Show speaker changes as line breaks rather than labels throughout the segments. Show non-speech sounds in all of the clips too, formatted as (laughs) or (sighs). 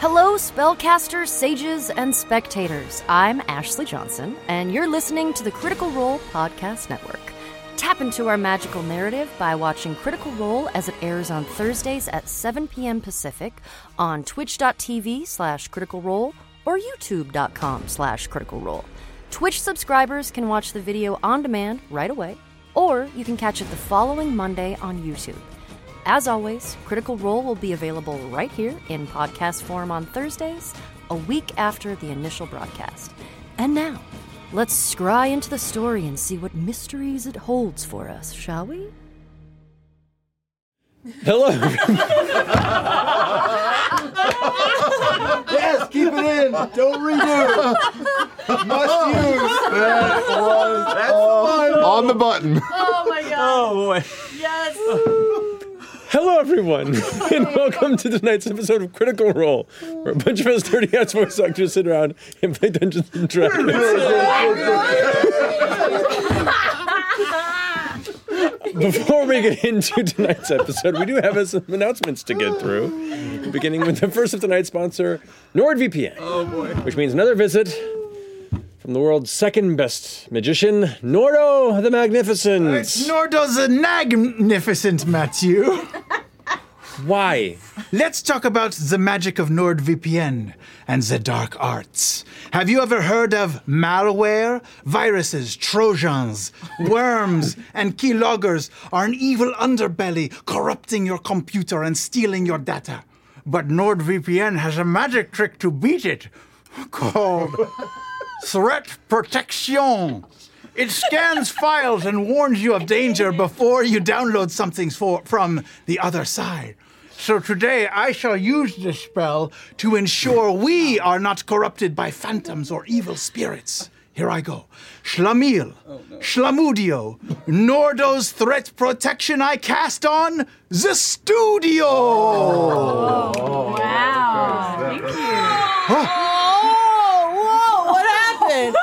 Hello, spellcasters, sages, and spectators. I'm Ashley Johnson, and you're listening to the Critical Role Podcast Network. Tap into our magical narrative by watching Critical Role as it airs on Thursdays at 7 p.m. Pacific on twitch.tv slash critical role or youtube.com slash critical role. Twitch subscribers can watch the video on demand right away, or you can catch it the following Monday on YouTube. As always, Critical Role will be available right here in podcast form on Thursdays, a week after the initial broadcast. And now, let's scry into the story and see what mysteries it holds for us, shall we?
Hello.
yes, keep it in. Don't redo. Must use. That was on, on the button.
Oh my god.
Oh boy.
Yes.
Hello, everyone, (laughs) and welcome to tonight's episode of Critical Role, where a bunch of us dirty ass voice actors sit around and play Dungeons and Dragons. Before we get into tonight's episode, we do have some announcements to get through, beginning with the first of tonight's sponsor, NordVPN. Oh boy. Which means another visit from the world's second best magician, Nordo the Magnificent.
Nor does a magnificent Matthew.
Why?
Let's talk about the magic of NordVPN and the dark arts. Have you ever heard of malware? Viruses, trojans, worms, and keyloggers are an evil underbelly corrupting your computer and stealing your data. But NordVPN has a magic trick to beat it (laughs) called Threat Protection. It scans (laughs) files and warns you of danger before you download something for, from the other side. So today I shall use this spell to ensure we are not corrupted by phantoms or evil spirits. Here I go. Schlamil, Schlamudio, Nordo's threat protection I cast on the studio.
Oh.
Wow. Thank you.
Oh, whoa, what happened?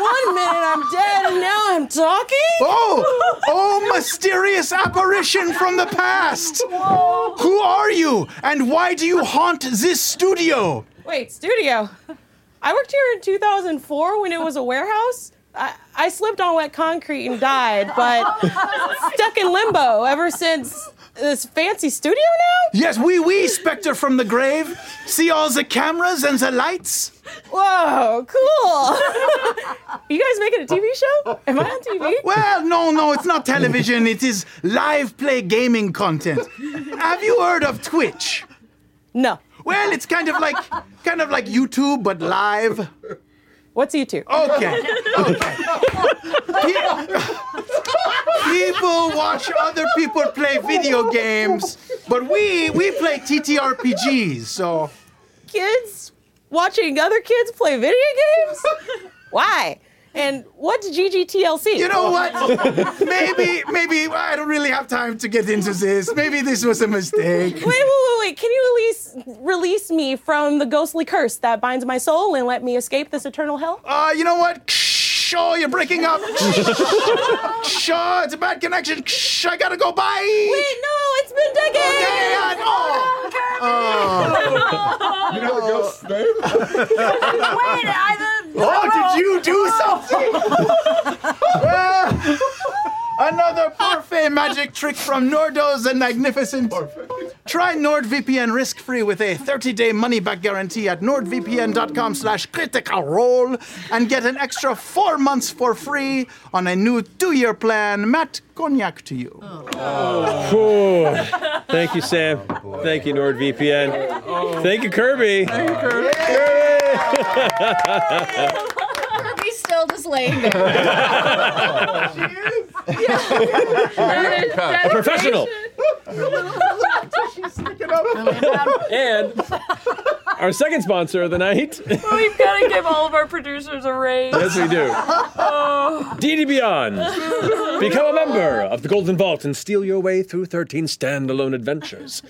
One minute I'm dead and now I'm talking?
Oh, oh, mysterious apparition from the past! Who are you, and why do you haunt this studio?
Wait, studio. I worked here in 2004 when it was a warehouse. I, I slipped on wet concrete and died, but stuck in limbo ever since this fancy studio now?
Yes, we, we, Spectre from the grave. See all the cameras and the lights?
Whoa, cool. you guys making a TV show? Am I on TV?
Well, no, no, it's not television. It is live play gaming content. Have you heard of Twitch?
No.
Well, it's kind of like, kind of like YouTube, but live.
What's YouTube?
Okay. Okay. Pe- people watch other people play video games, but we we play TTRPGs. So
kids watching other kids play video games? Why? And what's GGTLC?
you know what? (laughs) Maybe maybe I don't really have time to get into this. Maybe this was a mistake.
Wait, wait, wait, wait. Can you at least release me from the ghostly curse that binds my soul and let me escape this eternal hell?
Uh, you know what? Shaw, you're breaking
(laughs)
up. Shaw, it's a bad connection. Shh, I gotta go. Bye.
Wait, no, it's been
Yeah,
decades!
oh.
You know the ghost's name?
Wait, I the
Oh, did you do something? Well, Ah! Another parfait magic trick from Nordo's and Magnificent. Try NordVPN risk-free with a 30-day money-back guarantee at nordvpn.com slash critical role and get an extra four months for free on a new two-year plan. Matt, cognac to you.
Whew. Thank you, Sam. Thank you, NordVPN. Thank you, Kirby. Oh. Thank you, Kirby.
(laughs)
Kirby's still just laying there.
Professional.
Get up.
(laughs)
And our second sponsor of the night,
We've got to give all of our producers a raise.
yes we do,
Oh.
DD Beyond. (laughs)
(laughs)
Become a member of the Golden Vault and steal your way through 13 standalone adventures.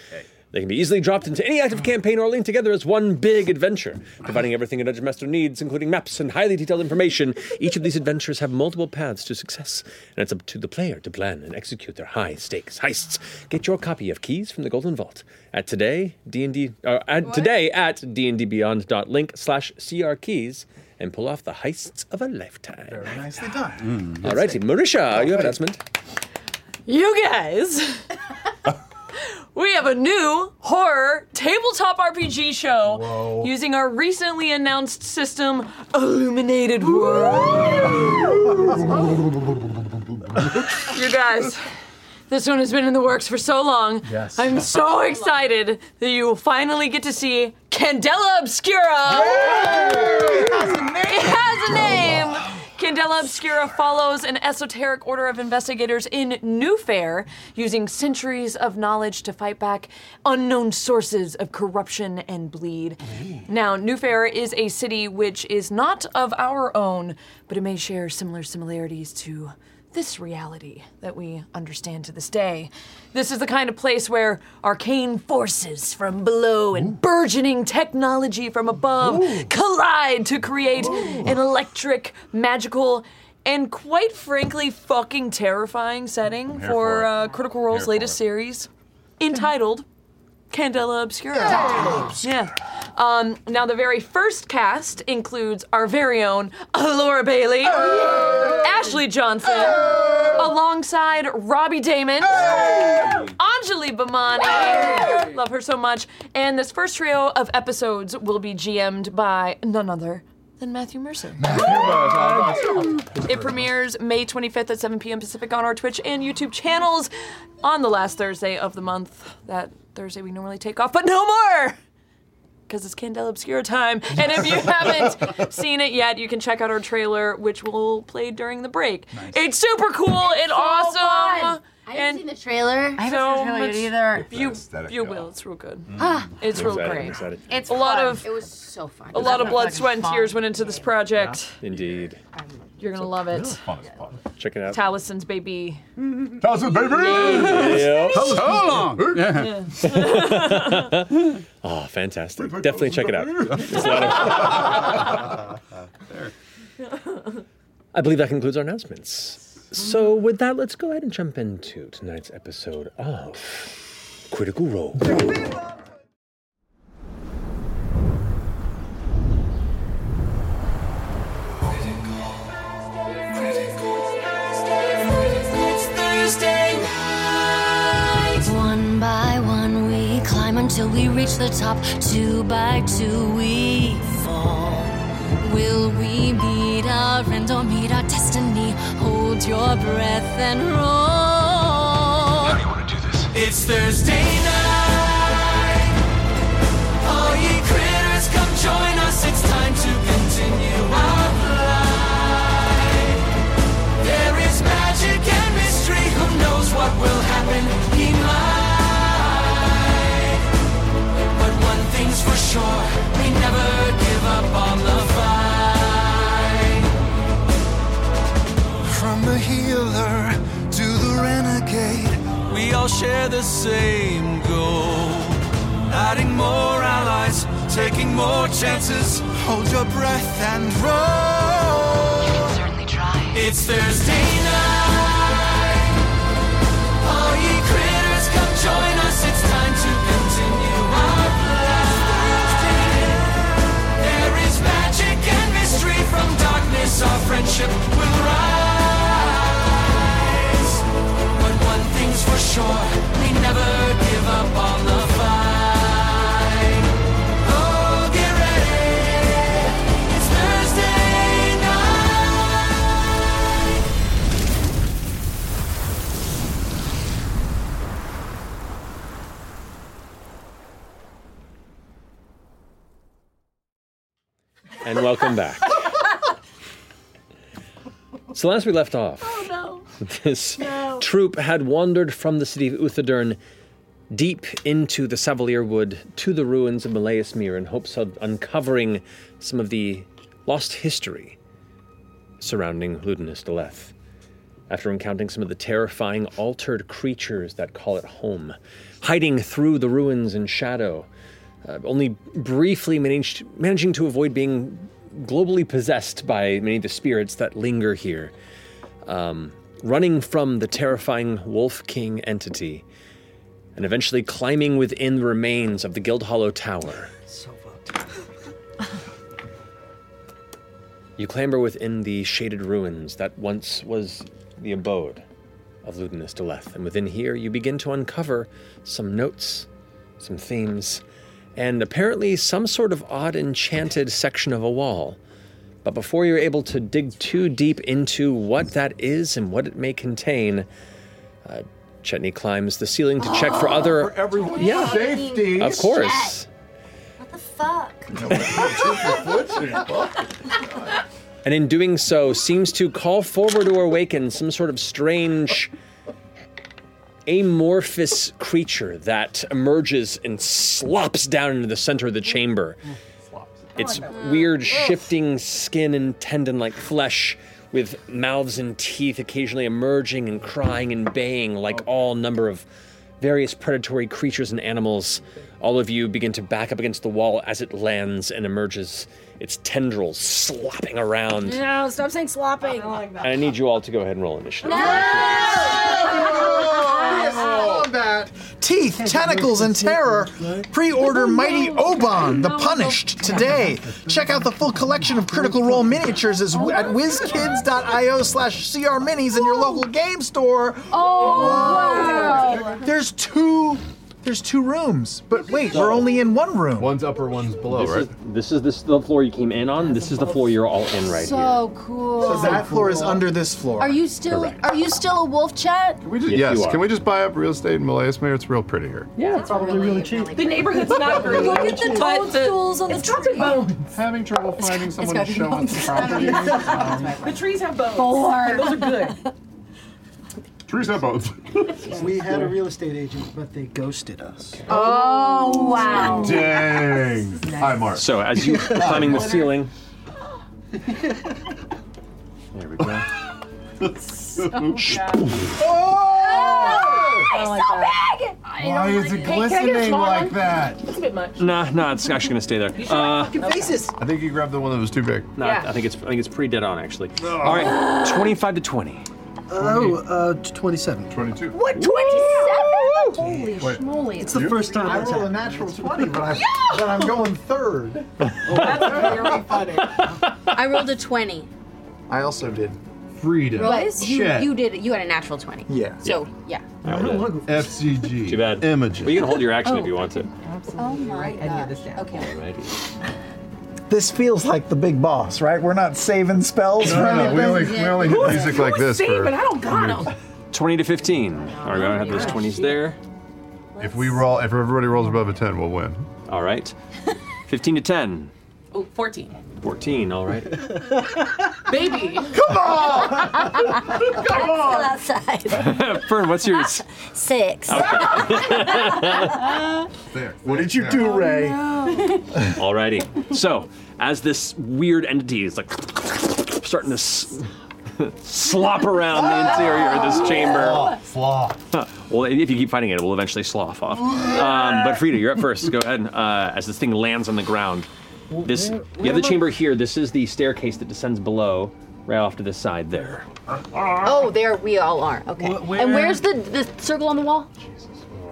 They can be easily dropped into any active campaign or linked together as one big adventure, providing everything a dungeon master needs, including maps and highly detailed information. Each of these adventures have multiple paths to success, and it's up to the player to plan and execute their high stakes heists. Get your copy of Keys from the Golden Vault at today D&D uh, at today at dndbeyond.link/crkeys and pull off the heists of a lifetime.
Very nicely done.
All righty, Marisha, you have an announcement.
You guys, we have a new horror tabletop RPG show using our recently announced system, Illuminated World. you guys, this one has been in the works for so long.
Yes.
I'm so excited that you will finally get to see Candela Obscura. It has a name. Candela Obscura follows an esoteric order of investigators in New Fair, using centuries of knowledge to fight back unknown sources of corruption and bleed. Now, New Fair is a city which is not of our own, but it may share similar similarities to this reality that we understand to this day. This is the kind of place where arcane forces from below and burgeoning technology from above collide to create an electric, magical, and quite frankly, fucking terrifying setting for,
here for it.
uh, Critical
Here
Role's
for
latest
it.
series entitled Candela Obscura. Yeah. Um, now, the very first cast includes our very own Laura Bailey, Ashley Johnson, alongside Robbie Damon, Anjali Bamani. Love her so much. And this first trio of episodes will be GM'd by none other than Matthew Mercer. It premieres May 25th at 7 p.m. Pacific on our Twitch and YouTube channels on the last Thursday of the month. That Thursday we normally take off, but no more! Because it's Candela Obscura time. And if you
(laughs)
haven't seen it yet, you can check out our trailer, which we'll play during the break. It's super cool and awesome.
I haven't
And
seen the trailer.
I haven't seen the trailer yet
either.
you,
aesthetic, Mm.
you
yeah.
will. It's real good.
Ah,
It's real
Excited,
great.
excited.
it's
A lot
fun.
of-
It was so fun.
A lot of blood, sweat, and tears went into this project.
Indeed.
You're going to love it.
Fun as fuck.
Check it out.
Taliesin's baby.
(laughs)
Toss it, baby.
Yep.
So long.
(laughs) Oh, fantastic. Definitely check it out. It's a lot of- I believe that concludes our announcements. So, with that, let's go ahead and jump into tonight's episode of Critical Role.
One by one we climb until we reach the top. Two by two we fall. (laughs) Will we meet our end or meet our destiny? Hold your breath and roll.
It's Thursday night. All ye critters, come join us. It's time to continue our flight. There is magic and mystery. Who knows what will happen? He might. But one thing's for sure: we never give up on the fight. From the healer to the renegade, we all share the same goal. Adding more allies, taking more chances. Hold your breath and roll.
Certainly try.
It's Thursday night. All ye critters, come join us. It's time to continue our flight. There is magic and mystery from darkness. Our friendship will rise. But one thing's for sure: we never give up on the fight. Oh, get ready! It's Thursday night.
(laughs) And welcome back. So, last we left off,
No.
(laughs) this troop had wandered from the city of Uthodurn deep into the Savalier Wood to the ruins of Malayasmere in hopes of uncovering some of the lost history surrounding Ludinus Deleth. After encountering some of the terrifying altered creatures that call it home, hiding through the ruins in shadow, uh, only briefly managed, managing to avoid being globally possessed by many of the spirits that linger here. Um, running from the terrifying Wolf King entity, and eventually climbing within the remains of the Guildhollow Tower.
So
(laughs) You clamber within the shaded ruins that once was the abode of Ludinus Deleth, and within here you begin to uncover some notes, some themes, and apparently some sort of odd enchanted section of a wall. But before you're able to dig too deep into what that is and what it may contain, uh, Chetney climbs the ceiling to check for other.
Ah, everyone's
Yeah.
safety.
Of course.
What the fuck?
and in doing so seems to call forward or awaken some sort of strange amorphous creature that emerges and slops down into the center of the chamber. Its weird shifting skin and tendon like flesh with mouths and teeth occasionally emerging and crying and baying like all number of various predatory creatures and animals. All of you begin to back up against the wall as it lands and emerges, its tendrils slopping around.
No, stop saying slopping. I don't like
And I need you all to go ahead and roll initiative.
Combat, teeth, tentacles, and terror. Pre-order Mighty Oban, the Punished today. Check out the full collection of Critical Role miniatures as w- at whizkids.io/crminis in your local game store.
Oh, wow.
There's two. There's two rooms, but wait, we're only in one room.
One's upper, one's below,
right?
this is this is the floor you came in on. This is the floor you're all in right here.
so cool.
So that floor is under this floor.
Are you still are you still a wolf chat?
we just,
Yes,
(laughs) yes.
you are.
Can we just buy up real estate in Malayasmere? It's real pretty here.
Yeah,
it's probably really cheap.
The neighborhood's not green.
Look at the
but the-
toadstools on the tree.
having trouble finding someone to show us the
(laughs)
property. Um,
The trees have bones.
Four.
Those are good.
Trees have bones.
We had a real estate agent, but they ghosted us.
Oh
(laughs)
wow.
Dang. Hi, Mark.
So
(laughs)
as you climbing the ceiling. There we go.
(laughs) Oh,
It's so big.
Why is it glistening like that?
It's a bit much.
Nah, nah, it's actually gonna stay there. Uh,
faces.
I think you grabbed the one that was too big.
nah, I think it's I think it's pretty dead on actually. All right, twenty-five
(laughs)
to twenty.
Oh, uh, 27.
22.
What? Twenty-seven.
Holy schmoly. It's the first time
I
that's
rolled a
happened.
natural 20, but I'm, but I'm going third.
I rolled a 20.
I also did. Freedom.
But you, you did You had a natural 20.
Yeah.
So, yeah.
FCG.
Too bad. Imogen. But you can hold your action if you want to.
Oh my god. Okay.
This feels like the big boss, right? We're not saving spells
No,
for
no, no,
anything.
we only- we only hit music like this for-
I don't got them.
Twenty to fifteen. All right, we don't have
Oh,
those twenties there.
If we roll, if everybody rolls above a 10, we'll win.
All right, fifteen to ten.
Oh, 14.
14, all right. (laughs)
Baby.
Come on.
Come on.
Fern, what's
(laughs)
yours?
Six.
(laughs)
there.
What
did you
Oh,
do,
Ray? (laughs) Alrighty. So, as this weird entity is like starting to s- slop around the interior of
Ah!
this chamber.
Flop.
(laughs) Well, if you keep fighting it, it will eventually slough off. Um, but Frida, you're up first. Go ahead. Uh, as this thing lands on the ground, this
where-
you
where
have the
am I-
chamber here. This is the staircase that descends below, right off to the side there.
Oh, there we all are. Okay. And
where-
where's the, the circle on the wall?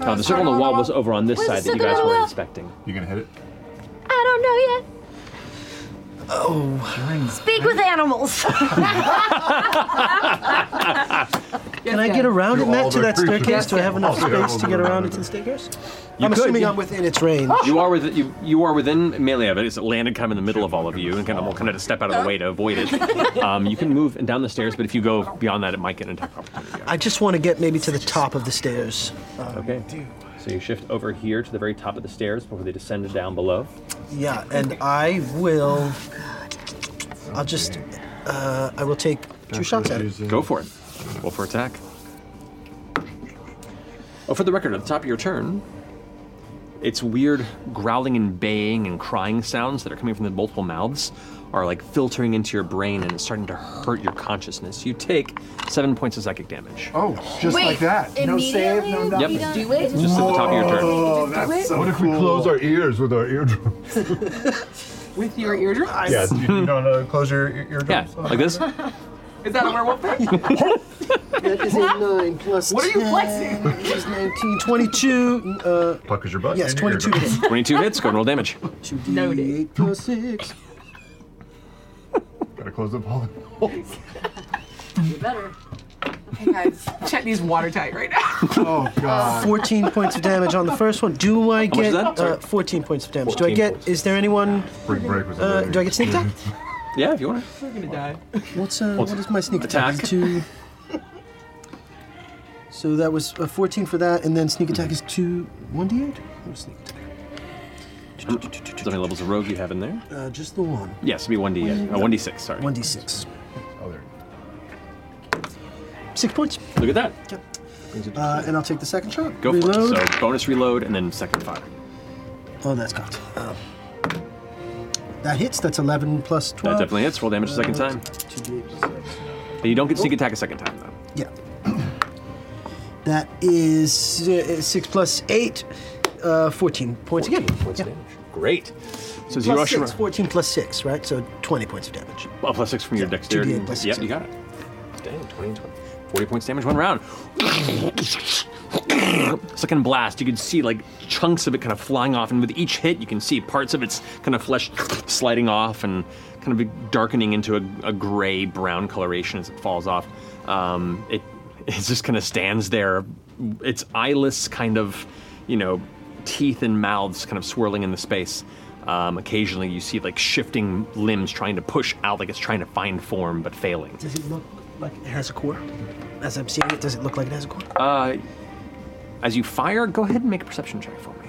Uh, the circle on the wall was over on this
Where's
side
the
that you
circle
guys
on the
were
wall?
inspecting.
You gonna hit it?
I don't know
Oh.
Oh.
yet. Speak with animals.
Can I get around
You're
in
all
that to
the
that
creatures.
staircase? Do I have enough
Yeah, we'll
space to
go
get
around
around
it.
it to the staircase?
You
I'm
could,
assuming
you- Oh.
I'm within its range.
You are with you. You are within melee of it. It's landed kind of in the middle of all of you, and kind of all kind of to step out of the way to avoid
(laughs)
it. Um, you can move down the stairs, but if you go beyond that, it might get an attack.
I just want to get maybe to the top of the stairs. Um,
Okay. So you shift over here to the very top of the stairs before they descend down below.
Yeah, and I will. I'll just. Uh, I will take two shots at it.
Go for it. Roll for attack. Oh, for the record, at the top of your turn, its weird growling and baying and crying sounds that are coming from the multiple mouths are like filtering into your brain and it's starting to hurt your consciousness. You take seven points of psychic damage.
Oh, just
Wait,
like that. No save,
immediately?
no
Yep.
nothing.
Do it?
Just at the top of your turn.
Whoa, that's so
what if we
cool.
close our ears with our eardrum?
With your eardrum?
Yeah, you,
(laughs)
you don't uh, close your ear- eardrums?
Yeah, like this?
Is that
(laughs)
a werewolf thing?
That is a 9 plus
What are you
10,
flexing?
Which is 19, 22. Uh,
Puckers your butt.
Yes, in your 22 eardrum. hits.
22 hits, go and roll damage.
Noted. Plus 6.
Gotta close up all the.
you better. Okay, guys. Chetney's watertight right now.
Oh,
God.
14 points of damage on the first one. Do I
much is
get.
that?
Uh, 14 points of damage. Do I
14
get. Is there anyone.
Spring break was
Uh, do I get
(laughs)
sneak attack?
Yeah, if you want
We're gonna die.
What's uh,
What's
what is my sneak attack? Is Two. So that was a 14 for that, and then sneak attack is two, one d8. Or sneak attack?
How many levels of rogue you have in there?
Uh, just the one.
Yes, it'd be 1d8. Uh, 1d6, sorry.
1d6.
Oh, there.
Six points.
Look at that.
Uh, and I'll take the second shot.
Go
Reload.
for it. So bonus reload and then second fire.
Oh, that's cocked. Um, that hits. That's 11 plus 12.
That definitely hits. Roll damage a second
Uh,
time. And you don't get sneak
Oh.
attack a second time, though.
Yeah. That is uh, 6 plus 8, uh, 14 points again. Yeah.
Great. So zero
Plus six, 14 plus 6, right? So 20 points of damage.
Well, oh, plus six from your dexterity.
2d8 plus
yep,
six.
you got it. Dang, 20 and 20. 40 points damage, one round. Second blast, you can see like chunks of it kind of flying off, and with each hit, you can see parts of its kind of flesh sliding off and kind of darkening into a, a gray brown coloration as it falls off. Um, it, it just kind of stands there, its eyeless kind of, you know, teeth and mouths kind of swirling in the space. Um, occasionally, you see like shifting limbs trying to push out, like it's trying to find form but failing.
Does it look like it has a core? As I'm seeing it, does it look like it has a core?
Uh, as you fire, go ahead and make a perception check for me.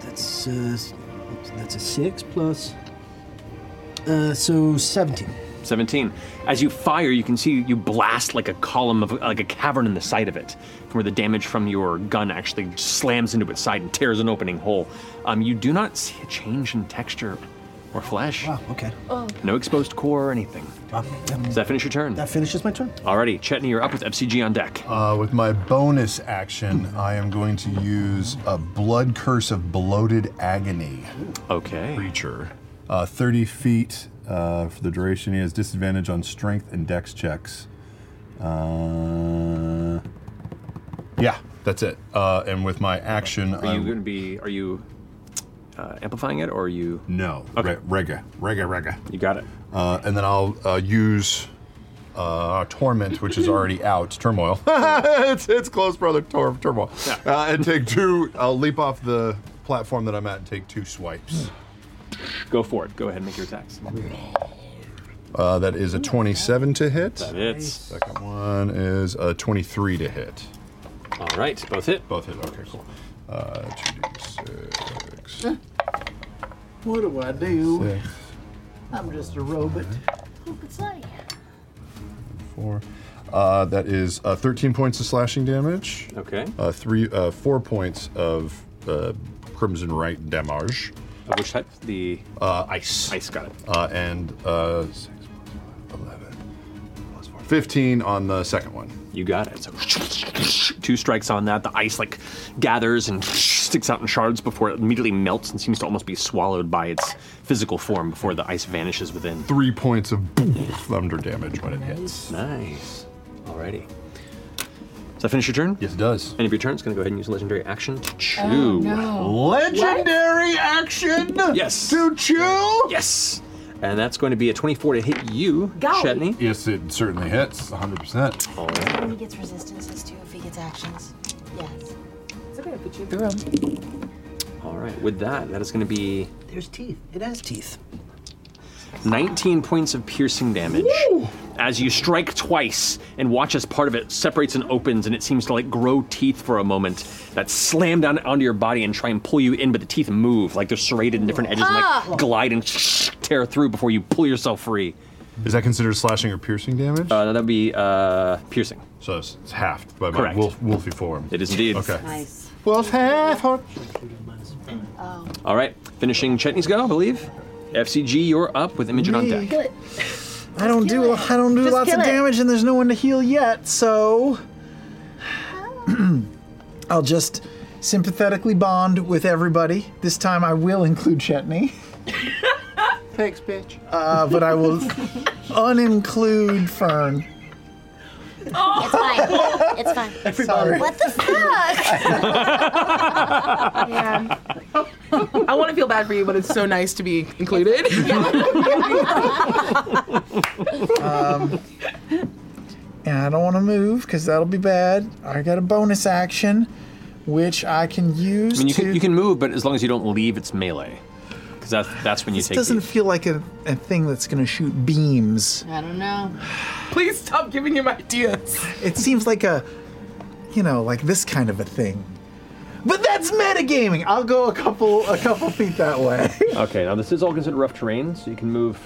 That's, uh, s- oops, that's a 6 plus. Uh, so 17.
17. As you fire, you can see you blast like a column of like a cavern in the side of it, from where the damage from your gun actually slams into its side and tears an opening hole. Um, you do not see a change in texture or flesh. Wow,
okay.
Oh.
um,
No exposed core or anything. Does that finish your turn? That
finishes my turn.
Alrighty, Chetney, you're up with FCG on deck.
Uh, with my bonus action, I am going to use a Blood Curse of Bloated Agony.
Okay.
Creature. Uh, 30 feet uh, for the duration. He has disadvantage on strength and dex checks. Uh, yeah, that's it. Uh, and with my action,
Are you going to be? Are you uh, amplifying it, or are you?
No.
Okay.
Re- rega, rega, rega.
You got it.
Uh, and then I'll uh, use uh, Torment, which is
(laughs)
already out, Turmoil. (laughs) it's, it's close, brother, Tor- Turmoil. Uh, and take two, I'll leap off the platform that I'm at and take two swipes.
Go for it. Go ahead and make your attacks.
Uh, that is a 27 to hit.
That hits.
Second one is a 23 to hit.
All right, both hit.
Both hit, okay, cool. Uh, 2d6.
What do I do?
Six.
I'm just a robot.
Who could slay?
four. Uh, that is uh, 13 points of slashing damage.
Okay.
Uh, three, uh, four points of uh, crimson right damage.
Of which type? The
uh, ice.
Ice got it.
Uh, and uh, six, plus five, 11, plus four, 15 on the second one.
You got it. So two strikes on that. The ice like gathers and sticks out in shards before it immediately melts and seems to almost be swallowed by its physical form before the ice vanishes within.
Three points of thunder damage when it hits.
Nice. Alrighty. Does that finish your turn?
Yes, it does.
End of your turn, it's going to go ahead and use legendary action to chew.
Legendary action.
Yes.
To chew.
Yes. And that's going to be a 24 to hit you,
Golly.
Chetney.
Yes, it certainly hits, 100%.
All right.
And he gets resistances too if he gets actions. Yes.
It's okay, I'll put you through him.
All right. With that, that is going to be
There's teeth. It has teeth.
19 points of piercing damage as you strike twice and watch as part of it separates and opens and it seems to like grow teeth for a moment that slam down onto your body and try and pull you in but the teeth move like they're serrated in different edges and (laughs)
Ah!
like glide and tear through before you pull yourself free
Is that considered slashing or piercing damage?
Uh, no, that'd be uh, piercing.
So it's, it's halved by
Correct.
my wolf, wolfy form.
It is indeed.
Okay.
Nice.
Wolf half.
(laughs)
All right, finishing Chetney's go, I believe. FCG, you're up with Imogen on
Me.
deck.
I don't do I don't do
Just
lots
kill
of
it.
damage, and there's no one to heal yet, so I'll just sympathetically bond with everybody. This time, I will include Chetney,
Thanks, bitch.
uh, but I
(laughs)
will uninclude Fern.
It's fine. It's fine.
(laughs)
Sorry.
What the fuck? yeah.
I want to feel bad for you, but it's so nice to be included. Uh,
Um, and I don't want to move because that'll be bad. I got a bonus action, which I can
I
use
mean, you
to.
can, you can move, but as long as you don't leave its melee, because that's that's when you
this
take.
doesn't
the,
feel like a, a thing that's going to shoot beams.
I don't know. Please stop giving him ideas.
It seems like a, you know, like this kind of a thing. But that's metagaming. I'll go a couple a couple feet
(laughs)
that way.
okay, now this is all considered rough terrain, so you can move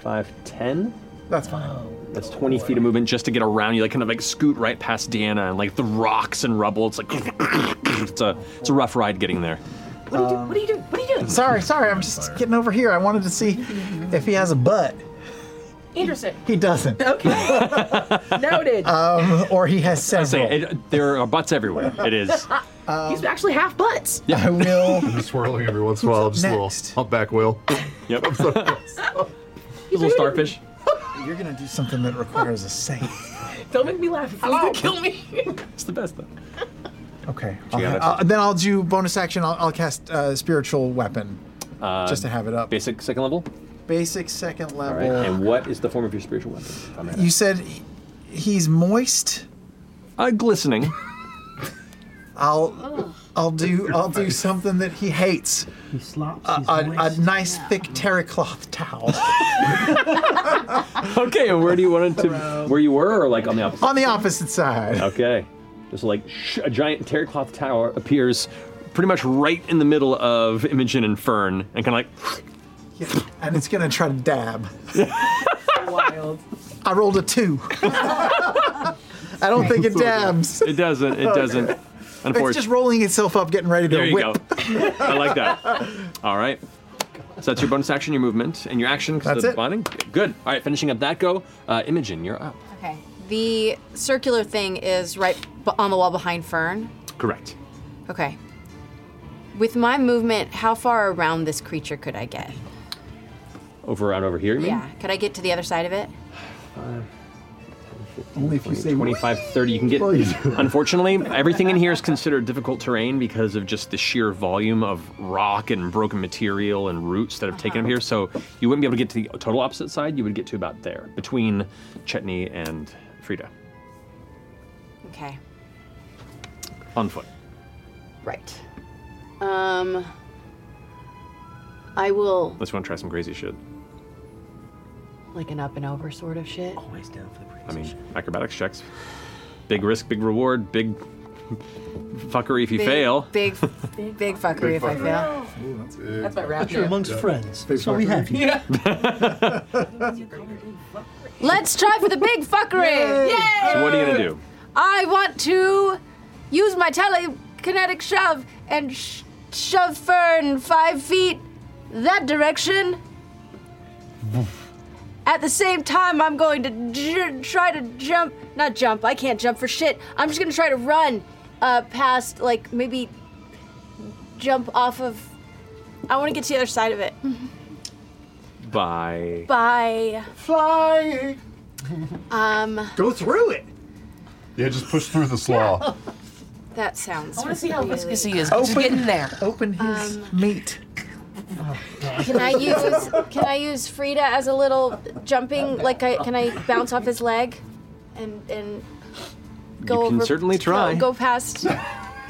5, 10.
That's fine.
Oh.
That's 20 feet of movement just to get around. You like kind of like scoot right past Deanna and like the rocks and rubble. It's like (coughs) it's a it's a rough ride getting there.
What are you doing? What are you doing? What are you doing? Sorry, sorry. I'm just getting over here. I wanted to see if he has a butt.
Interesting.
He doesn't.
Okay.
(laughs)
Noted.
Um, or he has
I
several.
say it, there are butts everywhere. It
(laughs)
is.
Uh, He's actually half butts.
(laughs)
I will.
swirling every once in a while, just a little humpback whale. (laughs)
Yep.
Little (laughs)
starfish.
You're gonna do something that requires a save.
Don't make me laugh. It's going to kill me. it's
the best though.
Okay.
She got it.
I'll- then I'll do bonus action. I'll, I'll cast uh, spiritual weapon. (laughs)
Uh,
Just to have it up.
Basic second level.
Basic second level.
All right. And what is the form of your spiritual weapon? if I may
You
ask?
said he- he's moist.
Uh, glistening.
(laughs) I'll I'll do I'll do something that he hates. He slops. A, a, a nice thick terry cloth towel
(laughs) okay, and where do you want it to? Where you were, or like on the opposite?
on the opposite side.
Okay. Just like sh- a giant terry cloth tower appears pretty much right in the middle of Imogen and Fern and kind of like,
and it's gonna try to dab. (laughs) Wild. I rolled a two. (laughs) I don't
(laughs)
think it dabs.
It doesn't.
(laughs)
It doesn't. Unfortunately.
It's just rolling itself up, getting ready to
there you
whip.
go. I like that. All right. So that's your bonus action, your movement, and your action. 'cause
That's
the
it.
Bonding. Good. All right, finishing up that go. Uh, Imogen, you're up.
Okay. The circular thing is right b- on the wall behind Fern.
Correct.
Okay. With my movement, how far around this creature could I get?
Over out over here, you mean?
Yeah. Could I get to the other side of it?
Only if you say 25, 30. You can (laughs) get. Unfortunately, everything in here is considered difficult terrain because of just the sheer volume of rock and broken material and roots that have taken up here. So you wouldn't be able to get to the total opposite side. You would get to about there between Chetney and Frida
Okay.
on foot.
Right. Um. I will
Unless you want to try some crazy shit.
like an up and over sort of shit. Always down for
I mean, acrobatics checks. Big risk, big reward, big fuckery if you
big,
fail. (laughs)
Big, big fuckery if I fail.
That's my rap.
(laughs)
You're amongst
friends.
That's why we have you. (laughs)
Yeah.
Let's try for the big fuckery! Yay!
So what are you gonna do?
I want to use my telekinetic shove and sh- shove Fern five feet that direction. At the same time, I'm going to j- try to jump. Not jump, I can't jump for shit. I'm just gonna try to run uh, past, like, maybe jump off of. I wanna get to the other side of it.
Mm-hmm.
By
By. Flying! Um,
Go through it. Yeah, just push through the (laughs) slaw.
that sounds.
I wanna see how
really-
viscous he is. Just get in there. Um,
Open his meat.
Can I use can I use Frida as a little jumping like I can I bounce off his leg and and go
You can
over
certainly try.
go past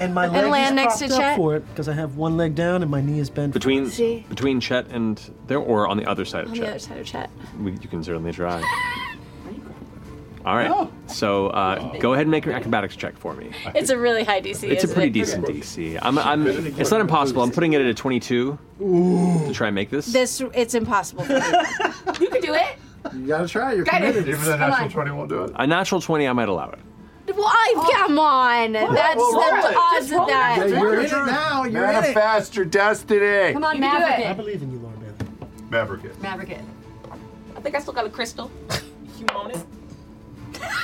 And my
And
leg is
land next
propped
to
up
Chet.
for it because I have one leg down and my knee is bent.
between
See?
between Chet and there, or on the other side of
on
Chet.
the other side of chat.
We, you can
(laughs)
certainly try. All right. So uh, go ahead and make an acrobatics check for me.
It's a really high DC.
It's a
isn't
pretty
it?
decent DC. I'm, I'm, it's not impossible. I'm putting it at a 22 to try and make this.
This it's impossible. you can do it.
You gotta try. You're
Got it. committed.
Even the
Come
natural
on.
twenty won't do it.
A natural 20, I might allow it.
Why? Come on. That's
Well, roll
that's
it.
the odds
Just
of
roll it.
that.
Yeah, you're in it now. You're in it. Manifest your destiny.
Come on, (laughs) You can do Maverick it. it. I
believe in you, Lauren
Maverick. (laughs) it.
Maverick it. I think I still got a crystal. you want it?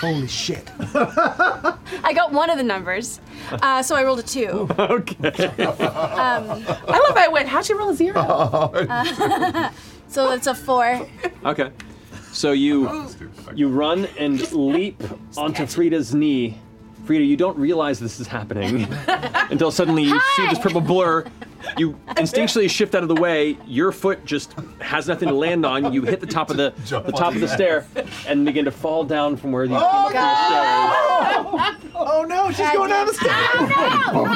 Holy shit.
(laughs)
I got one of the numbers, uh, so I rolled
(laughs)
a two.
okay.
Um,
I love I went, how'd you roll a zero?
(laughs) uh, (laughs) so it's a four.
Okay. So you you run and
(laughs)
leap onto Frida's knee. Frida, you don't realize this is
(laughs)
happening until suddenly you see this purple blur.
(laughs)
You instinctually shift out of the way. Your foot just has nothing to land on. You hit the top of (laughs) the, the top of the stair and begin to fall down from where you
Oh,
Oh no, she's going down the stairs.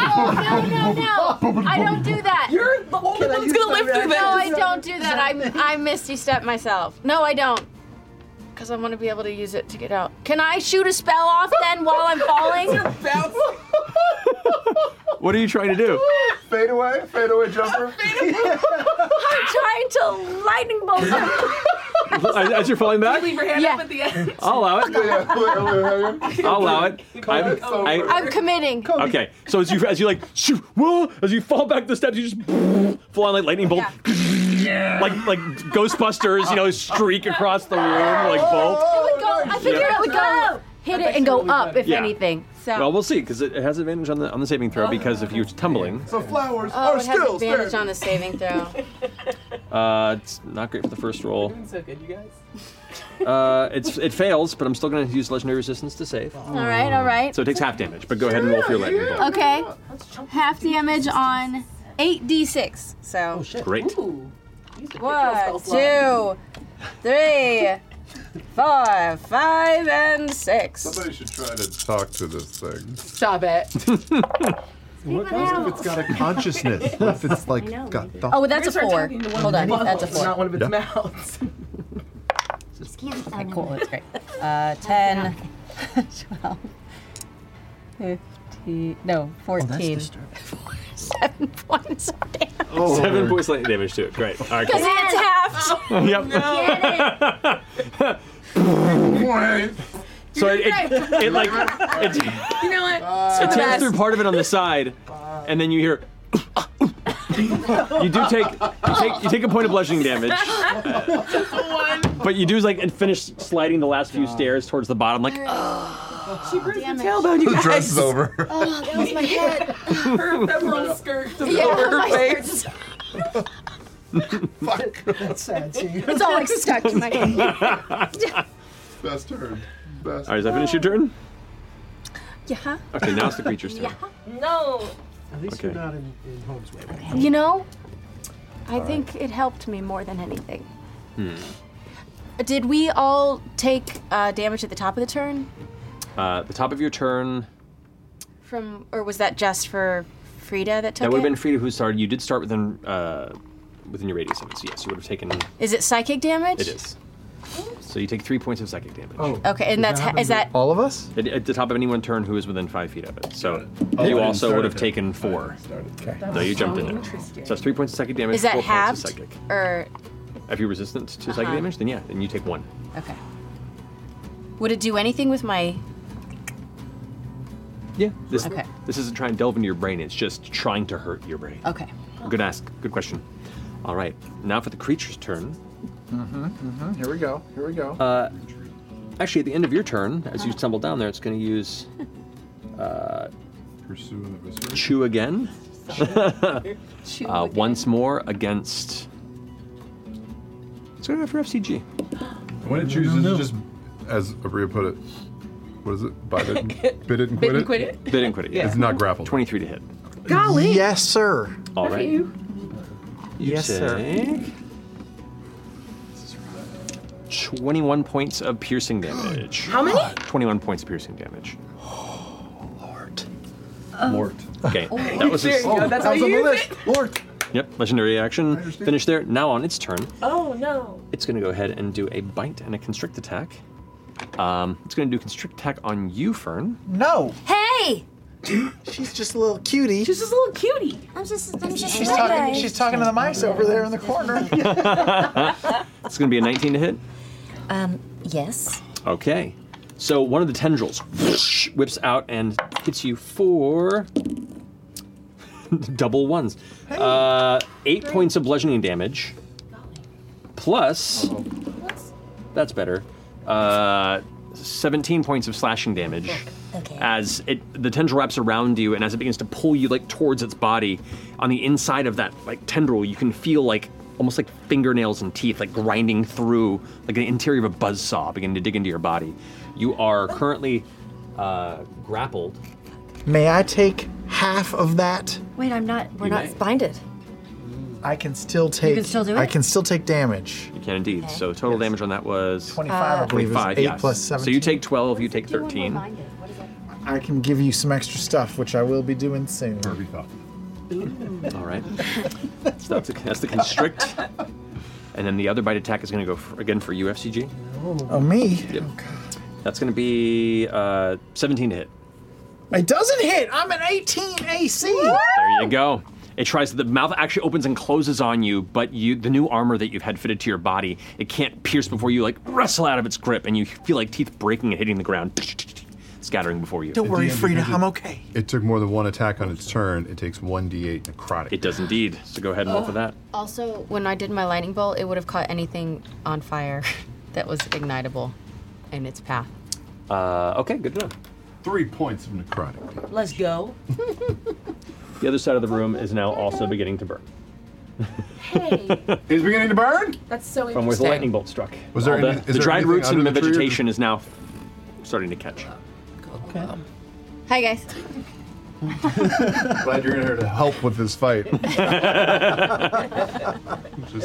Oh, no, no, no! I don't do that.
You're the only
one's gonna live through
No, I
this.
don't do that. I I misty step myself. No, I don't. Because I want to be able to use it to get out. Can I shoot a spell off then while I'm falling? (laughs)
What are you trying to do?
Fade away, fade away
(laughs)
jumper.
I'm trying to lightning bolt.
As, (laughs) as you're falling back?
Leave your hand up at the end.
(laughs) I'll allow it. I'll allow it. I'm, I-
I'm committing.
Okay, so as you as you like shoo, whoa, as you fall back the steps, you just (laughs) boom, fly on like lightning bolt, (laughs) like like Ghostbusters, you know, streak across the room like bolt.
It would go. I figured
Oh, Yeah.
it would go. Hit it and go up if
Yeah.
anything. So.
Well, we'll see because it, it has advantage on the on the saving throw because if you're tumbling,
So flowers
oh,
are
it has
still
advantage
standing.
on the saving
(laughs)
throw.
uh, it's not great for the first roll.
so good, you guys.
Uh, it's it fails, but I'm still going to use legendary resistance to save. All
right, all right.
So it takes half damage, but go ahead and roll for your lightning bolt.
Okay. Half damage on 8d6. So.
Oh, Great.
One, two, three, four, five, and six.
Somebody should try to talk to this thing.
Stop it.
What
most of it's
got a
(laughs)
consciousness? what if it's like got
Oh, well, that's a
We're gonna start
four.
talking to one
Hold
of
on,
the
that's a
mouths,
four.
Not one of its
Yeah. (laughs)
mouths.
Okay, cool, that's great. Uh, 10, 12, 15, no, 14. (laughs) Seven points of damage.
Oh,
Seven points lightning damage to it. Great. All right.
Because
cool.
it's halved.
(laughs) Yep. (laughs) so it, it, it like it,
You know what?
Uh,
it
it's for the
tears
best.
through part of it on the side, and then you hear. you do take you take you take a point of bludgeoning
(laughs)
damage, but you do like and finish sliding the last few stairs towards the bottom. Like
(gasps)
She bruised the tailbone, you
The
guys.
dress is over.
Oh,
(laughs)
that
was my head.
her ephemeral skirt to
Yeah,
cover
my
her face.
(laughs) That's sad. See?
It's all like stuck to my
(laughs)
Best turn. Best.
All right, does that finish your turn?
Yeah.
Okay, now it's the creature's turn.
No.
At least
Okay.
you're not in, in harm's way.
You know, I
right.
think it helped me more than anything.
Hmm.
Did we all take uh, damage at the top of the turn
Uh, the top of your turn.
from, or was that just for Frida that took
that would have
it?
been Frida who started. You did start within uh, within your radius of it, so yes, you would have taken.
Is it psychic damage?
It is. So you take three points of psychic damage.
Oh. Okay, and that's is that
all of us? At, at the top of anyone's turn who is within five feet of it. So
Oh, I
you
didn't
also
start
would have
it.
taken four. No, you jumped in it. So that's three points of psychic damage.
is that
four
halved
points of psychic.
or
If you're resistant to psychic
Uh-huh.
damage, then yeah, then you take one.
okay? Would it do anything with my?
Yeah. This,
Okay.
this isn't trying to delve into your brain. It's just trying to hurt your brain.
Okay.
Good ask. Good question. All right. Now for the creature's turn.
Mm-hmm, mm-hmm. Here we go. Here we go.
Uh, actually, at the end of your turn, as you stumble down there, it's going to use uh, chew again. (laughs)
Chew
uh, Once more against. It's going to go for FCG.
When it chooses, just as Abria put it, what is it? Bite
(laughs)
it, and- bit it, and quit
Bit and
it.
quit it? Bit and quit it, yeah.
It's not grappled.
Twenty-three to hit.
Golly. Yes, sir.
All right. You
Yes, sir.
take Twenty-one points of piercing damage. Uh,
How many?
Twenty-one points of piercing damage.
Uh,
Oh.
Lord. Okay,
(laughs) Oh.
that was
There
his.
you go, that's how you use it.
Lord. Yep, legendary action. Finish there. Now on its turn.
Oh no.
It's going to go ahead and do a bite and a constrict attack. Um, it's going to do constrict attack on you, Fern. (laughs)
No.
Hey.
She's just a little cutie.
She's just a little cutie.
I'm just, I'm just
She's
a
talking.
lady.
She's talking to the mice over there in the corner.
it's going to be a 19 to hit.
Um, yes.
Okay. So one of the tendrils (laughs) whoosh, whips out and hits you for (laughs) double ones. Uh, eight points of bludgeoning damage. Plus, that's better. Uh, 17 points of slashing damage. As it, the tendril wraps around you, and as it begins to pull you like towards its body, on the inside of that like tendril, you can feel like almost like fingernails and teeth like grinding through like the interior of a buzzsaw, beginning to dig into your body. You are currently uh, grappled.
May I take half of that?
Wait, I'm not. We're
You
not
may.
blinded.
I can still take.
still do
I
it?
can still take damage.
You can indeed. So total damage on that was
25, I believe, is
25,
eight
yes.
plus
So you take 12, you take 13.
I can give you some extra stuff, which I will be doing soon. (laughs)
All right. So that's, the- that's the constrict. And then the other bite attack is going to go for, again for you, FCG.
Oh me?
Yep. That's going to be uh, 17 to hit.
It doesn't hit. I'm an 18 AC.
There you go. It tries the mouth actually opens and closes on you, but you the new armor that you've had fitted to your body, it can't pierce before you like wrestle out of its grip and you feel like teeth breaking and hitting the ground, scattering before you.
okay.
It took more than one attack on its turn. It takes 1d8 necrotic. It
does indeed. So go ahead
and roll for
that.
Oh, Also, when I did my lightning bolt, it would have caught anything on fire (laughs) that was ignitable in its path.
Uh, okay, good enough.
Three points of necrotic.
Let's go.
The other side of the room is now also beginning to burn.
Is beginning to burn?
That's so
From where the lightning bolt struck.
Was there
All the,
any- is
the
there
dried
anything
roots and
under the tree or
vegetation is now starting to catch.
Hi, guys.
Glad you're in here to help with this fight. Just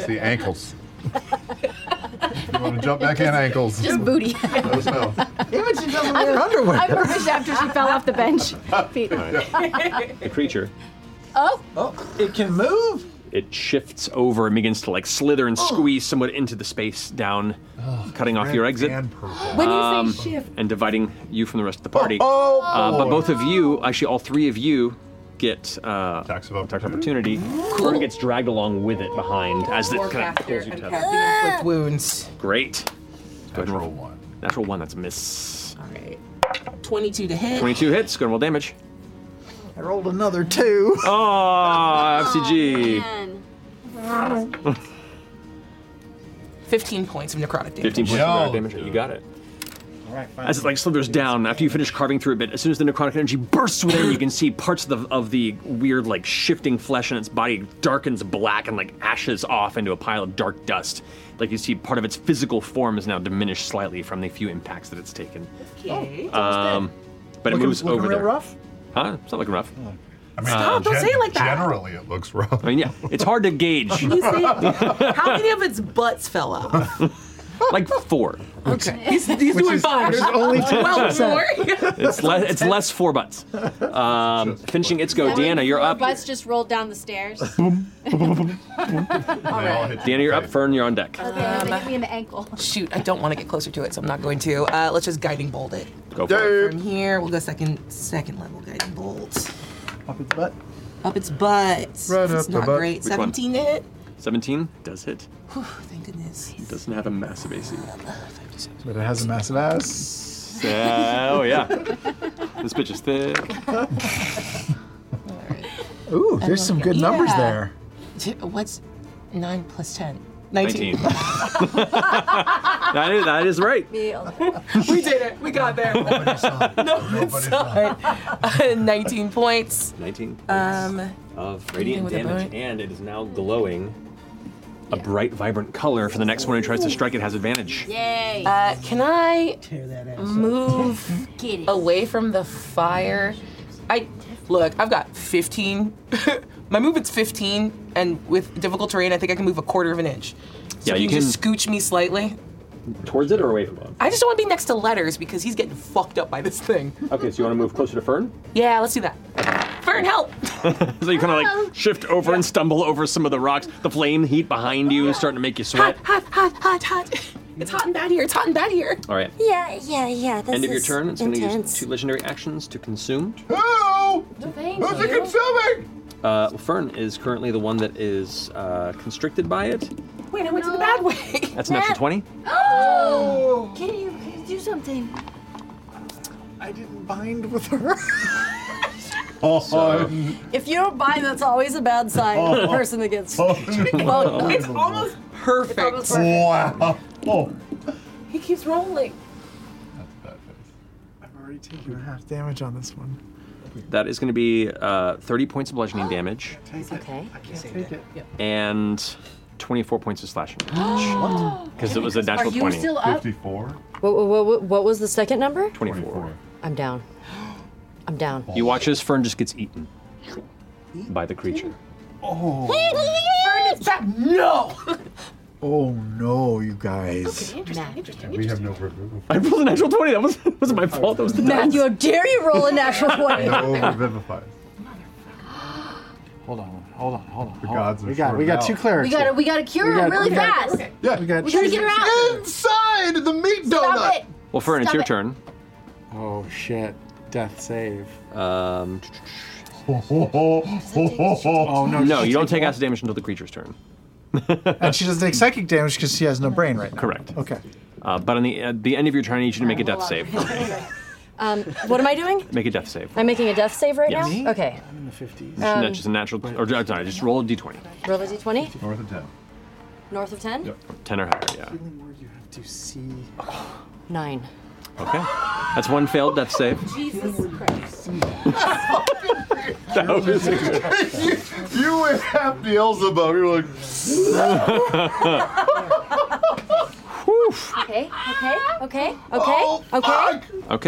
the ankles. you want to jump back in, ankles?
Just booty.
Let us know.
Even she (laughs) doesn't
wear underwear.
I purposed after she fell off the
(laughs)
bench. Feet.
The creature
oh.
Oh, it can move.
it shifts over and begins to like slither and
Oh.
squeeze somewhat into the space down,
Oh,
cutting off your
red
exit.
and
When you say shift-
Um, and dividing you from the rest of the party.
Oh,
Uh, but
boy.
both of you, actually, all three of you. Get uh, attacks of opportunity. Cool. gets dragged along with it behind as it kind of pulls you to.
With wounds.
Great. Natural one. Natural one. That's a miss. All right.
22 to hit.
Twenty-two hits. Good roll damage.
I rolled another two.
Oh, FCG.
15 points of necrotic damage.
15 points of necrotic damage. You got it.
All right, fine.
As it like slithers down, after you finish carving through a bit, as soon as the necrotic energy bursts within, you can see parts of the of the weird like shifting flesh in its body darkens black and like ashes off into a pile of dark dust. Like you see, part of its physical form is now diminished slightly from the few impacts that it's taken.
Okay.
Um, but it
Looking-
moves
looking
over
real
there.
rough? Oh.
Huh? It's not looking rough. I mean,
Stop, don't say it like that.
Generally, it looks rough.
I mean, yeah, it's hard to gauge.
(laughs) You see, how many of its butts fell out?
(laughs) like four.
Okay. He's, he's doing fine.
there's only
(laughs) well,
10%.
more. (laughs)
It's less. It's less four butts. Um, finishing its go. Deanna, you're up.
Butts just rolled down the
(laughs)
stairs.
Deanna, you're up. Fern, you're on deck.
Okay, um, hit me in the
(laughs)
ankle.
Shoot, I don't want to get closer to it, so I'm not going to. Uh, let's just guiding bolt it.
Go for
From here, we'll go second second level guiding bolt.
Up its butt.
Up its butt. Right
up
it's
the
not
butt.
great.
Which one?
17 to hit.
Seventeen does hit.
Whew, thank goodness. (laughs)
It doesn't have a massive AC.
But it has a massive ass.
So, oh
(laughs)
yeah, (laughs) this bitch is thick.
Ooh,
I
there's
love
some
it.
good numbers
Yeah.
there.
T- What's 9 plus 10?
19.
19.
(laughs) That is, that is right.
(laughs) we did it. We
(laughs)
got there. No, it's (laughs) alright. 19 points.
19 points
Um,
of
anything
radiant
with a
damage,
bone?
and it is now glowing a bright, vibrant color. For the next one who tries to strike, it has advantage.
Yay. Uh, can I
(laughs)
move away from the fire? I look. I've got 15. (laughs) My movement's 15, and with difficult terrain, I think I can move a quarter of an inch.
Yeah,
So
you
just scooch me slightly.
Towards it or away from it?
I just don't want to be next to letters because he's getting fucked up by this thing.
Okay, so you want to move closer to Fern?
Yeah, let's do that. Fern, help!
so you kind of like shift over and stumble over some of the rocks. The flame heat behind you is starting to make you sweat.
Hot, hot, hot, hot. It's hot and bad here. It's hot and bad here.
All right.
Yeah, yeah, yeah. This
End of your
is
turn. It's going to use
intense.
two legendary actions to consume.
Who?
Who's
it consuming?
Uh, Fern is currently the one that is uh, constricted by it.
Wait, I went to the bad way.
That's an extra 20.
Oh! Can you, can you do something?
I didn't bind with her.
(laughs)
oh,
(laughs) If you don't bind, that's always a bad sign. for The person that
(laughs)
gets.
Oh,
(laughs) Well,
it's
(gasps)
almost perfect.
Wow.
He keeps rolling.
I'm already taking half damage on this one.
That is going to be uh, 30 points of bludgeoning damage
It's okay. I can't take it.
and 24 points of slashing damage. Because it was a natural
Are you
20.
still up?
54?
What, what, what, what was the second number?
24.
I'm down. I'm down.
You watch as Fern just gets eaten by the creature.
Oh.
No!
Oh no, you
(laughs)
guys.
interesting,
interesting. We have no revivification.
I rolled a natural 20. That wasn't, wasn't my fault. That was the
Matt,
dice.
you dare you roll a natural
(laughs)
20.
revivify.
Hold on, hold on, hold on. The
gods are
we got,
shorted
we got
out.
two clerics.
We gotta- we gotta cure
We
him
got-
really
we got-
fast.
Yeah, we got.
We gotta get her out.
Inside the meat
Stop it.
Well, Fern, it's
Stop
your
it.
turn.
Oh shit! Death save.
Um.
oh no!
No,
she
you don't
takes
take acid damage until the creature's turn.
And she doesn't take psychic damage because she has no brain right now.
Correct.
Okay.
Uh, but on the at the end of your turn, I need you to make a death
(laughs)
save.
Um, what am I doing?
Make a death save.
I'm making a death save right
Yes.
now? Okay.
I'm in the 50s.
Just,
Um,
not just a natural, or uh, sorry, just roll a d20.
Roll a d20.
North of 10.
North of 10?
10 or higher, yeah.
Do see.
9.
Okay. That's one failed
(laughs)
death save.
Jesus Christ.
That was a
you, you went half the Elzebo. You were
Uh.
like.
Okay, okay, okay, okay,
Oh,
okay,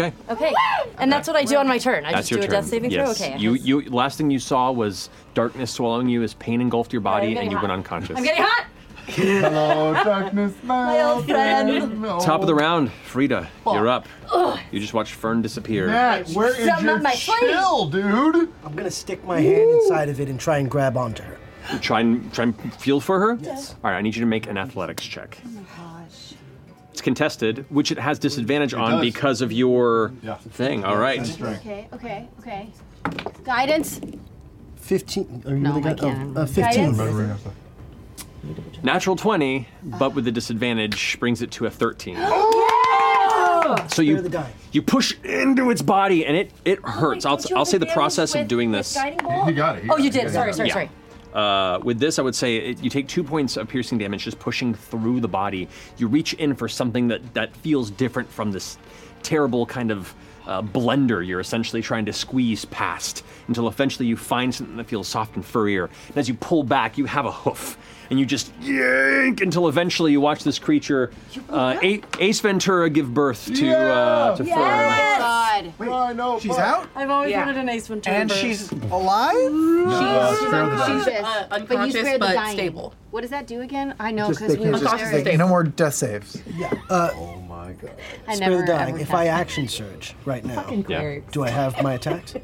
okay.
okay. And that's what I do on my turn. I
That's
just
your
do a
turn.
death saving
yes.
throw? Okay. (laughs)
You, you, last thing you saw was darkness swallowing you as pain engulfed your
I'm
body
getting
and you
hot.
went unconscious.
I'm
(laughs)
getting hot!
Hello, "Oh, darkness, my (laughs)
old friend.
Top of the round, Frida, you're up.
Ugh.
You just watched Fern disappear.
Matt, where is Something your up my sleeve. chill,
dude?
I'm gonna stick my hand inside of it and try and grab onto her.
Try and try and feel for her. Yes. All right, I need you to make an athletics check.
Oh
It's contested, which it has disadvantage on
does.
because of your thing. All right.
Okay, okay, okay. Guidance.
15. Are you
No,
really
I
got
can't.
oh, uh, 15.
Guidance.
Natural 20, but with the disadvantage brings it to
(gasps)
a 13.
Oh.
So
Spare
you
the die.
you push into its body and it it hurts. I'll, I'll say the process of doing this.
You got it.
Oh, you did. Sorry, sorry,
Yeah.
sorry.
Uh, with this, I would say it, you take two points of piercing damage just pushing through the body. You reach in for something that, that feels different from this terrible kind of uh, blender you're essentially trying to squeeze past until eventually you find something that feels soft and furrier. And as you pull back, you have a hoof. And you just yank until eventually you watch this creature, uh, A- Ace Ventura, give birth to uh,
Oh
to Fern.
God.
Wait, I know.
She's out?
Oh, I've always
Yeah.
wanted an Ace Ventura.
And
bird.
she's alive?
No,
she's
Conscious, but you
unconscious,
spared the
but
dying.
stable.
What does that do again? I know
Just
because
they
we
can't
were
just-
very-
they- no more death saves.
Uh,
I
spare
never
the dying.
ever
If
cast
I
it.
action surge right now,
Fucking Yeah. clerics.
do I have my attacks?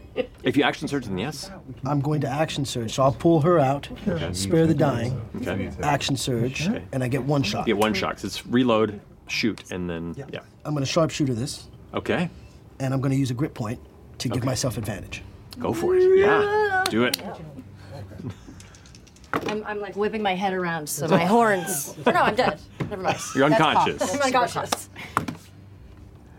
If you action surge, then yes.
I'm going to action surge, so I'll pull her out,
Okay.
spare the dying,
Okay.
action surge, and I get one shot.
Get one shot. 'cause It's reload, shoot, and then yeah.
I'm going to sharpshooter this,
Okay,
and I'm going to use a grit point to give myself advantage.
go for it. Yeah, do it.
I'm, I'm like whipping my head around, so my horns. (laughs) Oh, no, I'm dead. Never mind.
You're
That's
unconscious.
Oh
pop. I'm unconscious.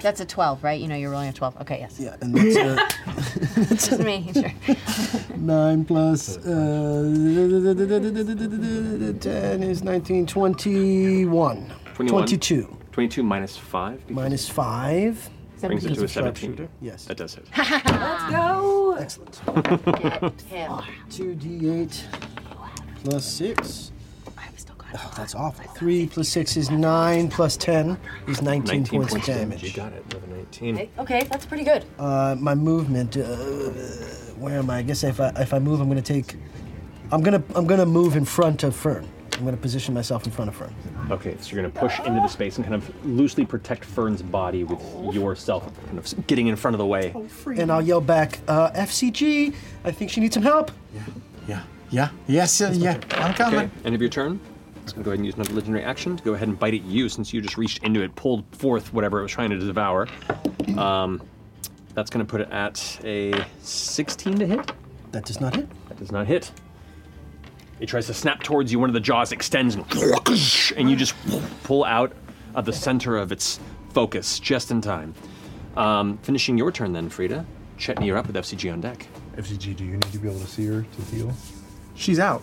That's a 12, right? You know you're rolling a 12. Okay, yes.
Yeah, and
(laughs)
that's uh,
Just me. Sure.
Nine plus uh, 10 is 19, 21.
21.
22.
22 minus 5
Minus 5.
brings it to a 17.
Yes.
That does it. (laughs)
Let's
go.
Excellent. 2d8 plus 6. Oh, that's awful. 3 plus 6 is 9, plus 10 is 19, points of damage.
You got it. Another 19.
Okay, that's pretty good.
Uh, my movement. Uh, where am I? I guess if I if I move, I'm gonna take. I'm gonna I'm gonna move in front of Fern. I'm gonna position myself in front of Fern.
Okay, so you're going to push into the space and kind of loosely protect Fern's body with yourself, kind of getting in front of the way.
And I'll yell back, uh, FCG. I think she needs some help.
Yeah.
Yeah. Yes. Yeah. yeah. I'm coming.
Okay, end of your turn. It's going to go ahead and use another legendary action to go ahead and bite at you since you just reached into it, pulled forth whatever it was trying to devour. Um, that's going to put it at a 16 to hit.
That does not hit.
That does not hit. It tries to snap towards you. One of the jaws extends, and, (laughs) and you just pull out of the center of its focus just in time. Um, finishing your turn, then, Frida. Chetney, you're up with FCG on deck.
FCG, do you need to be able to see her to heal?
She's out.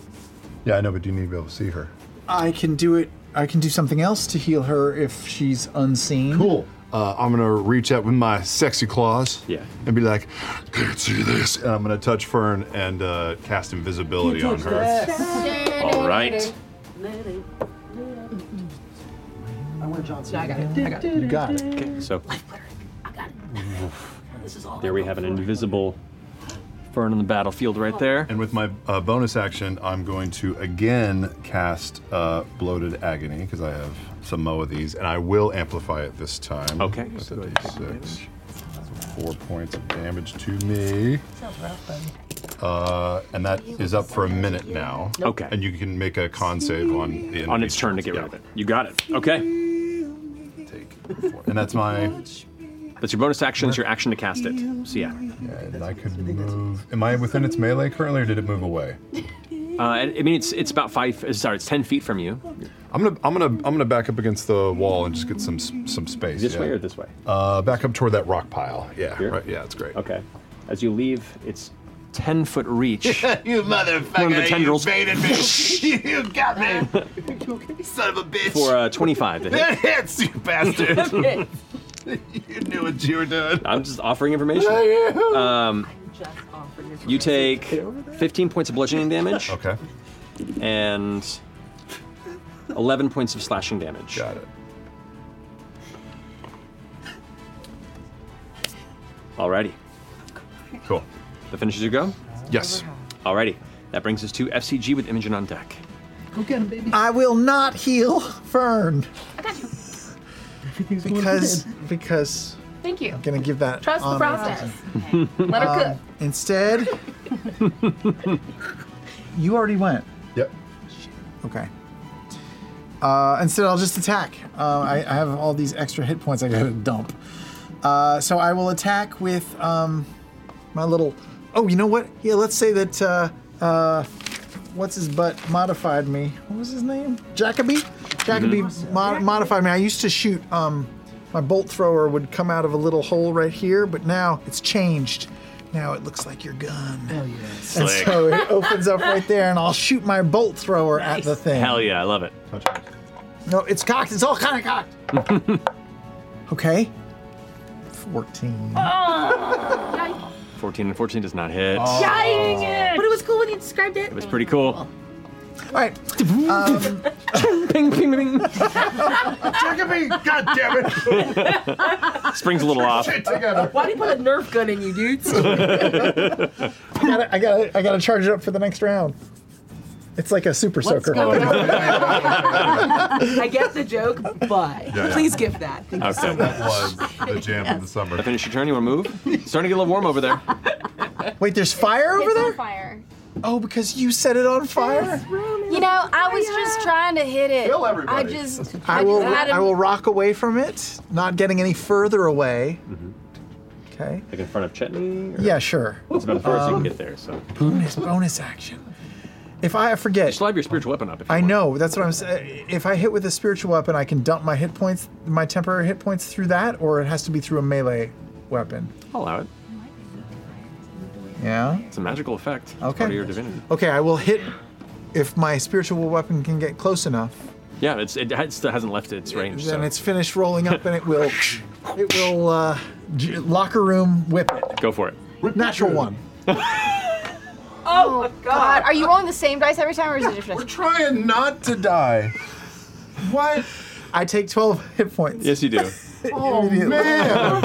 Yeah, I know, but do you need to be able to see her?
I can do it. I can do something else to heal her if she's unseen.
Cool. Uh, I'm gonna reach out with my sexy claws.
Yeah.
And be like, can't see this. And I'm gonna touch Fern and uh, cast invisibility on her. All right.
Mm-hmm. I want Johnson.
I got it. I got
You got it.
Okay, so
This is all.
there we have an invisible Fern on the battlefield right there.
And with my uh, bonus action, I'm going to again cast uh, Bloated Agony because I have some more of these, and I will amplify it this time. Okay. With a d6. Four points of damage to me.
Sounds rough,
Uh, and that is up for a minute now. Okay. And you can make a con save on the
On its turn to get rid of it. You got it. Okay.
And that's my.
That's your bonus action. It's your action to cast it. So yeah.
And I could move. Am I within its melee currently, or did it move away?
Uh, I I mean, it's it's about five. uh, Sorry, it's ten feet from you.
I'm gonna, I'm gonna, I'm gonna back up against the wall and just get some s- some space.
This
yeah.
way or this way?
Uh, back up toward that rock pile. Yeah, right. Yeah, that's great.
Okay. As you leave, it's ten foot reach.
you motherfucker.
One of the tendrils.
You baited me. you got
(laughs)
me. Son of a bitch.
for
(laughs)
uh, 25 to
(laughs)
hit.
That hits, you
(laughs)
bastard. you knew what you were doing.
I'm just offering information. Um, you take 15 points of bludgeoning damage.
Okay.
And 11 points of slashing damage. Got
it.
Alrighty.
Cool.
That finishes your go?
Yes.
Alrighty. That brings us to FCG with Imogen on deck.
Go get him, baby. I will not heal Fern. I got you. Because because
Thank you.
I'm gonna give that
Trust the
honor.
process. Let her cook.
Um, Instead, (laughs) you already went.
Yep.
Okay. Uh, instead, I'll just attack. Uh, I, I have all these extra hit points I gotta dump. Uh, so I will attack with um, my little. Oh, you know what? Yeah, let's say that. Uh, uh, what's his butt modified me? What was his
(laughs)
name? Jacoby. Jacoby
Mm-hmm.
mod- modified me. I used to shoot. Um, my bolt thrower would come out of a little hole right here, but now it's changed. Now it looks like your gun. Oh yes. And
Slick.
so it opens up right there, and I'll shoot my bolt thrower at the thing.
Hell yeah, I love it.
No, it's cocked. It's all kind of cocked. Okay. 14.
14 and 14 does not hit.
Dying
it!
But it was cool when you described
It
(laughs)
was pretty cool.
All right. Um,
(laughs) ping, ping, ping.
Jacoby, God damn it.
Springs a
(laughs)
little off.
Why do you put a Nerf gun in
(laughs)
you, dudes?
I gotta, I gotta, I gotta charge it up for the next round. It's like a super soaker.
I get the joke, but
Yeah, yeah.
please give that.
(laughs)
Thank you so
Okay.
much.
The jam of the summer.
To finish your turn, you want to move? It's starting to get a little warm over there.
(laughs) Wait, there's fire over there?
fire.
Oh, because you set it on fire?
You know, I was just trying to hit it.
Kill
I
everybody.
just.
I will,
just had him-
I will rock away from it, not getting any further away.
Mm-hmm.
Okay.
(laughs) Like in front of Chetney? or-
Yeah, sure.
It's about as far as you
Um,
can get there, so.
Bonus, bonus action. If I forget,
Slide your spiritual weapon up. If
I know. That's what I'm saying. If I hit with a spiritual weapon, I can dump my hit points, my temporary hit points through that, or it has to be through a melee weapon.
I'll allow it.
Yeah.
It's a magical effect. It's
Okay.
Part of your divinity.
Okay, I will hit if my spiritual weapon can get close enough.
Yeah, it's, it, ha- still hasn't left its range.
Then
So.
it's finished rolling up, and it
(laughs)
will, it will uh, j- locker room whip it.
Go for it. (laughs)
Natural one.
Oh, God. Are you rolling the same dice every time, or is it different? We're
trying not to die.
What? I take twelve (laughs) hit points.
Yes, you do.
Oh (laughs) man!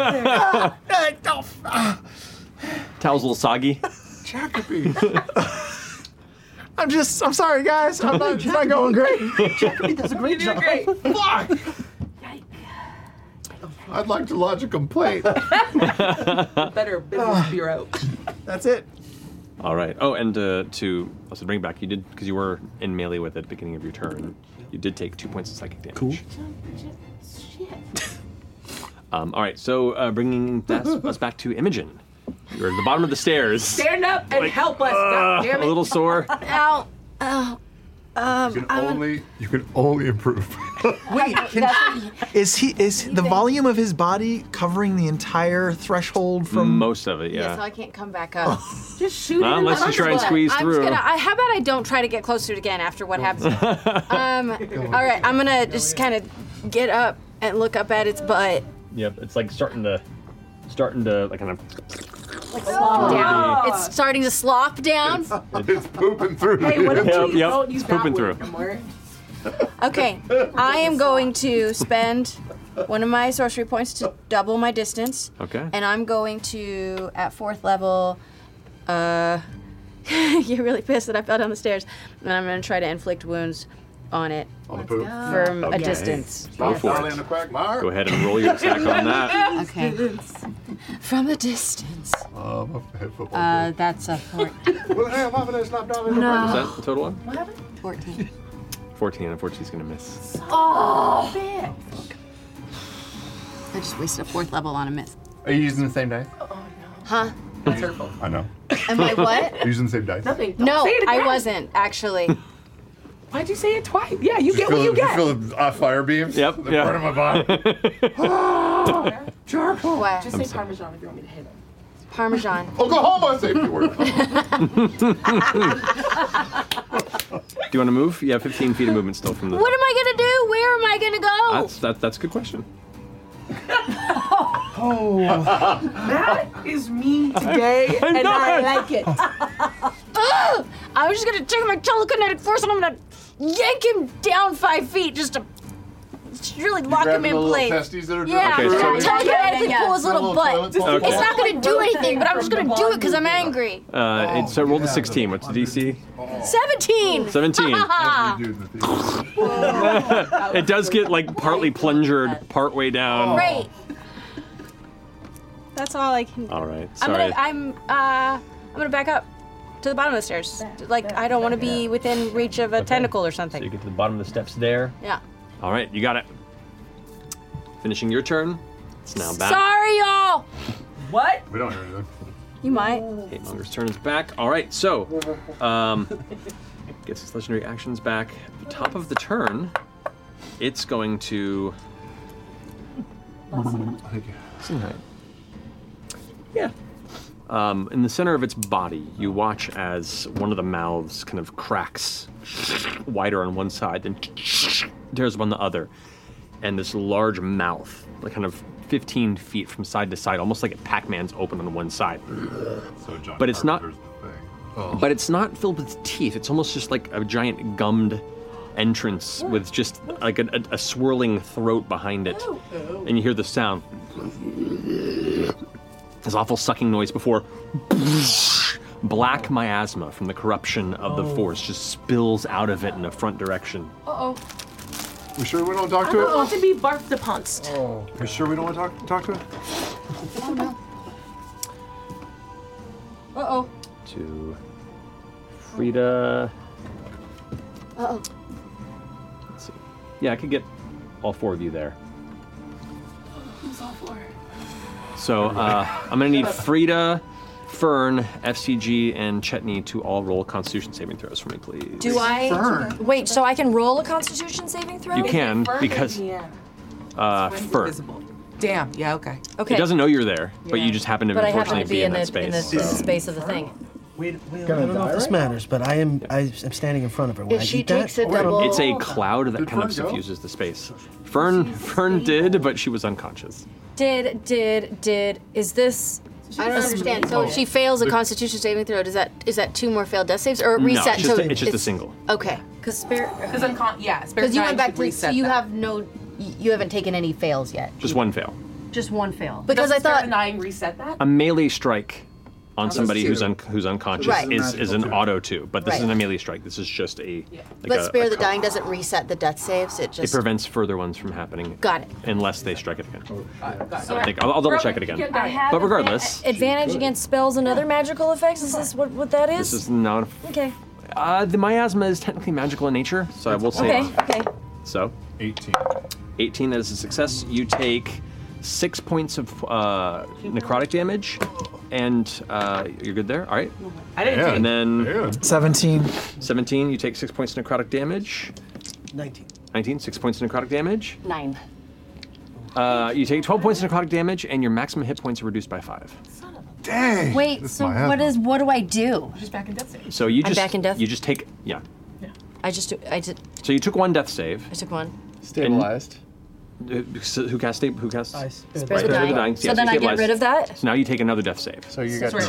Towel's a little soggy.
Jacoby. (laughs) I'm just. I'm sorry, guys. I'm not. It's not going great.
Jacoby
does a
great You did job. great.
Fuck.
I'd like to lodge a complaint.
Better business bureau.
Ah. That's it.
All right. Oh, and uh, to also bring it back, you did because you were in melee with it at the beginning of your turn. You did take two points of psychic damage. Cool. Um, all right. So uh, bringing that, us back to Imogen. You're at the bottom of the stairs.
Stand up and
Like,
help us.
uh,
God damn it.
A little sore.
Ow.
Oh, um,
You can
I'm
only you can only improve.
(laughs) Wait, can, is he is the volume of his body covering the entire threshold from
most of it,
Yeah, so
yeah.
I can't come back
(laughs)
up. just shoot
Well,
it.
unless you try and squeeze
I'm just
through.
Gonna, I, how about I don't try to get close to it again after what
(laughs)
happened? um, all right, I'm gonna just kind of get up and look up at its butt.
Yep, it's like starting to, starting to like kind of.
Like slop
down.
It's starting to slop down.
It's pooping through.
Hey, what if
yep,
you
yep,
don't use
it's
that
pooping
word
through.
Okay, I am going to spend one of my sorcery points to double my distance.
Okay.
And I'm going to at fourth level. Uh, (laughs) you're really pissed that I fell down the stairs, and I'm going to try to inflict wounds on it
On the poop.
from
Oh,
a distance.
Go for it. Go ahead and roll your attack on that.
Okay. From a distance.
Um,
Uh, that's a four.
Is that the total one?
What happened?
(laughs)
Fourteen.
14, and 14's
(laughs)
gonna miss.
Oh, I just wasted a fourth level on a miss.
Are you using the same dice?
Huh?
That's hurtful. I know. (laughs)
Am I what?
You're using the same dice.
Nothing.
don't
no,
say it
I
again.
wasn't actually.
Why'd you say it twice? Yeah, you
Just
get what
feel
you
the-
get.
just feel the uh, fire beams. Yep. The
yeah.
part of my
(laughs)
body.
Charcoal. What?
Just say Parmesan if you want me to hit it.
Parmesan.
Oklahoma safety word.
Do you want to move? Yeah, 15 feet of movement still from the.
What am I gonna do? Where am I gonna go?
That's that, that's a good question.
Oh. (laughs)
That is me today,
I'm
and I
not.
like it.
Ugh! I was just gonna take my telekinetic force and I'm gonna yank him down five feet just to just really lock him
grabbing
in
the little
place.
testes that are
yeah,
dripping
I'm
through?
gonna
Okay, so-
telekinetically
Yeah,
pull his
yeah.
little
Little
butt.
toilet
Okay.
It's not
(laughs)
gonna do anything, but I'm just gonna do it because I'm angry.
Uh, it, so roll the 16. What's the DC?
Seventeen. (laughs)
17.
Whoa.
it does get like partly plungered, part way down.
Great. That's all I can.
All right.
I'm
Sorry.
gonna I'm uh I'm gonna back up to the bottom of the stairs. Like I don't want to be within reach of a tentacle or
So you
something.
get to the bottom of the steps there.
Yeah.
All right, you got it. Finishing your turn. It's now back.
Sorry, y'all. What?
We don't hear anything.
You might.
Eight Monger's turn is back. All right, so um, gets its legendary actions back. At the top of the turn, it's going to. Yeah. Um, in the center of its body, you watch as one of the mouths kind of cracks wider on one side, then tears up on the other. And this large mouth, like kind of 15 feet from side to side, almost like a Pac Man's open on one side. but it's not. But it's not filled with teeth. It's almost just like a giant gummed entrance with just like a, a, a swirling throat behind it. And you hear the sound this awful sucking noise before black miasma from the corruption of the
Oh.
force just spills out of it in a front direction.
Uh-oh.
We sure we don't talk
I
to
don't want
it?
to be barfed upon. Oh.
We sure we don't want to talk, talk to it?
Oh, no.
Uh-oh.
To Frida.
Uh-oh.
Let's see. Yeah, I could get all four of you there.
Who's all for?
So uh, I'm going to need Frida, Fern, FCG, and Chetney to all roll Constitution saving throws for me, please.
Do I wait? So I can roll a Constitution saving throw?
You can, because- Uh, Fern.
Damn. Yeah. Okay. Okay.
It doesn't know you're there, but you just happen to
But I happen
unfortunately
to be
in,
in
that
the
space.
in the
so-
space of the thing.
I don't know if this matters, but I am I am standing in front of her. When
If
I
she
eat that,
takes it,
I don't-
It's a cloud that kind
Fern
of
go?
suffuses the space. Fern, Fern did, but she was unconscious.
Did did did is this? I don't understand. So if she fails a
The-
Constitution saving throw, does that is that two more failed death saves or
No,
reset?
it's just,
so
a, it's just a single.
Okay. Because spirit. Because
uncon. Yeah.
spirit
you went
guide
back to.
should
So
reset
you
that.
have no. You haven't taken any fails yet.
Just one fail.
Just one fail. Because I thought
denying reset that.
A melee strike on
That's
somebody
two.
who's un- who's unconscious
Right.
is, is an
Magical two.
auto two, but this
Right.
isn't a melee strike. This is just a. Like
but
a-
spare
a
the
co-
dying doesn't reset the death saves. It
It
just.
prevents further ones from happening.
Got it.
Unless they strike it again.
got it.
I think, I'll, I'll double check it again.
I have
But regardless,
Advantage against spells and other magical effects. Is this what, what that
this is not.
okay.
Uh, the miasma is technically magical in nature, so I will
Okay.
say. it's-
Okay.
So? 18. 18, that is a success. You take six points of uh, necrotic damage and uh, you're good there. All right.
I didn't Yeah.
And then
17.
17. You take six points necrotic damage.
19.
19. Six points necrotic damage.
Nine.
Uh, you take 12 points necrotic damage, and your maximum hit points are reduced by five.
Dang.
Wait,
that's
so
my
what
asthma.
is what do I do?
She's back in death save.
So you
I'm
just
back in death.
you just take yeah.
I just do, I did
So you took one death save.
I took one.
Stabilized. uh, who cast sta- who cast
Spirit of
Right,
the
Spirit of the
Dying.
Dying.
So
Yeah,
then I get
stabilized.
rid of that?
So now you take another death save. So you
So I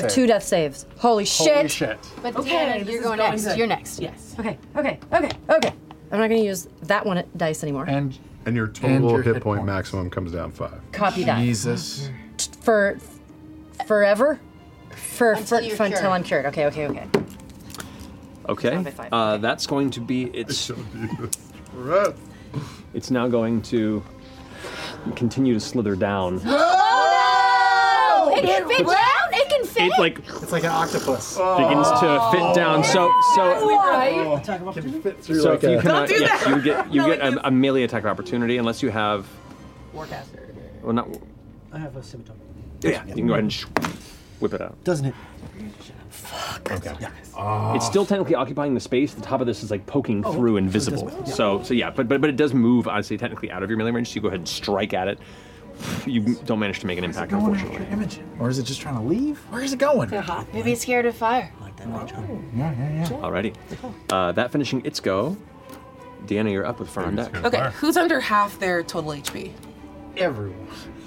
have two death saves. Holy shit. But
Okay,
Tanner,
this
you're
is
going,
going
next.
good.
You're next. Yes. Okay. Okay. Okay. Okay. I'm not going to use that one at dice anymore.
And
And your total
And your
hit,
hit
point maximum comes down five.
copy that
Jesus.
for forever. For
Until
for,
you're
for until
cured.
I'm cured. Okay. Okay. Okay.
Okay.
by five,
Uh, that's going to be its. it's now going to continue to slither down.
Oh,
no! It can fit down. It can fit.
It like
It's like an octopus.
begins to fit down. So so. So if you cannot,
Don't do
yes,
that.
you get you
No,
get a, a melee attack opportunity unless you have
Warcaster.
well not
I have a scimitar.
yeah you can go ahead and sh- whip it out.
Doesn't it?
Okay. Ah. It's still technically occupying the space. The top of this is like poking
Oh,
through
so it
and
does
visible. So so yeah, but but but it does move honestly technically out of your melee range. So you go ahead and strike at it. You don't manage to make an impact,
going
unfortunately.
after Imogen? Or is it just trying to leave? Where is it going?
Maybe it's scared of fire.
Yeah, yeah, yeah.
Alrighty. Uh, that finishing its go. Deanna, you're up with front on deck.
Okay, who's under half their total HP?
Everyone.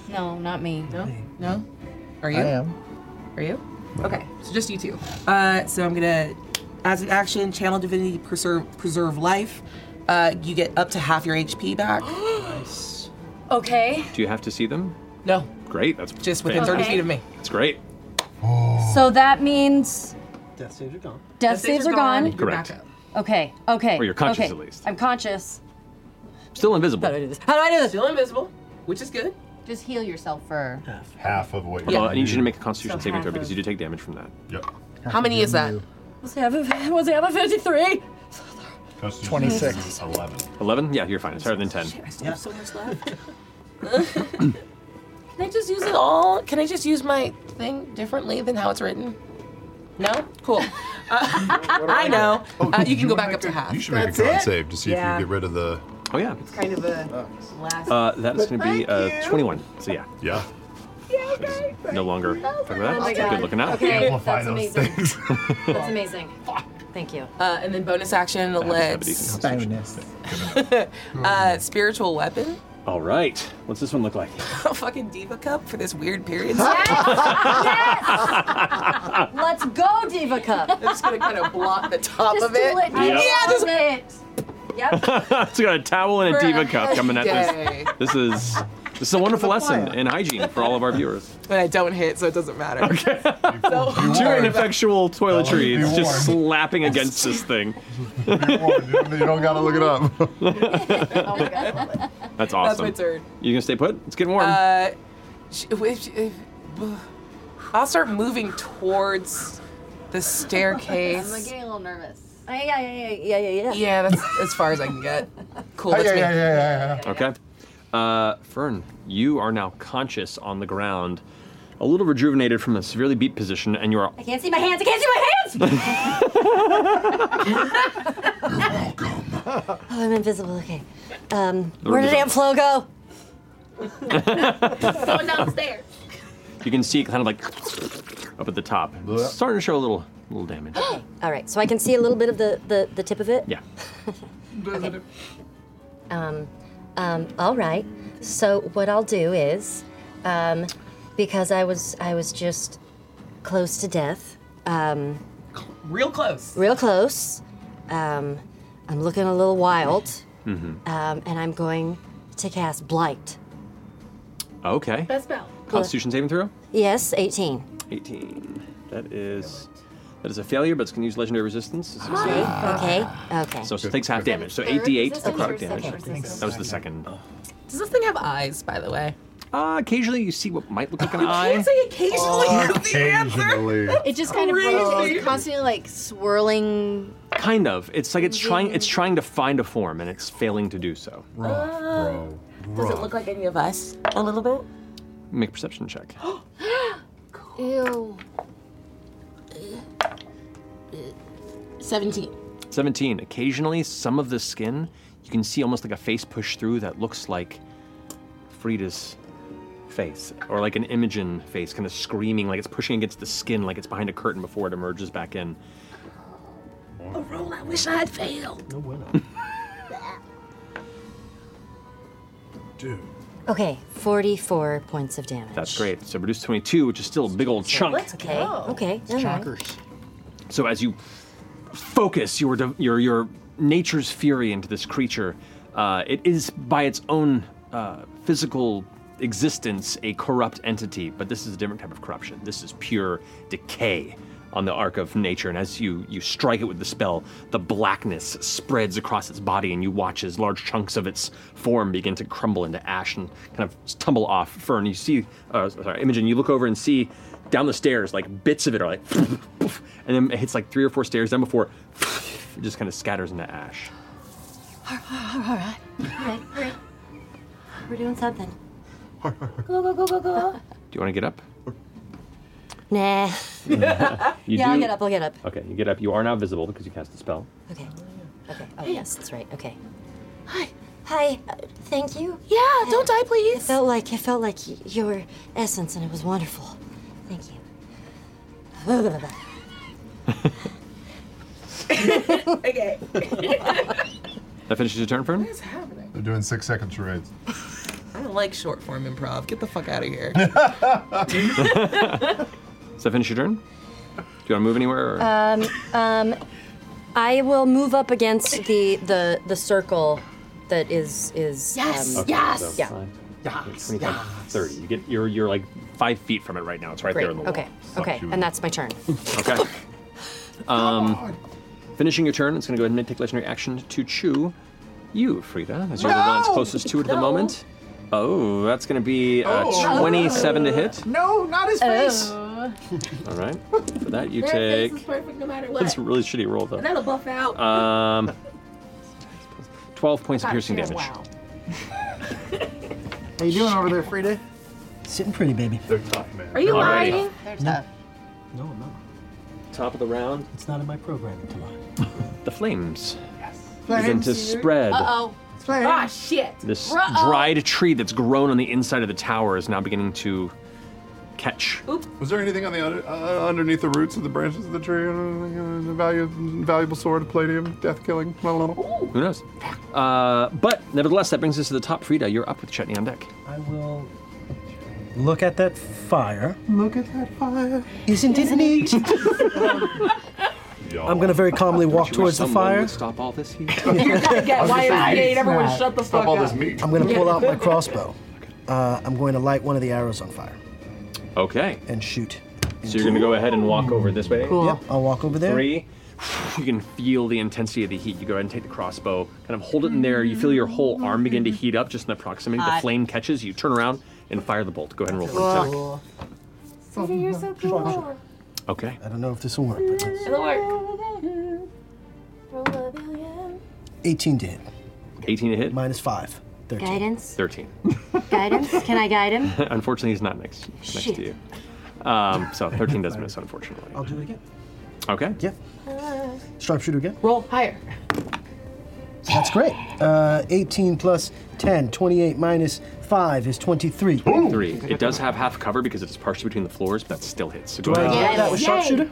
No, not me. No? No? Are
I
you?
am.
Are you? Okay, so just you two. Uh, so I'm gonna, as an action, channel divinity, preserve, preserve life. Uh, you get up to half your HP back. (gasps) nice.
Okay.
Do you have to see them?
No.
Great. That's
Just within 30 feet of me.
That's great.
So that means
Death saves are gone.
death saves are gone.
Correct.
Okay. Okay.
Or you're conscious
okay.
at least.
I'm conscious.
Still invisible.
How do I do this?
Still invisible, which is good.
Just heal yourself for.
Half of what.
you-
I need you to make a Constitution
So
saving
half
throw
of-
because you do take damage from that. Yep.
How many is that?
Was it ever (laughs) was it ever 53?
26. 11. 11? Yeah, you're fine. It's higher than 10.
I still have so much left. (laughs) Can I just use it all? Can I just use my thing differently than how it's written? No? Cool. (laughs) Uh, I know. Uh, you can go back up to half.
You should make a con save to see if you can get rid of the.
Oh yeah.
It's kind of a last.
Uh, that is going to be uh, 21. So yeah. Yeah. No longer. Talk about that.
Oh my
Good
(laughs)
God.
looking out.
Okay, Amplify that's those amazing. That's amazing.
Thank you. Uh, and then bonus action, let's. uh, spiritual weapon.
All right. What's this one look like?
A fucking diva cup for this weird period.
Ah.
Let's go, Diva Cup.
(laughs)
I'm
just gonna kind of block the top
of it.
Yep. Yeah,
just
just-
it. Yep.
(laughs) it's got a towel and a
For
diva cup coming at
every day.
this. This is this is a wonderful lesson in hygiene for all of our
(laughs)
viewers.
But I don't hit, so it doesn't matter. (laughs) Okay.
Two ineffectual toiletries
Be
just slapping against this thing.
You don't gotta look it up.
(laughs) That's awesome.
my turn.
You gonna stay put? It's getting warm.
Uh, sh- if- if- (sighs) I'll start moving towards the staircase.
I'm getting a little nervous.
Oh,
Yeah, yeah, yeah, yeah, yeah, yeah.
Yeah, that's as far as I can get. Cool. That's me.
Okay. Uh, Fern, you are now conscious on the ground, a little rejuvenated from a severely beat position, and you are
I can't see my hands. I can't see my
(laughs)
hands. oh, I'm invisible. Okay. Um,
You're
where did
invisible.
Aunt Flo go?
(laughs) Someone
downstairs.
you can see kind of like up at the top. It's starting to show a little little damage.
All right, so I can see a little bit of the the, the tip of it.
(laughs)
Yeah.
okay. Um, um, all right. So what I'll do is, um, because I was I was just close to death. Um,
Real close.
Real close. Um, I'm looking a little wild,
Mm-hmm.
um, and I'm going to cast blight.
Okay.
Best spell.
Constitution saving throw?
Yes, 18.
18. That is that is a failure, but it's gonna use legendary resistance. to succeed.
Okay. Okay.
So it takes half damage. So
Third
88
resistance or second
necrotic damage.
resistance?
That was the second.
Does this thing have eyes, by the way?
Uh, occasionally you see what might look like an
You
eye.
can't say occasionally.
occasionally.
(laughs)
It just kind of rolls. It's constantly like swirling.
Kind of. It's like it's trying. It's trying to find a form, and it's failing to do so.
bro. (gasps) Does it look like any of us? A little bit.
Make a perception check.
Ew.
17.
17. Occasionally, some of the skin, you can see almost like a face push through that looks like Frida's face, or like an Imogen face, kind of screaming, like it's pushing against the skin, like it's behind a curtain before it emerges back in.
A roll I wish I had failed.
(laughs)
No way.
Dude.
Okay, 44 points of damage.
That's great. So reduced to 22, which is still a big old chunk.
Let's okay.
go.
Okay. all right.
So as you focus your div- your your nature's fury into this creature, uh, it is by its own uh, physical existence a corrupt entity. But this is a different type of corruption. This is pure decay on the arc of nature. And as you you strike it with the spell, the blackness spreads across its body, and you watch as large chunks of its form begin to crumble into ash and kind of tumble off. Fern, you see, uh, sorry, Imogen, you look over and see down the stairs, like bits of it are like, (laughs) and then it hits like three or four stairs down before it just kind of scatters into ash.
All right. All right. All right. We're doing something. Go, go, go, go, go.
Do you want to
(laughs)
get up?
Nah. yeah,
You
I'll
do-
get up. I'll get up.
Okay, you get up. You are now visible because you cast the spell. (laughs)
Okay. Okay. Oh, yes, that's right. Okay. Hi. Hi. Uh, thank you. Yeah,
don't die, please.
It felt like it felt like y- your essence, and it was wonderful. Thank you.
okay.
That finishes your turn, Fern?
They're doing six second charades.
I don't like short form improv. Get the fuck out of here.
Does that finish your turn? Do you want to move anywhere? Or?
Um, um, I will move up against the the the circle that is is.
Yes,
Um,
Okay, so
Yeah.
five, 25, 30. You get, you're, you're like five feet from it right now. It's right
Great.
there in the wall.
okay. Okay. And that's my
(laughs)
turn.
Okay. Um, finishing your turn, it's going to go ahead and take legendary action to chew you, Frida, as you're the one that's
No!
closest to it at the
No.
moment. Oh, that's going to be uh,
Oh.
27 to hit.
No, not his face.
All right. For that, you
Their face
take.
is perfect no matter what.
That's a really shitty roll,
And that'll
though.
buff out.
Um, 12 points of piercing
Gotcha,
damage.
How you doing over there, Frida?
Sitting pretty, baby.
They're tough, man.
Are you
Alrighty.
lying?
No.
No, I'm not.
Top of the round.
It's not in my programming to lie.
The flames begin to spread.
Uh-oh.
Ah, shit.
This
oh.
Uh-oh.
dried tree that's grown on the inside of the tower is now beginning to catch.
Was there anything on the under, uh, underneath the roots of the branches of the tree? Uh, a value, valuable sword of palladium, death killing. Blah, blah, blah.
Who knows? Uh, but nevertheless, that brings us to the top. Frida, you're up with Chetney on deck.
I will look at that fire.
Look at that fire.
Isn't it (laughs) neat? I'm gonna
(laughs)
very calmly walk
wish
towards the
someone
fire.
would stop all this
(laughs)
heat.
You're
gonna get YMCA'd. Everyone shut the fuck up.
I'm gonna pull out
(laughs)
my crossbow. Uh, I'm going to light one of the arrows on fire.
Okay.
And shoot.
So you're going to go ahead and walk over this way.
Yep, I'll walk over there.
Three. (sighs) You can feel the intensity of the heat. You go ahead and take the crossbow, kind of hold it in there. You feel your whole arm begin to heat up just in the proximity. The
Hot.
flame catches. You turn around and fire the bolt. Go ahead and roll for an attack.
Cool.
Sydney, you're so cool.
Okay.
I don't know if this will work. but let's-
It'll work.
18 to hit.
18 to hit.
Minus five.
Guidance.
13.
Guidance. Can I guide
(laughs)
him?
(laughs) unfortunately, he's not next next
Shit.
to you. Um, so 13 does miss, unfortunately. I'll
do it again.
Okay.
Yep. Sharpshooter again.
Roll higher.
That's great. Uh, 18 plus 10, 28 minus 5 is 23.
Three. It does have half cover because it is partially between the floors, but that still hits. So
Do I
ahead.
get that with sharpshooter?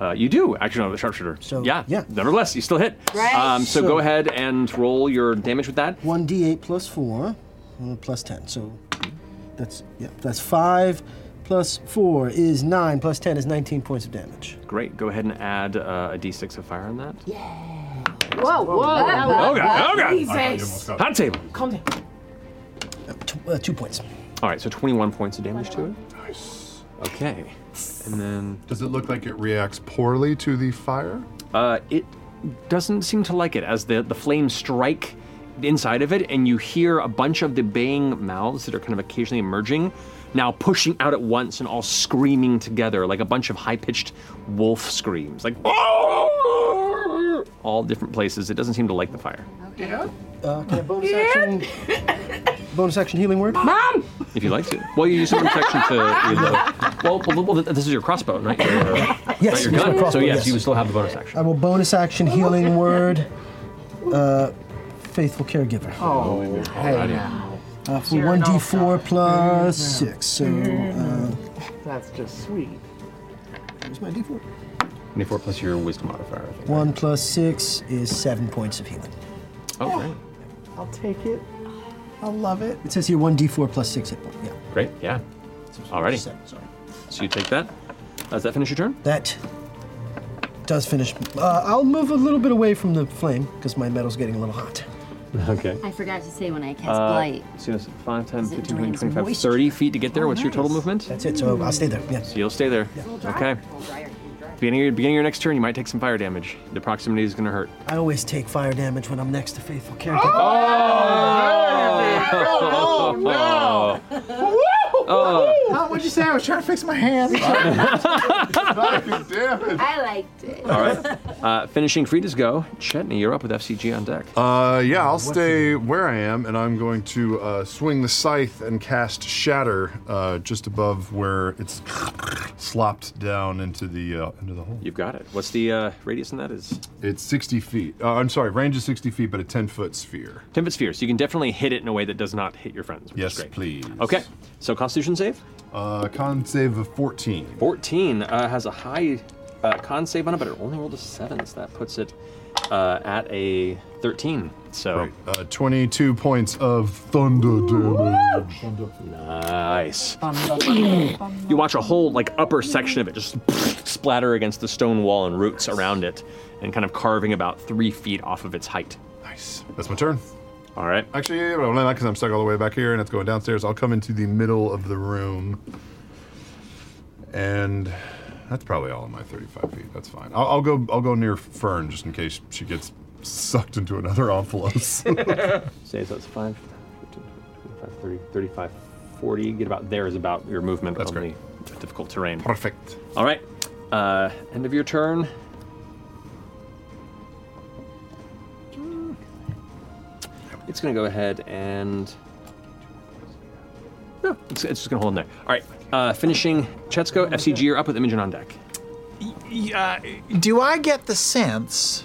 Uh, you do actually have a sharpshooter. So yeah, yeah. Nevertheless, you still hit.
Right.
Um, so,
So-
go ahead and roll your damage with that.
1d8 plus 4 uh, plus 10. So that's yeah, that's 5 plus 4 is 9 plus 10 is 19 points of damage.
Great. Go ahead and add uh, a d6 of fire on that.
Whoa, whoa.
Oh god! Oh god! Hot table.
Calm down.
Uh, 2 points.
All right. So 21 points of damage to it. Nice. Okay. And then
does it look like it reacts poorly to the fire?
Uh, it doesn't seem to like it as the, the flames strike the inside of it, and you hear a bunch of the baying mouths that are kind of occasionally emerging now pushing out at once and all screaming together like a bunch of high pitched wolf screams. Like, all different places. It doesn't seem to like the fire.
Yeah. Uh, can I bonus action? bonus action healing
(laughs)
word?
Mom! If you like to. Well, you use some protection to reload. well, well, well, th- this is your crossbow, not your,
Yes,
not your
it's my
gun.
crossbow,
so yes,
yes.
you would still have the bonus action.
I will bonus action healing word. Uh, faithful caregiver.
Oh,
hey Alrighty. now.
Uh, for 1d4 plus 6. So,
Mm. Mm-hmm.
uh,
That's just sweet.
Where's my d4?
24 plus your wisdom modifier.
1 plus 6 is 7 points of healing.
Oh, great.
I'll take it. I love it.
It says here 1d4 plus 6 hit point. Yeah.
Great, yeah. Alrighty. So you take that. Does that finish your turn?
That does finish. Uh, I'll move a little bit away from the flame because my metal's getting a little hot.
Okay.
I forgot to say when I cast
Uh, (laughs)
Blight.
So that's 5, 10, 15, 20,
drains
25,
moisture.
30 feet to get there. What's your total movement?
That's it, so I'll stay there. Yeah.
So you'll stay there. Okay. Beginning of, your, beginning of your next turn, you might take some fire damage. The proximity is going to hurt.
I always take fire damage when I'm next to faithful caregiver.
Oh!
Oh!
Oh,
no!
Oh, what'd you say? I was trying to fix my hand.
I liked it.
(laughs) All right. Uh, finishing Frida's go. Chetney, you're up with FCG on deck.
Uh, yeah, I'll stay where I am, and I'm going to uh, swing the scythe and cast Shatter uh, just above where it's slopped down into the uh, into the hole.
You've got it. What's the uh, radius in that? Is
It's 60 feet. Uh, I'm sorry, range is 60 feet, but a 10 foot sphere.
10 foot sphere, so you can definitely hit it in a way that does not hit your friends. Which
Yes,
is great.
please.
Okay, so Constitution save?
Uh, con save of 14.
14 uh, has a high uh, con save on it, but it only rolled a 7, so that puts it uh, at a 13. So
Uh, 22 points of thunder damage.
Nice. you watch a whole like upper section of it just splatter against the stone wall and roots around it, and kind of carving about three feet off of its height.
Nice. That's my turn.
All right.
Actually, well, not because I'm stuck all the way back here and it's going downstairs. I'll come into the middle of the room. And that's probably all in my 35 feet. That's fine. I'll, I'll go. I'll go near Fern just in case she gets sucked into another
(laughs)
envelope.
Say so it's 5, 15, 25, 30, 35, 40. Get about there is about your movement on the difficult terrain.
Perfect.
All right. Uh, end of your turn. It's going to go ahead and. No, it's, it's just going to hold in there. All right. Uh, finishing Chetsko, FCG, you're up with Imogen on deck.
Yeah, do I get the sense,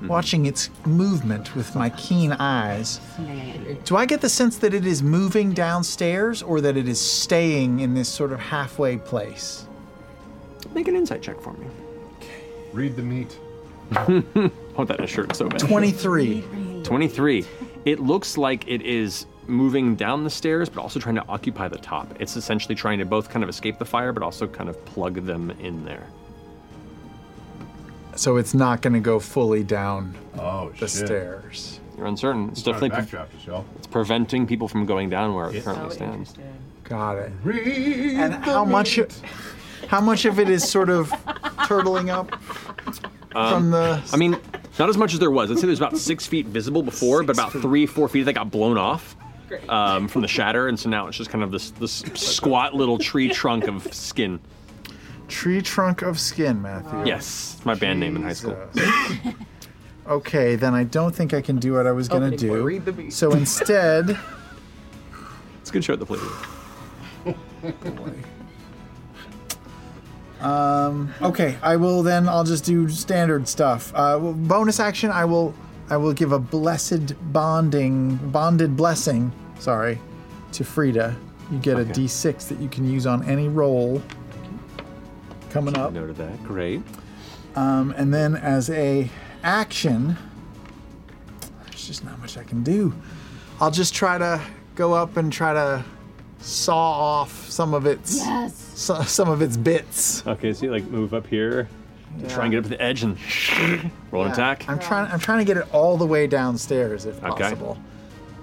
Mm-hmm.
watching its movement with my keen eyes, do I get the sense that it is moving downstairs or that it is staying in this sort of halfway place?
Make an insight check for me.
Read the
(laughs)
meat.
I want Oh, that in a shirt so bad.
23.
23. It looks like it is moving down the stairs, but also trying to occupy the top. It's essentially trying to both kind of escape the fire, but also kind of plug them in there.
So it's not going to go fully down
oh,
the
shit.
stairs.
You're uncertain. It's,
It's trying to
definitely pre-
backdraft
it's preventing people from going down where it
Yeah.
currently
So
stands.
Got it. and how much, (laughs) how much of it is sort of turtling up? From the-
Um, I mean, not as much as there was. I'd say there's about six feet visible before, but about three, four feet that got blown off um, from the shatter, and so now it's just kind of this this squat little tree trunk of skin.
Tree trunk of skin, Matthew.
Yes, it's my band name in high school.
Okay, then I don't think I can do what I was going to
Opening
do.
for Read the Beat.
So instead,
It's a good show at the Playboy.
(laughs) um, okay, I will then. I'll just do standard stuff. Uh, well, bonus action. I will. I will give a blessed bonding, bonded blessing. Sorry, to Frida. You get a D6 that you can use on any roll. Coming up.
Note of that. Great.
Um, and then as a action, there's just not much I can do. I'll just try to go up and try to saw off some of its so- some of its bits.
Okay, so you like move up here,
Yeah.
try and get up to the edge, and roll an
Yeah,
attack.
I'm trying. I'm trying to get it all the way downstairs if
Okay.
possible.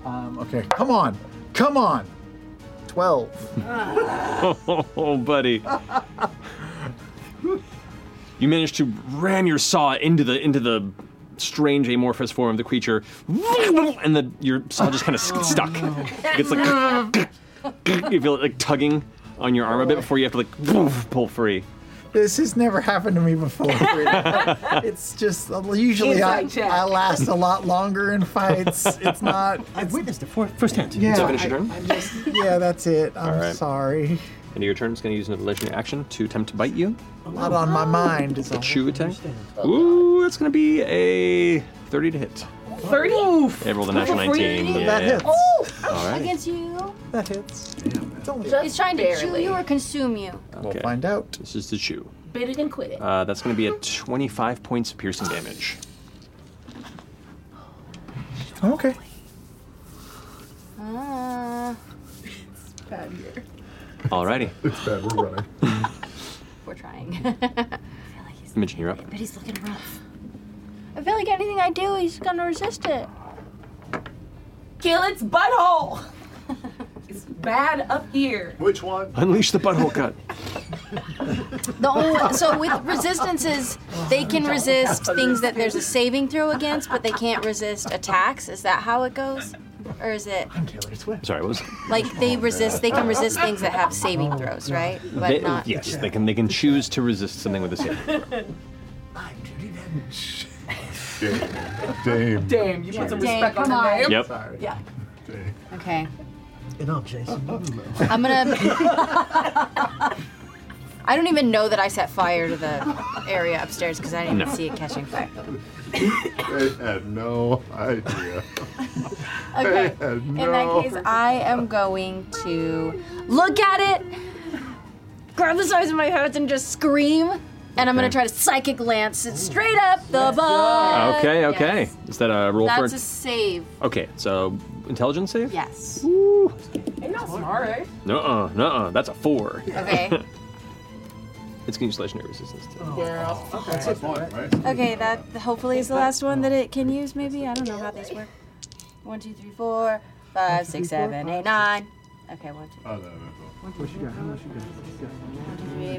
Um, okay, come on, come on.
(laughs)
Twelve.
Oh, buddy. you manage to ram your saw into the into the strange amorphous form of the creature, and the your saw just kind of gets stuck. It gets like you feel it like tugging on your arm a bit before you have to like pull free.
This has never happened to me
(laughs)
before. it's just uh, usually I,
Inside check.
I last a lot longer in fights. It's not.
I've witnessed it for, firsthand.
Yeah,
So
I- I'm just- yeah, that's it. Uh, I'm
All right.
sorry.
End of your turn, it's going to use another legendary action to attempt to bite you.
A lot on my mind. Is
A chew attack. Ooh, it's going to be a 30 to hit.
30?
Yeah, I rolled a natural 19. Yeah.
That hits.
Oh!
All right.
Against you?
That hits.
He's trying to chew you or consume you.
We'll
find out.
This is the chew.
Bit it and quit it.
Uh, that's going to be a 25 points of piercing damage.
Okay.
Ah. it's bad here.
Alrighty.
(laughs) It's bad. We're
(laughs)
running.
We're trying. (laughs) I
Midget, you're up.
bet he's looking rough. I feel like anything I do, he's gonna resist it.
Kill its
(laughs)
butthole. it's bad up here.
Which one?
Unleash the (laughs) butthole cut.
The only so with resistances, they can resist things that there's a saving throw against, but they can't resist attacks. Is that how it goes, or is it
Sorry, what was
like they resist? They can resist things that have saving throws, right? But
They-
not.
Yes, they can. They can choose to resist something with a save.
Damn.
Damn, you put some
Dang,
respect on
come
the
on.
name.
Yep.
Yeah. Okay.
Enough, Jason.
I'm
(laughs)
gonna. (laughs) I don't even know that I set fire to the area upstairs because I didn't even
No.
see it catching fire.
I had no idea.
Okay.
I had
In
no.
that case, I am going to look at it, grab the size of my head, and just scream. And I'm gonna
Okay.
try to psychic lance it straight up the bug.
Okay, okay. Is that a roll
That's a
for?
save.
okay, so intelligence save?
Yes.
You're not smart, eh?
No, uh, no, uh. That's a four.
Okay.
(laughs) it's gonna use legendary resistance. too.
Girl. Okay. That's
Okay, that hopefully is the last one that it can use. Maybe I don't know how these work. One, two, three, four, five, six, seven, eight, nine. Okay, one, two, three,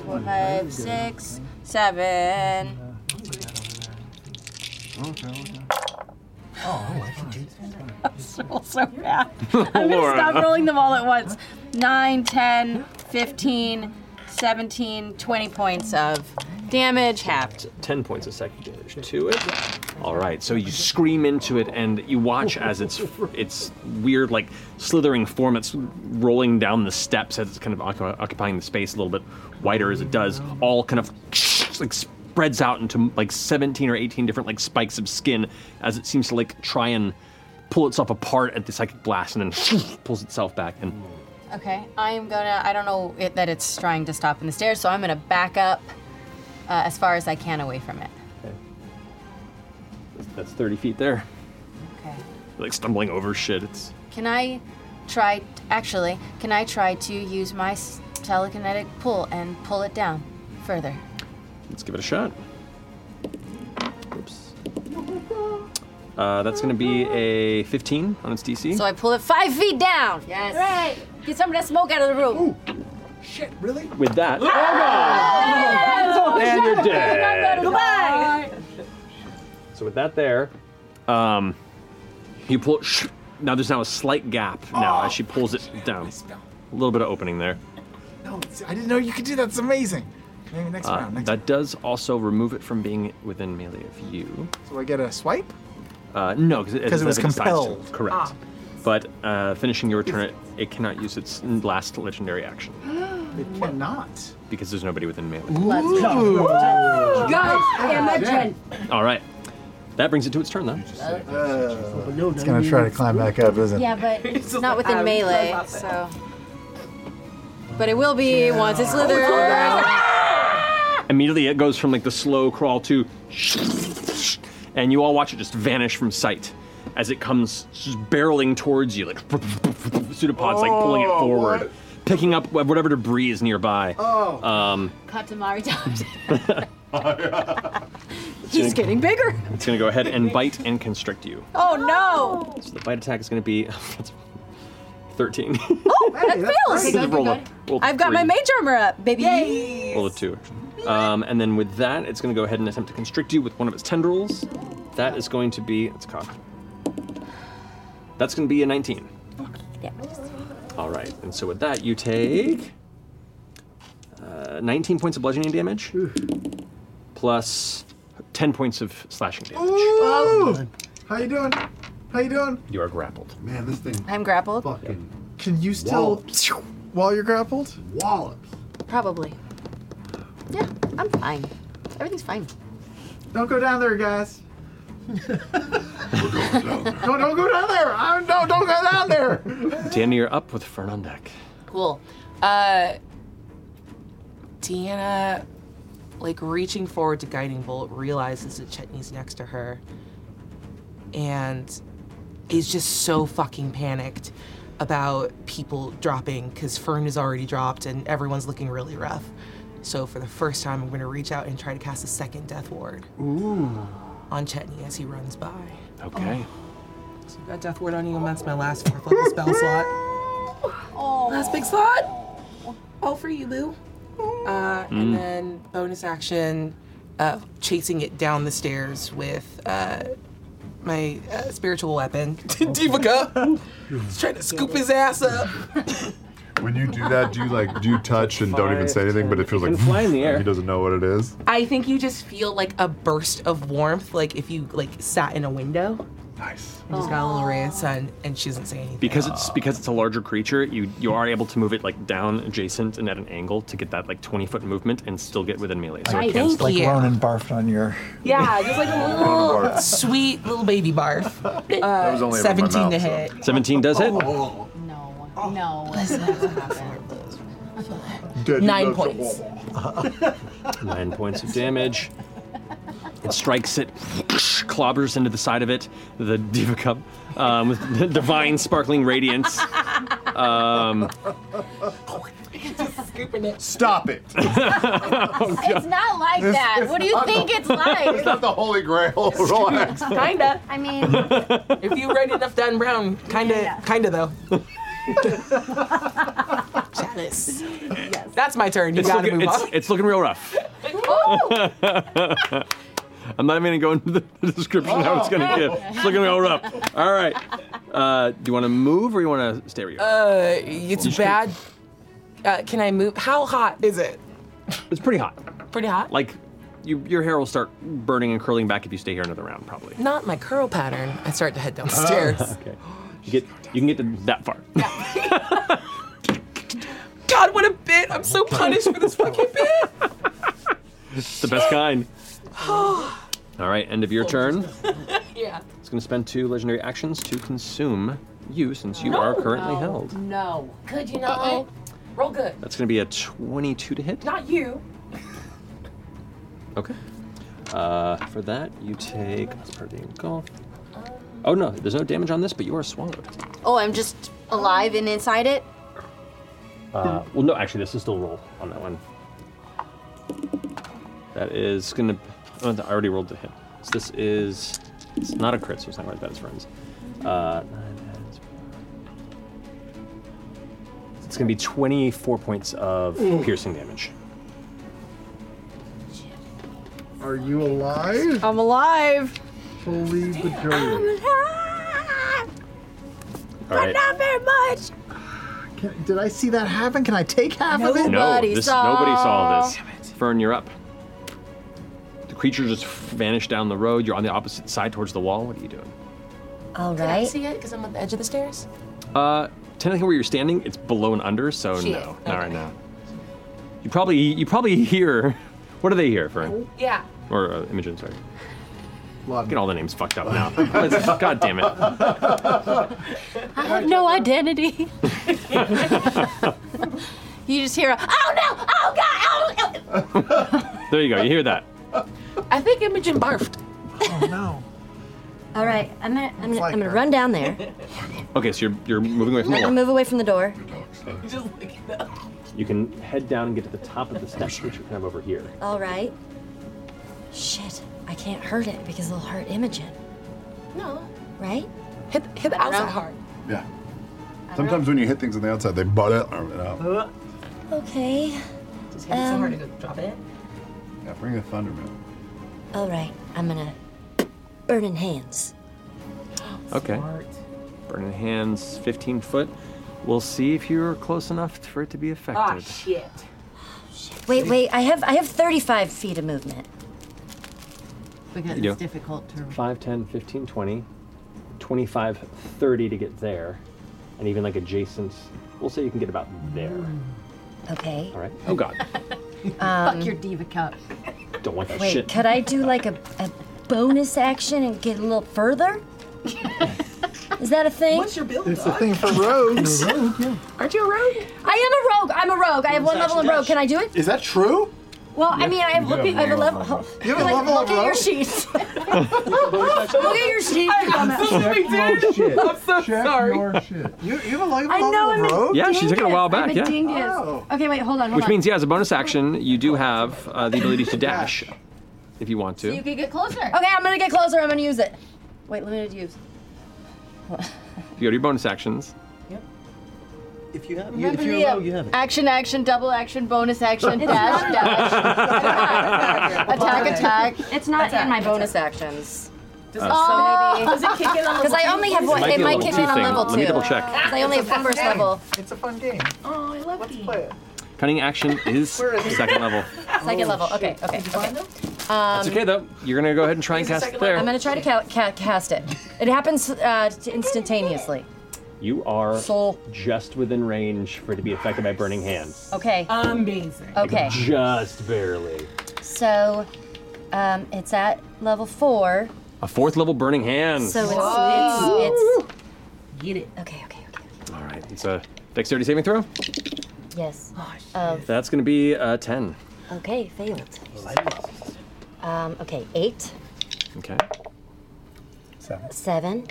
four, five, six, seven.
Oh, I can do
roll so bad. I'm gonna
Laura.
stop rolling them all at once. 9, 10, 15, 17, 20 points of damage halved.
Ten points of psychic damage to it. All right, so you scream into it, and you watch as its its weird, like slithering form that's rolling down the steps as it's kind of occu- occupying the space a little bit wider as it does. All kind of (sniffs) like spreads out into like 17 or 18 different like spikes of skin as it seems to like try and pull itself apart at the psychic blast, and then (sniffs) pulls itself back and
Okay, I am gonna. I don't know it, that it's trying to stop in the stairs, so I'm gonna back up uh, as far as I can away from it.
that's 30 feet there.
Okay.
Like stumbling over shit. It's
Can I try? Actually, can I try to use my s- telekinetic pull and pull it down further?
Let's give it a shot. Oops. Uh, that's going to be a 15 on its DC.
So I pull it five feet down. Yes. Right. Get some of that smoke out of the room.
Shit, really?
With that,
And
you're dead.
Goodbye.
so with that there, um, you pull. Sh- now there's now a slight gap now as she pulls it down. A little bit of opening there.
No, it's- oh, I didn't know you could do that. It's amazing. Maybe next
Uh,
round. Next
that does also remove it from being within melee of you.
So I get a swipe?
Uh, no, because it,
'Cause it was
doesn't have its size to it.
compelled. Ah.
Correct. But uh, finishing your return, it, it cannot use its last legendary action
It cannot.
because there's nobody within melee.
Let's go.
Guys, imagine.
All right. That brings it to its turn, though.
It's gonna try to climb back up, isn't it?
Uh, Yeah, but it's
just
not
like,
within
"Ah, we
melee,
love that."
so. But it will be once it slithers. (laughs)
Immediately, it goes from like the slow crawl to, and you all watch it just vanish from sight as it comes just barreling towards you, like pseudopods, like pulling it
Oh,
forward,
what?
picking up wh- whatever debris is nearby.
Oh.
Um,
Katamari Damacy.
He's getting bigger.
it's gonna go ahead and bite and constrict you.
Oh no!
So the bite attack is gonna be (laughs) that's thirteen.
Oh, that
great.
fails.
This is a roll of- roll of
I've got my
three.
mage armor up, baby.
Roll a two. Um, and then with that, it's going to go ahead and attempt to constrict you with one of its tendrils. That is going to be it's cocked. That's going to be a 19.
Yeah.
All right. And so with that, you take uh, 19 points of bludgeoning damage, plus 10 points of slashing damage.
Ooh! How you doing? How you doing?
You are grappled.
Man, this thing.
I'm grappled.
Can you still? Whoa! (sniffs) while you're grappled?
Wallop. Probably. Yeah, I'm fine. Everything's fine.
Don't go down there, guys. (laughs) No, don't go down there. I, no, don't go down there.
Danny, you're up with Fern on deck.
Cool. Uh, Deanna, like reaching forward to Guiding Bolt, realizes that Chetney's next to her and is just so fucking panicked about people dropping because Fern is already dropped and everyone's looking really rough. So for the first time, I'm going to reach out and try to cast a second Death Ward
Ooh.
on Chetney as he runs by.
Okay.
Oh, So I've got Death Ward on you, and that's my last fourth level (laughs) spell slot.
Oh.
Last big slot. All for you, Lou. Uh,
Mm.
And then bonus action, uh, chasing it down the stairs with uh, my uh, spiritual weapon,
(laughs)
(laughs) Deepika. Just trying to scoop his ass up.
When you do that, do you like do you touch and do don't even
Five,
say anything, but it feels
You
(laughs) like
can fly in the air.
he doesn't know what it is.
I think you just feel like a burst of warmth, like if you like sat in a window.
Nice.
You just got a little ray of sun, and she doesn't say anything.
Because it's because it's a larger creature, you you are able to move it like down adjacent and at an angle to get that like 20 foot movement and still get within melee. So it
Nice.
can't
Thank
Like
you.
Ronan barfed on your.
Yeah,
(laughs)
just like a little sweet little baby barf. Uh,
was only over my
17 to
mouth, so-
hit.
17 does hit.
No.
Nine points.
(laughs) Nine points of damage. It strikes it, clobbers into the side of it, the Diva Cup, um, (laughs) with the divine sparkling
(laughs)
radiance. Um, (laughs)
Stop it!
Oh,
It's not like
It's-
that.
it's
What do you
not
think
the-
it's like?
It's
(laughs)
not (laughs) the Holy Grail. Relax.
(laughs) Kinda.
I mean,
if you write enough Dan Brown, kinda, kinda (laughs) though. Chalice. That's my turn. You
it's,
gotta
looking,
move
it's,
on.
it's looking real
(laughs)
rough. I'm not even gonna go into the the description I was gonna give. It's looking real rough. All right. Uh, do you want to move or you want to stay where you are?
Uh, it's bad. Uh, can I move? How hot is it?
It's pretty hot.
Pretty hot.
Like, you, your hair will start burning and curling back if you stay here another round,
(laughs)
probably.
Not my curl pattern. I start to head
(laughs)
downstairs.
okay. You get you can get to that far.
(laughs)
(laughs)
God, what a bit! I'm so punished for this fucking bit.
It's the best kind. All right, end of your turn.
(laughs)
yeah.
It's going to spend two legendary actions to consume you since (laughs) you are currently
No.
held.
No.
Could you not? Roll good.
That's going to be a 22 to hit.
Not you.
Okay. Uh, for that, you take. That's part of the engulf. Oh no, there's no damage on this, but you are swallowed.
Oh, I'm just alive and inside it.
Uh, well, no, actually, this is still roll on that one. That is going to. Oh, I already rolled to hit. So this is. It's not a crit, so it's not quite as bad as friends. Uh, nine, nine, it's going to be 24 points of
Ooh.
piercing damage.
Are you alive?
I'm alive.
Holy
I'm
vagina.
alive.
All right.
Not very much.
Can, did I see that happen? Can I take half of it?
no, this, nobody saw this. Fern, you're up. The creature just vanished down the road. You're on the opposite side towards the wall. What are you doing?
All right. Can I see it? Because I'm on the edge of the stairs.
Uh, technically, where you're standing, it's below and under, so
Shit.
no, not right now. You probably you probably hear. (laughs) What do they hear, Fern?
Yeah.
Or uh, Imogen, sorry. Get all the names fucked up now. Let's- God damn it. (laughs)
I have no
(laughs)
identity. you just hear a, oh no, oh god, oh. oh."
There you go. You hear that?
I think
(laughs)
Imogen barfed.
Oh
no.
All right, I'm gonna I'm gonna,
like
I'm gonna
her.
run down there.
Okay, so you're you're moving away
I'm
from the
gonna
wall.
move away from the door.
You can head down and get to the top of the steps, which are kind of over here.
(laughs) All right. Shit, I can't hurt it because it'll hurt Imogen,
No.
right?
Hit hit the outside hard.
Yeah. Sometimes when you hit things on the outside, they butt it. Arm it out.
Okay. Um,
Just
hit it so hard it
drop it.
Yeah, bring a thunderman.
All right, I'm gonna burning hands.
Okay. Burning hands, 15 foot. We'll see if you're close enough for it to be effective.
Ah,
shit.
Wait, wait. I have I have 35 feet of movement.
Because You it's do.
difficult to.
5, 10, 15, 20, 25, 30 to get there, and even like adjacent We'll say you can get about there.
(laughs)
Okay.
All right. Oh God,
Um,
Fuck your diva cup.
don't want that
Wait,
Oh, shit.
could I do like a, a bonus action and get a little further? Is that a thing? What's your build?
It's a thing for (laughs) rogues.
You're a rogue,
yeah.
Aren't you a rogue? I am a rogue. I'm a rogue. I have one level of rogue. Can I do it?
Is that true?
Well, I mean, I have,
you do
looking, I
have
have a
one
level.
level
You have a level
of
Look at your
rogue?
sheets. Look at your sheets. Oh,
so sorry. You, (laughs) you have a level
I know
of
I'm a
rogue?
Yeah, she took it a while back,
I'm
yeah.
a dingus. Okay, wait, hold on, hold
Which
on.
means, yeah, as a bonus action, you do have uh, the ability to dash if you want
So you
to.
can get closer. Okay, I'm gonna get closer. I'm gonna use it. Wait, limited use.
You go to your bonus actions.
If you have,
Remember the uh, action, action, double action, bonus action, dash, dash,
(laughs)
attack, attack.
It's not in my bonus (laughs) actions.
Does
Uh,
it-
oh,
so maybe-
does it kick in on level
Because I
two?
only have
It
one.
might
It
be a
might
level
kick
two
in on
thing.
level two.
Let me double check.
Because I only have one first level.
It's a fun game.
Oh, I love Let's
play it.
Cunning action is
Where is it?
second level.
Second level. Okay, okay, okay. Um,
That's okay though. You're gonna go ahead and try
Use
and
the
cast it
second
there.
level. I'm gonna try to ca- ca- cast it. It happens uh, t- instantaneously.
You are
Soul.
just within range for it to be affected by burning hand.
Okay. Amazing.
Like,
Okay.
Just barely.
So, um, it's at level four.
A fourth level burning hand.
So it's,
Whoa.
it's it's. Get it. Okay. Okay.
All right. It's a dexterity saving throw.
Yes. Of
That's gonna be uh, ten.
Okay, failed. Um, okay, eight,
Okay. (laughs)
Seven.
seven,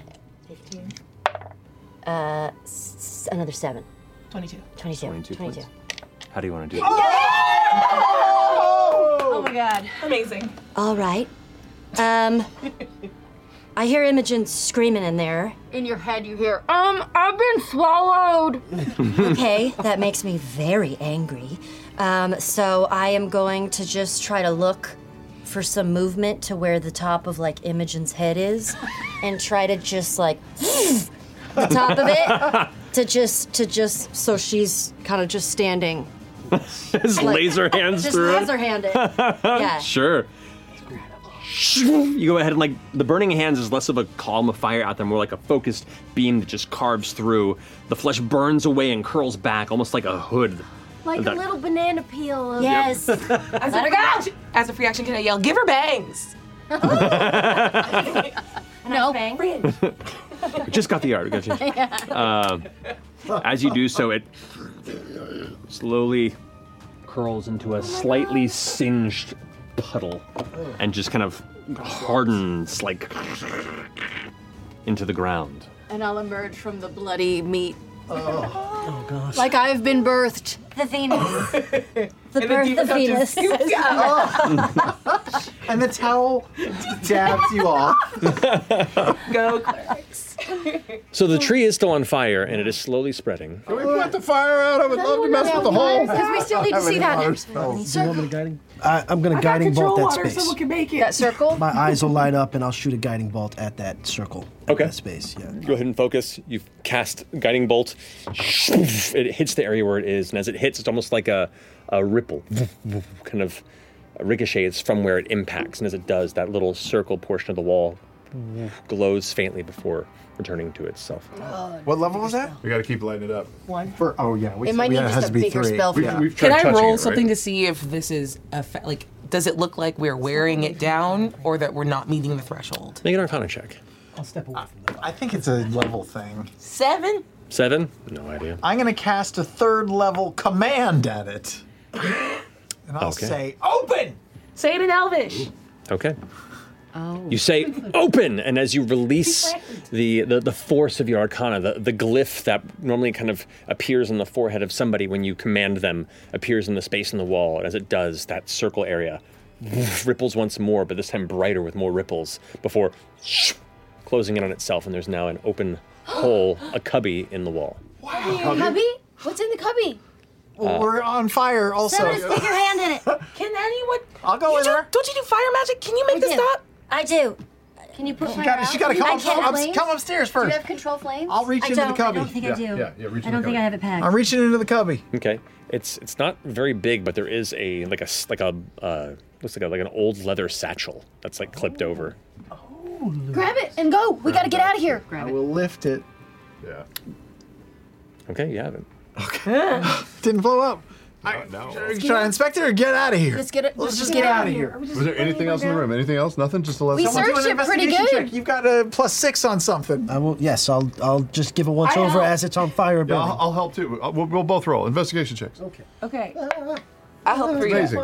uh, s- another seven. 22. 22. 22.
22 points. How do you want to do it?
Oh!
Oh my god. Amazing. All right. Um, I hear Imogen screaming in there.
In your head, you hear, um, I've been swallowed.
(laughs)
(laughs)
okay, that makes me very angry. Um, so I am going to just try to look for some movement to where the top of like Imogen's head is, and try to just like the top of
(laughs)
it to just to just so she's kind of just standing.
His
Like, (laughs)
laser hands
just
through. it.
laser hand
(laughs)
it. Yeah.
Sure. You go ahead and like the burning hands is less of a column of fire out there, more like a focused beam that just carves through. The flesh burns away and curls back, almost like a hood.
Like a
That-
little banana peel. Of
yes.
(laughs) As
Let
a
her
free action- As a free action, can I yell, give her bangs?
(laughs)
(laughs) no.
We just got the art. we Got you. Uh, as you do so, it slowly curls into a slightly singed puddle and just kind of hardens like into the ground.
And I'll emerge from the bloody meat.
Oh gosh.
Like
uh,
I've been birthed.
The Venus.
(laughs)
the
And the
birth
diva
of
cup
Venus.
just scoops you up.
(laughs) and the towel dabs you off.
Go, clerics.
So the tree is still on fire and it is slowly spreading.
Can we put the fire out? I would love to mess with the hole.
Because we still need to see that.
I, I'm gonna guiding bolt that space.
can make it. That circle?
My eyes will light up, and I'll shoot a guiding bolt at that circle.
Okay.
space, yeah.
Go ahead and focus. You cast Guiding Bolt. It hits the area where it is, and as it hits, it's almost like a, a ripple kind of ricochets from where it impacts. And as it does, that little circle portion of the wall glows faintly before returning to itself.
What level was that?
Uh, We got to keep lighting it up.
One.
For oh yeah,
It might need just a bigger spell for that.
Can I roll something to see if this is effect? Like, does it look like we're wearing it down, or that we're not meeting the threshold?
Make an Arcana check.
I'll step away from that. I think it's a level thing.
Seven.
Seven? No idea.
I'm gonna cast a third level command at it. And I'll
Okay.
say, open!
Say it in Elvish.
Okay. You say open, and as you release the, the, the force of your arcana, the, the glyph that normally kind of appears on the forehead of somebody when you command them appears in the space in the wall, and as it does, that circle area (laughs) ripples once more, but this time brighter with more ripples before closing in on itself, and there's now an open hole, a cubby in the wall.
Cubby?
Cubby? What's in the cubby?
Well, we're on fire also.
Seven, stick your
(laughs)
hand in it.
Can anyone?
I'll go
you
with
do-
her.
Don't you do fire magic? Can you make this up?
I do.
Can you put
She
fire
gotta-
out?
she gotta
Can you
come
control
up- up-
flames?
come upstairs
Do
first.
you have control flames?
I'll reach
I
into the
don't.
cubby.
I don't think I do. I don't think I have it packed.
I'm reaching into the cubby.
Okay, it's it's not very big, but there is a like a s- like a uh, looks like a, like an old leather satchel that's like clipped over.
Grab it and go. We gotta get out of here.
I will lift it.
Okay, you have it.
Okay. (laughs) Didn't blow up.
I, no.
Should I inspect it or get out of here?
Let's get it.
Let's just get out of here.
Was there anything else in the room? Anything else? Nothing? Just the last
Someone do an investigation check. You've got a plus six on something.
I will. Yes, I'll. I'll just give a once
I
over
help.
as it's on fire.
Yeah,
burning.
I'll, I'll help too. Uh, We'll, we'll both roll investigation checks. Okay.
Okay.
I help for you.
Amazing.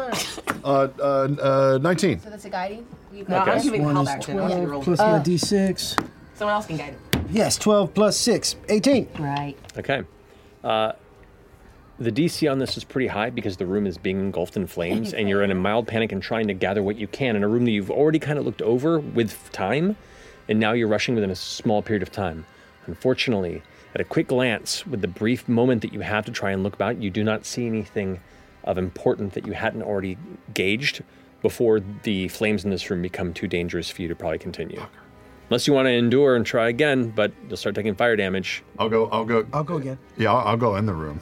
Uh, uh, uh, 19.
So that's a guiding. You
No, I'm giving
One
call
is
back to
12
roll.
plus
Uh,
my d6.
Someone else can guide it.
Yes, 12 plus 6, 18.
Right.
Okay. Uh, the DC on this is pretty high because the room is being engulfed in flames and you're in a mild panic and trying to gather what you can in a room that you've already kind of looked over with time, and now you're rushing within a small period of time. Unfortunately, at a quick glance, with the brief moment that you have to try and look about, you do not see anything of importance that you hadn't already gauged before the flames in this room become too dangerous for you to probably continue. Unless you want to endure and try again, but you'll start taking fire damage.
I'll go. I'll go.
I'll go again.
Yeah, I'll, I'll go in the room.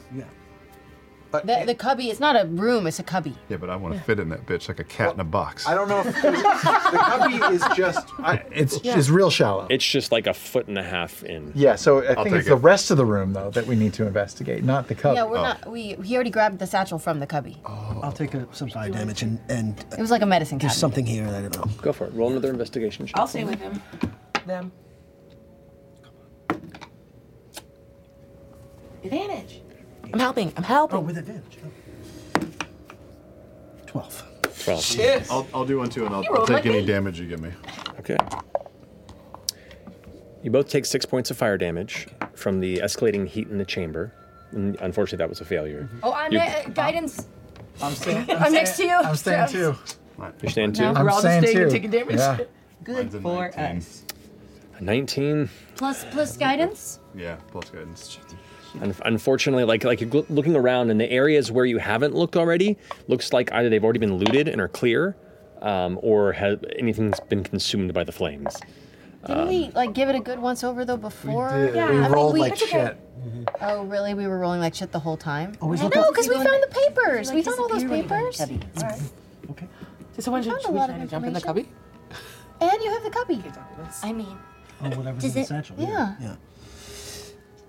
The, the cubby. It's not a room. It's a cubby.
Yeah, but I want to fit in that bitch like a cat in a box.
I don't know if the cubby is just. I, it's
Yeah.
it's real shallow.
It's just like a foot and a half in.
Yeah, so I
I'll
think it's
take
the
it.
rest of the room though that we need to investigate, not the cubby. Oh.
Yeah, we're not. We he already grabbed the satchel from the cubby.
I'll take a, some fire damage and. and uh,
It was like a medicine
There's
cabinet.
something here that I don't know.
Go for it. Roll another investigation check.
I'll stay with him. Them. Advantage. I'm helping. I'm helping. Oh, with (laughs)
advantage.
12.
12.
Shit.
I'll, I'll do one too, and I'll,
You
I'll
rolled
take
like
any
me.
damage you give me.
Okay. You both take six points of fire damage from the escalating heat in the chamber. And unfortunately, that was a failure.
Oh, I'm
You-
ne- guidance.
I'm
(laughs)
(laughs)
staying.
I'm, next to you.
too.
You stand two.
No, we're I'm all just staying staying and two. taking damage.
Yeah.
Good for us.
A 19.
Plus plus guidance.
Yeah, plus guidance.
Un- unfortunately, like like you're gl- looking around, and the areas where you haven't looked already looks like either they've already been looted and are clear, um, or has anything's been consumed by the flames.
Didn't we like give it a good once over though before?
did. We rolled like shit.
Oh really? We were rolling like shit the whole time.
Always
no,
look up.
because Oh, we found the papers. We found all those
disappear when
papers. Alright.
Did someone
found
just
a lot of
jump in the cubby?
And you have the cubby. I mean,
Oh, whatever's
Does
in the
it-
satchel.
yeah.
Yeah.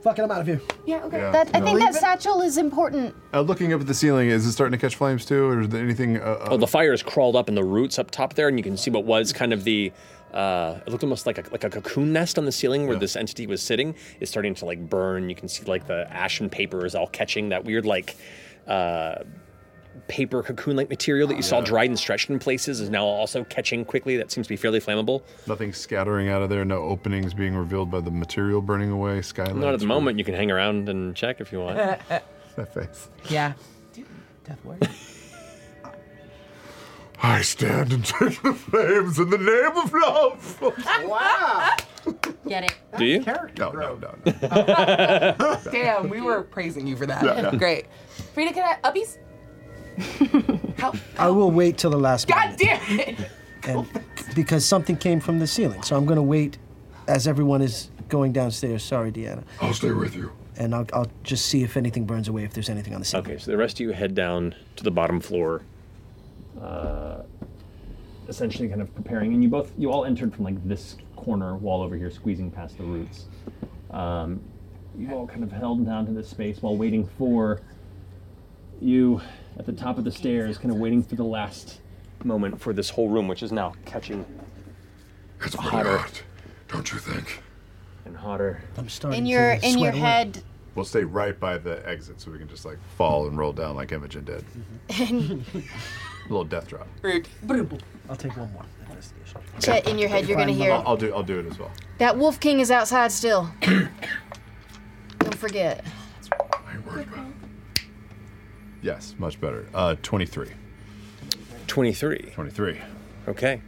Fuck it, I'm out of here.
yeah, okay.
Yeah,
that, I
no.
think
Leave
that satchel is important.
Uh, looking up at the ceiling, is it starting to catch flames too, or is there anything? Uh,
Oh, the fire has crawled up in the roots up top there, and you can see what was kind of the. Uh, it looked almost like a, like a cocoon nest on the ceiling where this entity was sitting. It's starting to like burn. You can see like the ash and paper is all catching that weird like uh, paper cocoon like material that you saw dried and stretched in places is now also catching quickly. That seems to be fairly flammable.
Nothing scattering out of there. No openings being revealed by the material burning away. Skylight.
Not at the moment. You can hang around and check if you
(laughs)
want.
That face.
Yeah.
I stand and take the flames in the name of love.
wow.
(laughs) Get it.
Do you?
No, no, no.
(laughs)
Damn, we were praising you for that.
Yeah, yeah.
Great. Frida, can I uppies?
I will wait till the last
God damn it!
and because something came from the ceiling. So I'm going to wait as everyone is going downstairs. Sorry, Deanna.
I'll stay with you.
And I'll, I'll just see if anything burns away, if there's anything on the ceiling.
Okay, so the rest of you head down to the bottom floor. Uh, essentially, kind of preparing, and you both, you all entered from like this corner wall over here, squeezing past the roots. Um, you all kind of held down to this space while waiting for you at the top of the stairs, kind of waiting for the last moment for this whole room, which is now catching
it's
hotter
Don't you think?
and hotter.
I'm starting
In your in your head,
We'll stay right by the exit so we can just like fall and roll down like Imogen did.
Mm-hmm.
A little death drop.
I'll take one more.
Chet, in your head, you're gonna hear
I'll, I'll do. I'll do it as well.
that Wolf King is outside (coughs) still. Don't forget.
Yes, much better. Uh, twenty-three.
23.
23.
Okay.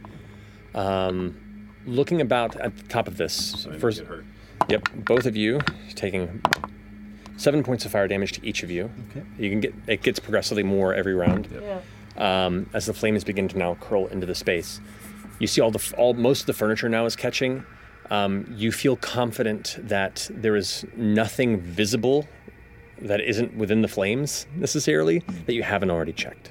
Um, looking about at the top of this. First, Yep, both of you taking seven points of fire damage to each of you.
Okay.
You can get it gets progressively more every round.
Yeah.
Um, as the flames begin to now curl into the space, you see all the f- all most of the furniture now is catching. Um, you feel confident that there is nothing visible that isn't within the flames necessarily that you haven't already checked.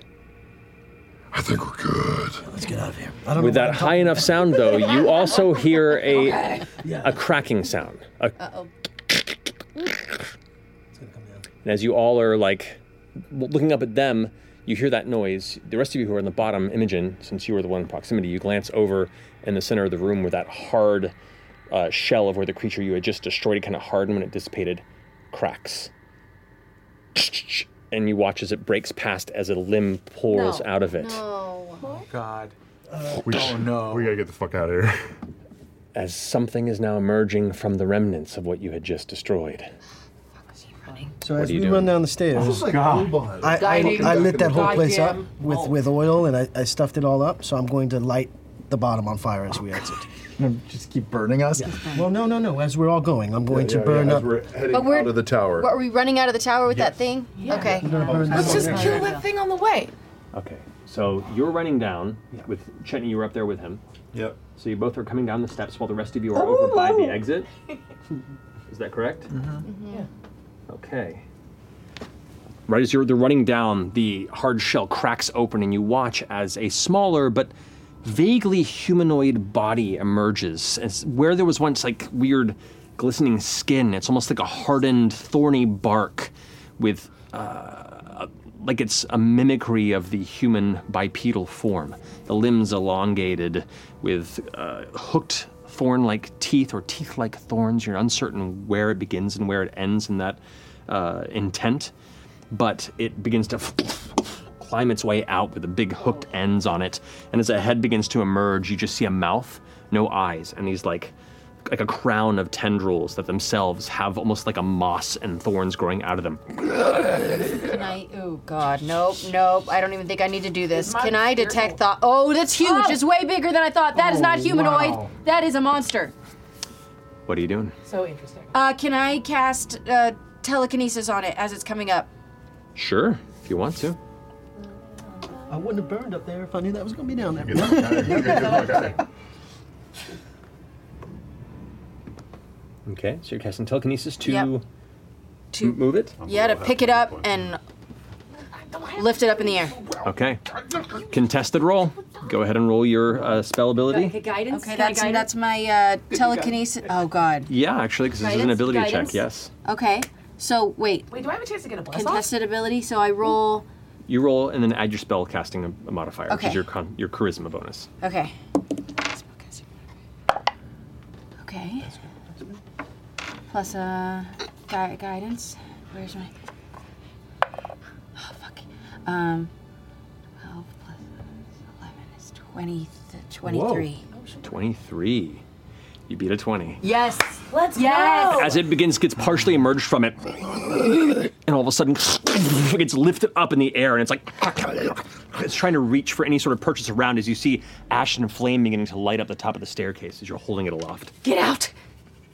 I think we're good. Let's
get out of here.
With that high enough sound, though,
(laughs)
you also hear a
Yeah.
a cracking sound, a
Uh oh.
And as you all are like w- looking up at them, you hear that noise. The rest of you who are in the bottom, Imogen, since you were the one in proximity, you glance over in the center of the room where that hard uh, shell of where the creature you had just destroyed kind of hardened when it dissipated, cracks. And you watch as it breaks past as a limb pours out of it.
No.
God.
We,
Oh,
no. We gotta get the fuck out of here.
As something is now emerging from the remnants of what you had just destroyed.
So
What
as
are
we
you doing?
run down the stairs,
This is like God.
Robot.
I, I,
Guiding
I lit
the
that whole place up
goddamn
with,
bolt.
with oil and I, I stuffed it all up. So I'm going to light the bottom on fire as we exit.
Just keep burning us.
Well, no, no, no. As we're all going, I'm going
Yeah,
to
yeah,
burn
yeah, as
up.
we're heading
But we're-
out of the tower.
What, are we running out of the tower with that thing? Okay.
Let's
just kill that thing on the way.
Okay, so you're running down with Chetney. You were up there with him.
Yep.
So you both are coming down the steps while the rest of you are over by the exit. Is that correct?
Mm-hmm.
Yeah.
Okay. Right as you're they're running down, the hard shell cracks open, and you watch as a smaller but vaguely humanoid body emerges. It's where there was once like weird glistening skin. It's almost like a hardened, thorny bark, with uh, like it's a mimicry of the human bipedal form. The limbs elongated, with uh, hooked thorn-like teeth or teeth-like thorns. You're uncertain where it begins and where it ends in that uh, intent, but it begins to climb its way out with the big hooked ends on it. And as the head begins to emerge, you just see a mouth, no eyes, and these like like a crown of tendrils that themselves have almost like a moss and thorns growing out of them.
Can I? Oh God, nope, nope. I don't even think I need to do this.
Is mine
Can I detect thought? Oh, that's huge.
Oh.
It's way bigger than I thought. That is
Oh,
not humanoid.
wow.
That is a monster.
What are you doing?
So interesting.
Uh, can I cast uh, telekinesis on it as it's coming up?
Sure, if you want to.
I wouldn't have burned up there if I knew that was going to be down there.
Okay, so you're casting telekinesis to,
Yep.
to move it.
yeah, to pick it up and lift it up in the air.
Okay, contested roll. Go ahead and roll your uh, spell ability.
guidance. Okay,
Can I
that's
guide it?
that's my uh, telekinesis. Oh God.
Yeah, actually, because this is an
Guidance?
ability
Guidance?
check. Yes,
Okay. So wait. Wait,
do I have a chance to get a bless
contested ability? So I roll.
you roll and then add your spell casting um, a, a modifier, which
Okay.
is your con- your charisma bonus.
Okay. Okay. Plus uh, gui- guidance. Where's my? Oh fuck. Um, twelve plus eleven is twenty. th- Twenty-three.
Twenty-three. You beat a twenty.
Yes. Let's
As it begins, gets partially emerged from it,
(laughs)
and all of a sudden (laughs) gets lifted up in the air, and it's like it's trying to reach for any sort of purchase around as you see ash and flame beginning to light up the top of the staircase as you're holding it aloft.
Get out.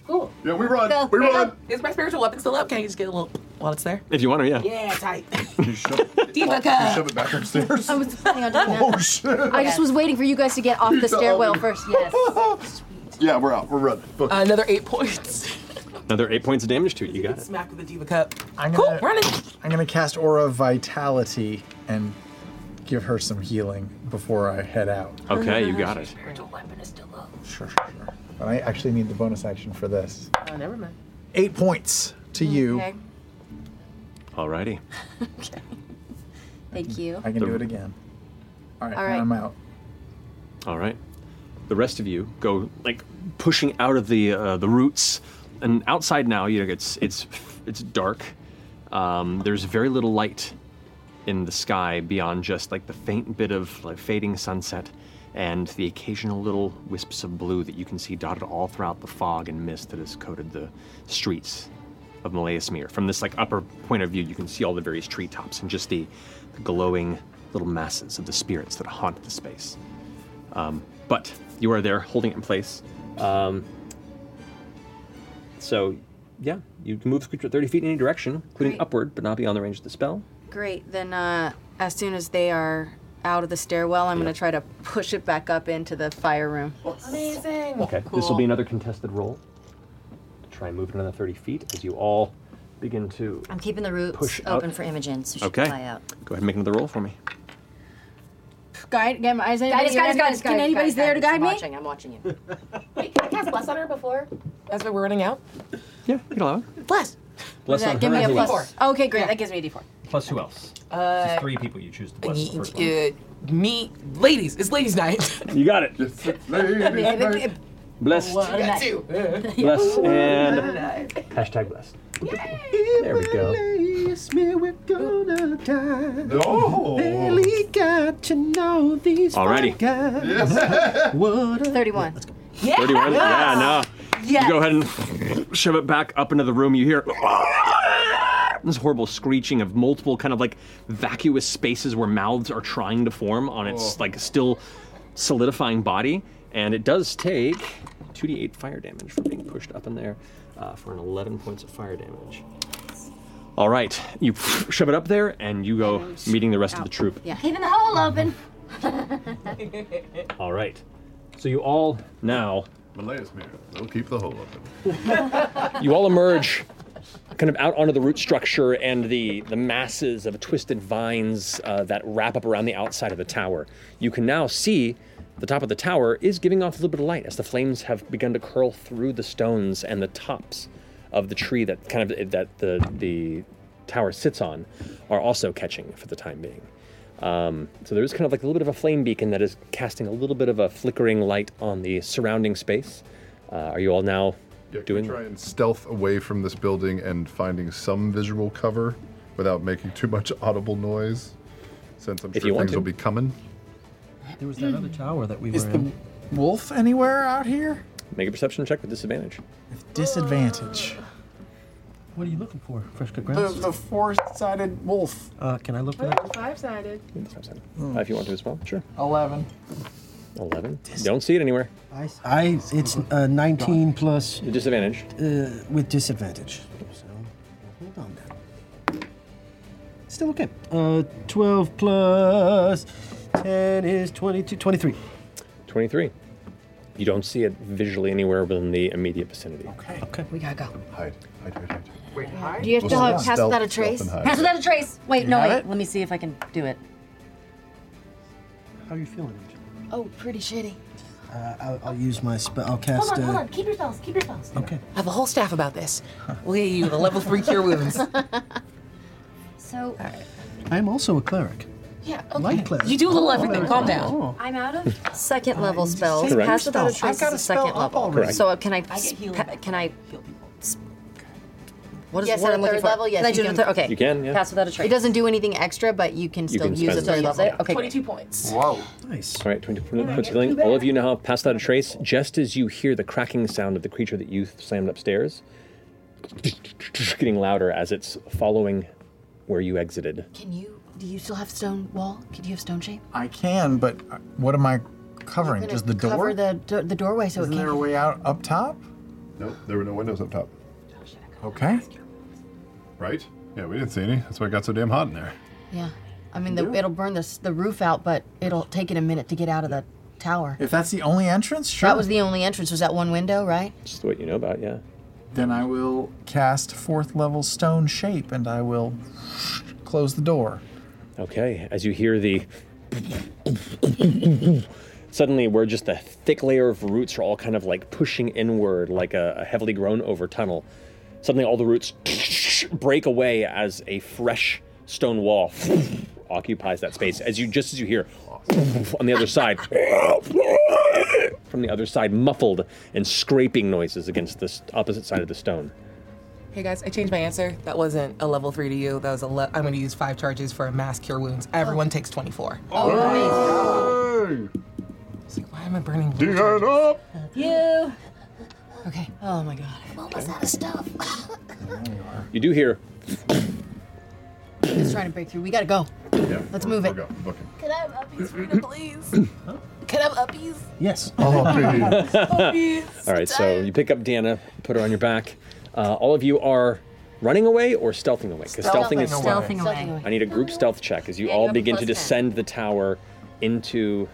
Cool.
Yeah, we run.
we run. Is my spiritual weapon still up? Can I just get a little while it's there?
If you want to, yeah.
Yeah,
(laughs)
tight. (laughs)
You
Deepika.
shove it back upstairs.
I was planning on doing that.
(laughs)
Oh, shit.
I just was waiting for you guys to get off the stairwell first. Yes.
Yeah, we're out. We're running. Book.
another eight points.
Another eight points of damage to it. You got it.
Smack with the diva cup.
I'm
cool,
gonna,
running.
I'm gonna cast Aura of Vitality and give her some healing before I head out.
Okay, you got it.
Sure, sure, sure. But I actually need the bonus action for this.
Oh, never mind.
Eight points to you.
Okay.
Alrighty.
Thank you.
I can do it again. All right,
All
now
right.
I'm out.
All right. The rest of you go like pushing out of the uh, the roots, and outside now, you know, it's it's it's dark. Um, there's very little light in the sky beyond just like the faint bit of like fading sunset and the occasional little wisps of blue that you can see dotted all throughout the fog and mist that has coated the streets of Malayasmere. From this like upper point of view, you can see all the various treetops and just the, the glowing little masses of the spirits that haunt the space. Um, but you are there holding it in place. Um, so, yeah, you can move the creature 30 feet in any direction, including upward, but not beyond the range of the spell.
Great. Then uh, as soon as they are out of the stairwell, I'm gonna try to push it back up into the fire room.
Amazing.
Oh,
Okay, this will be another contested roll. Try and move it another 30 feet as you all begin to.
I'm keeping the roots
Push up.
open for Imogen, so she
Okay.
can fly out.
Go ahead and make another roll for me.
Guide, is anybody,
Guidance, guidance,
can
guidance, guidance,
anybody's
guidance,
there to
guidance.
guide
I'm
me?
watching,
I'm watching you.
(laughs) Wait, can I cast bless on her before? That's why we're running out.
Yeah, you can allow it.
Bless.
Bless
on
give
her
me a
and who
plus.
else?
okay, great. That gives me a d4.
Plus who else?
Uh,
Three people you choose to
y-
bless. the first one.
y- uh, me, ladies. It's ladies'
(laughs)
night.
You got it. Blessed.
What a night.
(laughs)
(laughs) Blessed and hashtag blessed. There we go.
Place me, we're gonna die.
No.
Barely got to know
(laughs)
these
Alrighty.
guys. (laughs)
Yes.
What a-
31.
Yeah.
31? Yeah, no.
Yes.
You go ahead and shove it back up into the room. You hear this horrible screeching of multiple kind of like vacuous spaces where mouths are trying to form on its
Oh.
like still solidifying body. And it does take 2d8 fire damage from being pushed up in there uh, for an 11 points of fire damage. All right, you shove it up there and you go meeting the rest of the troop.
Yeah. Keeping the hole open.
All right. So you all now.
Malaya's mirror. We'll keep the hole open.
(laughs) you all emerge kind of out onto the root structure and the, the masses of twisted vines uh, that wrap up around the outside of the tower. You can now see the top of the tower is giving off a little bit of light as the flames have begun to curl through the stones and the tops of the tree that kind of that the the tower sits on are also catching for the time being. Um, so there's kind of like a little bit of a flame beacon that is casting a little bit of a flickering light on the surrounding space. Uh, are you all now doing?
Try and stealth away from this building and finding some visual cover without making too much (laughs) audible noise, since I'm
If
sure
you want
things
to.
will be coming.
There was that other
Mm-hmm.
tower that we
Is
were
the
in.
wolf anywhere out here?
Make a perception check with disadvantage.
Disadvantage.
What are you looking for? Fresh cut
The,
grass?
the four-sided wolf.
Uh, can I look
Oh,
for that?
Five sided.
Uh, if you want to as well, sure.
11.
11. Don't see it anywhere.
I, I it's uh, 19 plus.
Disadvantage.
Uh, with disadvantage. So hold on then. Still okay. Uh, 12 plus 10 is 22, 23.
23. You don't see it visually anywhere within the immediate vicinity. Okay.
Okay.
We gotta go.
Hide. Hide, hide, hide.
Wait, Do you
We'll
still have pass
stealth- stealth-
without a
stealth
trace?
and hide.
Pass without a trace. Wait,
You
no,
have
wait.
it?
Let me see if I can do it.
How are you feeling?
Oh, pretty shitty.
Uh, I'll, I'll use my spell. I'll cast.
Hold on,
uh,
hold on. Keep your spells. Keep your spells.
Okay.
I have a whole staff about this. We'll get you the level three
(laughs)
cure wounds.
So,
(laughs) I am also a cleric.
yeah,
Light cleric.
You do
a little
everything.
Calm
Oh.
down.
I'm out of second level spells.
saying Correct.
Pass without a
spells. I've
trace
got
is
a
a
spell
second
up
level.
already.
So can I?
I get healing.
pa- can I? What is
Yes,
the word
at a
I'm looking
third
for?
level, yes,
Can I
you
do it
can-
at third? Okay.
You can, yeah.
Pass without a trace. It doesn't do anything extra, but you can
still can use spend it. it. Yeah.
Okay.
Twenty-two points.
Wow.
Nice.
All right, 22 points of healing. All of you now pass without a trace. Just as you hear the cracking sound of the creature that you slammed upstairs, (laughs) getting louder as it's following where you exited.
Can you? Do you still have stone wall? Could you have stone shape?
I can, but uh, what am I covering?
Gonna
Just the door?
Cover the do- the doorway so
Isn't
it
there a
can't.
way out up top?
Nope, there were no windows up top.
Okay.
Right? Yeah, we didn't see any. That's why it got so damn hot in there.
Yeah. I mean, the, it'll burn the s- the roof out, but it'll take it a minute to get out of the tower.
If that's the only entrance, sure.
That was the only entrance. Was that one window, right?
Just what you know about, yeah.
Then I will cast fourth level stone shape and I will close the door.
Okay, as you hear the. Suddenly, where just the thick layer of roots are all kind of like pushing inward, like a, a heavily grown over tunnel. Suddenly, all the roots break away as a fresh stone wall occupies that space. As you just as you hear on the other side, from the other side, muffled and scraping noises against the s- opposite side of the stone.
Hey guys, I changed my answer. That wasn't a level three to you. That was a le- I'm going to use five charges for a mass cure wounds. Everyone takes 24.
Oh,
Oh.
Why am I burning?
Turn up!
You. Okay. Oh my god. I'm almost out of stuff.
You do hear
It's trying to break through. We gotta go.
Yeah.
Let's move it.
Can I have uppies, Rita, please? Can I
(laughs)
have uppies?
Yes.
all right, so you pick up Deanna, put her on your back. Uh, all of you are running away or stealthing away? Because stealthing, is
Stealthing away.
I need a group stealth check as you all
have a
begin to
plus
descend the tower into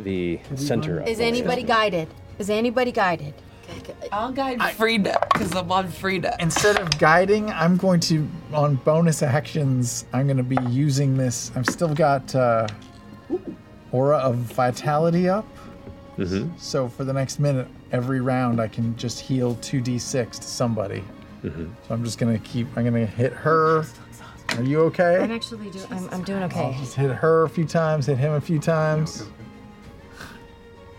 the center of
Is
the
anybody guided? Is anybody guided?
I'll guide Frida because I'm on Frida.
Instead of guiding, I'm going to, on bonus actions, I'm going to be using this. I've still got uh, Aura of Vitality up.
Mhm.
So for the next minute, every round, I can just heal 2d6 to somebody.
Mm-hmm.
So I'm just gonna keep. I'm gonna hit her. Are you okay?
I'm actually doing. I'm, I'm doing okay.
I'll just hit her a few times. Hit him a few times.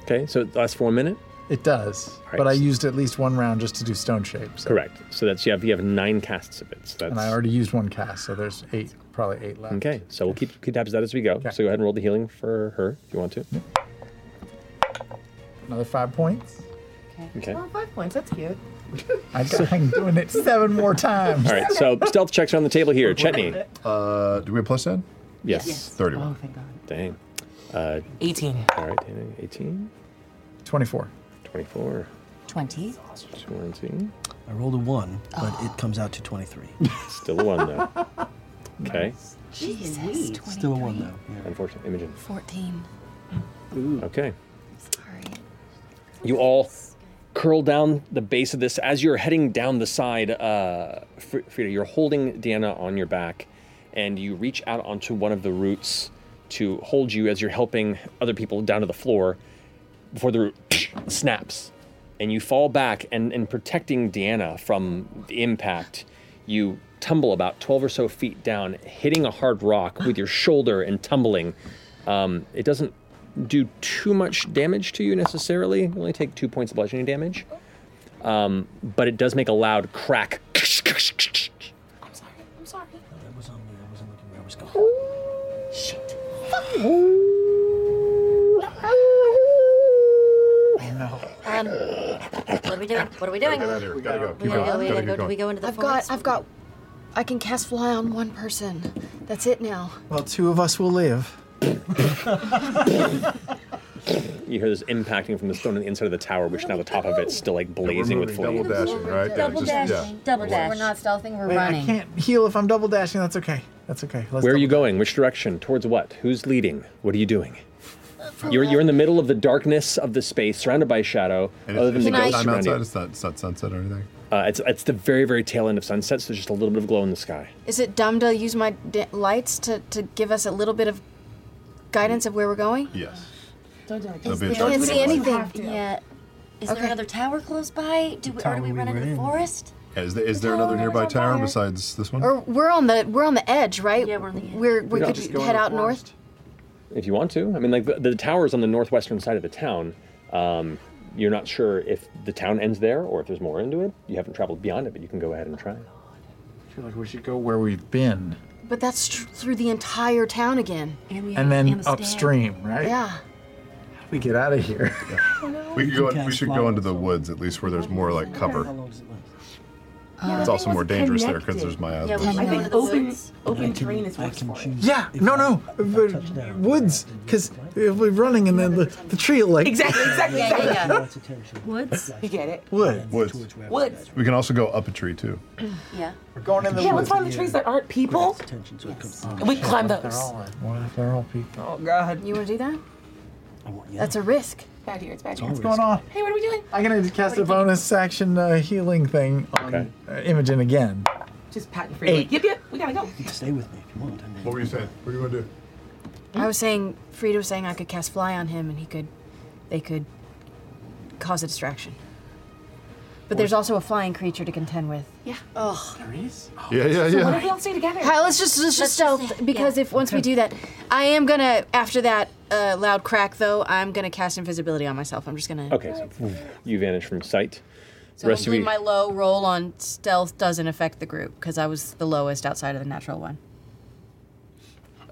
Okay, so it lasts for one minute.
It does,
All right,
but I
so-
used at least one round just to do stone shapes.
Correct. So that's you have you have nine casts of it. So that's
And I already used one cast, so there's eight, probably eight left.
okay. So we'll keep keep tabs of that as we go. So go ahead and roll the healing for her if you want to.
Another five points.
Okay.
Oh, five points. That's cute.
I got, (laughs) I'm doing it seven more times.
All right. So stealth checks around the table here. Chetney.
Uh, do we have plus 10?
Yes.
Yes. 31. Oh,
thank God. Dang. Uh,
18.
All right. 18.
24.
24.
20.
20.
I rolled a one, but
Oh.
it comes out to 23.
Still a
(laughs)
one though. Okay.
Jesus.
Still a one though.
Unfortunately, Imogen.
14.
Okay. You all curl down the base of this as you're heading down the side. Uh, Fr- Frida, you're holding Deanna on your back, and you reach out onto one of the roots to hold you as you're helping other people down to the floor. Before the (clears throat) root snaps, and you fall back, and, and protecting Deanna from the impact, you tumble about 12 or so feet down, hitting a hard rock with your shoulder and tumbling. Um, it doesn't do too much damage to you necessarily. You only take two points of bludgeoning damage. Um, but it does make a loud crack.
I'm sorry. I'm sorry.
That was on me. I wasn't looking where I was going.
Shit.
no.
Um, what are we doing? What are we
Gotta
doing?
get out of here. Gotta go.
We
Keep
gotta
going.
go. We
Gotta
gotta
keep
go. Do
going.
we go into the
I've
forest?
got, I've got, I can cast fly on one person. That's it now.
Well, two of us will live.
You hear this impacting from the stone on the inside of the tower, which now the top of it's still like blazing with
moving,
flames.
double dashing, right? Yeah, Double just- yeah. dashing,
double
dash.
We're not stealthing. We're
Wait, I
running.
can't heal if I'm double dashing. That's okay. That's okay. Let's
Where are you going? Which direction? Towards what? Who's leading? What are you doing? You're, you're in the middle of the darkness of the space, surrounded by shadow.
And
other
it's-
than the
it's
ghosts
time
surrounding
outside.
you.
It's not, it's not sunset or anything.
Uh, it's it's the very very tail end of sunset, so just a little bit of glow in the sky.
Is it dumb to use my d- lights to, to give us a little bit of guidance of where we're going?
Yes.
Don't do
Is That'll be a there-
I can't
charge.
see anything.
Have to. Yeah. Is there another tower close by? Do we, or
tower
do we
we
run
were
into the
in.
forest?
Is there, is there another nearby tower besides this one?
Or we're on the we're on the edge, right? Yeah, we're on the edge. We're, we
Yeah,
could
just go in
head
the
out north.
If you want to, I mean, like the, the tower is on the northwestern side of the town. Um, you're not sure if the town ends there or if there's more into it. You haven't traveled beyond it, but you can go ahead and try.
I feel like we should go where we've been.
But that's tr- through the entire town again. And,
And then upstream, right?
Yeah.
How do we get out of
(laughs)
here?
We could go. in- We should go into the woods at least, where there's more like cover. it's also more dangerous there because there's miasmas.
I think open, open terrain is worse for it.
Yeah, no, no, but woods, because if we're running and then the, the tree will like (laughs)
Woods. You get it.
Wood.
Woods.
Woods.
We can also go up a tree too.
Yeah.
We're going in the
Yeah,
woods.
let's find the trees that aren't people. We climb
What if They're
those.
all, what if they're all people?
Oh God.
You want to do that?
Oh,
That's a risk.
Bad here. It's bad here.
What's going on?
Hey, what are we doing?
I'm gonna cast a bonus action uh, healing thing on uh, Imogen again.
Just patent free. Like, yep, yep. We gotta go.
Stay with me.
What were you saying? What do you want to do?
I was saying, Frida was saying I could cast fly on him, and he could, they could, cause a distraction. But there's also a flying creature to contend with.
Yeah.
Ugh.
There is.
Yeah, yeah,
So
Oh. yeah.
what if we all
stay together?
Kyle, let's just let's just stealth because if once we do that, I am gonna after that uh, loud crack though, I'm gonna cast invisibility on myself. I'm just gonna.
Okay, so you vanish from sight.
So
Rest of
hopefully
you,
my low roll on stealth doesn't affect the group because I was the lowest outside of the natural one.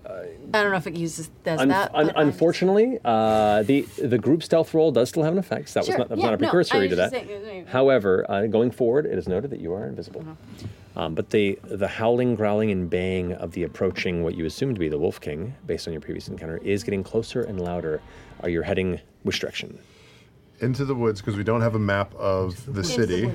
Uh,
I don't know if it uses does
un-
that.
un-
but I'm-
unfortunately, uh, the the group stealth roll does still have an effect. So that
Sure,
was not, that was
yeah,
not a
no, I
precursory
was
to that.
just saying-
However, uh, going forward, it is noted that you are invisible.
Uh-huh.
Um, but the the howling, growling, and baying of the approaching what you assume to be the Wolf King, based on your previous encounter, is getting closer and louder. Are you heading which direction?
Into the woods because we don't have a map of the city,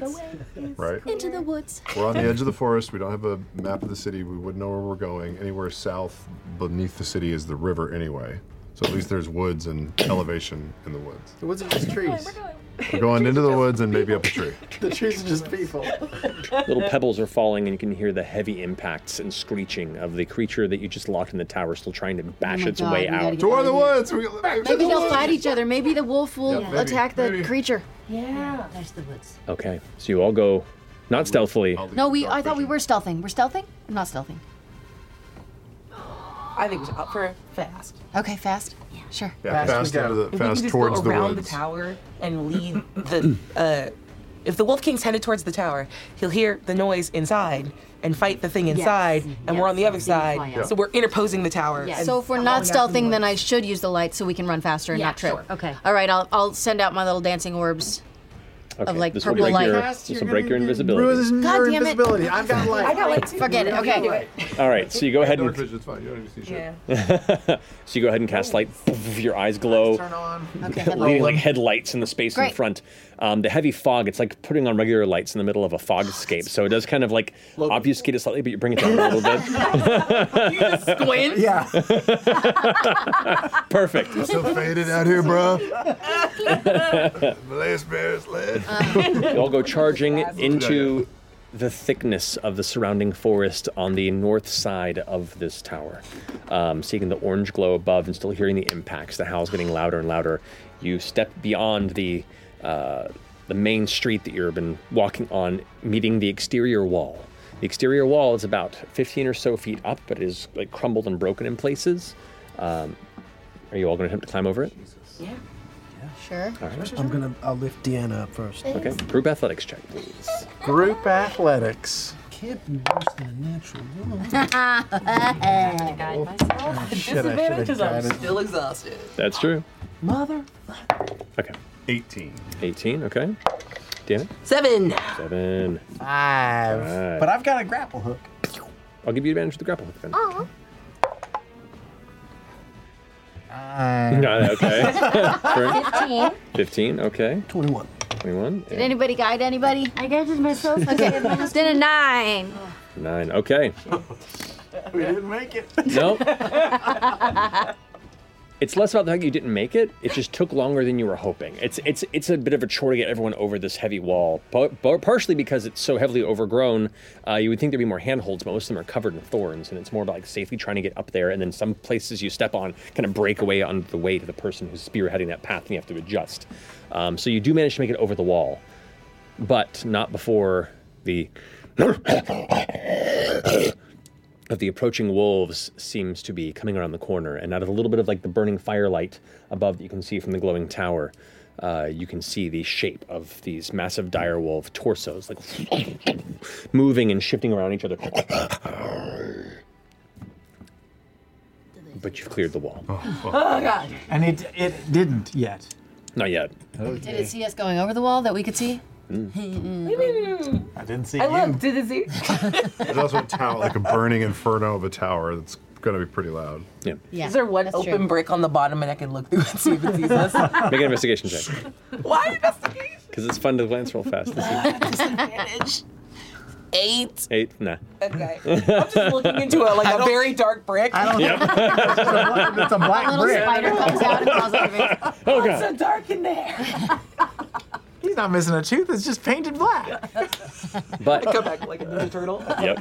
right?
Into the woods.
We're on the (laughs) edge of the forest. We don't have a map of the city. We wouldn't know where we're going. Anywhere south beneath the city is the river anyway. So at least there's woods and elevation in the woods.
The woods are just trees.
We're going into the woods and maybe up a tree.
The trees are just people.
(laughs) Little pebbles are falling, and you can hear the heavy impacts and screeching of the creature that you just locked in the tower, still trying to bash
Oh my
its
God, we
way
gotta
out.
get Toward the out
woods.
Maybe they'll fight each other. Maybe the wolf will
Yeah, maybe,
attack the
maybe.
creature. Yeah. There's the woods.
Okay, so you all go Not stealthily.
No, we. I thought we were stealthing. We're stealthing. I'm not stealthing.
I think we should up for fast.
Okay, fast. Yeah, sure.
Yeah, fast
we go.
into the-
If we
fast
can just
towards
go
the
around
woods.
the tower and lead the. Uh, if the Wolf King's headed towards the tower, he'll hear the noise inside and fight the thing
Yes.
inside, and we're on the other
fly
side.
out.
So we're interposing the tower. and
So if we're not stealthing, then I should use the light so we can run faster and
Yeah,
not trip.
sure.
Okay. All right, I'll, I'll send out my little dancing orbs of
Okay,
like
this will
purple
break
light.
your- this will break your invisibility.
God damn it.
invisibility. I've got light.
I got light. Forget it. Okay.
All right, so you go ahead and
Dark vision's fine. You don't even see shit.
so you go ahead and cast light. (laughs) Your eyes glow,
Turn on.
Oh. (laughs) leading like headlights in the space in
Great.
front. Um, the heavy fog, it's like putting on regular lights in the middle of a fog escape. So it does kind of like obfuscate it slightly, but you bring it down a little bit. (laughs) you just
squint.
Yeah. (laughs) Perfect.
It's so faded out here, bro. (laughs)
(laughs) you
Bless bears, lad.
(laughs) all go charging into the thickness of the surrounding forest on the north side of this tower, um, seeing the orange glow above and still hearing the impacts. The howls getting louder and louder. You step beyond the uh, the main street that you've been walking on, meeting the exterior wall. The exterior wall is about 15 or so feet up, but it is like crumbled and broken in places. Um, are you all going to attempt to climb over it?
Yeah. Sure.
All right.
I'm gonna. I'll lift Deanna up first.
Okay. Group athletics check, please.
Group athletics.
Can't be worse than a natural one.
disadvantages. I'm still exhausted.
That's true.
Mother.
Okay. 18. 18, okay. Damn it.
Seven.
Seven.
Five.
Five.
But I've got a grapple hook.
I'll give you advantage with the grapple hook then.
Oh.
(laughs) No, okay. True.
15.
15, okay.
21.
21.
Did anybody guide anybody? I guided myself. (laughs) Okay. Then a nine.
Nine, okay.
We didn't make it.
Nope. It's less about the fact that you didn't make it. It just took longer than you were hoping. It's it's it's a bit of a chore to get everyone over this heavy wall, but, partially because it's so heavily overgrown. Uh, you would think there'd be more handholds, but most of them are covered in thorns, and it's more about like safely trying to get up there. And then some places you step on kind of break away under the weight of the person who's spearheading that path, and you have to adjust. Um, so you do manage to make it over the wall, but not before the of the approaching wolves seems to be coming around the corner, and out of a little bit of like the burning firelight above that you can see from the glowing tower, uh, you can see the shape of these massive dire wolf torsos, like (laughs) moving and shifting around each other. but you've cleared the wall.
Oh God.
And it it didn't yet.
Not yet.
Did it see us going over the wall that we could see?
Mm.
(laughs)
I didn't see
I
you.
love-
Did it
(laughs)
see?
There's also a tower, like a burning inferno of a tower that's going to be pretty loud.
Yeah. (laughs)
Is there one
that's
open
true.
brick on the bottom and I can look through and see if it
(laughs)
sees us?
Make an investigation check.
Why
Because it's fun to glance real fast.
disadvantage? (laughs) Eight.
Eight? Nah. (laughs)
Okay. I'm just looking into a like a (laughs) very dark brick. I
don't- Yep. It's a black
A little brick. spider comes out and crawls
out
Oh
God.
so dark in there.
He's not missing a tooth. It's just painted black.
But
Come back (laughs) like a turtle.
(laughs) Yep.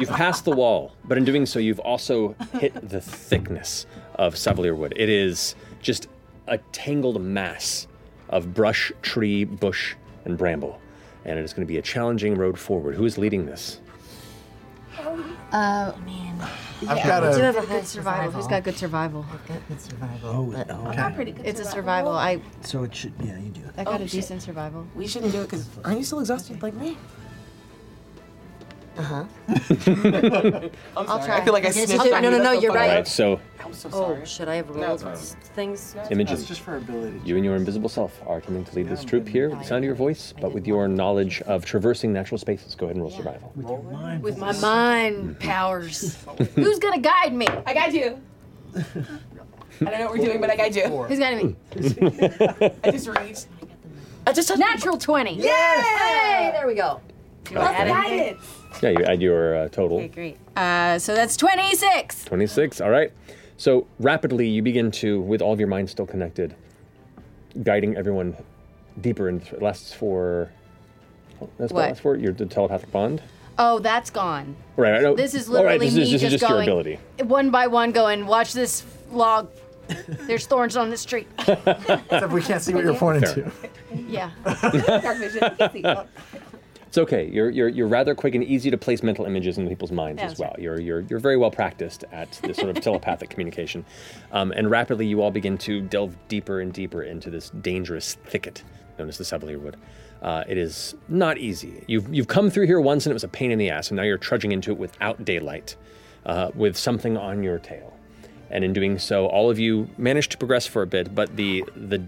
You've passed the wall, but in doing so, you've also hit the thickness of Savalier Wood. It is just a tangled mass of brush, tree, bush, and bramble. And it is going to be a challenging road forward. Who is leading
(laughs)
this?
Uh,
I've got
I
a-
do have a good survival. Who's got good survival?
Good survival. Oh, okay.
pretty good. It's a survival. I
So it should. Yeah, you do.
I got
Oh,
a
shit.
decent survival.
We shouldn't do it because aren't you still exhausted like me? Uh huh.
I'll
(laughs) I'm sorry.
try.
I feel like I
Yes, you
snitched
do.
on
No,
you.
no,
That's
no, you're
funny.
right. Alright, so-
I'm so
Oh,
sorry.
should I have rolled
it's
things?
Imogen.
That's just for ability.
You and your invisible self are attempting to lead this troop here with the sound of your voice, but with your knowledge of traversing natural spaces. Go ahead and roll survival.
With my mind powers. Who's gonna guide me?
I guide you. I don't know what we're doing, but I guide you.
Who's guiding me?
Hmm.
(laughs) I just
(laughs)
reached.
I just natural twenty.
Yes!
Hey, there we go. Do I add
Guide
anything?
it.
Yeah, you add your uh, total.
Great. Uh, so that's twenty-six.
26. All right. So rapidly, you begin to, with all of your minds still connected, guiding everyone deeper, and it lasts for. oh, That's
What?
lasts for your the telepathic bond.
Oh, that's gone.
Right. I know.
This is
all
literally
right, this
me
is, this
just,
is just
going
your ability.
one by one, going, watch this log. There's
(laughs)
thorns on this tree.
(laughs)
Except we can't see what you're pointing
Fair.
to.
Yeah.
Dark vision.
(laughs) It's okay. You're, you're, you're rather quick and easy to place mental images in people's minds
Yeah,
as
that's
well. You're, you're, you're very well practiced at this sort
(laughs)
of telepathic communication. Um, and rapidly, you all begin to delve deeper and deeper into this dangerous thicket known as the Sevelier Wood. Uh, it is not easy. You've, you've come through here once and it was a pain in the ass, and now you're trudging into it without daylight, uh, with something on your tail. And in doing so, all of you managed to progress for a bit, but the, the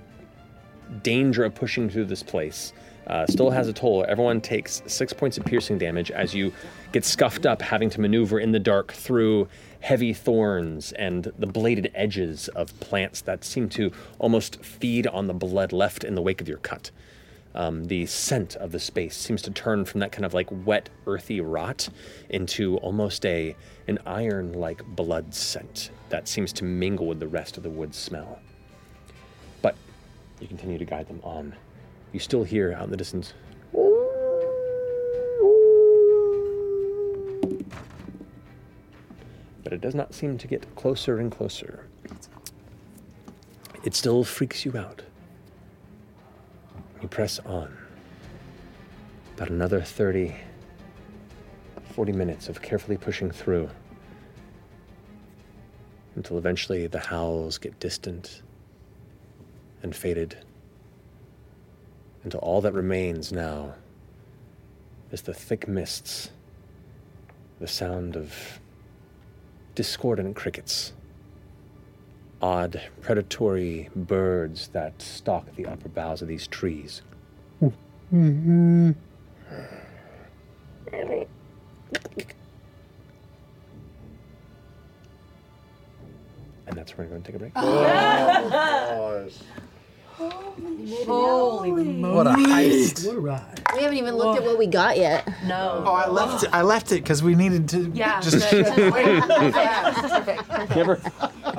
danger of pushing through this place uh, still has a toll. Everyone takes six points of piercing damage as you get scuffed up, having to maneuver in the dark through heavy thorns and the bladed edges of plants that seem to almost feed on the blood left in the wake of your cut. Um, the scent of the space seems to turn from that kind of like wet, earthy rot into almost a an iron-like blood scent that seems to mingle with the rest of the wood smell. But you continue to guide them on. You still hear out in the distance. But it does not seem to get closer and closer. It still freaks you out. You press on. About another 30, 40 minutes of carefully pushing through until eventually the howls get distant and faded until all that remains now is the thick mists, the sound of discordant crickets, odd predatory birds that stalk the upper boughs of these trees. And that's where we're going to take a break.
Holy
What a heist.
What a ride. We haven't even looked at what we got (laughs) yet. No.
Oh, I left it. I left it because we needed to.
Yeah,
(laughs)
Just
Never,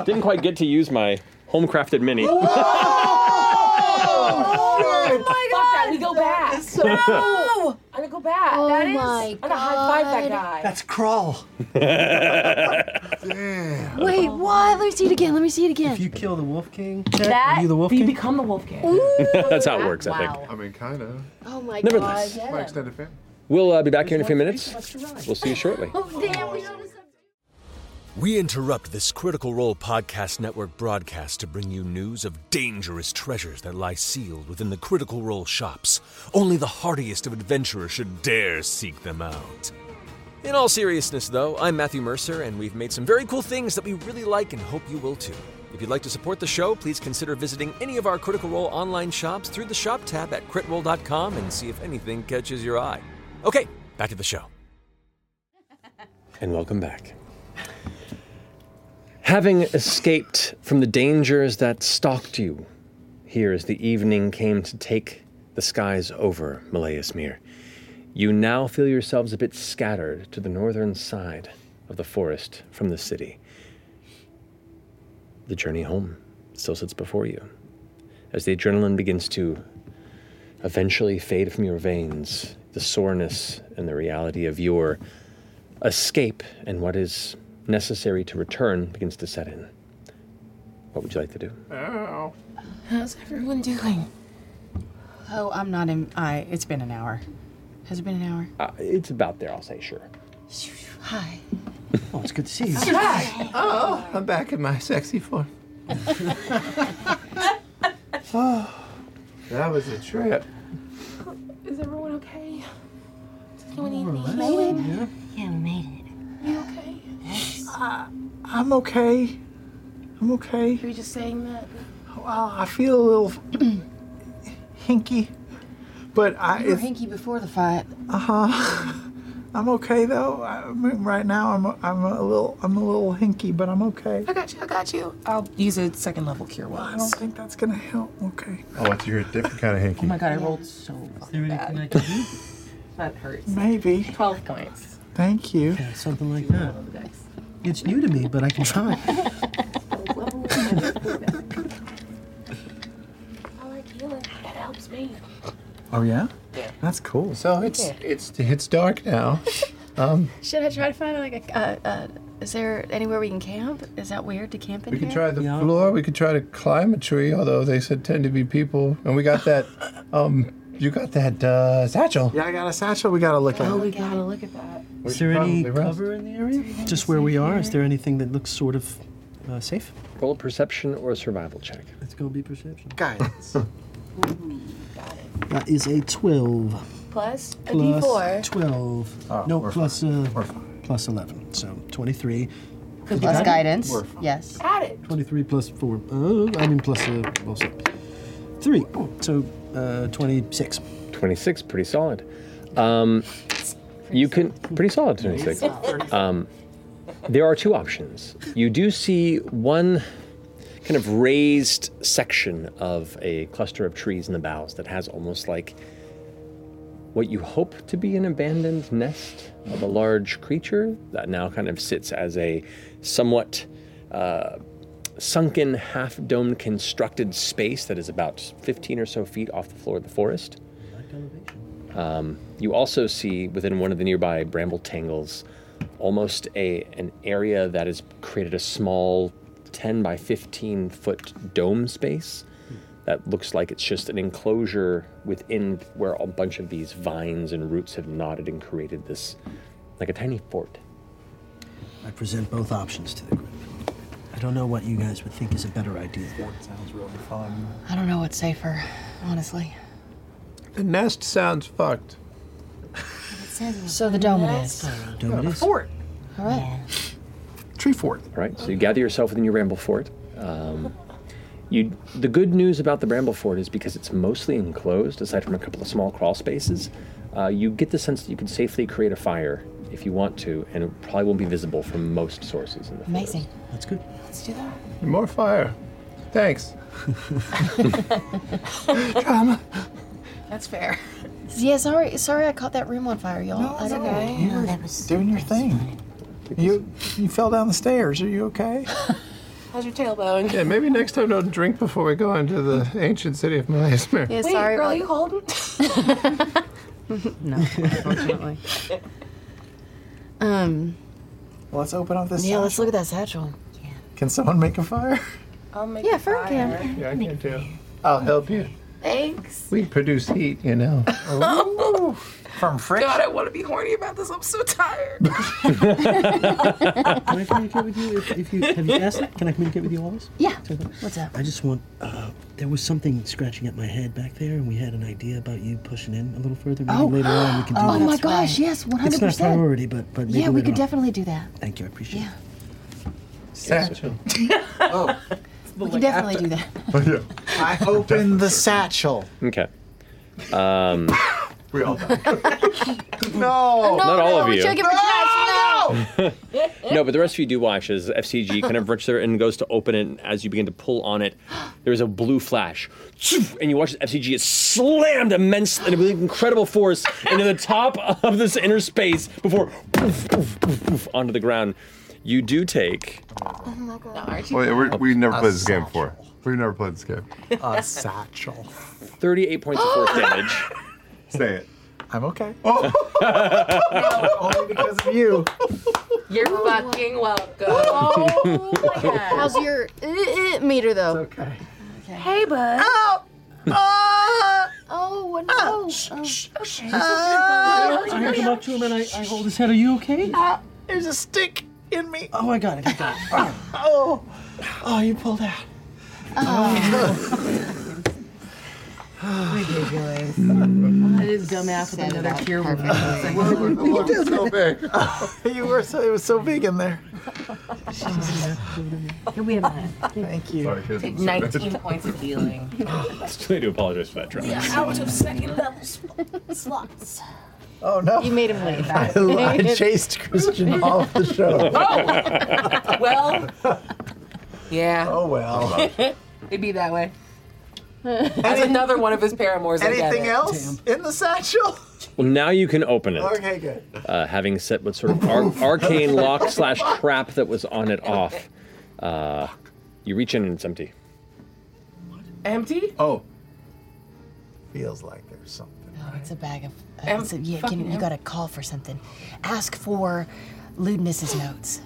didn't quite get to use my home crafted mini.
(laughs) Oh,
my god! Fuck that, we go back.
No!
I'm gonna go back.
Oh
that is,
my
I'm gonna high five that
God.
guy.
That's crawl.
Wait, what? Let me see it again. Let me see it again. If
you kill the Wolf King,
That-
are you the Wolf King?
become the Wolf King.
That's how it works, I think.
I mean, kind of.
Oh my
Nevertheless.
god.
My extended family.
We'll uh, be back here in a few minutes. We'll see you shortly.
Oh damn, we should
We interrupt this Critical Role Podcast Network broadcast to bring you news of dangerous treasures that lie sealed within the Critical Role shops. Only the hardiest of adventurers should dare seek them out. In all seriousness, though, I'm Matthew Mercer, and we've made some very cool things that we really like and hope you will too. If you'd like to support the show, please consider visiting any of our Critical Role online shops through the shop tab at critroll.com and see if anything catches your eye. Okay, back to the show.
And welcome back. Having escaped from the dangers that stalked you here as the evening came to take the skies over Malayasmere, you now feel yourselves a bit scattered to the northern side of the forest from the city. The journey home still sits before you. As the adrenaline begins to eventually fade from your veins, the soreness and the reality of your escape and what is necessary to return begins to set in. What would you like to do?
Ow.
How's everyone doing? Oh, I'm not in. I. It's been an hour. Has it been an hour?
Uh, it's about there, I'll say, sure.
Hi.
Oh, it's good to see you.
Oh.
I'm back in my
(laughs)
sexy form.
(sighs)
that was a trip.
Is everyone okay? Does anyone
need
need
me?
anything?
Yeah,
Oh,
we made it.
You okay?
Uh, I'm okay. I'm okay.
Are you just saying that? Oh, uh,
Well, I feel a little (clears throat) hinky, but I.
you were hinky before the fight.
Uh huh. (laughs) I'm okay though. I mean, right now, I'm I'm a little I'm a little hinky, but I'm okay.
I got you. I got you. I'll use a second level cure wounds.
I don't think that's gonna help. Okay.
I want to hear a different kind of hinky.
Oh my god, I rolled so fucking bad. (laughs) that hurts.
Maybe.
Twelve points.
Thank you.
something like that. It's new to me, but I can
(laughs)
try.
I like healing. That helps me.
Oh yeah.
Yeah.
That's cool.
So
it's- Yeah.
it's it's
(laughs)
dark now. Um,
Should I try to find like a? Uh, uh, is there anywhere we can camp? Is that weird to camp in
we
here?
could try the
(laughs)
floor. We could try to climb a tree, although they said tend to be people, and we got that um,
You got that uh, satchel. Yeah, I got a satchel. We gotta look at.
Oh, we gotta look at that.
Is there any cover in the area? Just where we are, is there anything that looks sort of uh, safe?
Roll a perception or a survival check.
It's gonna be perception.
Guys.
that is a 12.
Plus a
Plus
D4.
12. no, plus, uh, plus 11. So 23.
Plus
Got it?
guidance. Yes.
Got it.
23 plus 4. Uh, I mean, plus uh, also 3. So uh, 26.
26, pretty solid. Um, you can pretty solid 26.
solid.
Um, there are two options. You do see one kind of raised section of a cluster of trees in the boughs that has almost like what you hope to be an abandoned nest of a large creature that now kind of sits as a somewhat uh, sunken, half domed constructed space that is about 15 or so feet off the floor of the forest. Um, you also see within one of the nearby bramble tangles almost a an area that has created a small 10 by 15 foot dome space that looks like it's just an enclosure within where a bunch of these vines and roots have knotted and created this like a tiny fort.
I present both options to the group.
I don't know what you guys would think is a better idea.
Sounds really fun.
I don't know what's safer, honestly.
The nest sounds fucked.
So the dome it is.
Dome it is.
Fort. All right. (laughs)
Tree fort. All right, so you gather yourself within your bramble fort. Um, you, the good news about the bramble fort is because it's mostly enclosed, aside from a couple of small crawl spaces, uh, you get the sense that you can safely create a fire if you want to, and it probably won't be visible from most sources in the
Amazing.
That's good.
Let's do that.
More fire.
(laughs)
Thanks.
Drama.
That's fair.
Yeah, sorry, sorry, I caught that room on fire, y'all. I don't know.
You were Oh, doing your thing. You you fell down the stairs. Are you okay?
How's your tailbone?
Yeah, maybe next time don't drink before we go into the ancient city of Meismer.
Wait, girl, you holding?
(laughs) no, unfortunately.
Um. Well, let's open up this.
yeah, let's
satchel.
look at that satchel.
Can someone make a fire?
I'll make yeah, Fern can.
Yeah, I
(laughs)
can too. I'll help you.
Thanks.
We produce heat, you know.
Oh. From friction.
God, I want to be horny about this. I'm so tired.
(laughs)
Can I communicate with you? If, if you have you asked that? Can I communicate with you always?
Yeah. What's up?
I just want. Uh, there was something scratching at my head back there, and we had an idea about you pushing in a little further. Maybe
Oh.
later on we can do
(gasps) Oh
that.
my gosh, yes, one
It's
hundred
not
percent.
priority, but but maybe
Yeah, we
later
could
on.
definitely do
(laughs)
that.
Thank you, I appreciate
Yeah.
it.
Uh,
Satchel.
Oh.
We could definitely do that.
I open the satchel. (laughs)
Okay. Um,
we all die.
No.
Not all of you.
No!
(laughs)
no, but the rest of you do watch as FCG kind of reaches there and goes to open it. And as you begin to pull on it, there is a blue flash, and you watch as FCG is slammed immense and with incredible force into the top of this inner space before poof, poof, poof, poof, onto the ground. You do take.
Oh my god.
Wait, we're, we never
A
played this game before. We've never played this game.
(laughs) A satchel.
Thirty-eight points of
(gasps)
force damage.
Say it.
I'm okay.
No.
Because of you.
You're fucking welcome.
(laughs)
How's your uh, uh, meter though?
okay.
Hey, bud. (laughs)
Oh.
Oh. oh no.
He's okay.
Oh.
I come up to him and I, I hold his head. Are you okay?
Uh, There's a stick in me.
Oh, I got it. I got it.
Oh. Oh, you pulled out. Oh. (laughs)
That is dumbass with another tear.
so big. (laughs) you were so it was so big in there.
Here (laughs) we have that.
Thank you.
Take 19 points of healing.
(laughs) It's too late to apologize for that, Travis.
Out of second level sp- slots.
Oh no.
You made him
(laughs)
late.
I,
(laughs)
(laughs)
I chased Christian off the
(laughs)
show.
Oh.
Well, yeah.
Oh well.
(laughs) it'd be that
(laughs)
way. That's another one of his paramours. I get
Anything
it.
else in the satchel?
Well, now you can open it.
Okay, good.
uh, having set what sort of
(laughs)
ar- arcane lock slash trap that was on it off. Uh, you reach in and it's empty.
Empty?
Oh.
Feels like there's something.
No, Oh, it's a bag of. Uh, it's a, yeah, can, you got to call for something. Ask for lewdness's notes.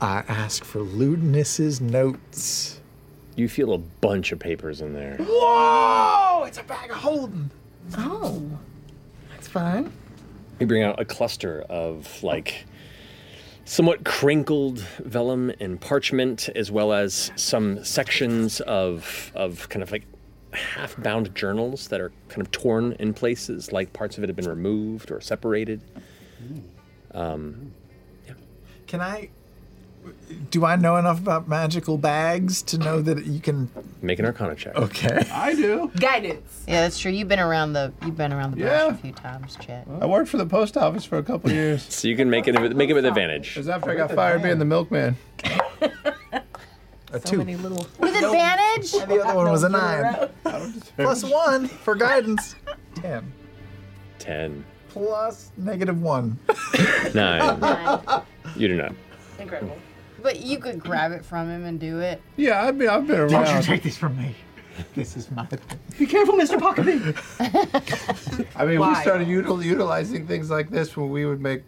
I ask for lewdness's notes.
You feel a bunch of papers in there.
Whoa! No, it's a bag of holding.
Oh. That's fun.
You bring out a cluster of like somewhat crinkled vellum and parchment, as well as some sections of of kind of like half bound journals that are kind of torn in places, like parts of it have been removed or separated. Um,
Can I? Do I know enough about magical bags to know that you can?
make an Arcana check.
Okay. I do.
Guidance. Yeah, that's true. You've been around the you've been around the bush
Yeah.
a few times, Chet.
I worked for the post office for a couple years.
So you can make it with- make it with advantage.
It was after I got fired being the milkman.
A two.
little.
With
advantage?
And the other one was a nine. Plus one for guidance. Ten.
Ten.
Plus negative one.
Nine. You do not.
Incredible. But you could grab it from him and do it.
(laughs) Yeah, I've been, I've been
Don't
around.
you take these from me. This is my.
Be careful,
(laughs)
Mr. Pocketbee. I mean, we
Why?
started util- utilizing things like this when we would make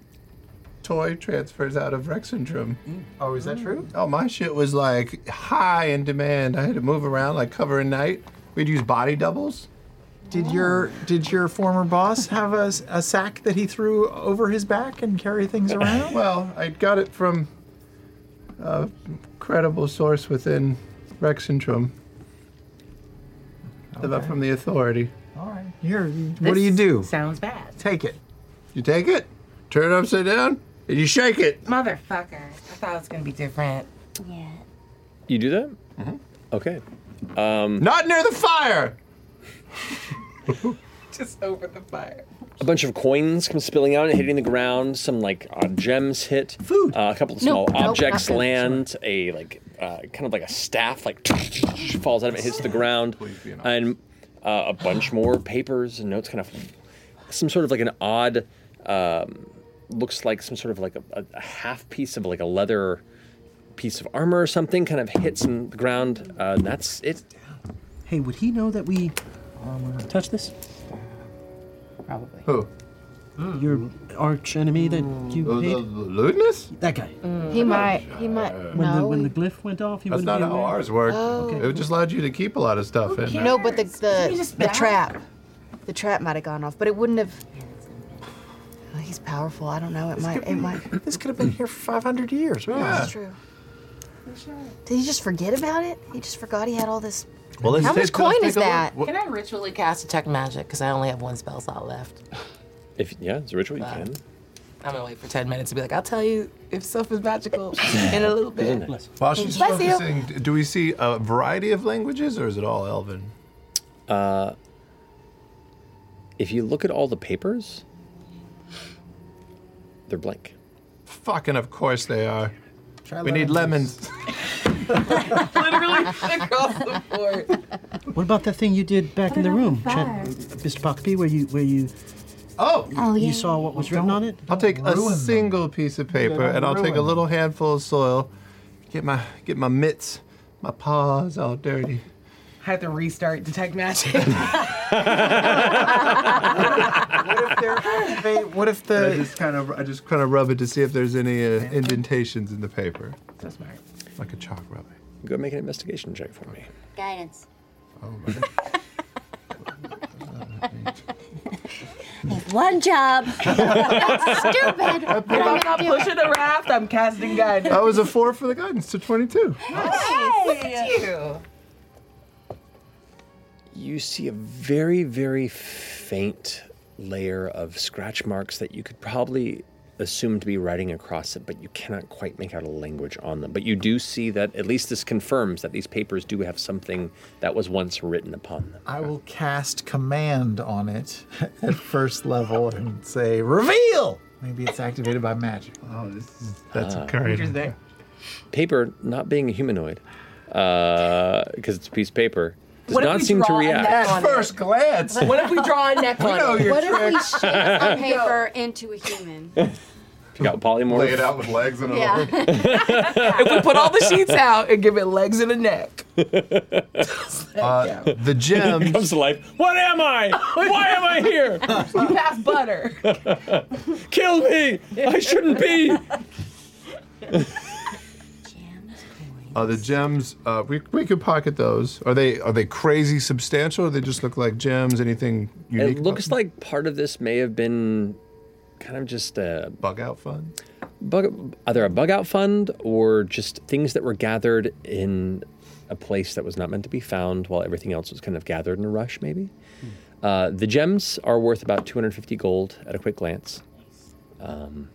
toy transfers out of Rexendrum.
Oh, is that true?
Oh, my shit was like high in demand. I had to move around like cover and night. We'd use body doubles.
Did your did your former boss have a, s- a sack that he threw over his back and carry things
(laughs)
around?
well, I got it from a credible source within Rexentrum.
Okay.
From the authority.
All right. Here, what do you do?
Sounds bad.
Take it.
You take it, turn it upside down, and you shake it.
Motherfucker. I thought it was going to be different. Yeah.
You do that? Mm-hmm. Okay. Um,
Not near the fire.
Just over the fire.
A bunch of coins come spilling out and hitting the ground. Some like odd gems hit. Food. Uh, a couple of
No,
small
no,
objects
not food,
land. A like uh, kind of like a staff like falls out of it, hits the ground, and uh, a bunch more papers and notes. Kind of some sort of like an odd. Um, looks like some sort of like a, a, a half piece of like a leather piece of armor or something. Kind of hits in the ground. Uh, and that's it.
Hey, would he know that we um, touch this?
Probably.
Who?
Your arch enemy that you
Uh,
hate?
the- the Ludinus?
That guy.
He might. He might.
When,
no.
the, when the glyph went off, he
That's
wouldn't
not
be
how
aware?
ours worked.
Oh.
It just allowed you to keep a lot of stuff in.
no, but the the, the
die?
trap, the trap might have gone off, but it wouldn't have. Well, he's powerful. I don't know. It might. It might.
This could have been here for 500 years.
That's true.
(laughs)
Did he just forget about it? He just forgot he had all this.
Well, let's
how much
take-
coin
let's
is
take a
that? (laughs)
look. Can I ritually cast detect magic? Because I only have one spell slot left.
If yeah, it's a ritual. You can.
I'm gonna wait for ten minutes and be like, I'll tell you if stuff is magical in a little bit.
While she's
Bless you.
focusing, d- do we see a variety of languages or is it all Elven?
Uh, if you look at all the papers, they're blank.
Fucking, of course they are. we need lemons.
Literally across the board.
What about that thing you did back in the room, Chet, Mr. Pocketbee, where you where you
Oh,
oh you saw what was written on it?
I'll take a
Ruin them.
single piece of paper
Don't
and I'll take a
ruin
little handful of soil. Get my get my mitts, my paws all dirty.
I have to restart detect magic.
(laughs) what if
the? I just kind of I just kind of rub it to see if there's any uh, indentations in the paper.
So smart.
Like a chalk rubbing.
Go make an investigation check for me.
Guidance.
Oh,
(laughs)
One job.
(laughs) Stupid.
If I'm not pushing the raft, I'm casting guidance.
That was a four for the guidance to 22.
Hey.
You see a very, very faint layer of scratch marks that you could probably assume to be writing across it, but you cannot quite make out a language on them. But you do see that at least this confirms that these papers do have something that was once written upon them.
I will cast command on it (laughs) at first level and say reveal. Maybe it's activated by magic.
Oh, this is
that's
Ah.
encouraging. Creatures there.
Paper, not being a humanoid, because it's a piece of paper, does
What if
not
we
seem to
draw a
react.
neck on
(laughs)
it?
glance.
What if we draw a neck
We
on
know
it?
your
What if
(laughs)
we
trick.
shape a paper into a human?
Pick out polymorph.
Lay it out with legs and
Yeah.
if we put all the sheets out and give it legs and a neck.
(laughs)
(laughs)
Uh, the gems.
comes to life. What am I? Why am I here?
(laughs) You pass butter.
Kill
(laughs)
(laughs)
me! I shouldn't be.
Uh, the gems, uh, we, we could pocket those. Are they are they crazy substantial? Or they just look like gems? Anything unique?
It looks like part of this may have been kind of just a
bug out fund.
Bug, either a bug out fund or just things that were gathered in a place that was not meant to be found, while everything else was kind of gathered in a rush. Maybe
Hmm.
uh, the gems are worth about 250 gold at a quick glance. Um,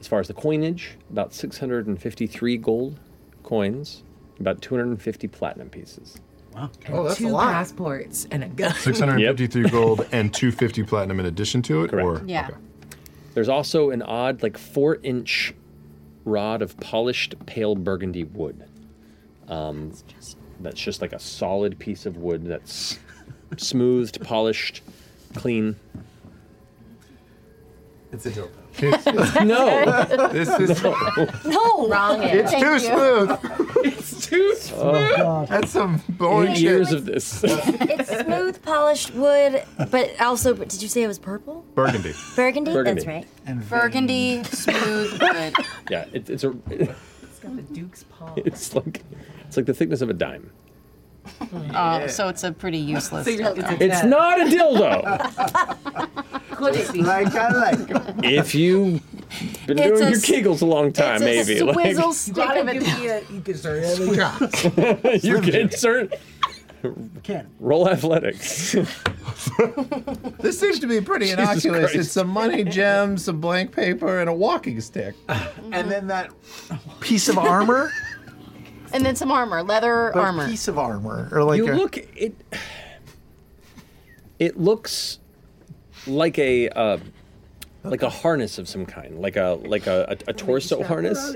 as far as the coinage, about 653 gold coins, about 250 platinum pieces.
Wow.
And
Oh,
two passports and a gun.
653 gold and 250 platinum in addition to it? Or
Yeah.
There's also an odd, like four inch rod of polished pale burgundy wood. Um, that's just like a solid piece of wood that's smoothed, polished, clean.
It's a
(laughs)
dildo.
no.
This is-
No,
Wrong end. It's too smooth.
it's too smooth.
Oh,
That's some
Eight
boring shit.
years of this.
it's smooth, polished wood, (laughs) but also, but did you say it was purple?
Burgundy.
Burgundy?
Burgundy.
That's right.
And
Burgundy,
(laughs)
smooth wood.
Yeah, it, it's a. (laughs) It's
got the Duke's
(laughs)
paw.
It's like, it's like the thickness of a dime.
Uh, so it's a pretty useless.
So you're-
dildo.
It's not
(laughs)
a dildo.
Could it be?
Like
I like.
if you've been
It's
doing
a
your
s-
kegels a long time,
it's a
maybe.
swizzle
like,
stick of a dildo. You deserve
(laughs)
it.
you can certain. Roll athletics.
This seems to
(laughs)
be pretty
Jesus
innocuous.
Christ.
It's some money, gems, some blank paper, and a walking stick.
And then that piece of armor.
And then some armor, leather
But a
armor.
piece of armor, (laughs) or like
you
a-
look
(laughs)
it. It looks like a uh, like a harness of some kind, like a like a, a, a torso harness.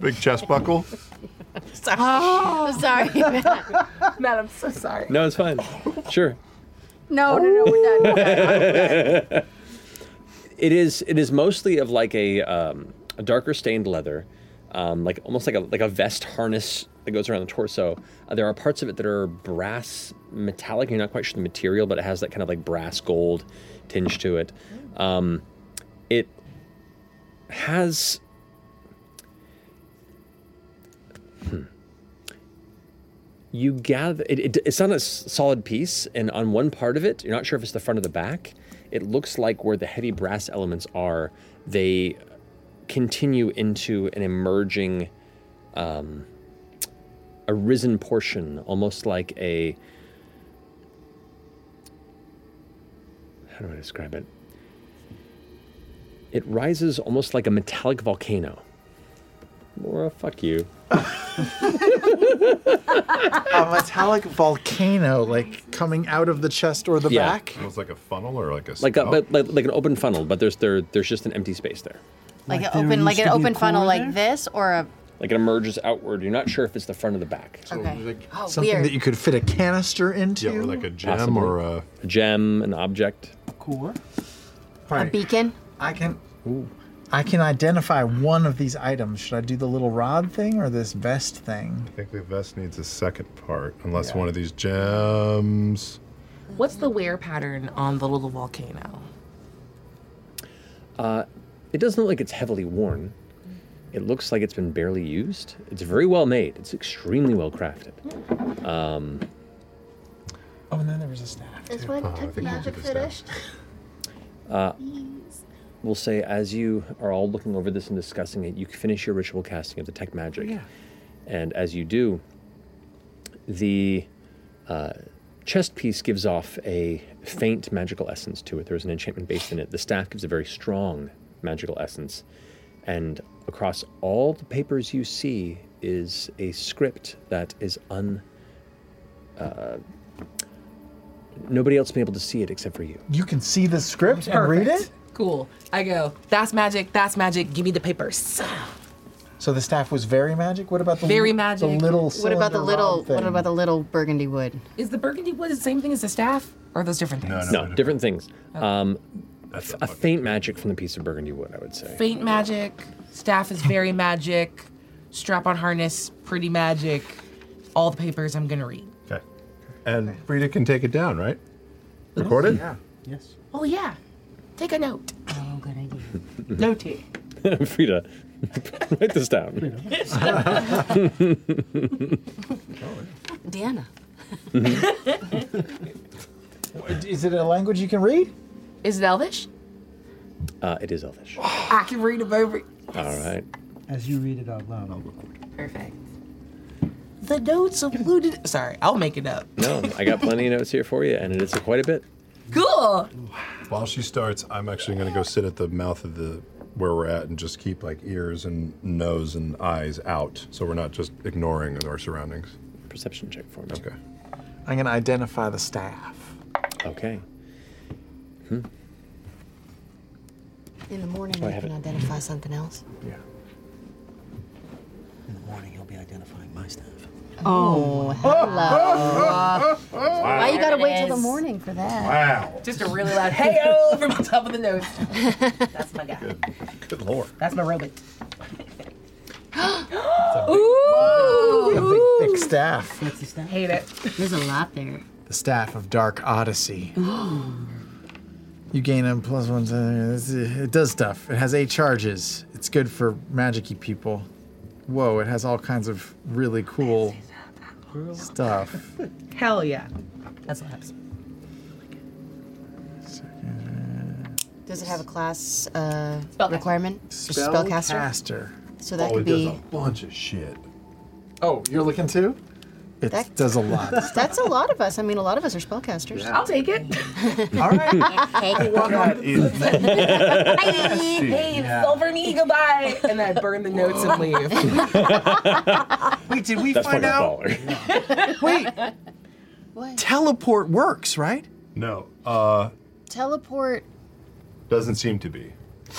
Big chest buckle.
Sorry. I'm sorry. (laughs) Matt.
Matt, I'm so sorry.
No, it's (laughs) fine. Sure. Oh.
No, no, no, we're done.
it is (laughs) it is mostly of like a, um, a darker stained leather, um, like almost like a like a vest harness that goes around the torso. Uh, there are parts of it that are brass metallic. You're not quite sure the material, but it has that kind of like brass gold tinge to it. Um, it has. Hmm. You gather. It, it, it's on a s- solid piece, and on one part of it, you're not sure if it's the front or the back. It looks like where the heavy brass elements are. They continue into an emerging, um, arisen portion, almost like a. How do I describe it? It rises almost like a metallic volcano. Laura, fuck you.
a metallic volcano, like coming out of the chest or the
Yeah.
back.
Almost like a funnel or like a
Like a, but like, like an open funnel, but there's there there's just an empty space there.
Like,
Like
an
there
open, like
used
an
to be a
open funnel,
core
like this, or a
Like it emerges outward. You're not sure if it's the front or the back.
okay. oh,
Something that you could fit a canister into. Yeah, or like
a
Possibly. a gem, an object.
core.
a beacon.
I can. I can identify one of these items. Should I do the little rod thing or this vest thing?
I think the vest needs a second part, unless one of these gems.
What's the wear pattern on the little volcano?
Uh, it doesn't look like it's heavily worn. It looks like it's been barely used. It's very well made. It's extremely well crafted. Um,
Oh, and then there was a staff.
Is
too.
one Oh, I tech think those are magic the staff. finished?
Uh, we'll say as you are all looking over this and discussing it, you finish your ritual casting of the tech magic,
Yeah.
and as you do, the uh, chest piece gives off a faint magical essence to it. There's an enchantment based in it. The staff gives a very strong magical essence, and across all the papers you see is a script that is un. Uh, nobody else been able to see it except for you.
You can see the script and read it.
Cool. I go, that's magic, that's magic, give me the papers.
So the staff was very magic. What about the
Very
li-
magic.
The little.
What about the
cylinder
little?
rod thing?
What about the little burgundy wood?
Is the burgundy wood the same thing as the staff? Or are those different things?
No, different things. Um, a, f- a faint magic from the piece of burgundy wood, I would say.
Faint magic, staff is very magic, strap on harness, pretty magic. All the papers I'm gonna read.
Okay. And Rita can take it down, right? Recorded?
Yeah.
Yes.
(laughs)
Oh yeah. Take a note.
Mm-hmm. Frida, (laughs)
Write this down.
Deanna.
Mm-hmm. (laughs) Is it a language you can read?
Is it Elvish?
uh, it is Elvish.
I can read them over.
All right.
As you read it out loud, I'll record.
Perfect. The notes of looted. Sorry, I'll make it up.
No, I got plenty of notes here for you, and it is quite a bit.
Cool.
While she starts, I'm actually going to go sit at the mouth of the where we're at and just keep like ears and nose and eyes out, so we're not just ignoring our surroundings.
Perception check for me.
Okay.
I'm going to identify the staff. Hmm.
Okay.
In the morning,
Oh, I
you
have
can
it.
identify something else.
Yeah.
In the morning, you'll be identifying my staff.
Oh,
hello.
Why you gotta
There it
wait till the
is.
morning for that?
Just a really loud hey (laughs) oh from the top of the nose. That's my guy.
Good lord.
That's my robot.
Ooh. Big, big staff.
Hate it.
There's a lot there.
The staff of Dark Odyssey. You gain a plus one. to- It does stuff. It has eight charges. It's good for magicy people. Whoa! It has all kinds of really cool stuff.
Hell yeah. That's what happens.
Does it have a class uh, requirement? for
Spellcaster.
So that could be.
bunch of shit.
Oh, you're looking too? It
That-
does a lot.
(laughs) That's a lot of us. I mean, a lot of us are spellcasters.
Yeah. I'll
(laughs)
take it.
All
right.
hey, silver me, goodbye. And then I burn the notes and (laughs) leave.
Wait, did we
That's
find
fucking
out? Wait. (laughs) Teleport works, right?
No, uh,
Teleport.
doesn't seem to be.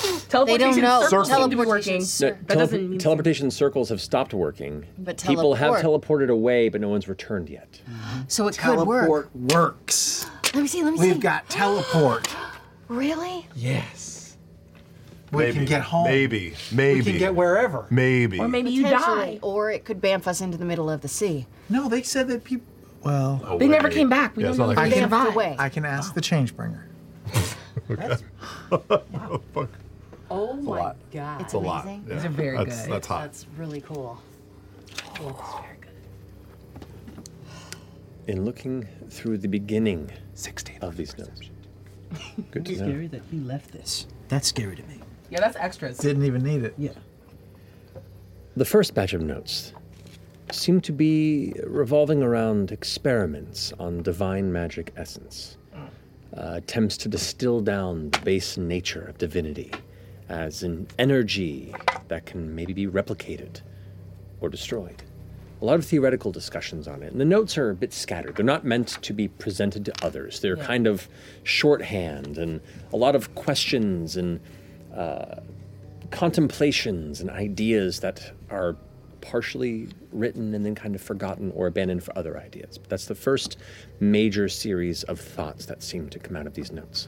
They don't
Teleportation
know.
circles seem to be
Teleportation
working.
No,
That
tele-
doesn't mean
teleportation circles have stopped working.
But
People have teleported away, but no one's returned yet.
Mm-hmm. So it
could
work.
works.
Let me see. Let me see.
We've got teleport.
Really?
Yes.
We maybe, can get home. Maybe. Maybe.
get wherever.
Maybe.
Potentially, Or it could bamf us into the middle of the sea.
No, they said that people. Well,
They never came back. We
Yeah, don't it's not know like if they
I can,
survived. away.
I can ask the (laughs) changebringer.
Fuck.
Oh
It's a my lot.
god.
It's a lot. Amazing. Yeah. These are very That's- good. that's hot.
That's really cool.
In looking through the beginning of these notes. Good
(laughs)
to know.
scary that he left this. That's scary to me.
Yeah, that's extras.
Didn't even need it.
Yeah.
The first batch of notes seem to be revolving around experiments on divine magic essence, uh, attempts to distill down the base nature of divinity as an energy that can maybe be replicated or destroyed. A lot of theoretical discussions on it, and the notes are a bit scattered. They're not meant to be presented to others. They're
Yeah.
kind of shorthand, and a lot of questions and uh, contemplations and ideas that are partially written and then kind of forgotten or abandoned for other ideas. But that's the first major series of thoughts that seem to come out of these notes.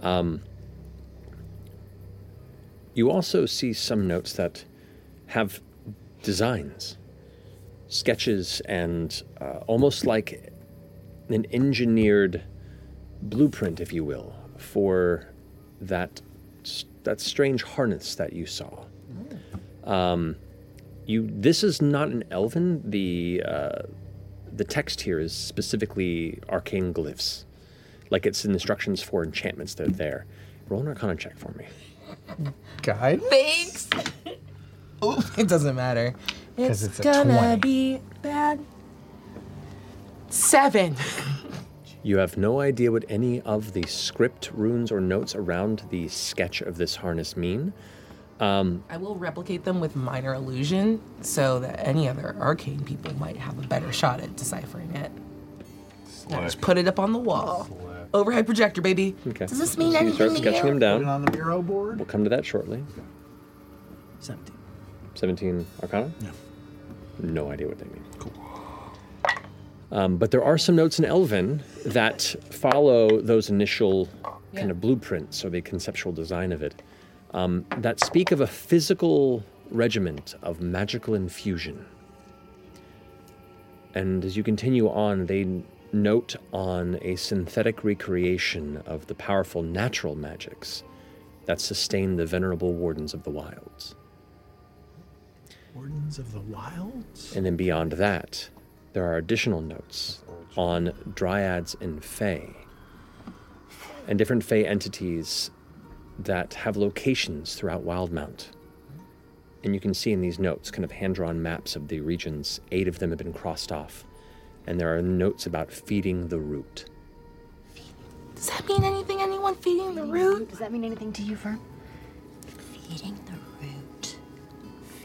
Um, you also see some notes that have designs, sketches, and uh, almost like an engineered blueprint, if you will, for that that strange harness that you saw. Um, you this is not an elven. The uh, the text here is specifically arcane glyphs, like it's instructions for enchantments that are there. Roll an arcana check for me.
Guide.
Thanks. Oh, (laughs) it doesn't matter.
'Cause it's a
gonna
20.
be bad. Seven.
You have no idea what any of the script runes or notes around the sketch of this harness mean. Um,
I will replicate them with minor illusion so that any other arcane people might have a better shot at deciphering it. Now just put it up on the wall. Overhead projector, baby.
okay.
Does this mean
so you start
anything
sketching
here?
them down.
Put it
on the bureau board.
We'll come to that shortly.
Seventeen.
Seventeen Arcana. No. No idea what they mean. Cool. Um, but there are some notes in Elven that follow those initial kind of blueprints or the conceptual design of it um, that speak of a physical regiment of magical infusion. And as you continue on, they n- note on a synthetic recreation of the powerful natural magics that sustain the venerable wardens of the wilds.
Sons of the Wild?
And then beyond that, there are additional notes on dryads and fae and different fae entities that have locations throughout Wildmount. And you can see in these notes kind of hand drawn maps of the regions. Eight of them have been crossed off. And there are notes about feeding the root.
Does that mean anything? Anyone feeding the root?
Does that mean anything to you, Fern?
Feeding the root.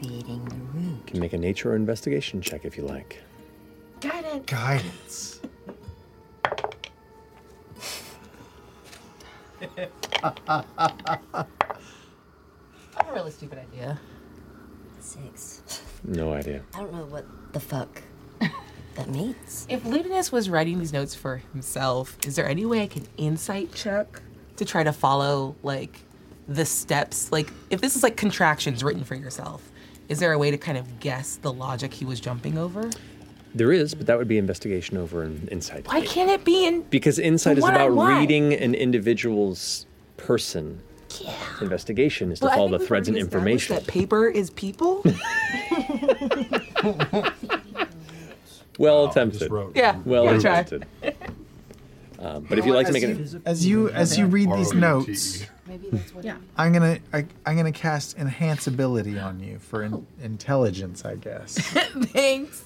Feeding the root.
Mm.
You can make a nature or investigation check if you like.
(laughs) Guidance.
Guidance.
That's a really stupid idea.
Six.
No idea.
I don't know what the fuck that means.
(laughs) If Ludinus was writing these notes for himself, is there any way I can insight check to try to follow like the steps? Like if this is like contractions written for yourself, is there a way to kind of guess the logic he was jumping over?
There is, but that would be investigation over in- insight.
Why can't it be in
Because insight
The
is
one I
about
want.
reading an individual's person. Investigation is to
Well, I
follow the
think we've
threads and
already established
information.
That paper
(laughs)
is people?
(laughs) Well attempted.
Yeah,
Well
gotta try.
attempted. Um, but if you'd like to make an
you, as you as you read these notes,
Maybe that's what. Yeah.
I'm gonna I, I'm gonna cast enhance ability on you for in, intelligence, I guess.
(laughs) Thanks.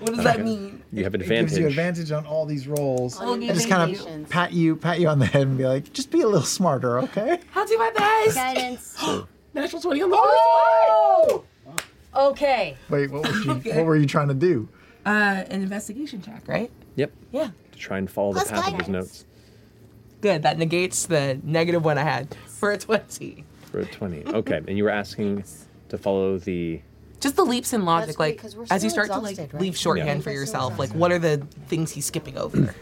What does that mean?
You have
It gives you
advantage.
advantage on all these rolls.
All
I
your
just kind
innovations.
of pat you pat you on the head and be like, just be a little smarter, okay?
(laughs)
I'll do my best.
Guidance.
(gasps) Natural 20 on the
oh!
Okay.
Wait, what was you, what were you trying to do?
Uh, an investigation check, right?
Yep.
Yeah.
To try and follow the
Plus
path of his
guidance.
notes
Good. That negates the negative one I had for a 20.
for a 20. Okay. And you were asking to follow the.
Just the leaps in logic, like
because we're
as you
still
start to like
exhausted, right?
leave
Yeah.
shorthand
We're
for
still
yourself, like what are the things he's skipping over?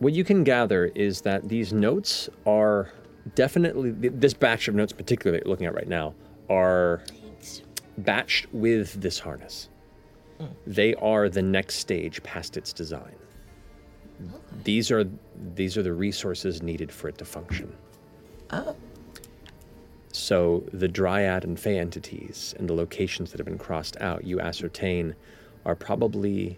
What you can gather is that these notes are definitely, th- this batch of notes, particularly that you're looking at right now, are batched with this harness. They are the next stage past its design. These are these are the resources needed for it to function.
oh,
So the dryad and fey entities and the locations that have been crossed out, you ascertain, are probably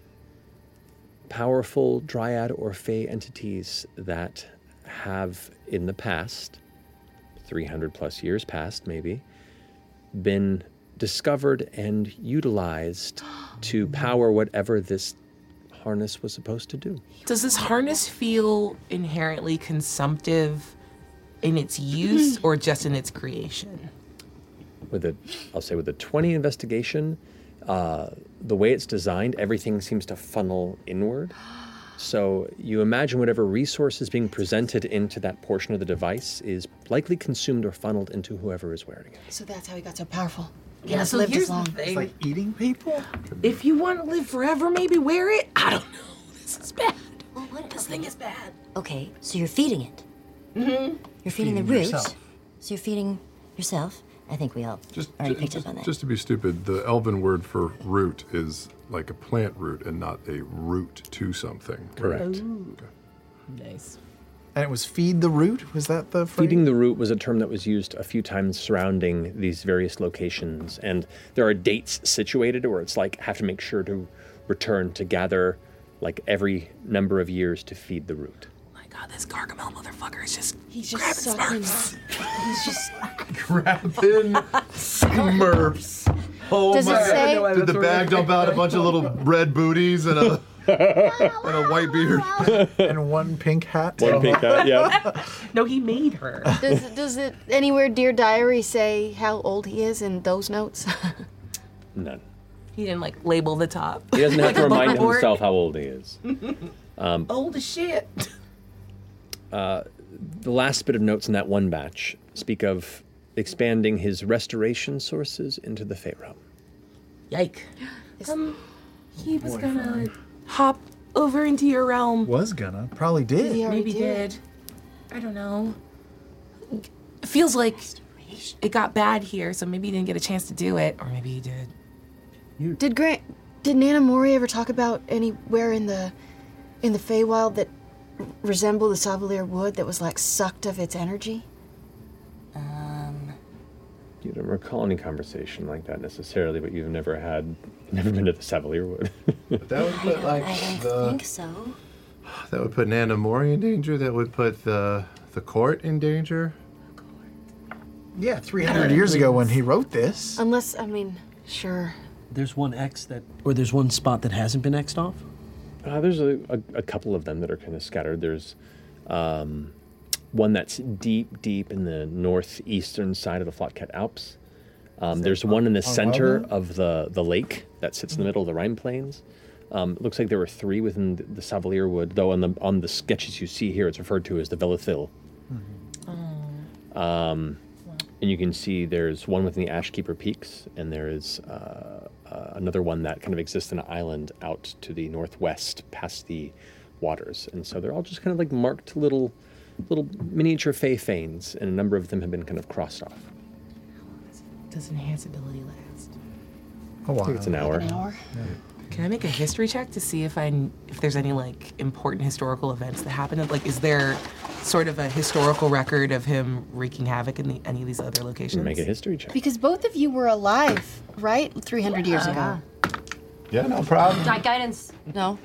powerful dryad or fey entities that have in the past, 300 plus years past maybe, been discovered and utilized to power whatever this harness was supposed to do.
does this harness feel inherently consumptive in
(clears throat)
its use or just in its creation?
with a I'll say with a 20 investigation, uh, the way it's designed, everything seems to funnel inward. So you imagine whatever resource is being presented into that portion of the device is likely consumed or funneled into whoever is wearing it.
So that's how he got so powerful.
Yeah,
He's
so
lived
here's
as
the
long.
thing. It's like
eating people?
If you want to live forever, maybe wear it. I don't know. (laughs) This is bad. this thing is bad.
Okay, so you're feeding it.
Mm-hmm.
You're feeding,
Feeding
the root.
yourself.
So you're feeding yourself. I think we all
just
already
ju-
picked
just,
up on that.
just to be stupid, the Elven word for root is like a plant root and not a root to something.
(laughs)
Nice.
And it was feed the root? Was that the phrase?
Feeding the root was a term that was used a few times surrounding these various locations, and there are dates situated where it's like have to make sure to return to gather like every number of years to feed the root.
Oh My God, this Gargamel motherfucker is just
He's just sucking. He's just.
(laughs)
Grabbing smurfs. Oh
Does it
my God.
say-
Did the bag dump out a bunch of little red booties and a and a white beard?
(laughs) and one pink hat.
One pink hat, yeah.
(laughs) No, he made her.
Does does it anywhere Dear Diary say how old he is in those notes? (laughs)
None.
He didn't like label the top.
He doesn't have to
(laughs) Like a
remind
board.
himself how old he is. Um,
(laughs) Old as shit.
uh, the last bit of notes in that one batch speak of expanding his restoration sources into the Fey realm.
Yike. Um, he was gonna hop over into your
(laughs)
realm.
Was gonna. Probably did.
Maybe did. I don't know. It feels like it got bad here, so maybe he didn't get a chance to do it, or maybe he did.
did Grant did Nana Mori ever talk about anywhere in the in the Feywild that resembled the Savalier wood that was like sucked of its energy?
Um,
You don't recall any conversation like that necessarily, but you've never had, never been to the Savalier Wood.
that would
(laughs)
put like
I
the
think so.
that would put Nana Mori in danger. That would put the the court in danger.
Yeah, 300 years ago when he wrote this.
Unless, I mean, sure.
There's one X that, or there's one spot that hasn't been X'd off.
Uh, there's a, a, a couple of them that are kind of scattered. There's um, one that's deep, deep in the northeastern side of the Flotket Alps. Um, there's one in the
on Mm-hmm.
center
Wildwood?
of the, the lake that sits in the middle of the Rhine Plains. Um, it looks like there were three within the, the Savalier Wood, though on the on the sketches you see here, it's referred to as the Velithil.
Mm-hmm.
Um, and you can see there's one within the Ashkeeper Peaks, and there is uh, uh, another one that kind of exists in an island out to the northwest, past the waters. And so they're all just kind of like marked little, little miniature fey fanes, and a number of them have been kind of crossed off.
Does enhance ability last?
I think it's an hour.
Can I make a history check to see if I kn- if there's any like important historical events that happened? Like, is there sort of a historical record of him wreaking havoc in the, any of these other locations?
Make a history check.
Because both of you were alive, right? 300 years ago.
Yeah, no problem.
Not guidance. No.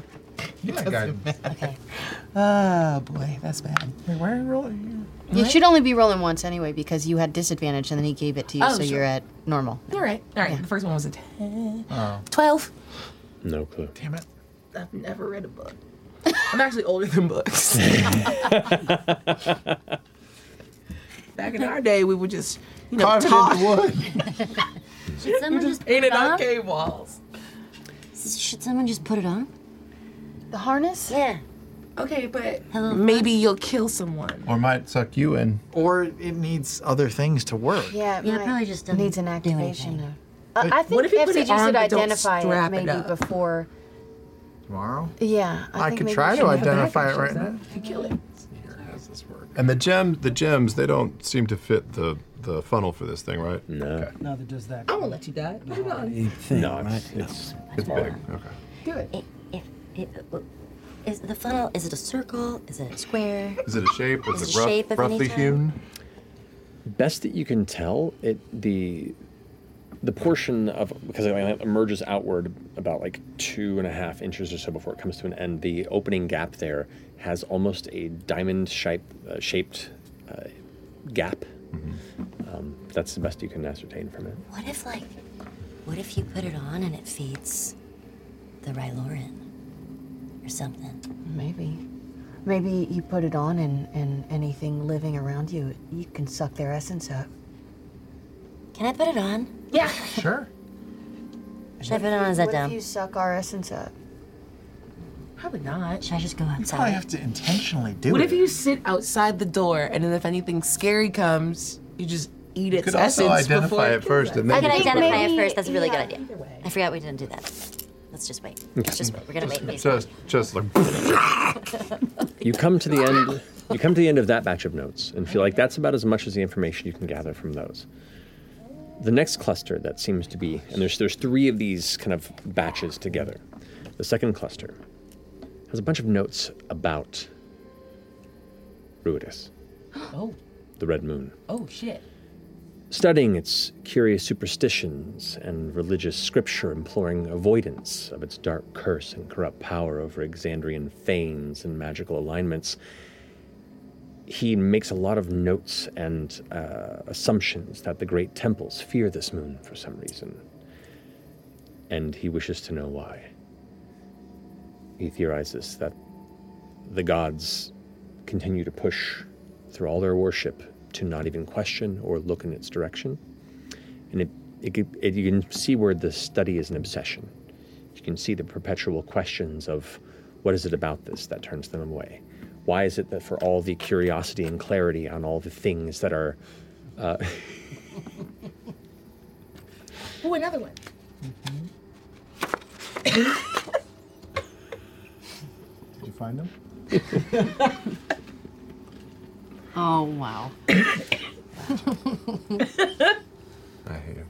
Oh boy, that's bad. Wait, why are you rolling?
You should only be rolling once anyway because you had disadvantage and then he gave it to you,
Oh,
so
sure.
you're at normal.
All right, all right. The first one was a ten.
Oh.
Twelve.
No clue.
Damn it! I've never read a book. I'm actually older than (laughs) books. Back in our day, we would just you know
Carve it into
talk.
Should
(laughs)
someone
We
just put
painted
it
on
on?
cave walls.
Should someone just put it on?
The harness?
Yeah.
Okay, but
Hello.
maybe you'll kill someone.
Or might suck you in.
Or it needs other things to work.
Yeah, it probably just needs an activation.
Uh,
I
I
think
think What if you put it
FCG
on
should
but don't
identify it
strap it
maybe
up?
before.
Tomorrow.
Yeah,
I
I, think
could
maybe
try to
we should have
identify
that.
it right now.
You kill it.
And the gem, the gems, they don't seem to fit the the funnel for this thing, right?
No.
Neither does that.
I won't let you die. Put it on.
no, it's it's, it's big. Okay.
Do it.
If, if, uh, is the funnel? Is it a circle? Is it a square?
Is it a shape? Is, it
Is it a
rough,
shape of any
roughly
type?
hewn?
best that you can tell it the the portion of because it emerges outward about like two and a half inches or so before it comes to an end the opening gap there has almost a diamond shape, uh, shaped uh, gap
Mm-hmm.
um, that's the best you can ascertain from it
What if like, what if you put it on and it feeds the Ryloran or something?
Maybe. Maybe you put it on and, and anything living around you, you can suck their essence up.
Can I put it on? (laughs)
Yeah.
Sure.
Should I put it on? or Is that
What if
dumb?
you suck our essence up?
Probably not.
Should I just go outside?
probably have to intentionally do
what
it.
if you sit outside the door and then if anything scary comes, you just eat its
could
essence
also
before
identify it
kills
first
us?
and
I
then
can
you can
identify
put
it
it-
first. That's a really good idea. I forgot we didn't do that. Let's just wait. Let's just wait. We're gonna wait. wait.
Just, just like.
(laughs) you come to the end you come to the end of that batch of notes and feel like that's about as much as the information you can gather from those the next cluster that seems to be and there's there's three of these kind of batches together the second cluster has a bunch of notes about ruidus
(gasps) Oh,
the red moon
oh shit.
studying its curious superstitions and religious scripture imploring avoidance of its dark curse and corrupt power over Exandrian fanes and magical alignments, he makes a lot of notes and uh, assumptions that the great temples fear this moon for some reason. And he wishes to know why. He theorizes that the gods continue to push through all their worship to not even question or look in its direction. And it, it, could- it, you can see where the study is an obsession. You can see the perpetual questions of what is it about this that turns them away? Why is it that for all the curiosity and clarity on all the things that are. Uh, (laughs)
Oh, another one.
Did you find them?
(laughs)
Oh, wow.
I hate him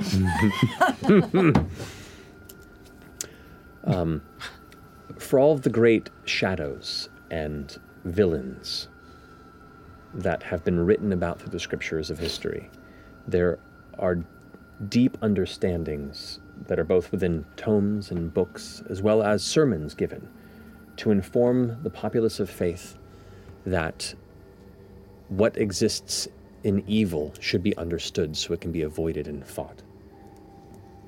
sometimes.
(laughs)
(laughs)
um, for all of the great shadows and villains that have been written about through the scriptures of history,
there are deep understandings that are both within tomes and books, as well as sermons given to inform the populace of faith that what exists in evil should be understood so it can be avoided and fought.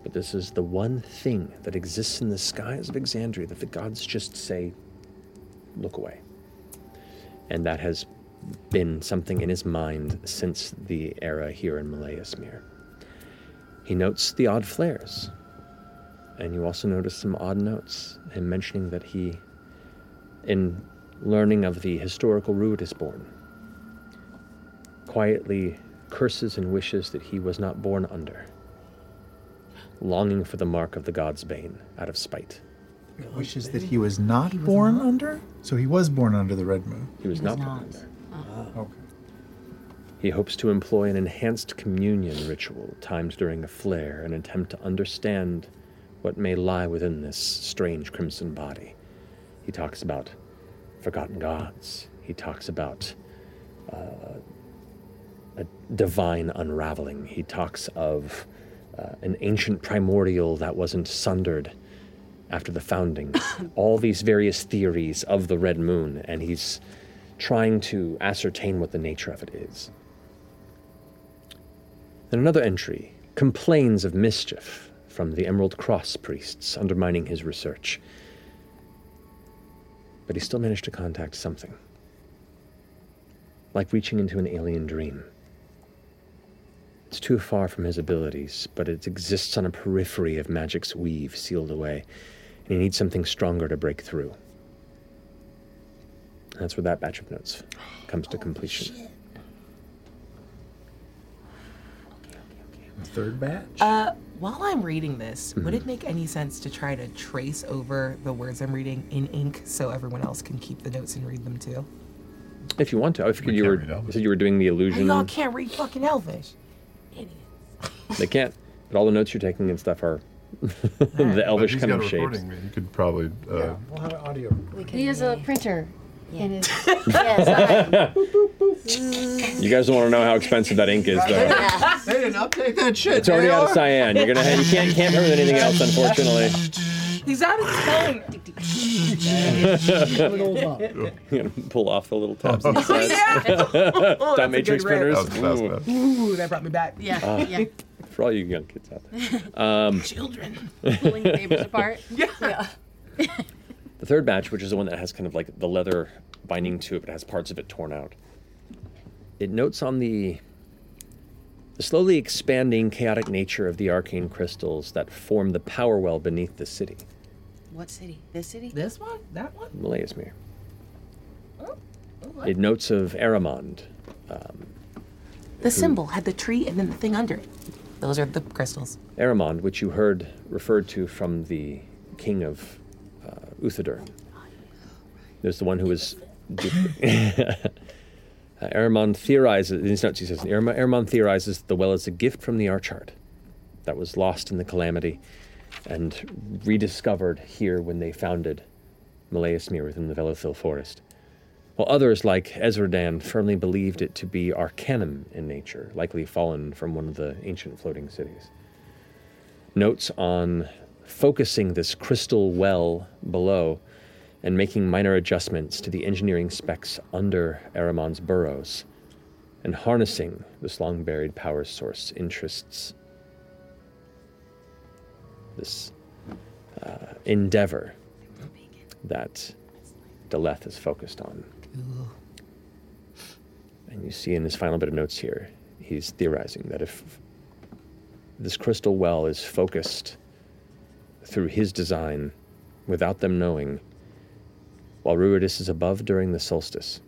But this is the one thing that exists in the skies of Exandria that the gods just say, look away. And that has been something in his mind since the era here in Malayasmere. He notes the odd flares, and you also notice some odd notes, him mentioning that he, in learning of the historical root is born, quietly curses and wishes that he was not born under, longing for the mark of the god's bane out of spite.
Wishes that he was not born under? So he was born under the red moon.
He was, not, born under. He hopes to employ an enhanced communion ritual timed during a flare in an attempt to understand what may lie within this strange crimson body. He talks about forgotten gods. He talks about uh, a divine unraveling. He talks of uh, an ancient primordial that wasn't sundered after the founding. All these various theories of the red moon, and he's trying to ascertain what the nature of it is. Then another entry complains of mischief from the Emerald Cross priests undermining his research. But he still managed to contact something. Like reaching into an alien dream. It's too far from his abilities, but it exists on a periphery of magic's weave sealed away, and he needs something stronger to break through. That's where that batch of notes comes to completion.
Third bat?
Uh, while I'm reading this, would
Mhm.
it make any sense to try to trace over the words I'm reading in ink so everyone else can keep the notes and read them too?
If you want to, I figured you were you said you were doing the illusion.
(laughs) Y'all can't read fucking Elvish.
They can't. But all the notes you're taking and stuff are (laughs) the Elvish
he's
kind
got
of
a
shapes.
recording. You could probably. Uh,
We'll have an audio.
He has a printer in
(laughs)
(laughs)
his.
(laughs) You guys don't want to know how expensive that ink is, though.
They didn't update that shit.
(laughs) It's already out of cyan. You're
(laughs)
gonna you can't can't remember anything
(laughs)
else, unfortunately.
He's out of time.
You're gonna pull off the little
(laughs)
tabs on the
(laughs)
sides. (laughs)
Oh,
Dot matrix printers. Ooh.
Ooh, that brought me back. Yeah,
Ah, For all you young kids out there. Um,
Children
pulling papers
(laughs)
(laughs)
apart. yeah.
The third batch, which is the one that has kind of like the leather binding to it, but has parts of it torn out. It notes on the, the slowly expanding chaotic nature of the arcane crystals that form the power well beneath the city,
What city? This city?
This one? That one?
Malayasmere.
what?
It notes of Aramond. Um,
The symbol had the tree and then the thing under it. Those are the crystals.
Aramond, which you heard referred to from the king of uh, Uthodor. There's the one who was. (laughs) Uh, Aramond theorizes, in his notes he says, "Aram- Aramond theorizes that the well is a gift from the Archard that was lost in the calamity and rediscovered here when they founded Malayasmir within the Velothil forest. While others, like Ezradan, firmly believed it to be arcanum in nature, likely fallen from one of the ancient floating cities. Notes on focusing this crystal well below and making minor adjustments to the engineering specs under Aramon's burrows, and harnessing this long buried power source interests this uh, endeavor that Deleth is focused on. And you see in his final bit of notes here, he's theorizing that if this crystal well is focused through his design without them knowing, while Ruidus is above during the solstice,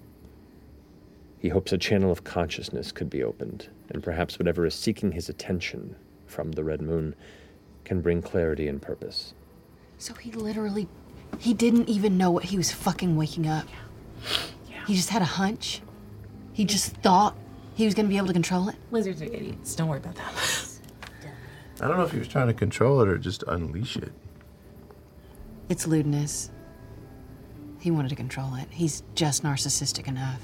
he hopes a channel of consciousness could be opened, and perhaps whatever is seeking his attention from the red moon can bring clarity and purpose.
So he literally, he didn't even know what he was fucking waking up. He just had a hunch. He just thought he was gonna be able to control it.
Lizards are idiots. Don't worry about that. (laughs)
I don't know if he was trying to control it or just unleash it.
It's lewdness. He wanted to control it. He's just narcissistic enough.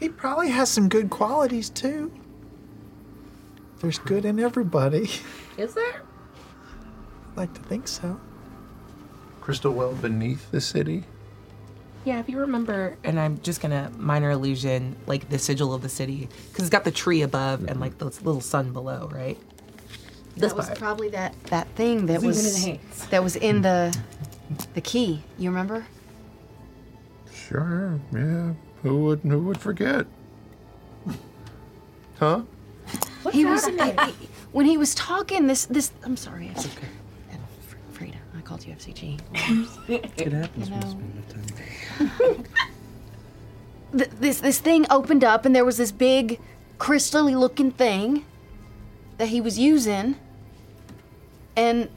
He probably has some good qualities too. There's good in everybody. (laughs)
Is there?
I'd like to think so.
Crystal well beneath the city.
Yeah, if you remember, and I'm just gonna minor illusion like the sigil of the city because it's got the tree above
Mm-hmm.
and like the little sun below, right?
That was probably that that thing that
Zoom in
was
and
that was in the the key. You remember?
Sure, yeah. Who would who would forget? Huh?
he was I- I- when he was talking. This this. I'm sorry. It's okay. Frida, I called you FCG.
(laughs)
It happens.
You
when
know.
you spend enough time.
Th- this this thing opened up and there was this big crystally looking thing that he was using and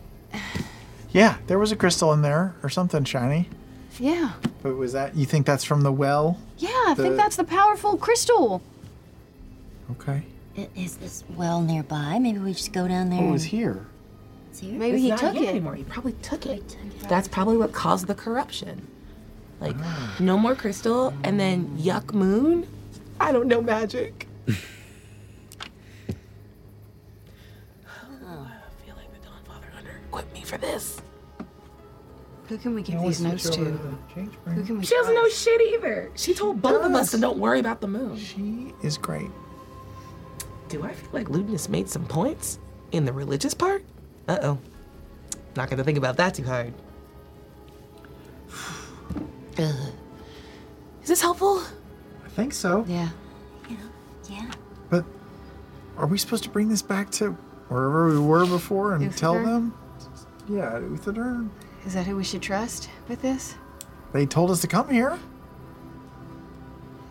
Yeah, there was a crystal in there or something shiny.
yeah
But was that? You think that's from the well?
yeah i
The-
think that's the powerful crystal
Okay.
I- Is this well nearby? Maybe we just go down there.
Oh, it's
and-
here.
It's here?
Maybe
It's not here
anymore.
anymore. He probably took it. That's probably what caused the corruption. Like, no more crystal, and then yuck moon. I don't know magic. (laughs) Equip me for this.
who can we give
No,
these
we
notes
switch
to
over
who can we
She doesn't know shit either. She told both of us to don't worry about the moon.
She is great.
Do I feel like Ludinus made some points in the religious part? Uh oh. Not gonna think about that too hard. (sighs) Ugh. Is this helpful?
I think so.
Yeah.
Yeah.
But are we supposed to bring this back to wherever we were before and tell
Uthodurn?
them? Yeah, Uthodurn.
is that who we should trust with this
They told us to come here.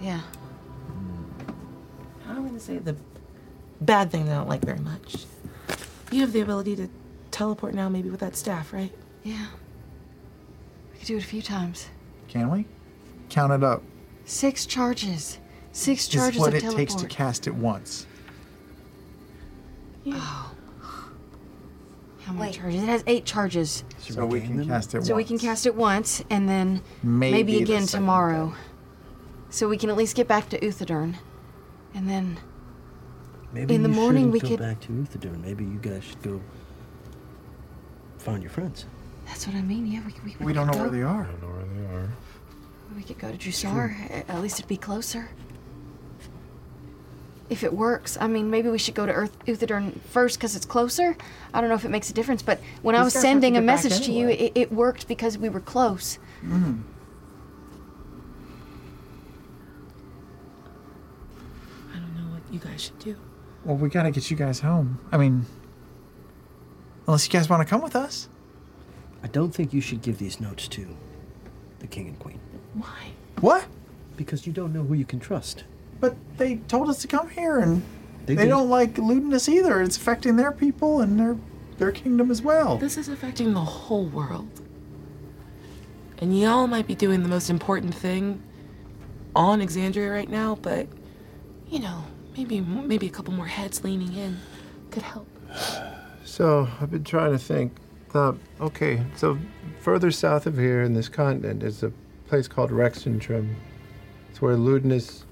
yeah
I'm gonna say the bad thing that I don't like very much. You have the ability to teleport now, maybe with that staff, right?
Yeah. we could do it a few times
Can we? Count it up.
six charges six
This
charges
is what
of
it
teleport
takes to cast it once.
oh how many charges it has eight charges
So we can cast it
so we
once.
can cast it once and then maybe,
Maybe the
again
second
tomorrow. So we can at least get back to Uthodurn. And then
Maybe
in the
you
morning
shouldn't
we
go
could
back to Uthodurn. Maybe you guys should go find your friends.
That's what I mean. Yeah, we we,
We don't
could
know where
go-
they
are.
I
don't know where they are.
We could go to Drusar. A- At least it'd be closer. If it works, I mean, maybe we should go to Earth Uthodurn first because it's closer. I don't know if it makes a difference, but when I
These
was
guys have to
sending a
get back
message to you,
anyway.
it, it worked because we were close.
Mm.
I don't know what you guys should do.
Well, we gotta get you guys home. I mean, unless you guys want to come with us.
I don't think you should give these notes to the king and queen.
Why?
What?
Because you don't know who you
(laughs)
can trust.
But they told us to come here, and
They
they,
did.
don't like lewdness either. It's affecting their people and their their kingdom as well.
This is affecting the whole world. And y'all might be doing the most important thing on Exandria right now, but you know, maybe maybe a couple more heads leaning in could help.
So I've been trying to think. Uh, okay, so further south of here in this continent is a place called Rexentrum. It's where Ludinus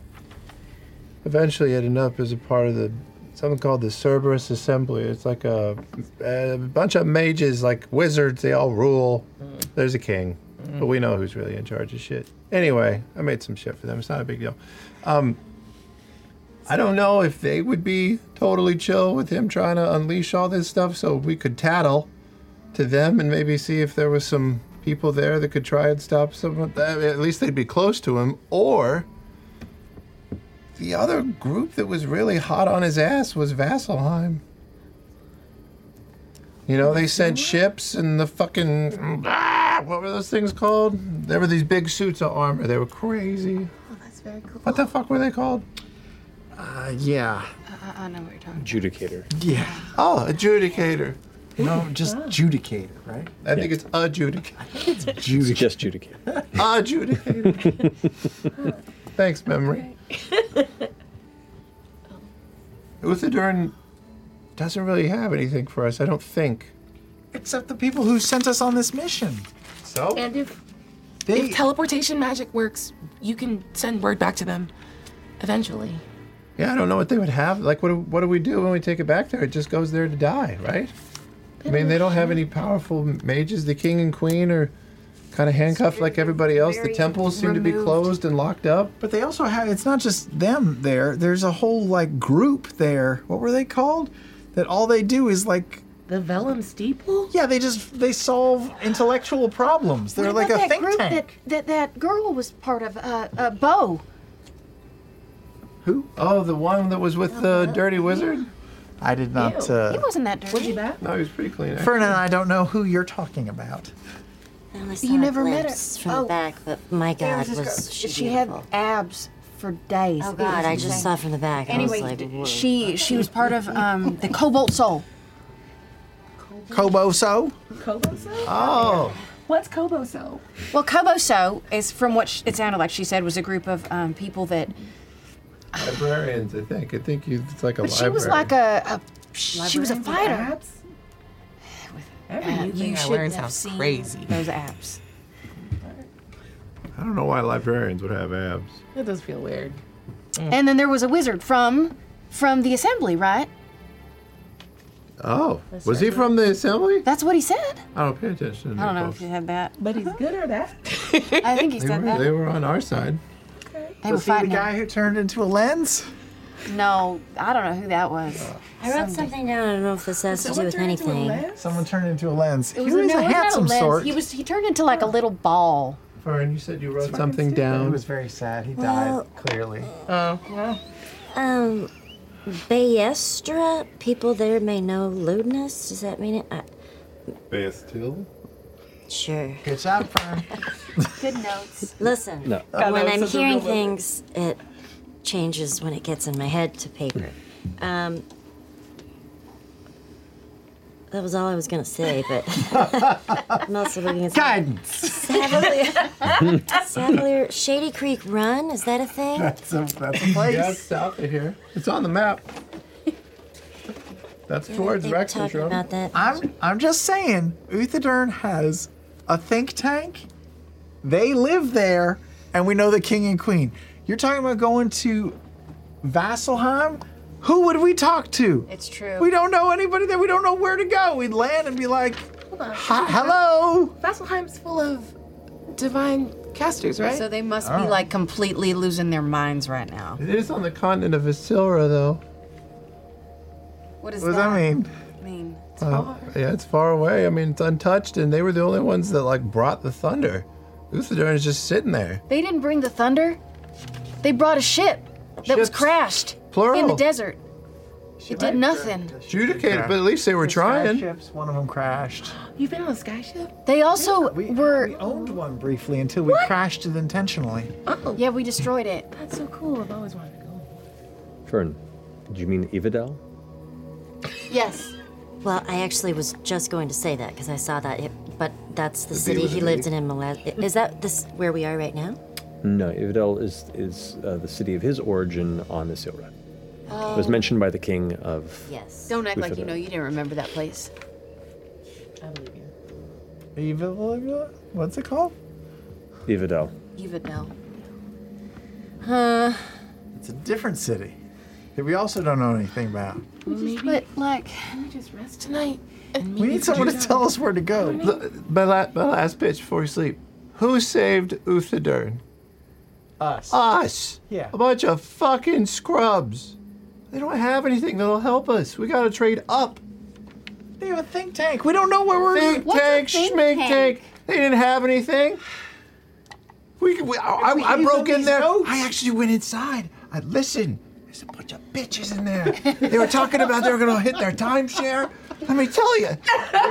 eventually ended up as a part of the something called the Cerberus Assembly. It's like a, a bunch of mages, like wizards. They all rule. There's a king, but we know who's really in charge of shit. Anyway, I made some shit for them. It's not a big deal. Um, I don't know if they would be totally chill with him trying to unleash all this stuff, so we could tattle to them and maybe see if there was some people there that could try and stop some of that. At least they'd be close to him. Or the other group that was really hot on his ass was Vasselheim. You know, they sent ships and the fucking. ah, what were those things called? There were these big suits of armor. They were crazy.
Oh, that's very cool.
What the fuck were they called?
Uh, yeah.
I, I- I know what you're talking
Adjudicator.
Yeah.
Oh, adjudicator.
No, just judicator, right?
I think it's
(laughs)
adjudicator.
Judicator.
(laughs)
Just Judicator.
Ah, adjudicator. Thanks, memory. Uthodurn doesn't really have anything for us, I don't think.
Except the people who sent us on this mission.
So?
And if
They-
if teleportation magic works, you can send word back to them. Eventually.
Yeah, I don't know what they would have. Like, what do, what do we do when we take it back there? It just goes there to die, right? I mean, they don't have any powerful mages. The king and queen are kind of handcuffed like everybody else. The temples seem to be closed and locked up.
But they also have, it's not just them there. There's a whole, like, group there. What were they called? That all they do is, like,
the Vellum Steeple?
Yeah, they just, they solve intellectual problems. They're
What
like
about
a
that
think
group
tank.
That, that that girl was part of, uh, uh, Bo.
Who? Oh, the one that was with the dirty wizard?
I did not,
Uh-huh. Ew.
uh,
he wasn't that dirty. Was he
that?
No, he was pretty clean.
Fernan, I don't know who you're talking about.
You never met her. Oh.
from the back, but my
There
God,
this
was,
girl.
she,
had
beautiful.
abs for days.
Oh
It
God,
was
I just
insane.
saw from the back. and I was
Anyway,
like, whoa.
she she was part of um, the Cobalt Soul.
Koboso?
Koboso?
Oh.
What's Koboso?
Well, Coboso is from what sh- it sounded like she said was a group of um, people that
Librarians, I think. I think you, it's like a
but she
library.
was like a, a she was a
Librarians with
fighter.
abs? Every
Uh,
new thing
you
I
should
learn
have
sounds
seen
crazy.
Those apps.
I don't know why librarians would have abs.
That does feel weird.
And then there was a wizard from from the assembly, right?
Oh,
That's
was he
right.
from the assembly?
That's what he said.
I don't pay attention.
I don't know if
folks.
he had that.
But he's good or that.
I think he
They
said
were,
that.
they were on our side.
They
was
were
he the
fighting
guy who turned into a lens?
No, I don't know who that was.
I wrote something down. I don't know if this has to do with anything.
Someone turned into a lens.
It
he
was,
was
no,
a
it was not a
handsome
lens.
sort.
He was he turned into like a little ball.
Fern, you said you wrote
something
down.
He was very sad. He
Well-
died, clearly.
Oh. Um, Bayestra. People there may know lewdness. Does that mean it? I,
Bastille?
sure.
Good job, Fern.
Good notes.
Listen,
No.
when
God, that was
I'm
such a
hearing
real
(laughs)
moment.
things, it changes when it gets in my head to paper. Um, that was all I was going to say, but most of it is
guidance.
Savalier, Savalier, Shady Creek Run, is that a thing?
That's a,
(laughs)
that's a place.
Yeah, it's south of here. It's on the map. That's towards Rexxentrum.
I'm I'm just saying, Uthodurn has a think tank. They live there, and we know the king and queen. You're talking about going to Vasselheim? Who would we talk to?
It's true.
We don't know anybody there. We don't know where to go. We'd land and be like,
Hold on.
"Hi- hello.
Vasselheim's full of divine casters, right?
So they must
Ah.
Oh.
be like completely losing their minds right now.
It is on the continent of Isilra, though.
What is
What does that mean?
mean?
Uh, yeah, it's far away. I mean, it's untouched, and they were the only ones that like brought the thunder. Uthodurn is just sitting there.
They didn't bring the thunder. They brought a ship that was crashed in
plural.
the desert. It did nothing.
Adjudicated, but at least they were
The
trying.
Skyships, one of them crashed.
You've been on a skyship?
They also were.
We owned one briefly until we crashed it intentionally.
Yeah, we destroyed it.
That's so cool. I've always wanted to go.
Fern, do you mean Ivadel?
Yes.
Well, I actually was just going to say that because I saw that, it, but that's the
The
city
Beaver
he
Lake.
lived in in Malaz. Is that this where we are right now?
No, Ivadel is is uh, the city of his origin on Isilra. It was
Oh.
mentioned by the king of.
Yes.
Don't act
We
like you
forgot.
know you didn't remember that place.
Evil, what's it called?
Ivadel.
Even now. Huh.
It's a different city that we also don't know anything about.
but like,
can we just rest tonight?
We need someone to tell us where to go.
L- My, la- my last pitch before you sleep. Who saved Uthodurn?
Us.
Us.
Yeah.
A bunch of fucking scrubs. They don't have anything that'll help us. We gotta trade up.
They have a think tank. We don't know where we're.
Think tank, schmink tank? They didn't have anything. We, can- we, I,
we
I, I
gave them
broke in
these
there.
notes.
I actually went inside. I listened. There's a bunch of bitches in there. They were talking about they were gonna hit their timeshare. Let me tell you,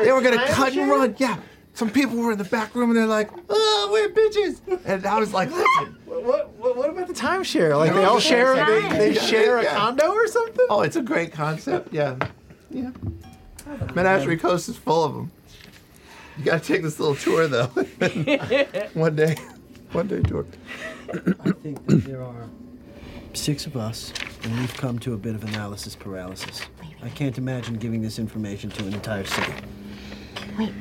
they were gonna cut and run. Yeah, some people were in the back room and they're like, "Oh, we're bitches," and I was like, "Listen,
What, what, what about the timeshare? Like
No,
they all
it's
share,
fine.
they, they
Yeah,
share a
yeah.
condo or something.
oh, it's a great concept." Yeah,
Oh,
Menagerie Coast is full of them. You gotta take this little tour though. (laughs) one day, one day tour.
There are six of us, and we've come to a bit of analysis paralysis. I can't imagine giving this information to an entire city.
Wait.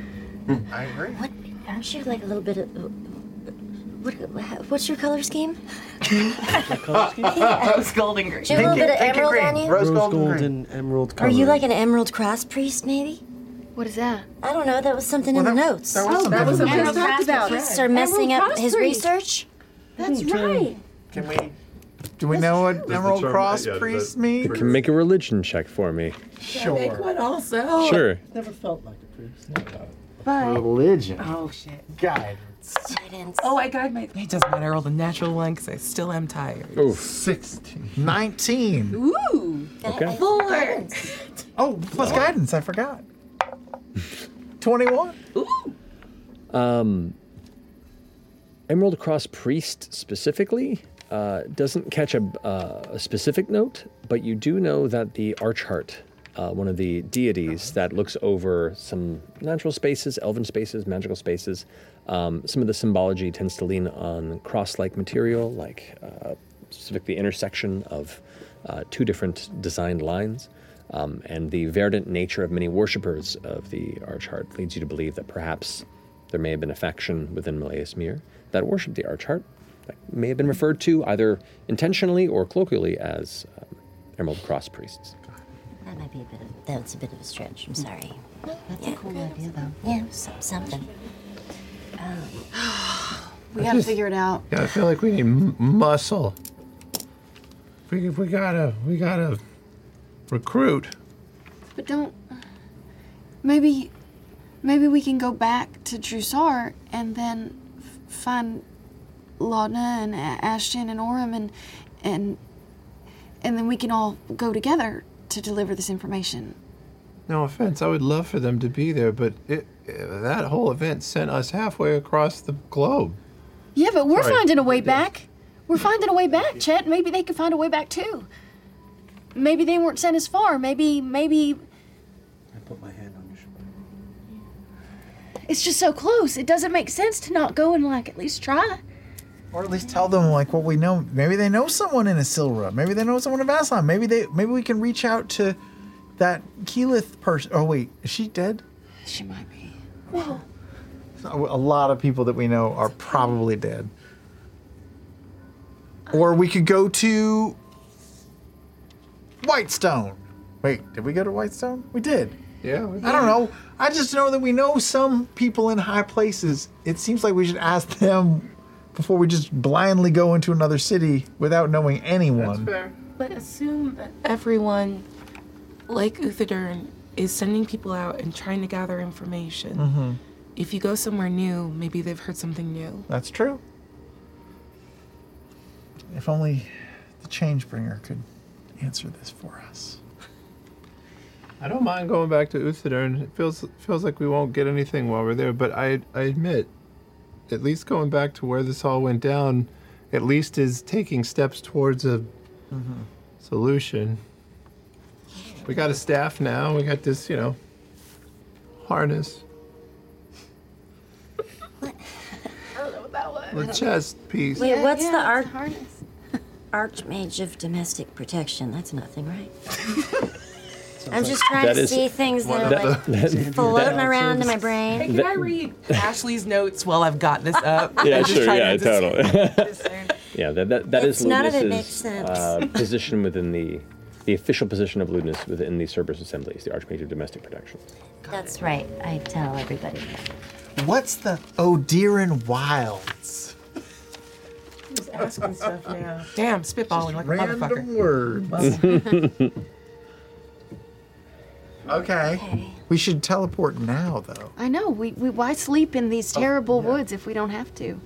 I agree. What? Aren't you like a little bit of, uh, What, what's your color scheme?
Rose gold and green.
Do you have a little bit of
Pink and
emerald
green.
on you?
Rose gold and
gold
green.
and emerald
Are
color.
you like an emerald cross priest, maybe? What is that? I don't know. That was something
Well,
in
that-
the notes.
that was Oh, that something was in the something notes. we
Emerald
talked
cross
about.
priests are messing
Emerald
up
cross
his
priest.
research.
That's right.
Can we?
Do we know what
the
Emerald
term-
Cross
yeah, the-
priest
You
means?
can make a religion check for me.
Sure.
What also?
Sure.
Never felt like a priest.
But
Religion.
oh shit,
guidance.
Oh, I guide my. It doesn't matter. I rolled a natural one because I still am tired.
Oh, sixteen, nineteen. 19.
Ooh.
Okay.
Four.
(laughs) Oh, plus guidance. I forgot. 21.
Um, Emerald Cross Priest specifically uh, doesn't catch a, uh, a specific note, but you do know that the Archheart, uh, one of the deities that looks over some natural spaces, elven spaces, magical spaces, um, some of the symbology tends to lean on cross like material, like uh, specifically the intersection of uh, two different designed lines. Um, and the verdant nature of many worshippers of the Archheart leads you to believe that perhaps there may have been a faction within Melaeusmir that worshipped the Archheart that may have been referred to either intentionally or colloquially as um, Emerald Cross priests.
That might be a bit of that's a bit of a stretch. I'm sorry. That's a cool idea though. Yeah, some, something.
Um,
(sighs)
We gotta figure it out.
Yeah, I feel like we need m- muscle. We, we gotta we gotta recruit.
But don't. Maybe, maybe we can go back to Drusar and then f- find Laudna and A- Ashton and Orem and and and then we can all go together to deliver this information.
No offense, I would love for them to be there, but it, uh, that whole event sent us halfway across the globe.
Yeah, but we're
Sorry.
finding a way back. We're finding a way back, Chet. Maybe they can find a way back too. Maybe they weren't sent as far. Maybe, maybe
I put my hand on your shoulder.
it's just so close. It doesn't make sense to not go and like at least try.
Or at least tell them like what we know. Maybe they know someone in Asilra. Maybe they know someone in Vaslan. Maybe they maybe we can reach out to that Keelith person. Oh wait, is she dead?
She might be.
Whoa. A lot of people that we know are probably dead. Or we could go to Whitestone. Wait, did we go to Whitestone? We did.
Yeah.
I don't know. I just know that we know some people in high places. It seems like we should ask them before we just blindly go into another city without knowing anyone.
But assume that everyone, like Uthodurn, is sending people out and trying to gather information.
Mm-hmm.
If you go somewhere new, maybe they've heard something new.
That's true. If only the Changebringer could answer this for us.
I don't mind going back to Uthadern. It feels feels like we won't get anything while we're there, but I I admit, at least going back to where this all went down, at least is taking steps towards a
Mm-hmm.
solution. We got a staff now. We got this, you know, harness. The chest piece.
Wait, what's the arch Archmage of Domestic Protection? That's nothing,
(laughs)
right? I'm just trying
That
to
is-
see things that
That-
are like floating
that- (laughs) that-
around in my brain.
Hey, can I read Ashley's notes while I've got this up?
(laughs) Yeah,
I'm just
sure.
trying
Yeah,
to just- (laughs)
totally. (laughs) yeah, that, that, that is
It's- none of it makes
Ludinus's
sense.
uh, position within the the official position of Ludinus within the Cerberus Assembly is the Archmage of Domestic Protection.
That's right. I tell everybody. that.
What's the Oderan Wilds?
Just asking stuff now. Damn, spitballing like a
Random
motherfucker.
(laughs)
words. okay. We should teleport now, though.
I know. We, we why sleep in these
Oh,
terrible woods if we don't have to?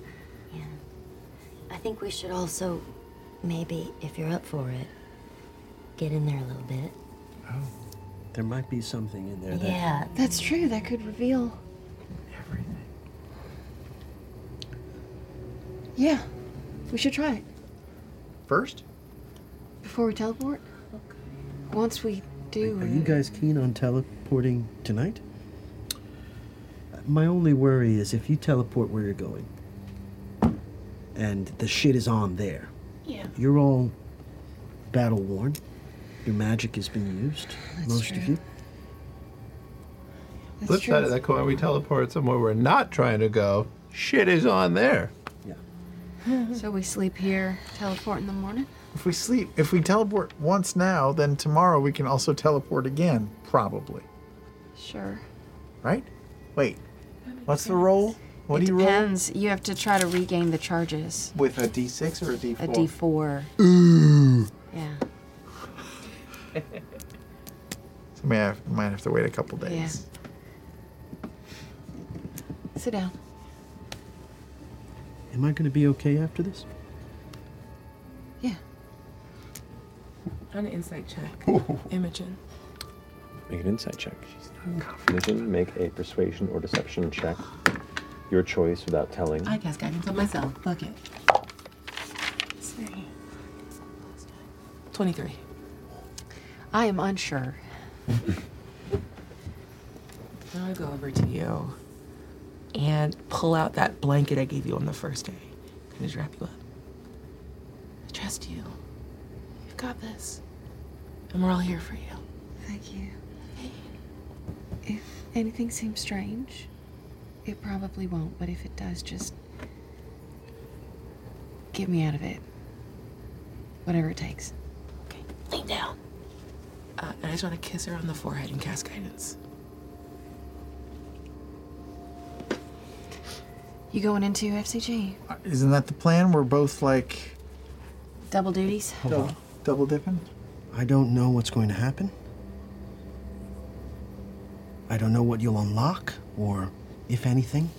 I think we should also maybe, if you're up for it, get in there a little bit.
There might be something in there. That
Yeah.
That's true. That could reveal. Yeah, we should try it
First?
before we teleport. Once we do,
Are you guys keen on teleporting tonight? My only worry is if you teleport where you're going and the shit is on there,
Yeah.
you're all battle worn. Your magic has been used, most of you.
Flip side of that coin, we teleport somewhere we're not trying to go. Shit is on there.
(laughs) so we sleep here, teleport in the morning.
If we sleep, if we teleport once now, then tomorrow we can also teleport again, probably.
Sure.
Right? Wait. What's the roll? What
it
do you roll?
depends. You have to try to regain the charges.
With a d6 or a d4?
A D4.
Ooh. (laughs)
Yeah.
So may I might have to wait a couple
Yeah.
days.
Sit down.
Am I going to be okay after this?
An insight check. Imogen.
Make an insight check. Imogen, make a persuasion or deception check. Your choice without telling.
I guess I can tell myself. Fuck it.
See.
23.
I am unsure.
Now I go over to you and pull out that blanket I gave you on the first day. Kind of wrap you up. I trust you. You've got this. And we're all here for you.
Thank you. If anything seems strange, it probably won't, but if it does, just get me out of it. Whatever it takes.
Lean down. Uh, and I just want to kiss her on the forehead and cast guidance.
You going into FCG?
Isn't that the plan? We're both like
Double duties?
double, double dipping?
I don't know what's going to happen. I don't know what you'll unlock, or if anything.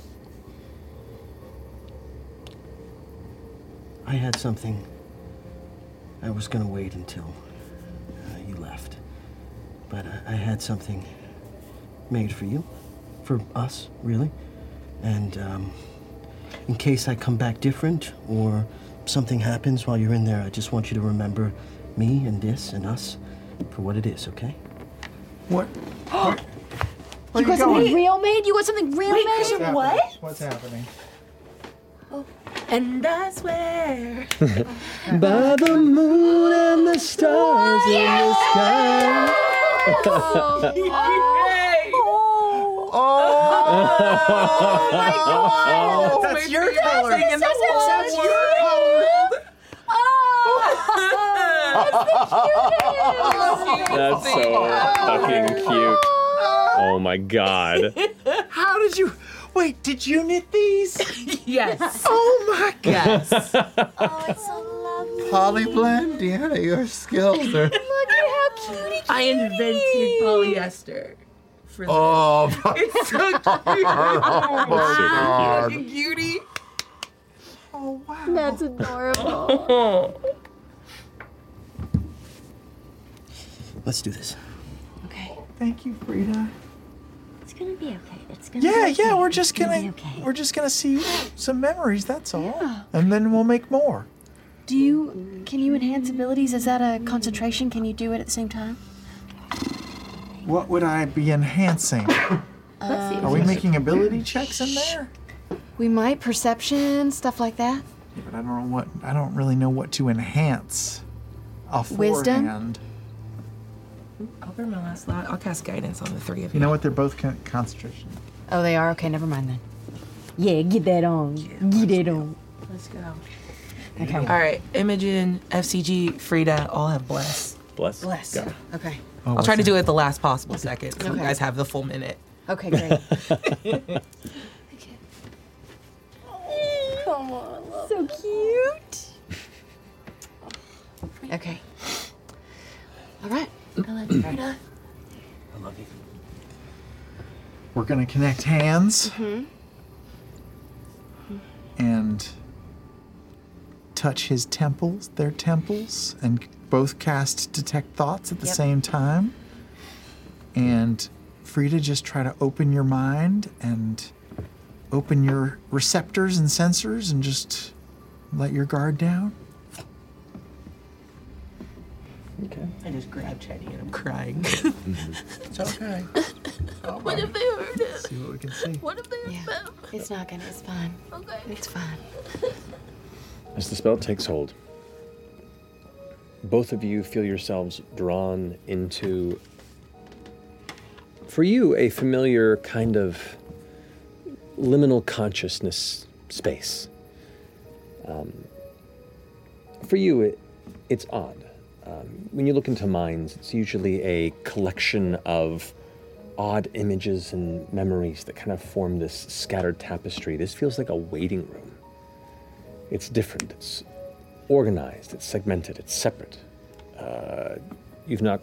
I had something I was going to wait until uh, you left. But uh, I, I had something made for you, for us, really. And um, in case I come back different or something happens while you're in there, I just want you to remember me and this and us for what it is, okay?
What?
you got something real made? You got something real
Wait,
made?
happening?
What?
(gasps) What's happening?
And that's where.
(laughs) By the moon and the stars in the sky.
Oh,
(laughs)
Oh!
Oh,
my God.
that's your color.
That's
That's
the
your
world.
color. (laughs)
That's so fucking cute. Oh my
(laughs)
god.
How did you? Wait, did you knit these?
(laughs) Yes.
Oh my
(laughs)
Yes.
Polyblend, Deanna, your skills
(laughs)
are.
how cute I invented polyester. For
Oh, (laughs)
this. it's so cute.
Oh, my God.
Fucking cutie.
Oh wow.
That's adorable. (laughs)
Let's do this.
Thank you, Frida.
It's gonna be okay. It's gonna
Yeah,
be okay.
yeah, we're just
It's gonna
gonna
be okay.
we're just gonna see some memories. That's all, and then we'll make more.
(laughs) Do you can you enhance abilities? Is that a concentration? Can you do it at the same time?
What would I be enhancing? Are we making ability checks in there?
Um, We might perception stuff like that.
Yeah, but I don't know what I don't really know what to enhance.
Wisdom?
Beforehand.
I'll burn my last thought. I'll cast guidance on the three of
You know what? They're both con- concentration.
Oh, they are? Okay, never mind then. Yeah, get that on. get it on.
Let's go.
Okay.
All right, Imogen, FCG, Frida, all have bless.
Bless.
Bless.
Go.
Okay.
Oh,
I'll try to do it at the last possible second so
Okay.
you guys have the full minute.
Okay,
(laughs)
great.
Come on. So cute.
Okay.
All right.
I
Frida.
love you.
We're gonna connect hands
Mm-hmm.
and touch his temples, their temples, and both cast detect thoughts at the
Yep.
same time. And Frida, just try to open your mind and open your receptors and sensors and just let your guard down.
Okay. I just grabbed Chetty and I'm crying.
(laughs) It's okay.
(laughs) What if they heard it?
See what we can see.
What if they heard yeah.
It's not gonna. It's fine.
Okay.
It's fine.
As the spell takes hold, both of you feel yourselves drawn into, for you, a familiar kind of liminal consciousness space. Um, for you, it, it's odd. Um, when you look into minds, it's usually a collection of odd images and memories that kind of form this scattered tapestry. This feels like a waiting room. It's different, it's organized, it's segmented, it's separate. Uh, you've not.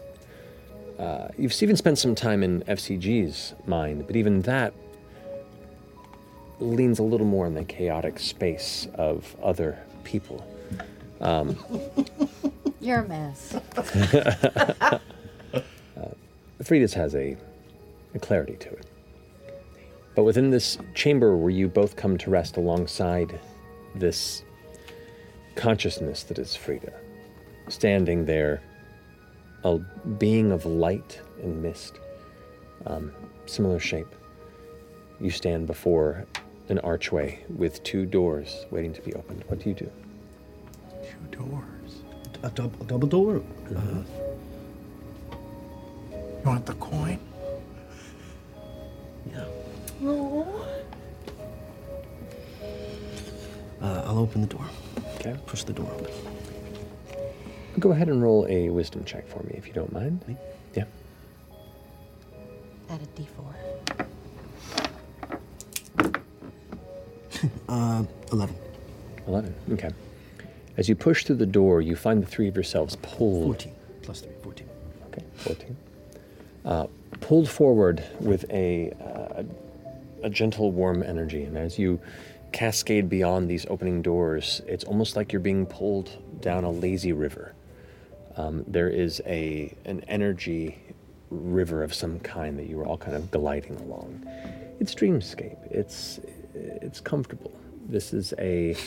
Uh, you've even spent some time in FCG's mind, but even that leans a little more in the chaotic space of other people. Um,
You're a
(laughs)
mess.
uh, (laughs) Frida's has a, a clarity to it. But within this chamber where you both come to rest alongside this consciousness that is Frida, standing there, a being of light and mist, um, similar shape, you stand before an archway with two doors waiting to be opened. What do you do?
Doors.
A double, double door?
You want the coin?
Uh, I'll open the door.
Okay.
Push the door open.
Go ahead and roll a wisdom check for me if you don't mind.
(laughs)
Yeah.
At a D4.
Uh, 11. 11, okay. As you push through the door, you find the three of yourselves pulled. 14,
plus 3, 14.
Okay, 14. Uh, pulled forward with a, uh, a gentle, warm energy. And as you cascade beyond these opening doors, it's almost like you're being pulled down a lazy river. Um, there is a an energy river of some kind that you are all kind of gliding along. It's dreamscape. It's it's comfortable. This is a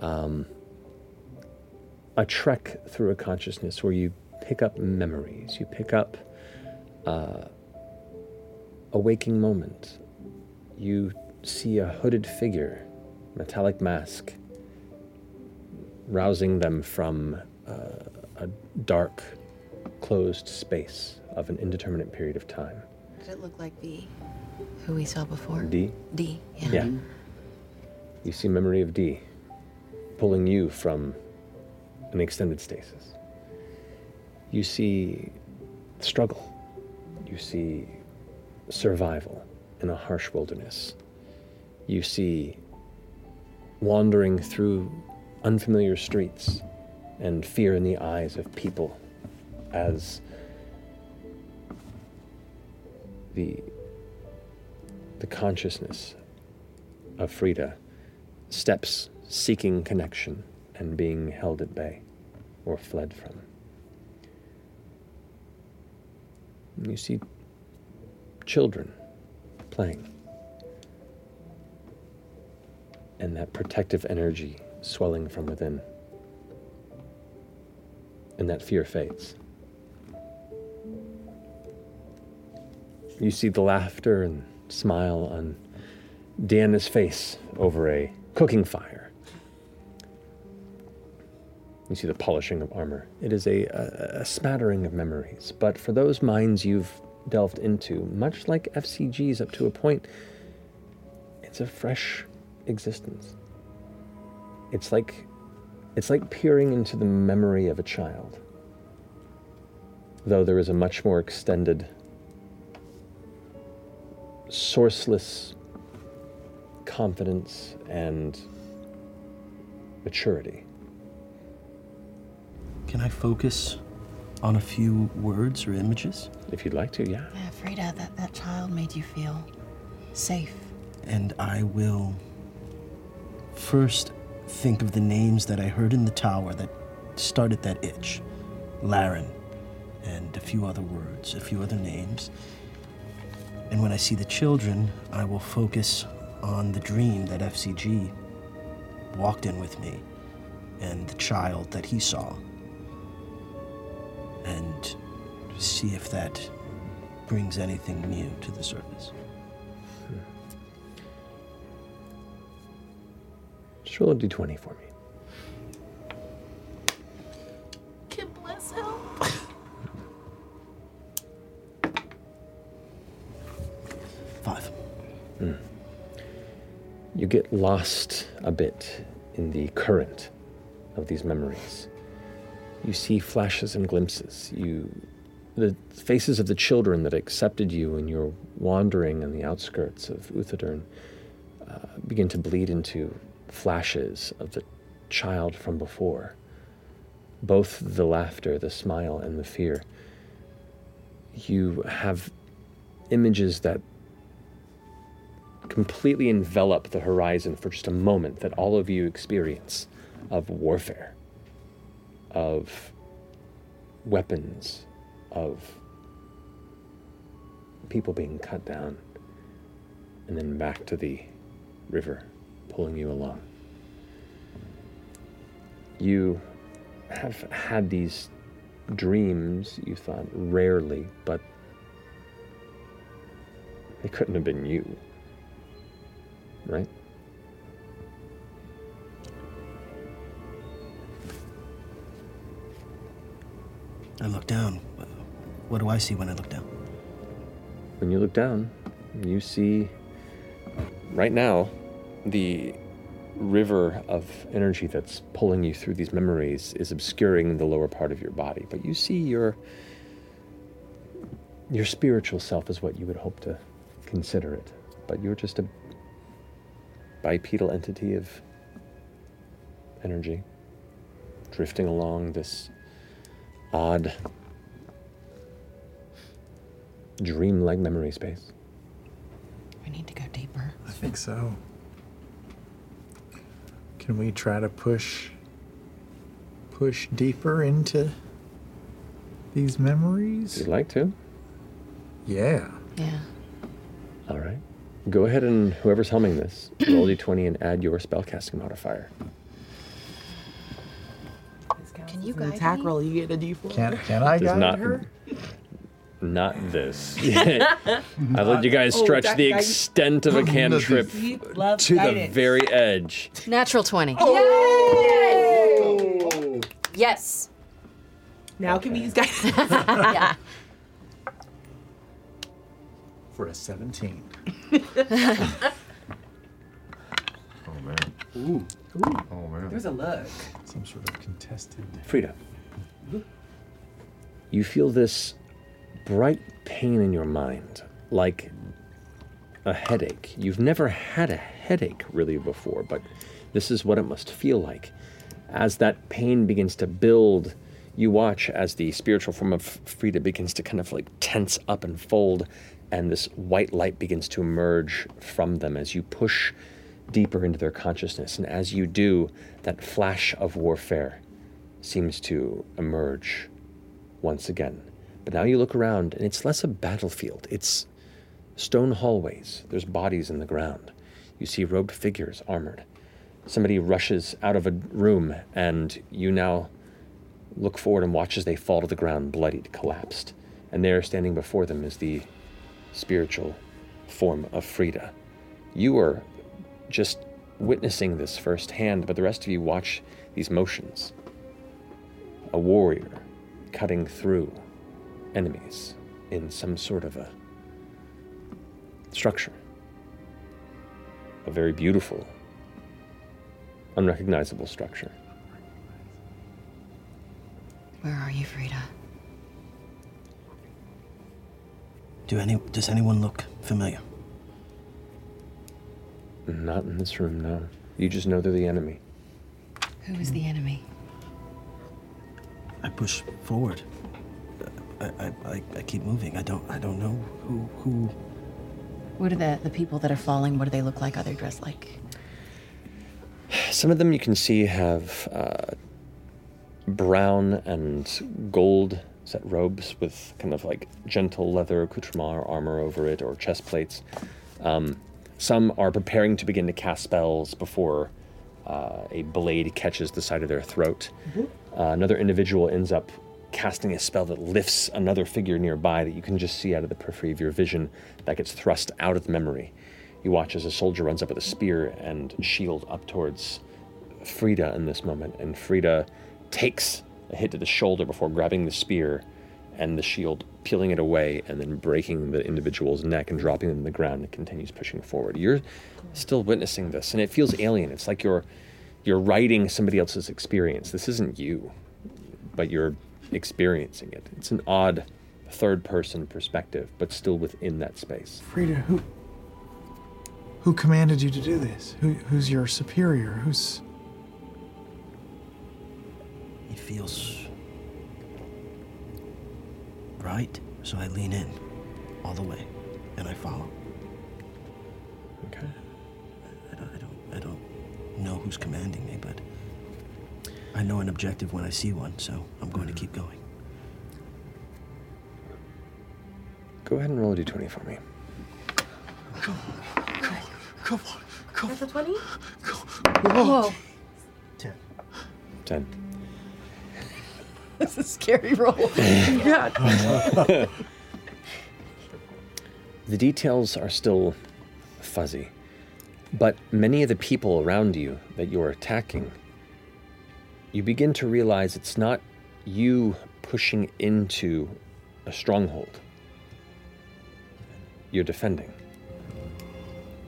um, a trek through a consciousness where you pick up memories, you pick up uh, a waking moment. You see a hooded figure, metallic mask, rousing them from uh, a dark, closed space of an indeterminate period of time.
Does it look like the who we saw before?
D.
D. Yeah.
Yeah. You see memory of D pulling you from an extended stasis. You see struggle. You see survival in a harsh wilderness. You see wandering through unfamiliar streets and fear in the eyes of people as the the consciousness of Frida steps seeking connection and being held at bay or fled from. And You see children playing. And that protective energy swelling from within. And that fear fades. You see the laughter and smile on Deanna's face over a cooking fire. You see the polishing of armor. It is a, a, a smattering of memories, but for those minds you've delved into, much like FCG's up to a point, it's a fresh existence. It's like it's like peering into the memory of a child. Though there is a much more extended sourceless confidence and maturity.
Can I focus on a few words or images?
If you'd like to, yeah.
Yeah, Frida, that, that child made you feel safe.
And I will first think of the names that I heard in the tower that started that itch Laren, and a few other words, a few other names. And when I see the children, I will focus on the dream that FCG walked in with me and the child that he saw. And see if that brings anything new to the surface.
Just roll a d20 for me.
Can bless help.
Five.
Hmm. You get lost a bit in the current of these memories. You see flashes and glimpses. You, the faces of the children that accepted you in your wandering on the outskirts of Uthadern uh, begin to bleed into flashes of the child from before. Both the laughter, the smile, and the fear. You have images that completely envelop the horizon for just a moment that all of you experience of warfare, of weapons, of people being cut down, and then back to the river pulling you along. You have had these dreams, you thought, rarely, but they couldn't have been you, right?
I look down. What do I see when I look down?
When you look down, you see right now the river of energy that's pulling you through these memories is obscuring the lower part of your body, but you see your your spiritual self is what you would hope to consider it, but you're just a bipedal entity of energy drifting along this odd dreamlike memory space.
We need to go deeper.
I think so. Can we try to push push deeper into these memories?
You'd like to?
Yeah.
Yeah.
All right. Go ahead and whoever's helming this, roll d20 and add your spellcasting modifier.
Can you
It's an
guide
attack
me?
roll, you get a d4.
Can, can I
Does
guide
not-
her?
Not
(laughs)
(laughs)
this. I let you guys
Oh,
stretch
that
the
guy-
extent
(laughs)
of a cantrip
You
to
love
the
guidance.
very edge.
Natural 20.
Yes.
Now can we use guidance? (laughs)
yeah.
For
(laughs)
a 17.
Oh, man.
Ooh.
Oh, man.
There's a look.
Some sort of contested.
Frida. You feel this bright pain in your mind, like a headache. You've never had a headache really before, but this is what it must feel like. As that pain begins to build, you watch as the spiritual form of Frida begins to kind of like tense up and fold, and this white light begins to emerge from them as you push deeper into their consciousness. And as you do, that flash of warfare seems to emerge once again. But now you look around, and it's less a battlefield. It's stone hallways. There's bodies in the ground. You see robed figures, armored. Somebody rushes out of a room, and you now look forward and watch as they fall to the ground, bloodied, collapsed. And there, standing before them, is the spiritual form of Frida. You are just witnessing this firsthand, but the rest of you watch these motions. A warrior cutting through enemies in some sort of a structure. A very beautiful, unrecognizable structure.
Where are you, Frida?
Do any does anyone look familiar?
Not in this room, no. You just know they're the enemy.
Who is the enemy?
I push forward. I, I, I, I keep moving. I don't I don't know who who
What are the, the people that are falling? What do they look like? Are they dressed like?
Some of them you can see have uh, brown and gold set robes with kind of like gentle leather accoutrement or armor over it or chest plates. Um, some are preparing to begin to cast spells before uh, a blade catches the side of their throat.
Mm-hmm.
Uh, another individual ends up casting a spell that lifts another figure nearby that you can just see out of the periphery of your vision that gets thrust out of memory. You watch as a soldier runs up with a spear and shield up towards Frida in this moment, and Frida takes a hit to the shoulder before grabbing the spear and the shield, peeling it away, and then breaking the individual's neck and dropping them to the ground and continues pushing forward. You're still witnessing this, and it feels alien. It's like you're you're writing somebody else's experience. This isn't you, but you're experiencing it. It's an odd third person perspective, but still within that space.
Frida, who who commanded you to do this? Who, who's your superior? Who's
It feels right, so I lean in all the way and I follow.
Okay.
I don't, I don't, I don't know who's commanding me, but I know an objective when I see one, so I'm going to keep going.
Go ahead and roll a d20 for me.
Come on, come on. That's a 20?
Whoa.
Ten.
(laughs) That's a scary (laughs) roll.
(laughs) the details are still fuzzy, but many of the people around you that you're attacking, you begin to realize it's not you pushing into a stronghold. You're defending.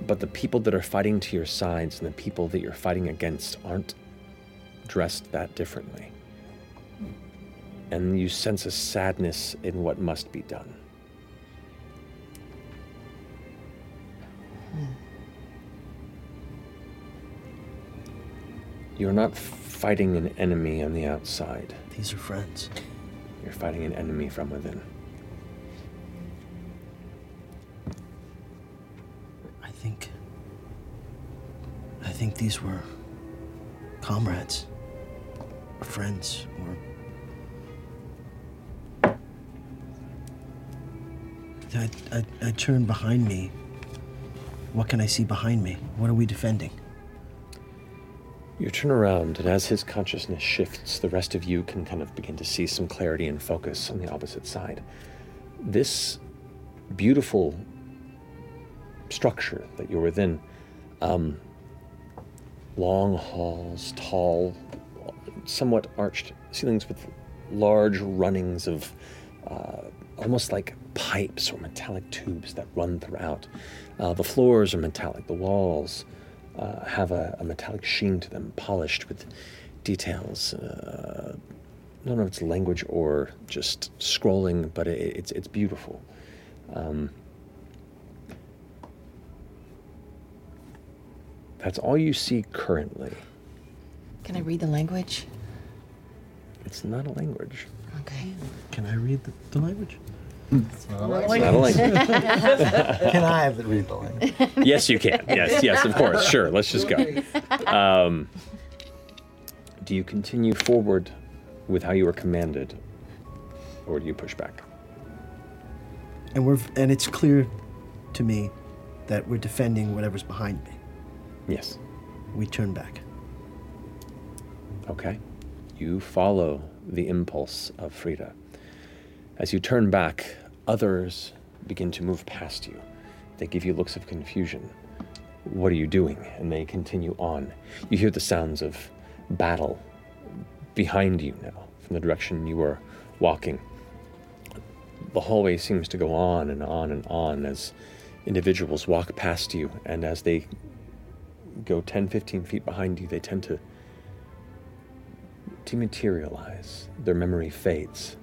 But the people that are fighting to your sides and the people that you're fighting against aren't dressed that differently and you sense a sadness in what must be done. You're not fighting an enemy on the outside.
These are friends.
You're fighting an enemy from within.
I think. I think these were comrades, or friends, or. I, I, I turn behind me. What can I see behind me? What are we defending?
You turn around, and as his consciousness shifts, the rest of you can kind of begin to see some clarity and focus on the opposite side. This beautiful structure that you're within um, long halls, tall, somewhat arched ceilings with large runnings of uh, almost like pipes or metallic tubes that run throughout. Uh, the floors are metallic, the walls uh, have a, a metallic sheen to them, polished with details. Uh, I don't know if it's language or just scrolling, but it, it's, it's beautiful. Um, that's all you see currently.
Can I read the language?
It's not a language.
Okay.
Can I read the, the language?
It's not a language.
(laughs) Can I have the read the language?
(laughs) yes, you can. Yes, yes, of course. Sure. Let's just go. Um, do you continue forward with how you were commanded, or do you push back?
And we're and it's clear to me that we're defending whatever's behind me.
Yes.
We turn back.
Okay. You follow the impulse of Frida. As you turn back, others begin to move past you. They give you looks of confusion. What are you doing? And they continue on. You hear the sounds of battle behind you now, from the direction you were walking. The hallway seems to go on and on and on as individuals walk past you, and as they go 10, 15 feet behind you, they tend to dematerialize. Their memory fades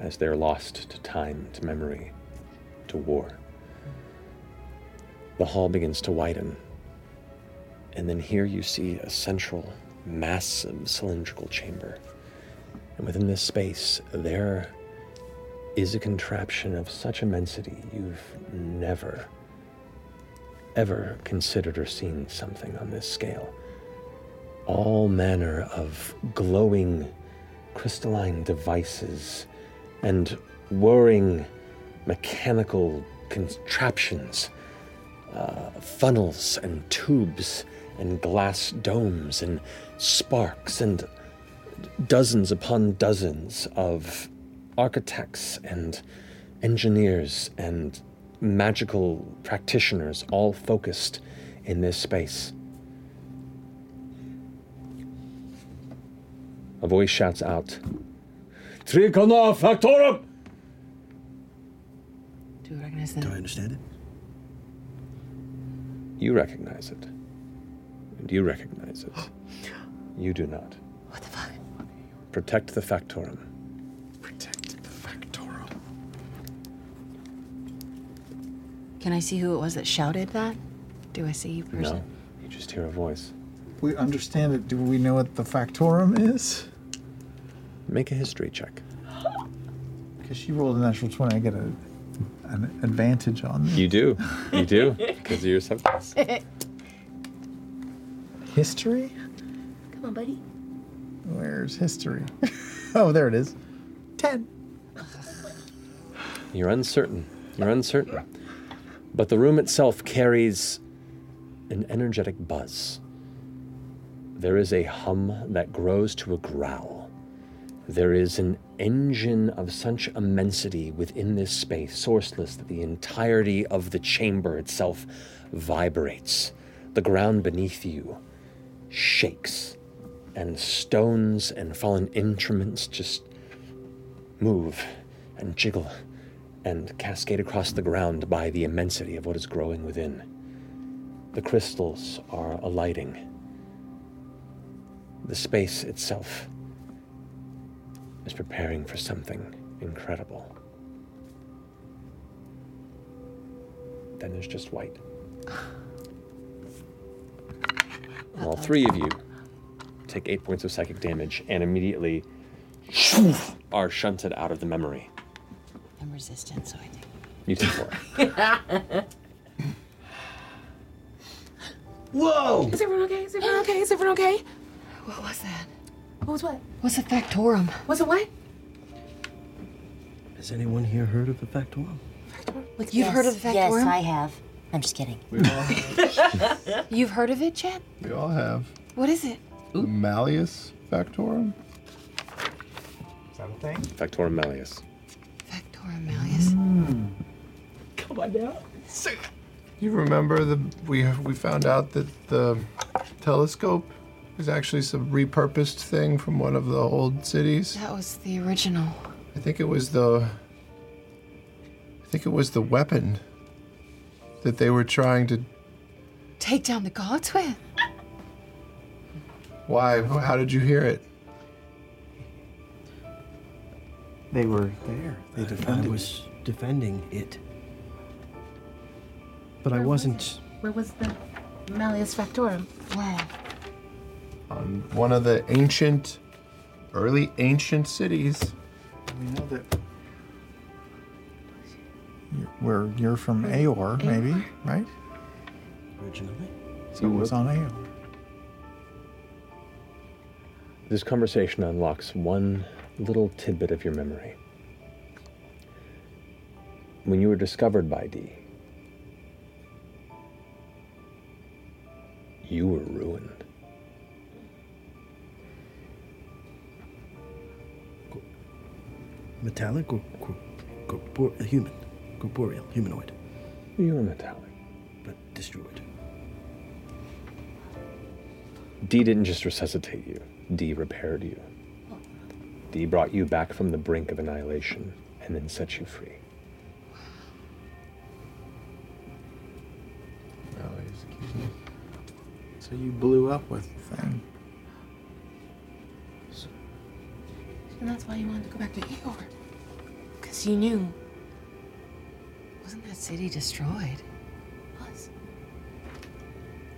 as they're lost to time, to memory, to war. The hall begins to widen, and then here you see a central, massive cylindrical chamber. And within this space, there is a contraption of such immensity you've never, ever considered or seen something on this scale. All manner of glowing, crystalline devices and whirring mechanical contraptions, uh, funnels and tubes and glass domes and sparks and dozens upon dozens of architects and engineers and magical practitioners all focused in this space. A voice shouts out, Trikonov Factorum!
Do you recognize that?
understand it?
You recognize it. And you recognize it. (gasps) You do not. What the fuck? Protect the factorum.
Can I see who it was that shouted that? Do I see you person?
No, you just hear a voice.
We understand it. Do we know what the factorum is?
Make a history
(gasps)
check.
Because she rolled a natural 20, I get a, an advantage on this.
You do. You (laughs) do. Because of your subclass.
History?
Come on, buddy.
Where's history? (laughs) oh, there it is. Ten.
You're uncertain. You're uncertain. But the room itself carries an energetic buzz. There is a hum that grows to a growl. There is an engine of such immensity within this space, sourceless, that the entirety of the chamber itself vibrates. The ground beneath you shakes, and stones and fallen instruments just move and jiggle and cascade across the ground by the immensity of what is growing within. The crystals are alighting. The space itself is preparing for something incredible. Then there's just white. And All three of you take eight points of psychic damage and immediately are shunted out of the memory.
I'm resistant, so I think.
You take four.
Whoa! Is everyone okay? Is everyone okay? Is everyone okay?
What was that?
What was what?
What's a factorum?
Was it what?
Has anyone here heard of the factorum?
You've heard of the
Yes,
factorum?
I have. I'm just kidding.
You've heard of it, Chad?
We all have.
What is it?
The Malleus Factorum.
Is that a thing?
Factorum Malleus.
Mm.
Come on now. So-
You remember the we we found out that the telescope is actually some repurposed thing from one of the old cities.
That was the original.
I think it was the I think it was the weapon that they were trying to
Take down the gods with?
why how did you hear it?
They were there. They defended I was defending it. But I wasn't.
Where was the Malleus Factorum?
Wow.
on one of the ancient early ancient cities.
We know that Where you're from Aor, maybe, right?
Originally.
So it was on Aor.
This conversation unlocks one little tidbit of your memory. When you were discovered by D, you were ruined.
Metallic or cor- corpor- human? Corporeal, humanoid.
You were metallic.
But destroyed.
D didn't just resuscitate you, D repaired you. D brought you back from the brink of annihilation and then set you free.
Oh, So you blew up with the thing.
And that's why you wanted to go back to Eeyore. Because you knew.
Wasn't that city destroyed?
Was.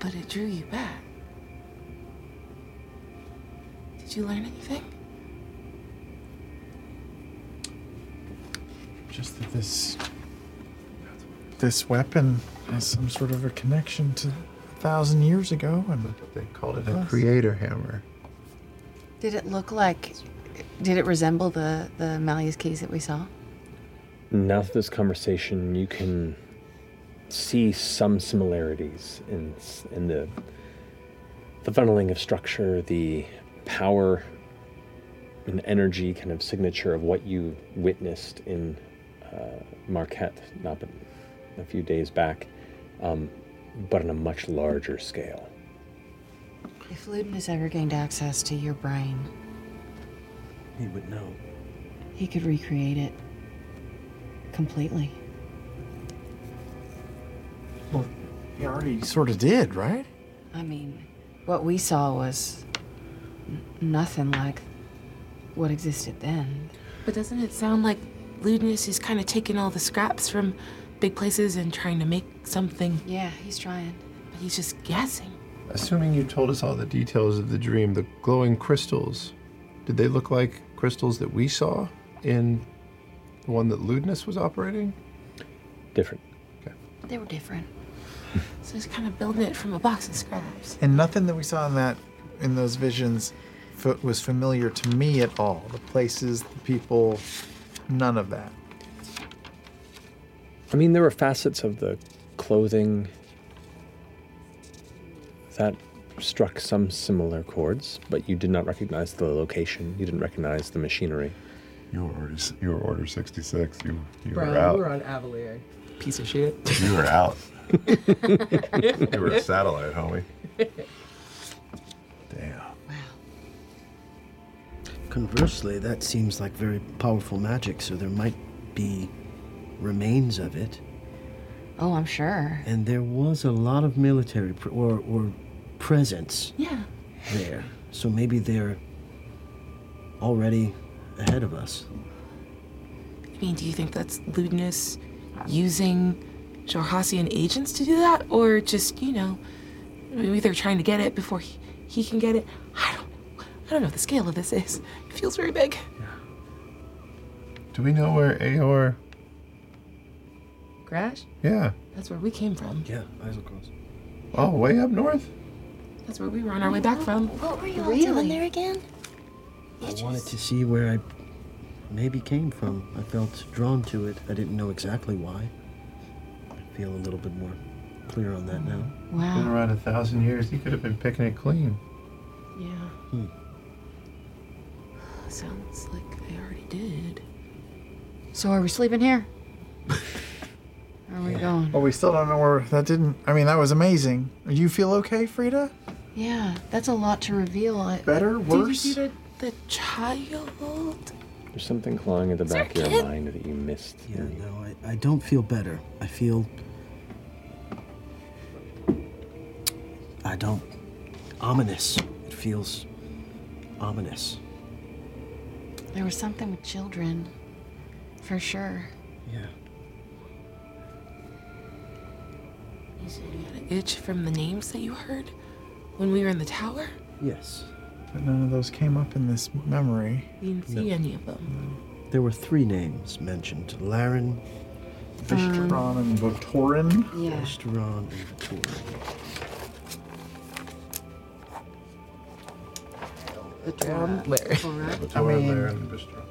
But it drew you back. Did you learn anything?
Just that this this weapon has some sort of a connection to a thousand years ago, and
they called it The creator hammer.
Did it look like. Did it resemble the, the Malleus keys that we saw?
Now that this conversation, you can see some similarities in s- in the the funneling of structure, the power and energy kind of signature of what you witnessed in uh, Marquette not but a few days back, um, but on a much larger scale.
If Luden has ever gained access to your brain,
He would know.
he could recreate it completely.
he already sort of did, right?
I mean, What we saw was n- nothing like what existed then.
But doesn't it sound like Ludinus is kind of taking all the scraps from big places and trying to make something?
Yeah, he's trying.
But he's just guessing.
Assuming you told us all the details of the dream, the glowing crystals, did they look like crystals that we saw in the one that Ludinus was operating?
Different.
They were
(laughs)
different. so he's kind of building it from a box of scraps.
And nothing that we saw in that, in those visions, fa- was familiar to me at all. The places, the people, none of that.
I mean, there were facets of the clothing that struck some similar chords, but you did not recognize the location. You didn't recognize the machinery.
You were Order, you were order 66. You, you
Bro,
were out.
you
You
were
were,
on-
on Avalier. Piece of shit.
out. you were a satellite, homie.
Conversely, that seems like very powerful magic, so there might be remains of it.
Oh, I'm sure.
And there was a lot of military pr- or, or presence
Yeah.
there, so maybe they're already ahead of us.
I mean, do you think that's lewdness using Jorhasian agents to do that? Or just, you know, maybe they're trying to get it before he, he can get it? I don't I don't know what the scale of this is. It feels very big.
Do we know where Aor?
Crash?
Yeah.
That's where we came from.
Yeah, Isocross.
Oh, way up north?
That's where we were on our way back from.
What were you
all doing
there again?
I wanted to see where I maybe came from. I felt drawn to it. I didn't know exactly why. I feel a little bit more clear on that now.
Been around a thousand years. You could have been picking it clean.
Yeah. Sounds like they already did.
So are we sleeping (laughs) here? Where are we going?
Well, we still don't know where that didn't. I mean, that was amazing. You feel okay, Frida?
Yeah, that's a lot to reveal. I-
Better,
Did you see the, the child?
There's something clawing at the back of your
kid?
mind that you missed. Mm.
Yeah, no, I, I don't feel better. I feel. I don't. ominous. It feels ominous.
There was something with children, for sure.
Yeah.
You said you had an itch from the names that you heard when we were in the tower?
Yes.
But none of those came up in this memory.
We didn't see any of them.
There were three names mentioned Laren,
Vistron, and Votorin.
Yeah.
Vistron, and Votorin.
I mean,
Bistro.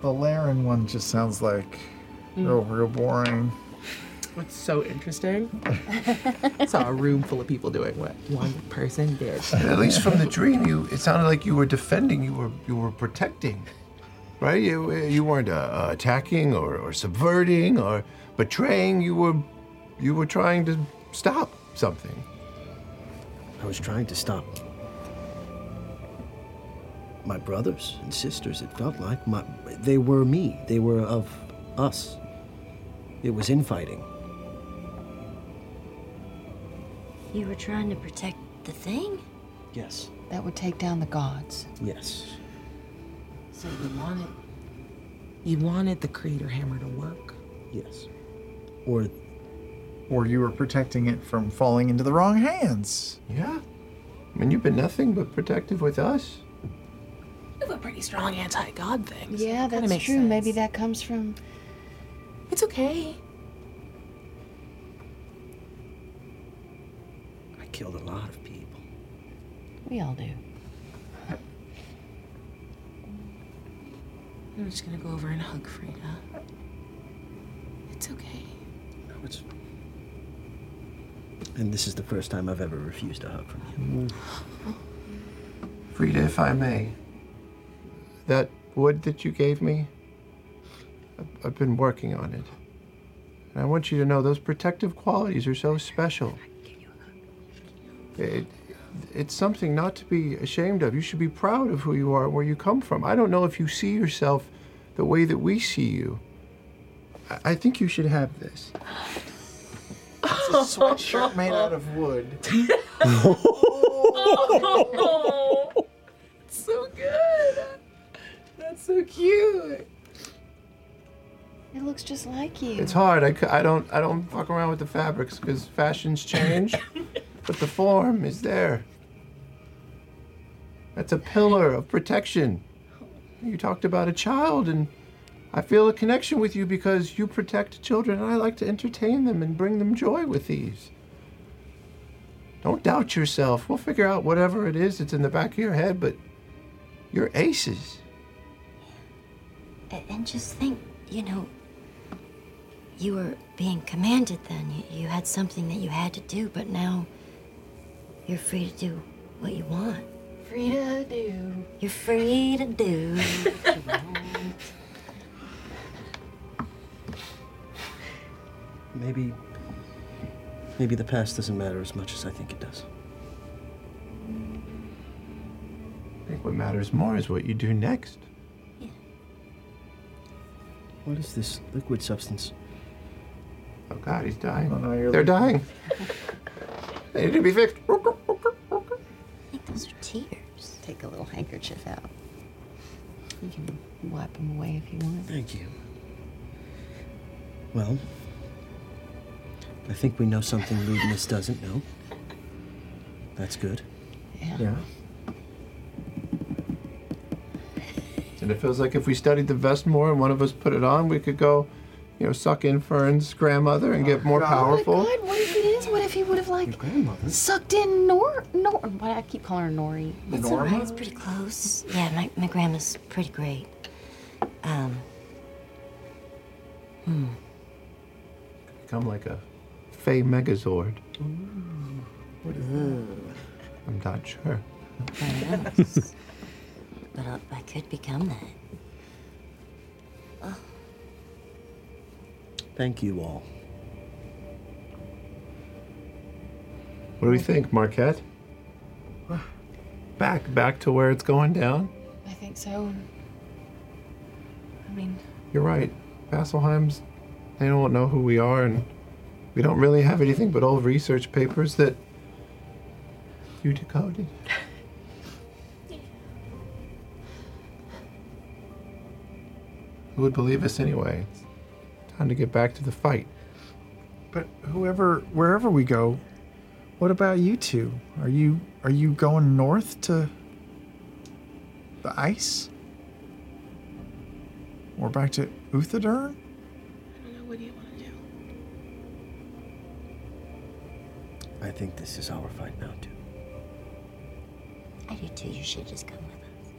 the Laren one just sounds like
Mm.
real, real boring.
What's so interesting? I saw a room full of people doing what one person did.
(laughs) At least from the dream, you it sounded like you were defending. You were you were protecting, right? You you weren't uh, uh, attacking or, or subverting or betraying. You were you were trying to stop something.
I was trying to stop my brothers and sisters. It felt like my they were me. They were of us. It was infighting.
You were trying to protect the thing?
Yes.
That would take down the gods.
Yes.
So you wanted you wanted the creator hammer to work.
Yes. Or
or you were protecting it from falling into the wrong hands.
Yeah. I mean, you've been nothing but protective with us.
You have a pretty strong anti-god thing. so
Yeah,
it kinda
that's
makes
true.
sense.
Maybe that comes from.
It's okay.
I killed a lot of people.
We all do.
I'm just gonna go over and hug Frida. It's okay.
I was- And this is the first time I've ever refused a hug from you.
Frida, if I may, that wood that you gave me, I've, I've been working on it. And I want you to know those protective qualities are so special. It, it's something not to be ashamed of. You should be proud of who you are and where you come from. I don't know if you see yourself the way that we see you. I, I think you should have this.
It's a sweatshirt made out of wood.
(laughs)
so good. That's so cute.
It looks just like you.
It's hard. I, c- I don't I don't fuck around with the fabrics because fashions change, but the form is there. That's a pillar of protection. You talked about a child, and I feel a connection with you because you protect children, and I like to entertain them and bring them joy with these. Don't doubt yourself. We'll figure out whatever it is that's in the back of your head, but you're aces.
A- And just think, you know, you were being commanded then. You, you had something that you had to do, but now you're free to do what you want.
Free to do.
You're free to do.
(laughs)
Maybe. Maybe the past doesn't matter as much as I think it does.
I think what matters more is what you do next.
What is this liquid substance?
Oh God, he's dying. They're dying. They need to be fixed.
Those are tears. Take a little handkerchief out. You can wipe them away if you want.
Thank you. Well, I think we know something Ludinus doesn't know. That's good.
Yeah. And it feels like if we studied the vest more and one of us put it on, we could go, you know, suck in Fern's grandmother and get more
Oh
powerful.
my god, what if it is? What if he would have, like,
grandmother?
sucked in Nor. Nor. Why do I keep calling her Nori?
It's all right. It's pretty close. Yeah, my, my grandma's pretty great. Um,
Hmm.
Become like a Fey Megazord.
what is
I'm not sure.
that? Yes. but I, I could become that.
Thank you all.
What do we think, Marquette? Back, back to where it's going down.
I think so. I mean,
You're right. Vasselheim's, they don't know who we are, and we don't really have anything but old research papers that you decoded. Who would believe us anyway? It's time to get back to the fight.
But whoever, wherever we go, what about you two? Are you are you going north to the ice, or back to Uthadern?
I think this is our fight now, too.
I do too. You should just come with us.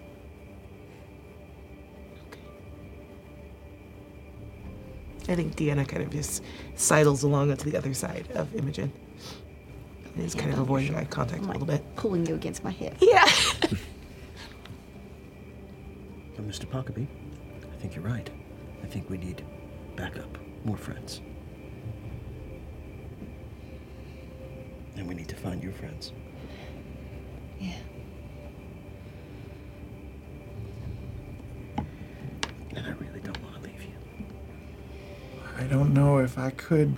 I think Deanna kind of just sidles along onto the other side of Imogen. And is kind of avoiding eye contact a little bit.
Pulling you against my hip.
Yeah.
So, Mr. Pockaby, I think you're right. I think we need backup, more friends. And we need to find your friends.
Yeah.
And I really don't want to leave you.
I don't know if I could.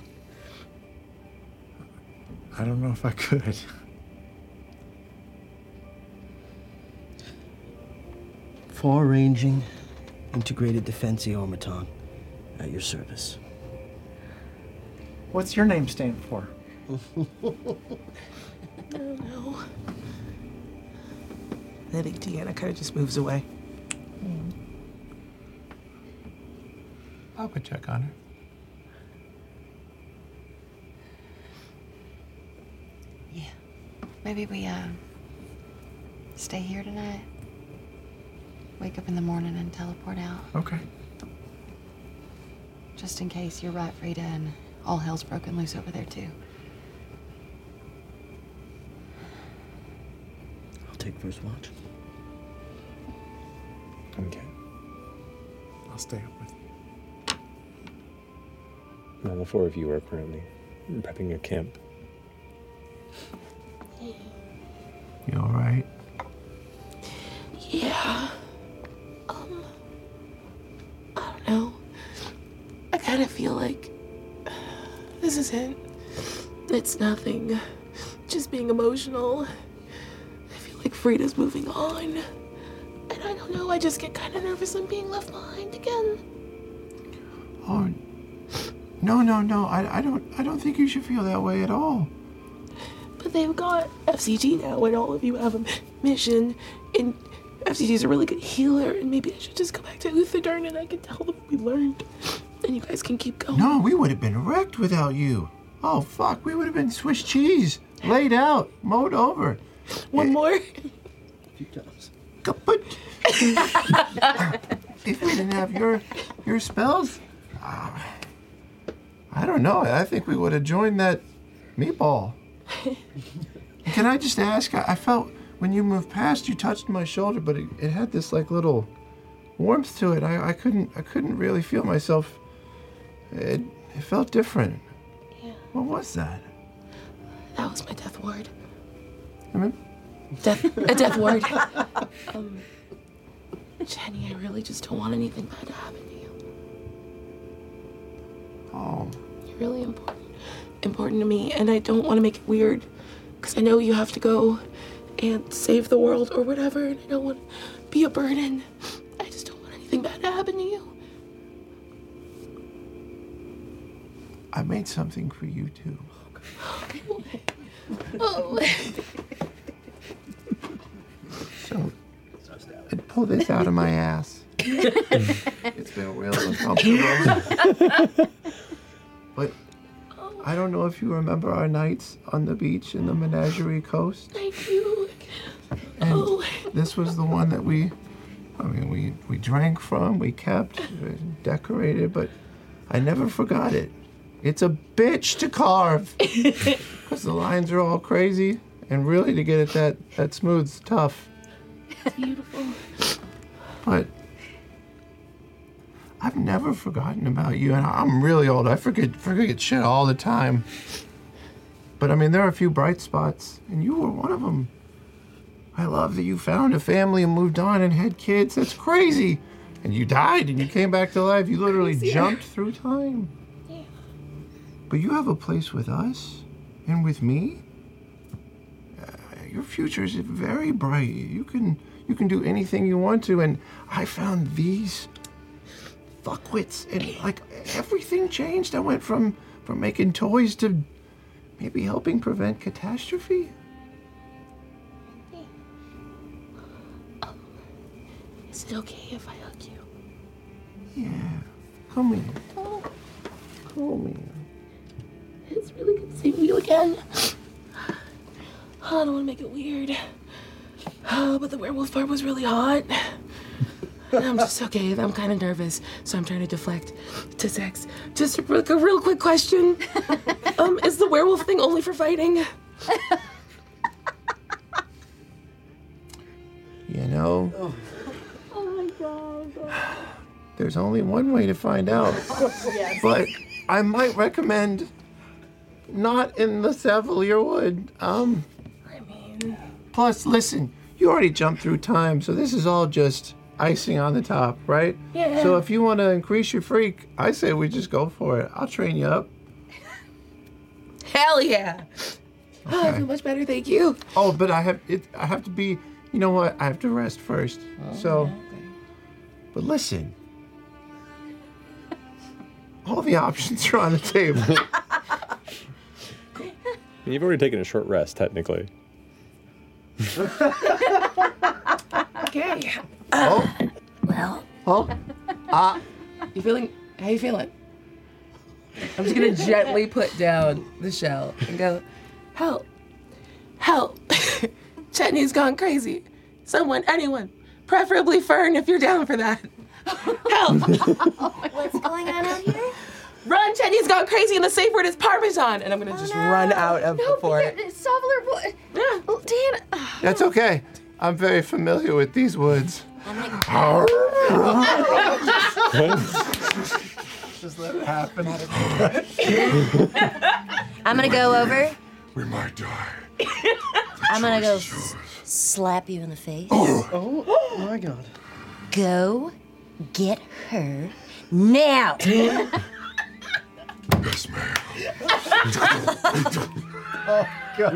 I don't know if I could.
Far ranging, integrated defensio automaton at your service.
What's your name stand for?
I don't know. And I think Deanna kind of just moves away.
I'll go check on her.
maybe we uh, stay here tonight. Wake up in the morning and teleport out,
Okay.
just in case you're right, Frida, and all hell's broken loose over there too.
I'll take first watch.
Okay. I'll stay up with you.
Now, the four of you are currently prepping your camp.
You all right?
Yeah. Um. I don't know. I kind of feel like this isn't. It's nothing. Just being emotional. Frida's moving on. And I don't know, I just get kind of nervous I'm being left behind again.
Oh, no, no, no. I, I don't. I don't think you should feel that way at all.
But they've got FCG now, and all of you have a mission, and FCG's a really good healer, and maybe I should just go back to Uthodurn and I can tell them what we learned, and you guys can keep going.
No, we would have been wrecked without you. Oh fuck, we would have been Swiss cheese, laid out, mowed over. Eh,
One more.
Kaput. (laughs) if we didn't have your your spells, ah, I don't know. I think we would have joined that meatball. Can I just ask? I, I felt when you moved past, you touched my shoulder, but it, it had this like little warmth to it. I, I couldn't I couldn't really feel myself. It it felt different. What was that?
That was my death ward.
I mean,
Death, a death ward. um, Jenny, I really just don't want anything bad to happen to you.
Oh.
You're really important, important to me, and I don't want to make it weird, because I know you have to go and save the (laughs) world or whatever, and I don't want to be a burden. I just don't want anything bad to happen to you.
I made something for you too.
Oh.
So I pulled this out of my ass. it's been real uncomfortable. but I don't know if you remember our nights on the beach in the Menagerie Coast.
Thank you.
And this was the one that we, I mean, we, we drank from, we kept, we decorated, but I never forgot it. It's a bitch to carve because the lines are all crazy, and really to get it that, that smooth's tough.
It's beautiful.
But I've never forgotten about you, and I'm really old. I forget forget shit all the time. But I mean, there are a few bright spots, and you were one of them. I love that you found a family and moved on and had kids. That's crazy. And you died and you came back to life. You literally
Crazy.
jumped through time. But you have a place with us and with me. Uh, your future is very bright. You can you can do anything you want to, and I found these fuckwits, and like everything changed. I went from from making toys to maybe helping prevent catastrophe.
Is it okay if I hug you?
Yeah, come here, come here.
It's really good seeing you again. I don't want to make it weird. Uh, but the werewolf part was really hot. And I'm just okay. I'm kind of nervous, so I'm trying to deflect to sex. Just a, like a real quick (laughs) question: um, Is the werewolf thing only for fighting?
You know.
Oh my god!
There's only one way to find out.
Yes.
But I might recommend not in the Savalier Wood. Um, plus, listen, you already jumped through time, so this is all just icing on the top, right?
Yeah.
So if you want to increase your freak, I say we just go for it. I'll train you up.
Hell yeah! Oh, I
Okay.
feel much better. Thank you.
Oh, but I have it. I have to be. You know what? I have to rest first. so, but listen. All the options are on
(laughs)
the table.
You've already taken a short rest, technically.
(laughs) Okay.
Oh.
Well.
Oh. Ah.
You feeling? How you feeling? I'm just
(laughs)
gonna gently put down the shell and go.
Help! Help! (laughs) Chetney's gone crazy. Someone, anyone, preferably Fern if you're down for (laughs) that. Help! Oh, What's going on out here? Run! Chetney's gone crazy, and the safe word is Parmesan. And I'm gonna just run out of the fort.
Uh,
Soveler, what? (gasps) Oh, Dan.
um,
ah.
That's okay. I'm very familiar with these woods.
Just let it happen.
(laughs)
I'm gonna go over.
We might die.
(laughs) I'm gonna go s- slap you in the face.
Oh my god.
Go get her now.
Yes, ma'am. We've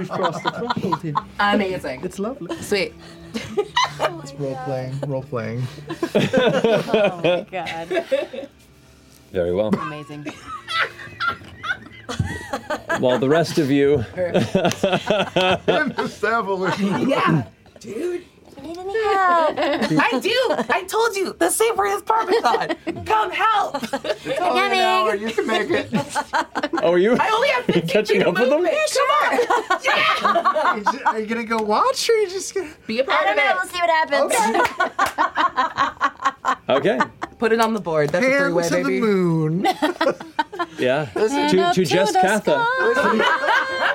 crossed the threshold here.
Amazing.
It's lovely.
Sweet.
Oh
It's role playing, role
(laughs)
playing.
oh
my God.
Very well.
Amazing.
While the rest of
(laughs)
you.
Yeah.
Dude.
I
(laughs) I do. I told you the savory parmesan. Come help. It's
only an hour.
You can make it.
Oh, are you?
I only have
are you catching up with them?
Come on! Are you gonna go watch, or are you just gonna
be a
I don't know. We'll see what happens.
Okay.
Put it on the board. That's
Hand
a three-way,
to the
baby.
moon.
Yeah.
Listen-
to
Up
to
to
just
the
Katha.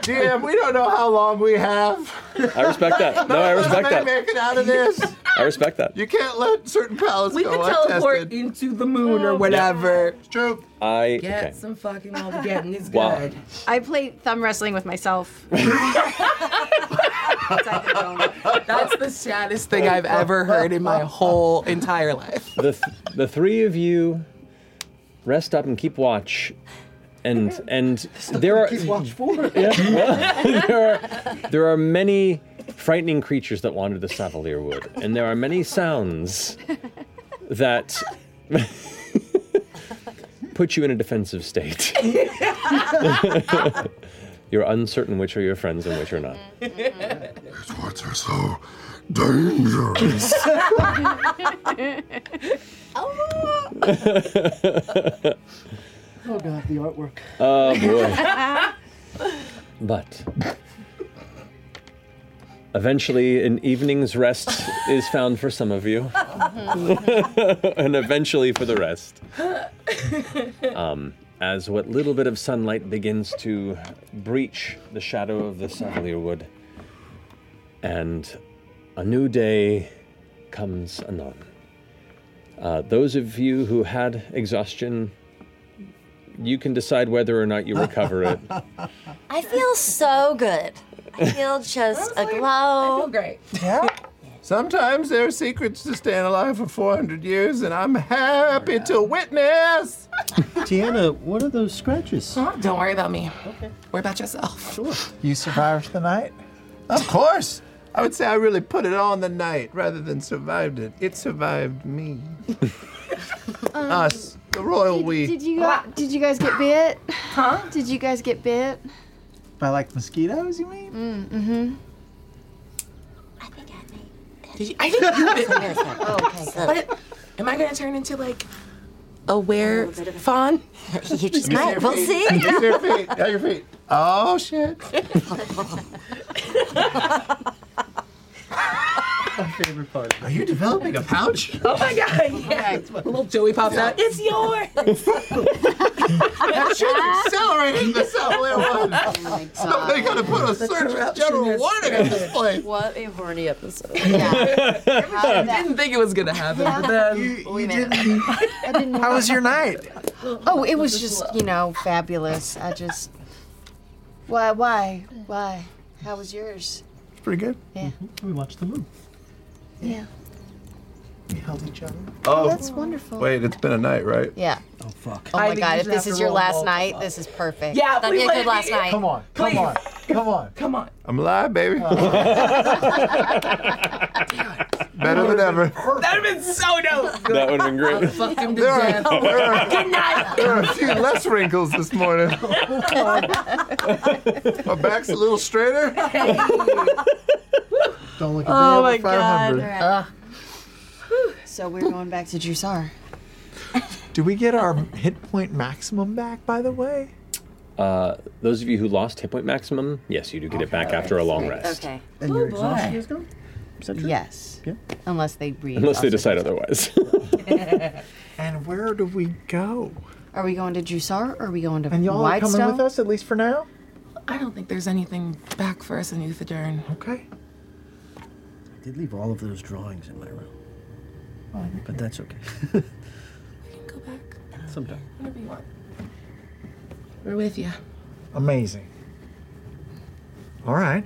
DM, we don't know how long we have.
(laughs) I respect that. No, I respect
Let's
that.
Make it out of this.
I respect that.
You can't let certain palaces
We
go
can
untested.
teleport into the moon or whatever. It's
true.
I.
Get
Okay.
some fucking mulligan. It's
Wow.
good.
I play thumb wrestling with
(laughs)
myself.
That's the saddest
thing I've ever heard in my
whole entire life.
The, th- the three of you rest up and keep watch. And and there are Yeah, well, (laughs) there are there are many frightening creatures that wander the Savalier Wood, and there are many sounds that (laughs) put you in a defensive state. (laughs) You're uncertain which are your friends and which are not.
Swords are
so
dangerous.
(laughs)
Oh god, the artwork.
Oh boy. but eventually, an evening's rest is found for some of you, (laughs) and eventually for the rest. Um, as what little bit of sunlight begins to breach the shadow of the Savalier Wood, and a new day comes anon. Uh, those of you who had exhaustion, you can decide whether or not you
(laughs)
recover it.
I feel so good. I feel just aglow. I feel
great.
Yeah. Sometimes there are secrets to staying alive for 400 years, and I'm happy
(laughs)
to witness.
Deanna, what are those scratches? Don't worry about me. Okay. Worry about yourself. Sure.
You survived the night? Of course. I would say I really put it on the night rather than survived it. It survived me. Us, the royal we.
Um, Did you
uh,
guys, did you guys get bit? Huh? Did you guys get bit?
By like mosquitoes, you mean?
Mm, mm-hmm.
Did you, I think you bit me.
okay.
(laughs) But am I gonna turn into like a
Oh,
were fawn?
you
Let me your feet. Let me see your feet. Got your feet. Oh shit.
(laughs) My favorite part.
Are you developing a pouch?
Oh my
(laughs)
god! Yeah, little Joey pops out. It's yours.
That shit's accelerating the Savalier
Oh
one. (laughs) Somebody gotta put a
The
search and
corruption
general
is
warning on this place.
What a horny episode.
I (laughs) didn't think it was gonna happen, but then
we
did.
(laughs) How was your night?
Oh, it was just you know fabulous. I just why why why? How was yours?
Pretty good.
Yeah.
We watched the moon.
Yeah.
We held each other.
Oh, that's wonderful.
Wait, it's been a night, right?
Yeah.
Oh fuck.
Oh my
I think
god!
you
If
should
this
have
is
to
your
roll
last
both
night, this is perfect.
Yeah,
that'd be a
please
good
let
last
me-
night.
Come on, come on, come on.
Come on.
I'm alive,
(laughs)
baby. Better than ever.
(laughs) That would have been so dope.
That
(laughs)
would have been great.
Fuck him to
There are-
death.
there are-
Good night.
There are a few less wrinkles this morning. My back's a little straighter.
Don't look
at me Oh over my God. 500.
Ah. So we're going back to Drusar.
Do we get our hit point maximum back, by the way?
Uh, those of you who lost hit point maximum, yes, you do get it back after a long rest.
Okay.
And your exhaustion is gone?
Yes. Unless they re.
(laughs) Unless they decide otherwise. (laughs)
And where do we go?
Are we going to Drusar or are we going to
And y'all are coming
Whitestone?
with us, at least for now?
I don't think there's anything back for us in Uthodurn.
Okay.
I did leave all of those drawings in my room.
Oh,
But
(laughs)
that's okay.
Sometime.
Whatever you want. We're with you.
Amazing. All right.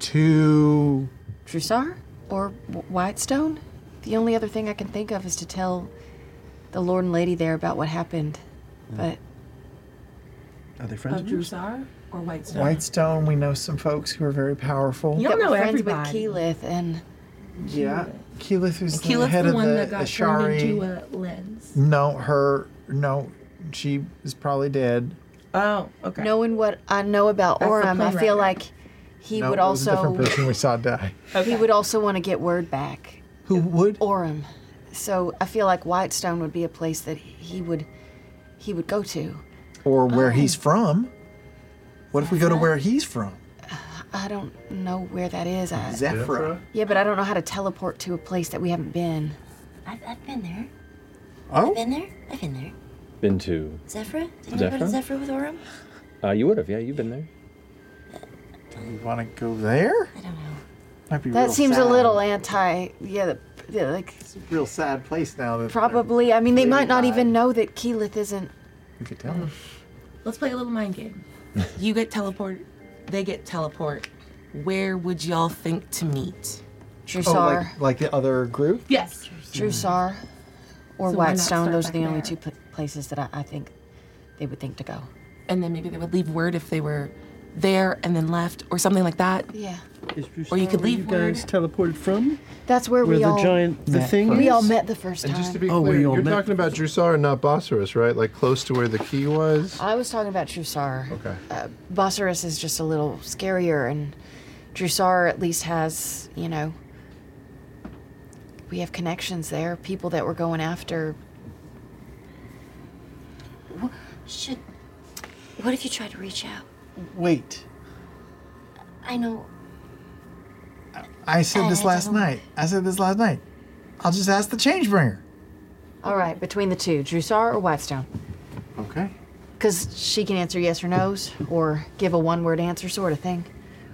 To
Drusar or Wh- Whitestone? The only other thing I can think of is to tell the lord and lady there about what happened. But
Are they friends?
Of
of yours?
Drusar?
or Whitestone?
Whitestone, we know some folks who are very powerful.
That were friends with Keyleth and
Yeah. Keyleth was the
Keyleth's
head
the
of
one
the
that got
Ashari.
turned into
a lens.
No, her. No, she is probably dead.
Oh, okay.
Knowing what I know about
That's the
Orem, I feel
playwright.
like he
No,
would
it was a
also
different person we saw die.
he would also want to get word back.
Who would?
Orem. So I feel like Whitestone would be a place that he would he would go to.
Or where
Oh.
he's from. What if we go to where he's from?
I don't know where that is. I,
Zephyr.
Yeah, but I don't know how to teleport to a place that we haven't been.
I've, I've been there.
Oh?
I've been there. I've been there.
Been to.
Zephyr? Didn't I go to
Zephyra?
Zephyr with Orem?
Uh, you would have, yeah. You've been there.
You want to go there?
I don't know.
Might be
That
real
seems
sad.
a little anti. Yeah, the, yeah, like
Real sad place now. That
probably. I mean, they might not even know that Keyleth isn't.
You could tell them.
Oh,
Let's play a little mind game.
You get teleport. They get teleport. Where would y'all think to meet?
Oh, like, like the other group?
Yes.
Drusar or
So why not
Whitestone.
start
Those are the
back
only
there?
two pl- places that I, I think they would think to go.
And then maybe they would leave word if they were there and then left or something like that.
Yeah.
Or you could leave
you
word.
guys
teleported from?
That's where,
Where
we
the
all
giant- the
met
thing
We
is?
all met the first time.
And just
To be
Oh,
clear,
we all
you're
met.
talking about Drusar and not Bosphorus, right? Like close to where the key was.
I was talking about Drusar.
Okay.
Uh, Bossaris is just a little scarier, and Drusar at least has, you know, we have connections there, people that we're going after.
Should. What if you try to reach out?
Wait.
I know.
I said this
Uh,
last night. I said this last night. I'll just ask the Changebringer.
All right, between the two, Drusar or Whitestone?
Okay.
Because she can answer yes or no's, or give a one word answer sort of thing.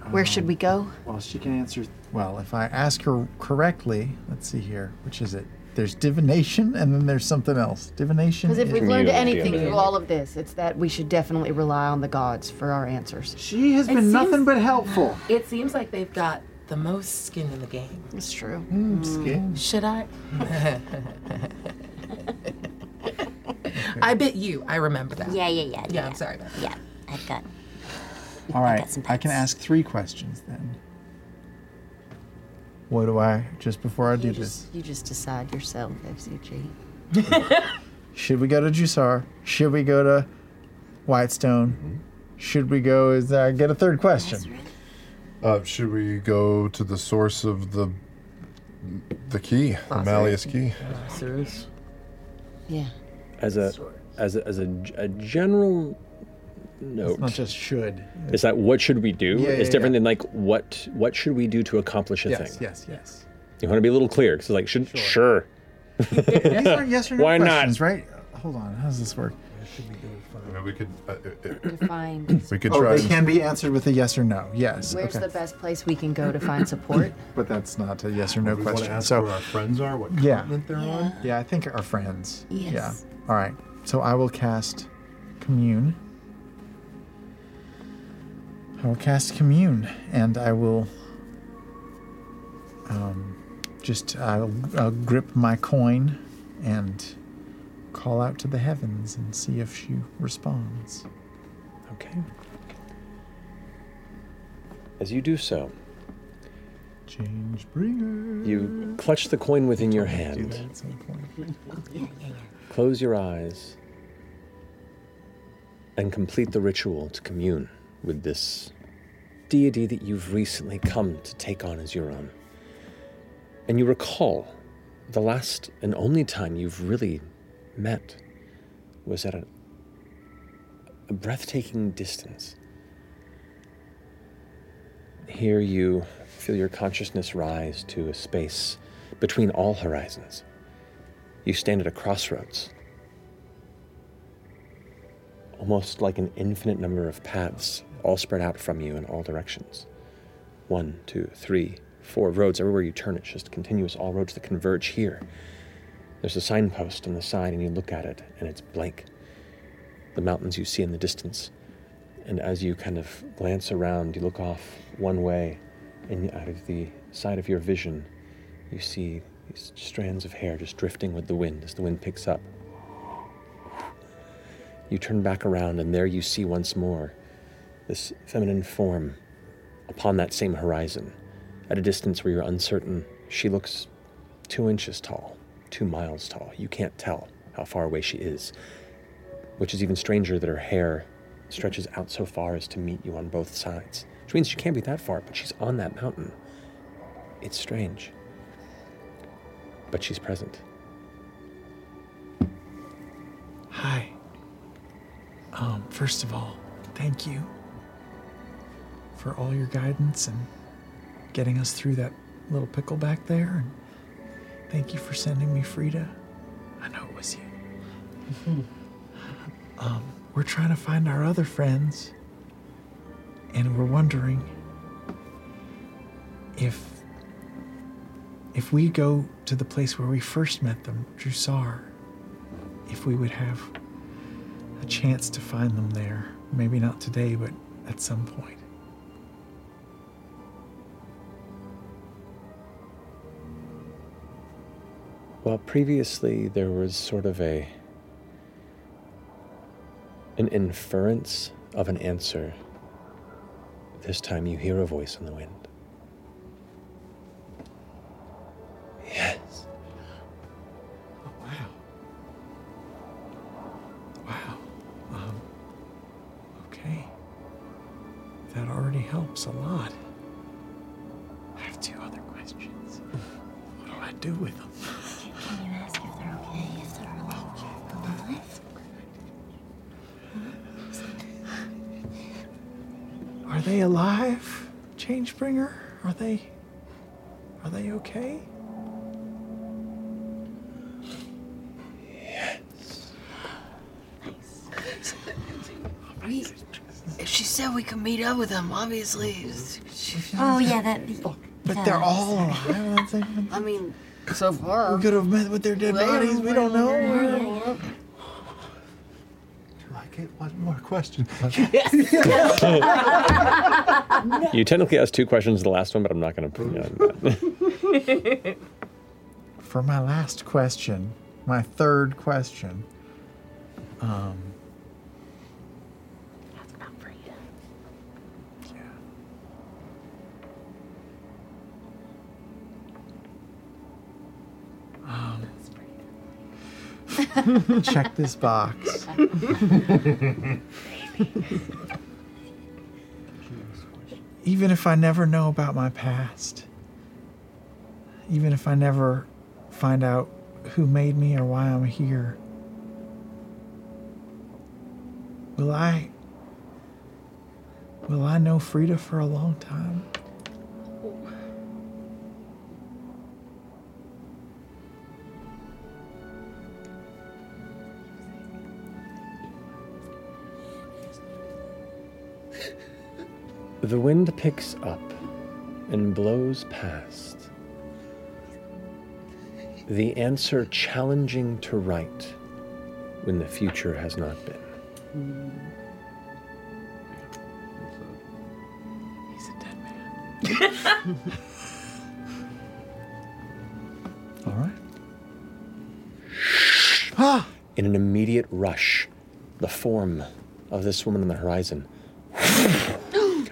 Where should we go?
Well, she can answer.
Well, if I ask her correctly, let's see here. Which is it? There's divination, and then there's something else. Divination.
Because if
is-
we've learned anything through all of this, it's that we should definitely rely on the gods for our answers.
She has
It been nothing seems-
but helpful.
It seems like they've got the most skin in the game.
It's true.
skin. Should I? I bet you. I remember that.
Yeah, yeah, yeah.
Yeah, I'm sorry about that.
Yeah, I've got.
All right, I can ask three questions then. What do I just before I do this?
You just decide yourself, FCG.
Should we go to Drusar? Should we go to Whitestone?
Mm-hmm.
Should we go? Is there, get a third question?
Uh, should we go to the source of the the key, the Malleus key?
Serious?
Yeah.
As a as a, as a, g- a general note,
It's not just should.
It's like what should we do?
Yeah,
it's
yeah,
different than like what what should we do to accomplish a
Yes,
thing.
yes, yes.
You want to be a little clear because like should sure.
(laughs)
yes, or, yes or
(laughs)
no
Why not?
questions, right? Hold on, how does this (clears throat) work?
I mean, we could. Uh,
Define.
we could
oh,
try.
they can be answered with a yes or no. Yes.
Where's
okay.
the (laughs) best place we can go to find support?
But that's not a yes or no
We wanna
question.
ask
so
where our friends are, what
yeah.
continent they're
yeah.
on?
I think our friends. Yeah.
Yes.
All right. So I will cast commune. I will cast commune, and I will um, just I'll, I'll grip my coin and call out to the heavens and see if she responds.
Okay. As you do so,
Change bringer.
you clutch the coin within your hand. Close your eyes and complete the ritual to commune with this deity that you've recently come to take on as your own. And you recall the last and only time you've really met was at a, a breathtaking distance. Here you feel your consciousness rise to a space between all horizons. You stand at a crossroads. Almost like an infinite number of paths, all spread out from you in all directions. One, two, three, four roads. Everywhere you turn, it's just continuous, all roads that converge here. There's a signpost on the side, and you look at it, and it's blank. The mountains you see in the distance. And as you kind of glance around, you look off one way, and out of the side of your vision, you see these strands of hair just drifting with the wind as the wind picks up. You turn back around, and there you see once more this feminine form upon that same horizon. At a distance where you're uncertain, she looks two inches tall, two miles tall. You can't tell how far away she is, which is even stranger that her hair stretches out so far as to meet you on both sides, which means she can't be that far, but she's on that mountain. It's strange. But she's present.
Hi. Um, first of all, thank you for all your guidance and getting us through that little pickle back there. And thank you for sending me Frida. I know it was you. Um, we're trying to find our other friends, and we're wondering if if we go to the place where we first met them, Drusar, if we would have a chance to find them there. Maybe not today, but at some point.
Well, previously there was sort of a an inference of an answer. This time you hear a voice in the wind. Yes.
Um,
Uh-huh.
okay. That already helps a lot. I have two other
(laughs)
questions. What do I do with them?
Can you ask if they're okay? If they're alive?
Are they alive, Changebringer? Are they. Are they okay?
We, if she said we could meet up with them, obviously.
Oh, yeah, that.
But they're all alive.
I mean, so far.
We could have met with their dead bodies. We don't know.
I get one more
(laughs)
(laughs)
question.
(laughs)
You technically asked two questions in the last one, but I'm not going to put you on that.
For my last question, my third question, um, um, check this box. even if I never know about my past, even if I never find out who made me or why I'm here, will I will I know Frida for a long time?
The wind picks up and blows past. The answer challenging to right when the future has not been.
All right.
Ah! In an immediate rush, the form of this woman on the
(gasps)
horizon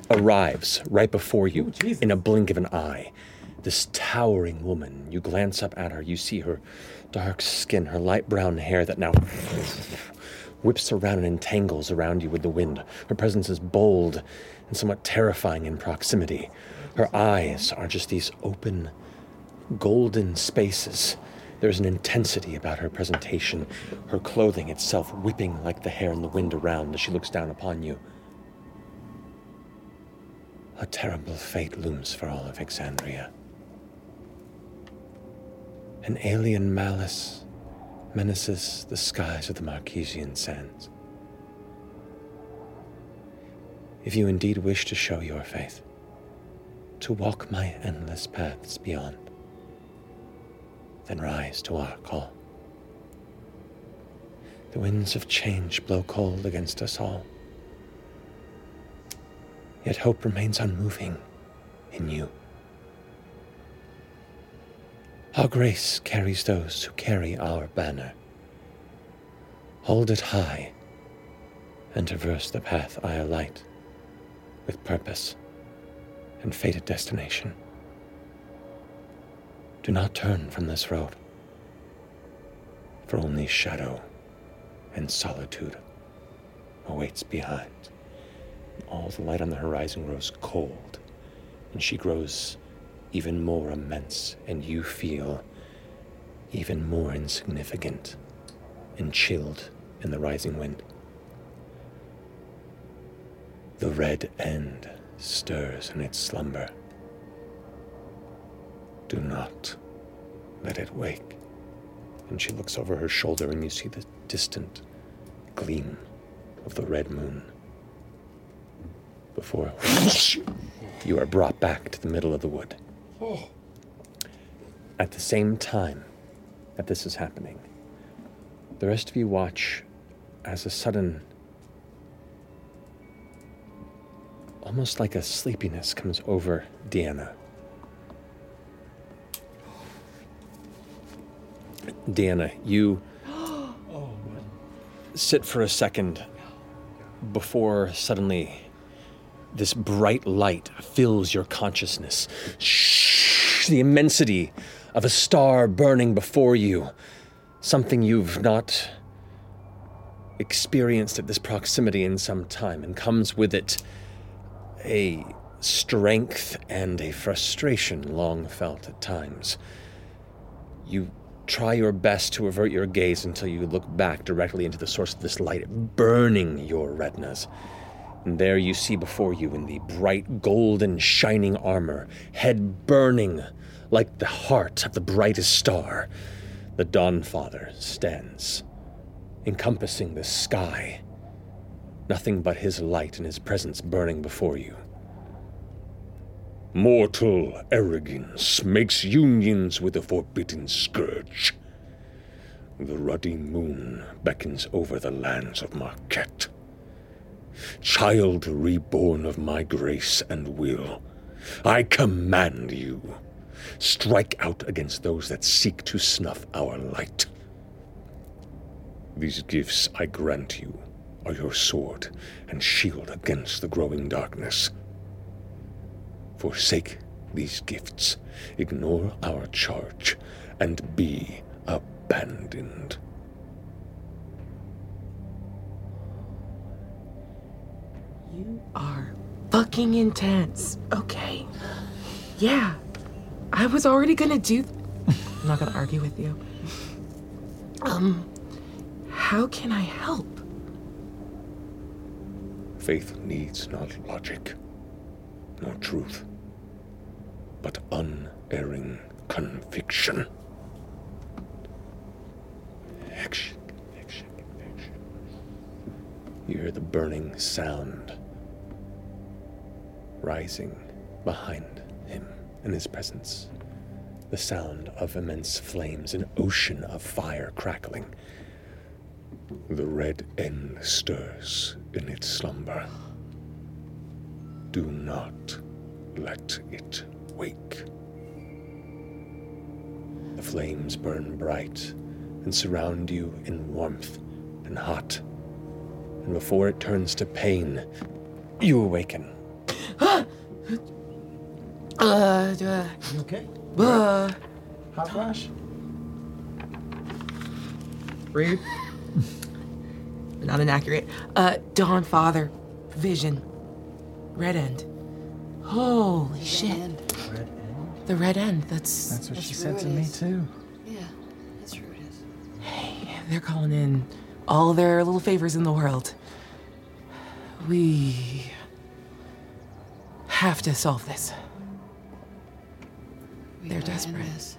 arrives right before you in a blink of an eye. This towering woman, you glance up at her, you see her dark skin, her light brown hair that now whips around and entangles around you with the wind. Her presence is bold and somewhat terrifying in proximity. Her eyes are just these open, golden spaces. There's an intensity about her presentation, her clothing itself whipping like the hair in the wind around as she looks down upon you. A terrible fate looms for all of Exandria. An alien malice menaces the skies of the Marquesian sands. If you indeed wish to show your faith, to walk my endless paths beyond, then rise to our call. The winds of change blow cold against us all, yet hope remains unmoving in you. Our grace carries those who carry our banner. Hold it high and traverse the path I alight with purpose and fated destination. Do not turn from this road, for only shadow and solitude awaits behind. All the light on the horizon grows cold, and she grows even more immense, and you feel even more insignificant and chilled in the rising wind. The red end stirs in its slumber. Do not let it wake. And she looks over her shoulder, and you see the distant gleam of the red moon. Before (laughs) you are brought back to the middle of the wood.
Oh.
At the same time that this is happening, the rest of you watch as a sudden, almost like a sleepiness comes over Deanna. Deanna, you sit for a second before suddenly this bright light fills your consciousness. The immensity of a star burning before you, something you've not experienced at this proximity in some time, and comes with it a strength and a frustration long felt at times. You try your best to avert your gaze until you look back directly into the source of this light burning your retinas. And there you see before you, in the bright golden shining armor, head burning like the heart of the brightest star, the Dawnfather stands, encompassing the sky, nothing but his light and his presence burning before you.
Mortal arrogance makes unions with the forbidden scourge. The ruddy moon beckons over the lands of Marquette. Child reborn of my grace and will, I command you strike out against those that seek to snuff our light. These gifts I grant you are your sword and shield against the growing darkness. Forsake these gifts, ignore our charge, and be abandoned.
You are fucking intense. Okay. Yeah. I was already gonna do. I'm not gonna
(gasps)
argue with you. Um, how can I help?
Faith needs not logic, nor truth, but unerring conviction. Action, action, action.
You hear the burning sound rising behind him in his presence. The sound of immense flames, an ocean of fire crackling.
The red end stirs in its slumber. Do not let it wake.
The flames burn bright and surround you in warmth and hot. And before it turns to pain, you awaken.
uh, uh,
Okay.
uh,
Hot flash.
rude. Not inaccurate. Uh, Dawn Father, Vision, Red End. Holy shit. The Red End. That's
That's what she said to me too.
They're calling in all their little favors in the world. We have to solve this. They're desperate.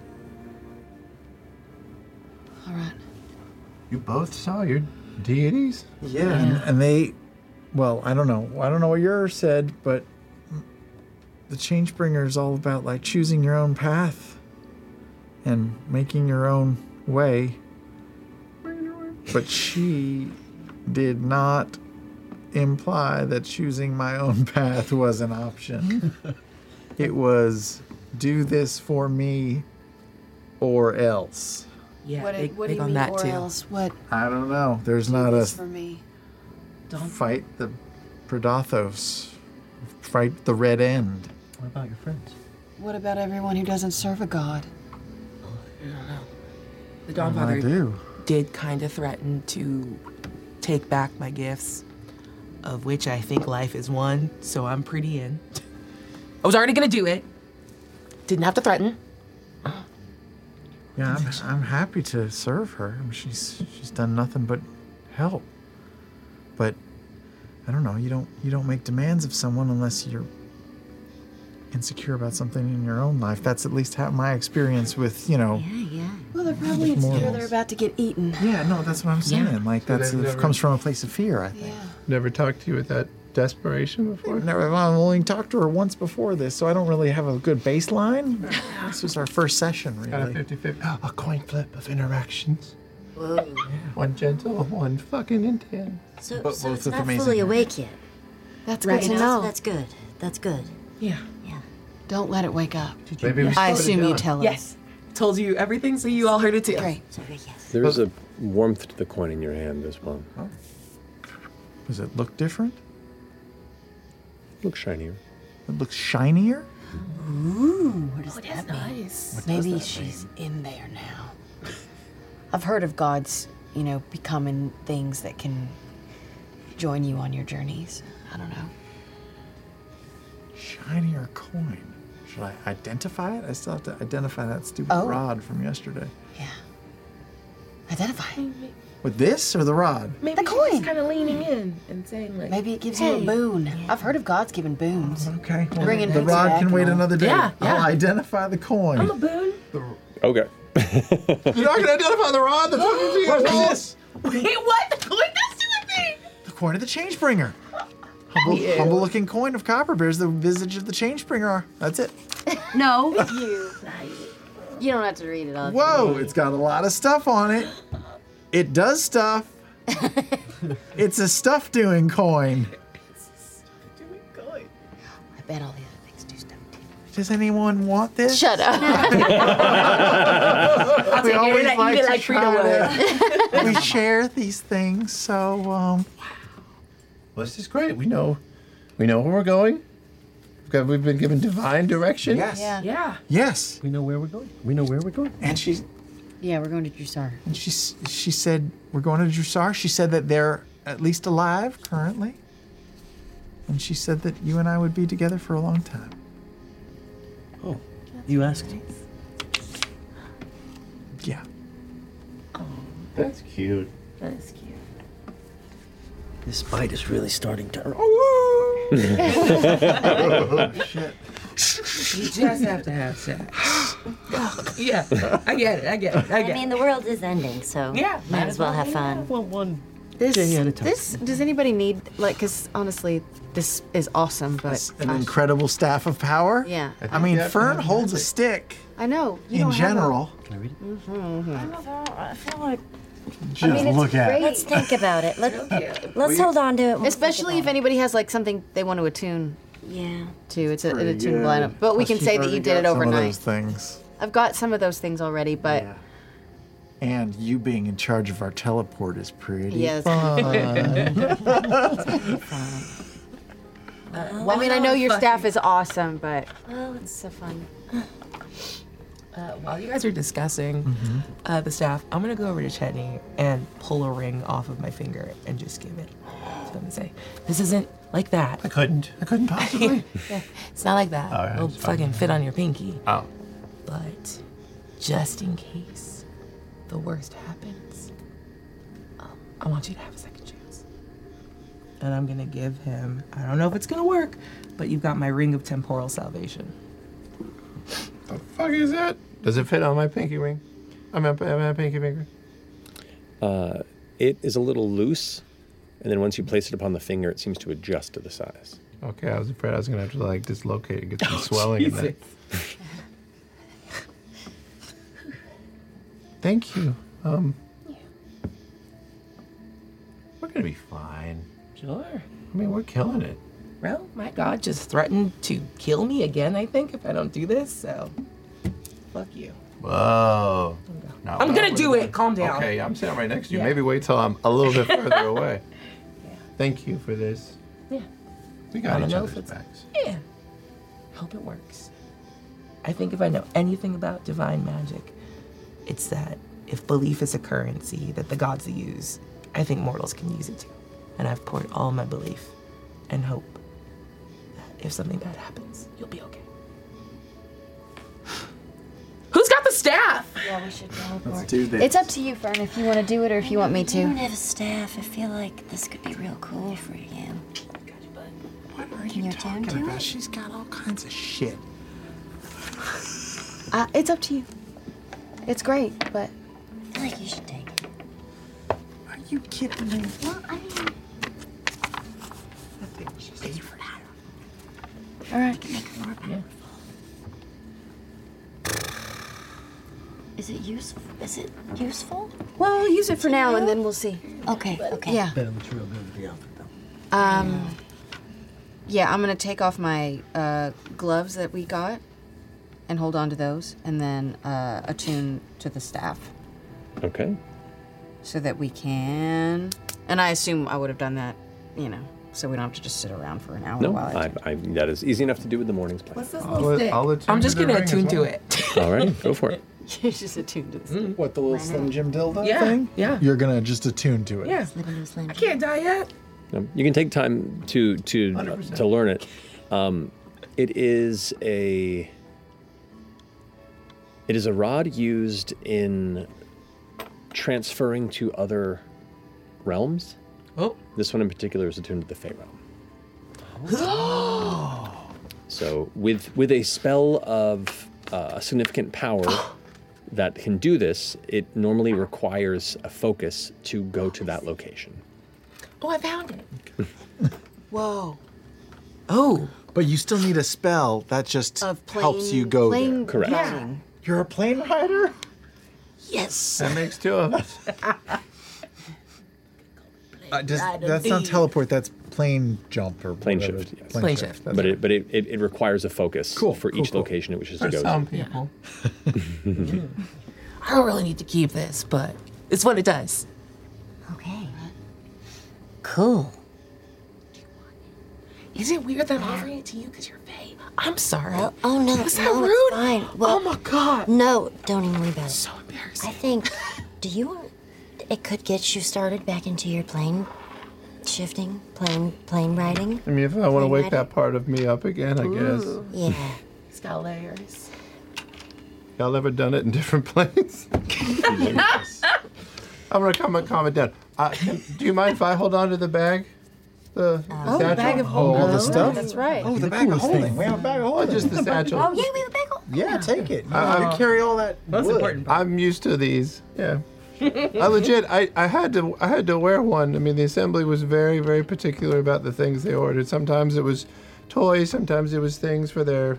All right.
You both saw your deities?
And, and they, well, I don't know. I don't know what yours said, but the Changebringer is all about like choosing your own path and making your own way. But she did not imply that choosing my own (laughs) path was an option. it was do this for me or else.
Yeah,
what,
big-
what do
big
you
on
mean,
that
or
too.
else what?
I don't know. There's not a
for me.
fight the Predathos fright the red end.
What about your friends?
What about everyone who doesn't serve a god?
The
What do Oh, I
Dawnfather
do?
did kind of threaten to take back my gifts, of which I think life is one, so I'm pretty in. I was already gonna do it. Didn't have to threaten.
Yeah, I'm, I'm happy to serve her. I mean, she's she's done nothing but help. But I don't know. You don't you don't make demands of someone unless you're insecure about something in your own life. That's at least how my experience with you know.
yeah. Well, they're probably
Morals.
insecure they're about to get eaten.
Mm. Yeah, no, that's what I'm saying. Like
So
that's
they've
it
never-
comes from a place of fear. I think.
Never talked to you with that desperation before.
Never, I've only talked to her once before this, so I don't really have a good
(laughs)
baseline. This was our first session, really.
Got a 50 a coin flip of interactions. One gentle, one fucking intense.
So, so it's not fully awake yet.
That's
right?
good to
So
know.
that's good. That's good.
Yeah.
Don't let it wake up.
you- Maybe we
I
slowed it
assume you
down.
tell us.
Yes. Told you everything, so you all heard it too.
Great.
There is a warmth to the coin in your hand as well.
Does it look different?
Looks shinier.
It looks shinier.
Ooh, what does that mean?
nice.
What does
Maybe
that
she's in there now.
I've heard of gods, you know, becoming things that can join you on your journeys. I don't know.
Shinier coin. Should I identify it? I still have to identify that stupid
Oh.
rod from yesterday.
Identify.
With this or the rod?
Maybe
the coin.
kind of leaning in and saying like.
Maybe it gives you a boon. I've heard of God's giving boons.
Oh, Okay.
Bringing
the
boots
rod
back
can
and
wait
all.
another day.
Yeah,
I'll identify the coin.
I'm a boon.
Okay.
(laughs)
You're not gonna identify the rod. The
(gasps)
fucking thing
What is
is gold.
this?
Wait, what? (laughs) The coin does do a thing.
The coin of the change bringer. Humble,
Ew.
humble looking coin of copper bears the visage of the change bringer. That's it.
No.
you.
You don't have to read it all.
Whoa, it's got a lot of stuff on it. It does
(laughs)
stuff. it's a stuff doing coin.
I bet all the
Does anyone want this? (laughs)
Shut up.
I'll
we
take it.
always
Eat it
like to
like
try
Frito-Lay.
to- (laughs) we share these things, so um,
Well, this is great. We know, we know where we're going. We've, got, we've been given divine direction.
Yeah.
Yeah.
Yes.
We know where we're going. We know where we're going.
And she's
Yeah, we're going to Drusar.
And she s- she said we're going to Drusar. She said that they're at least alive currently. And she said that you and I would be together for a long time.
Oh, you asked.
Yeah.
Oh.
That's cute.
That's cute.
This bite is really starting to.
Shit.
You just have to have
(gasps)
sex.
yeah, I get it. I get it. I get
mean,
it.
the world is ending, so
Yeah,
might as well have fun.
Well, one
This,
day at a time.
this does anybody need like? Because honestly, this is awesome. But
An
I-
incredible staff of power.
Yeah. I
I mean,
think that
Fern
might
holds a stick
I know. You
in
don't have a-
general.
Mm-hmm.
I feel like
Just look at it.
Let's think about it. Let, let's hold on to it.
Especially if anybody has like something they want to attune.
Yeah.
To it's a, an
Pretty
attuned
good.
lineup, but we
Plus
can
you've
say that
already
you did it
got some of
overnight.
those things.
I've got some of those things already, but
(laughs)
And you being in charge of our teleport is pretty
Yes. (laughs)
Uh-huh.
fun. (laughs)
I mean, I know your staff is awesome, but
well,
it's so fun.
Uh, while you guys are discussing
Mm-hmm.
uh, the staff, I'm gonna go over to Chetney and pull a ring off of my finger and just give it to him and say, "This isn't like that."
I couldn't. I
(laughs)
couldn't possibly.
yeah, it's not like that.
All right,
It'll
it's fine.
fucking fit on your pinky.
Oh.
But just in case the worst happens, um, I want you to have a second chance. And I'm gonna give him. I don't know if it's gonna work, but you've got my ring of temporal salvation.
fuck is that? Does it fit on my pinky ring? I'm a, I'm a pinky finger.
Uh, it is a little loose, and then once you place it upon the finger, it seems to adjust to the size.
Okay, I was afraid I was gonna have to like dislocate and get
(laughs) Oh,
some swelling in that. Thank you. Um, we're gonna be fine.
Sure.
I mean, we're killing it.
Well, my God just threatened to kill me again, I think, if I don't do this, so fuck you.
Whoa. Not
I'm
what I
gonna
would've
do it.
done.
Calm down.
Okay, I'm sitting right next to you.
Yeah. (laughs)
Maybe wait till I'm a little bit further away. Thank you for this.
Yeah.
We got
I don't
each
know if
other's
it's-
backs.
Yeah. Hope it works. I think if I know anything about divine magic,
It's that if belief is a currency that the gods use, I think mortals can use it too. And I've poured all my belief and hope that if something bad happens, you'll be okay. Who's got the staff?
Yeah, we should go.
Let's
Or-
do this.
It's up to you, Fern, if you want to do it or if you want me
You don't
to.
have a staff. I feel like this could be real cool for you.
What are
you talking
about? She's got all kinds of shit.
Uh, it's up to you. It's great, but
I feel like you should take it.
Are you kidding me?
Well, I mean,
all right.
Is it useful? Is it useful?
Well, use it for now and then we'll see.
Okay, okay.
Yeah.
Bet it looks real good with the outfit, though.
Um, yeah, I'm gonna take off my uh, gloves that we got and hold on to those, and then uh, attune to the staff
Okay.
so that we can. And I assume I would have done that, you know, so we don't have to just sit around for an hour
No,
while I.
I, I, that is easy enough to do with the morning's plan.
What's this
I'll little let- stick? I'll attune I'm just to the gonna ring as attune to
(laughs)
well.
All right, go
(laughs)
for it.
You're just attuned to this.
What the little Slim Jim dildo
Yeah,
thing?
Yeah.
You're gonna just attune to it.
Yeah. I can't die yet.
Um, You can take time to to uh, to learn it. Um, it is a it is a rod used in transferring to other realms.
Oh,
this one in particular is attuned to the Fey realm. So with with a spell of uh, a
(gasps)
significant power that can do this, it normally requires a focus to go to that location.
Oh, I found
(laughs)
it.
Whoa.
Oh. But you still need a spell that just helps you go
plane
there. You're a plane rider?
Yes.
That makes two of us. Uh, does,
Ride of
that's not
these.
teleport, that's plane jump or
Plane
whatever.
shift, yes.
Plane shift,
But it but it, it, it requires a focus for each location it wishes to go to.
(laughs)
people.
(laughs)
Mhm.
I don't really need to keep this, but it's what it does.
Okay.
Cool. Is it weird that I'm offering it to you because you're Faye? I'm sorry.
Oh, oh no,
Was that
no,
rude?
It's fine. Well,
oh my god.
No, don't even worry about it.
So embarrassing.
I think. Do you want? It could get you started back into your plane shifting, plane plane riding.
I mean, if I want to
Plane
wake
riding.
that part of me up again, I guess.
Yeah.
It's got layers.
Y'all ever done it in different (laughs) planes? I'm gonna calm it, calm it down. Uh, can- do you mind if I hold on to the bag? The, the
Oh, the
satchel?
bag of holding. Oh, That's right.
Oh, the, bag of holding. We have a bag of holding.
just the satchel.
yeah,
we have a bag
Yeah, take it. You,
Uh,
you carry all that. wood.
I'm used to these. Yeah. I legit, I, I had to I had to wear one. I mean, the assembly was very very particular about the things they ordered. Sometimes it was toys, sometimes it was things for their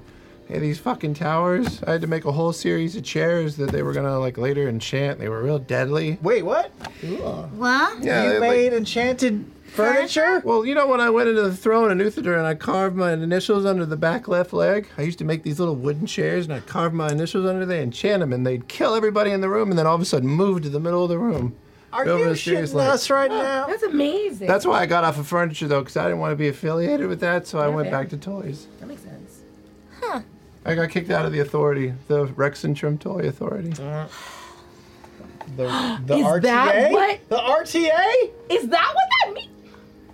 hey, these fucking towers. I had to make a whole series of chairs that they were gonna like later enchant. They were real deadly.
Wait, what?
What?
Yeah,
you
like-
made enchanted furniture?
Well, you know when I went into the throne in Uthodor and I carved my initials under the back left leg, I used to make these little wooden chairs and I carved my initials under there and chant them and they'd kill everybody in the room and then all of a sudden move to the middle of the room.
Are
Over
you
a serious
shitting
light.
us right now?
That's amazing.
That's why I got off of furniture though, because I didn't want to be affiliated with that, so I
Yeah,
went
fair.
back to toys.
That makes sense.
I got kicked out of the authority, the Rexentrum Toy Authority.
Uh,
(gasps)
The,
the Is RTA? that what-
The RTA?
Is that what that means?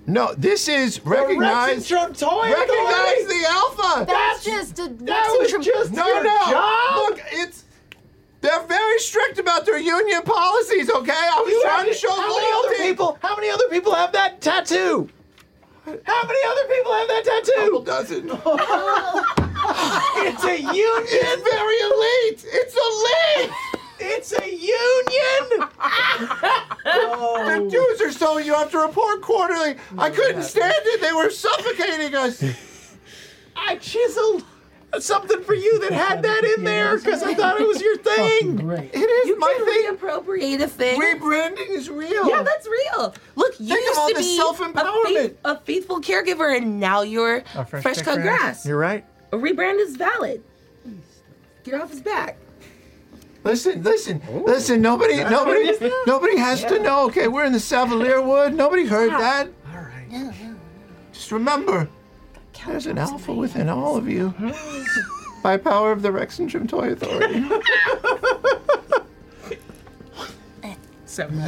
No, this is recognize.
Rexentrum Toy
recognize
Authority?
the alpha.
That's
just a
that was Rexentrum- just
no,
your
no.
job?
Look, it's they're very strict about their union policies. Okay, I was
You
trying to
have-
show
how
loyalty.
many other people- how many other people have that tattoo? How many other people have that tattoo? Couple
dozen.
(laughs) it's a union.
It's very elite. It's elite.
It's a (laughs) union. Oh,
The dues are so you have to report quarterly. I couldn't stand it. They were suffocating us.
I chiseled something for you that had that in there because I thought it was your thing.
It is
my
thing.
Appropriate
a thing.
Rebranding is real.
Yeah, that's real. Look, you
Think of
used
all
to
this
be
self-empowerment.
a, faith- a faithful caregiver, and now you're
Oh,
A
fresh,
fresh
cut,
cut
grass.
grass. You're right.
A rebrand is valid. Get off his back.
Listen, listen, listen. Nobody,
Oh.
nobody,
(laughs)
nobody has to know. Okay, we're in the Savalier Wood. Nobody heard that. All right. Just remember, There's an alpha within all of you. By power of the Rexentrium Toy Authority.
(laughs)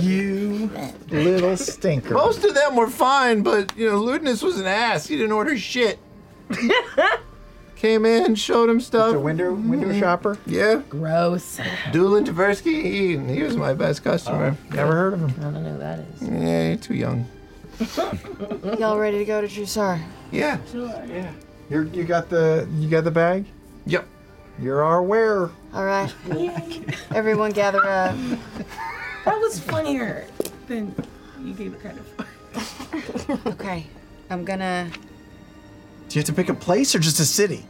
You little stinker.
Most of them were fine, but you know, Ludinus was an ass. He didn't
(laughs)
order shit. Came in, showed him stuff. The
window window shopper.
Yeah.
Gross.
Doolin Tversky, he, he was my best customer.
Oh, never heard of him.
I don't know who that is.
Yeah, you're too young.
(laughs) Y'all ready to go to Drusar?
Yeah.
Sure, yeah.
You're, you got the you got the bag.
Yep.
You're our wearer.
All right. Everyone gather up.
That was funnier than you gave kind of.
(laughs)
okay, I'm gonna.
Do you have to pick a place or just a city?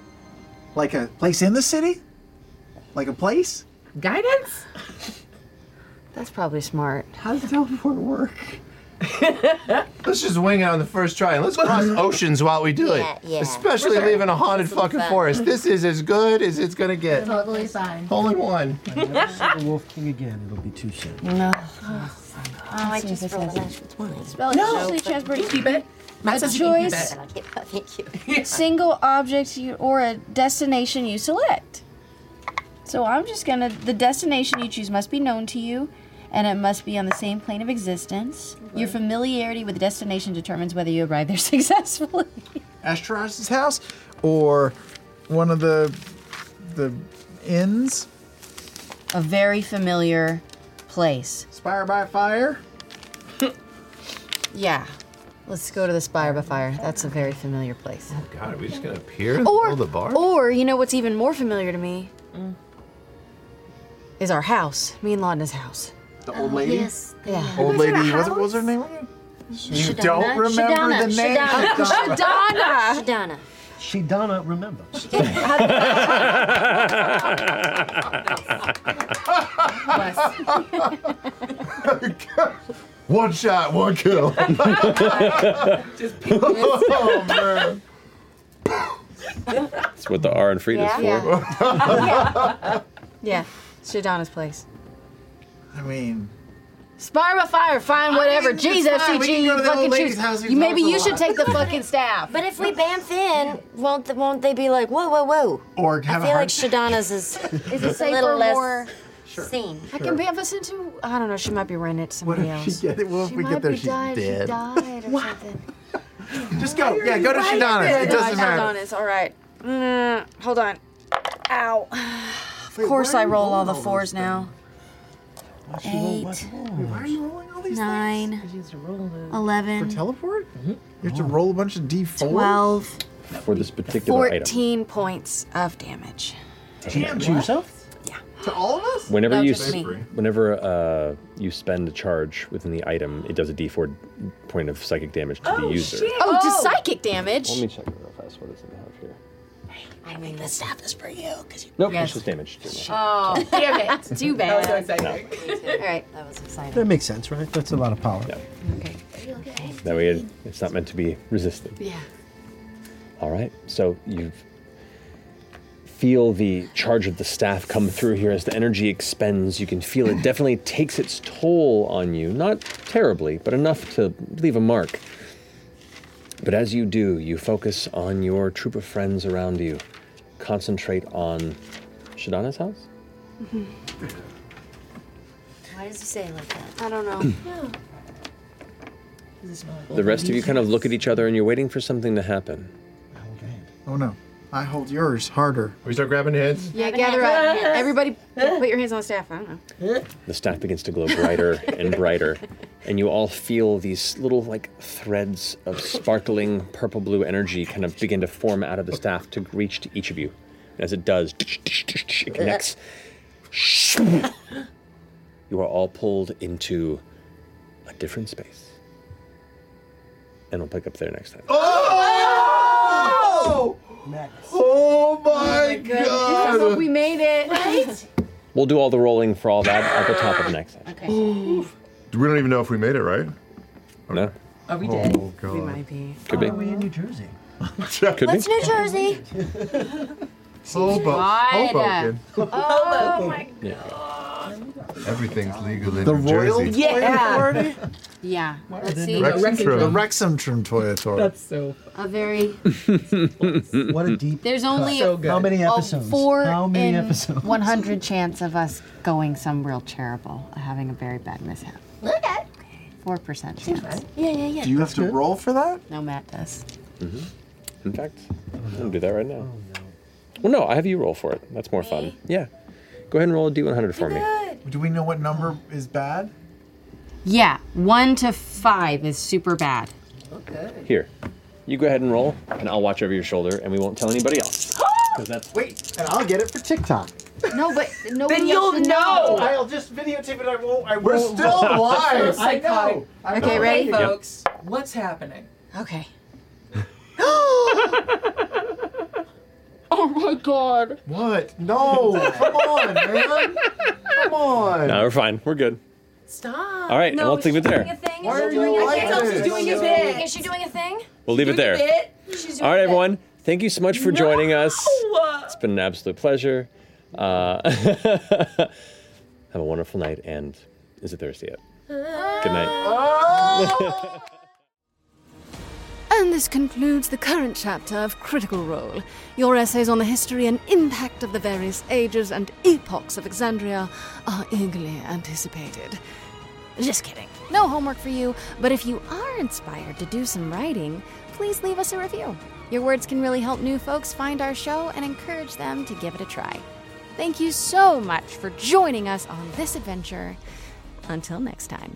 Like a place in the city? Like a place?
Guidance?
That's probably smart.
How does teleport work?
Let's just wing it on the first try and let's
(laughs)
cross oceans while we do it.
Yeah, yeah.
Especially
For sure.
leaving a haunted
This will be
fucking
fun.
forest. This is as good as it's gonna get.
Totally fine.
Only one.
the Wolf King again. It'll be too soon.
(laughs) No.
Oh, I just rolled a natural 20. Spell
No.
is actually transporting.
Keep it.
My
That's a
choice.
choice.
(laughs)
Thank
(laughs)
you.
Single object you, or a destination you select. So I'm just gonna. The destination you choose must be known to you, and it must be on the same plane of existence. Your familiarity with the destination determines whether you arrive there (laughs) successfully.
Astra's house or one of the the inns?
A very familiar place.
Spire by
(laughs)
fire?
yeah. Let's go to the Spire by Fire. That's a very familiar place. Oh,
God, are we just gonna appear in
Or-
the middle of the bar?
Or, you know what's even more familiar to me? Is our house. Me and Laudna's house.
The old lady?
(laughs)
yes. Yeah.
Old lady, what what was her name again? You don't remember the name?
Shadana.
Shadana.
She Donna, remember.
One shot, one kill. oh, man.
(laughs) That's what the R and Frida's
Yeah.
for.
yeah. yeah. Shadana's place.
I mean,
Spire by fire, find whatever.
mean, it's
Jesus,
fine.
you
We can go to the old
fucking
lady's
choose.
house.
You, maybe you should take
(laughs)
the
fucking
staff.
But if we bamf in, won't th- won't they be like, whoa, whoa, whoa?
Or
I
have a
feel like
heart-
Shadana's is
(laughs)
Is
a
it safer,
little less
more-
seen.
I can bamf us into. I don't know. She might be renting it to
What
somebody
if she
else.
get it? Well, if we get there, she's dead.
died or something.
Just
Oh,
go. Yeah, go to Shadana. It doesn't matter.
Shadana's, all right. Mm, hold on. Ow.
(sighs) Of course, I roll all the fours now.
Eight. Why are you rolling all these
Nine.
For
Eleven.
teleport? You have to roll a bunch of d4s?
Mm-hmm. Oh. Twelve.
For this particular item.
Fourteen points of damage.
Damn, to yourself?
Yeah.
To all of us?
Whenever
No,
you
just
s-
me.
whenever uh, you spend a charge within the item, it does a D4 point of psychic damage to the user.
Oh, to psychic damage.
Let me check real fast. What does it have here?
I think the staff is for you, cause you.
Nope, it's just damage. to me.
Oh, damn it! It's Too bad.
That was so exciting.
All right, that was exciting.
That makes sense, right? That's a lot of power.
That way, it- it's not meant to be resisted.
Yeah.
All right. So you feel the charge of the staff come through here as the energy expends. You can feel it definitely takes its toll on you. Not terribly, but enough to leave a mark. But as you do, you focus on your troop of friends around you. Concentrate on Shadana's house?
Why does he say it like that?
I don't
(clears throat)
Oh,
know.
(laughs)
The rest of you kind of look at each other and you're waiting for something to happen.
Oh no. I hold yours harder.
We start grabbing heads.
Yeah, gather up. Uh. Everybody, put your hands on the staff. I don't know.
The staff begins to glow (laughs) brighter and brighter, and you all feel these little like threads of sparkling purple blue energy kind of begin to form out of the staff to reach to each of you. And as it does, it connects. You are all pulled into a different space. And we'll pick up there next time.
Oh! Oh my
This is-
god!
we made it. Right?
We'll do all the rolling for all that at the top of next time.
Okay.
We don't even know if we made it, right? Oh,
No.
Are
Oh, we
dead?
We might be.
(laughs)
Could be.
Are we in New Jersey?
Could be.
Let's New
(laughs)
Jersey.
Hobo-
Florida.
(laughs)
Hoboken.
Oh my
Yeah.
Everything's legal in
The
New
Royal
Jersey.
Toy Authority?
yeah. Let's see.
Rexham- The Rexham Trim Toy Authority.
(laughs)
so. A very.
what a deep.
There's only
So
a,
good. How many
a
episodes?
four
How many
in (laughs)
episodes?
100 chance of us going some real terrible, having a very bad mishap.
Okay.
Four percent chance.
Yeah, yeah, yeah.
Do you have to roll for that?
No, Matt does.
Mm-hmm. In fact, I'm gonna do that right now. Well, no, I have you roll for it. That's more fun. Yeah, go ahead and roll a d100 for me.
Do we know what number is bad?
Yeah, one to five is super bad.
Okay.
Here, you go ahead and roll, and I'll watch over your shoulder, and we won't tell anybody else. 'Cause that's
wait, and I'll get it for TikTok.
No, but no.
Then
you'll know.
I'll just videotape it. I won't. I
We're
won't
still
(laughs)
alive.
I know.
I
okay,
know.
ready,
Yep.
folks? What's happening?
Okay.
Oh my god. What? No. Come on, man. Come on.
No, we're fine. We're good.
Stop.
All right, and let's leave it there.
thing? Is
Why
she
are
doing
you
a
like
thing?
this?
She's doing a thing. Is she doing a thing?
We'll leave it there.
She's
All
doing
right,
a bit.
everyone. Thank you so much for joining us. It's been an absolute pleasure. Uh, (laughs) have a wonderful night, and is it Thursday yet? Good night.
Oh!
And this concludes the current chapter of Critical Role. Your essays on the history and impact of the various ages and epochs of Exandria are eagerly anticipated. Just kidding. No homework for you, but if you are inspired to do some writing, please leave us a review. Your words can really help new folks find our show and encourage them to give it a try. Thank you so much for joining us on this adventure. Until next time.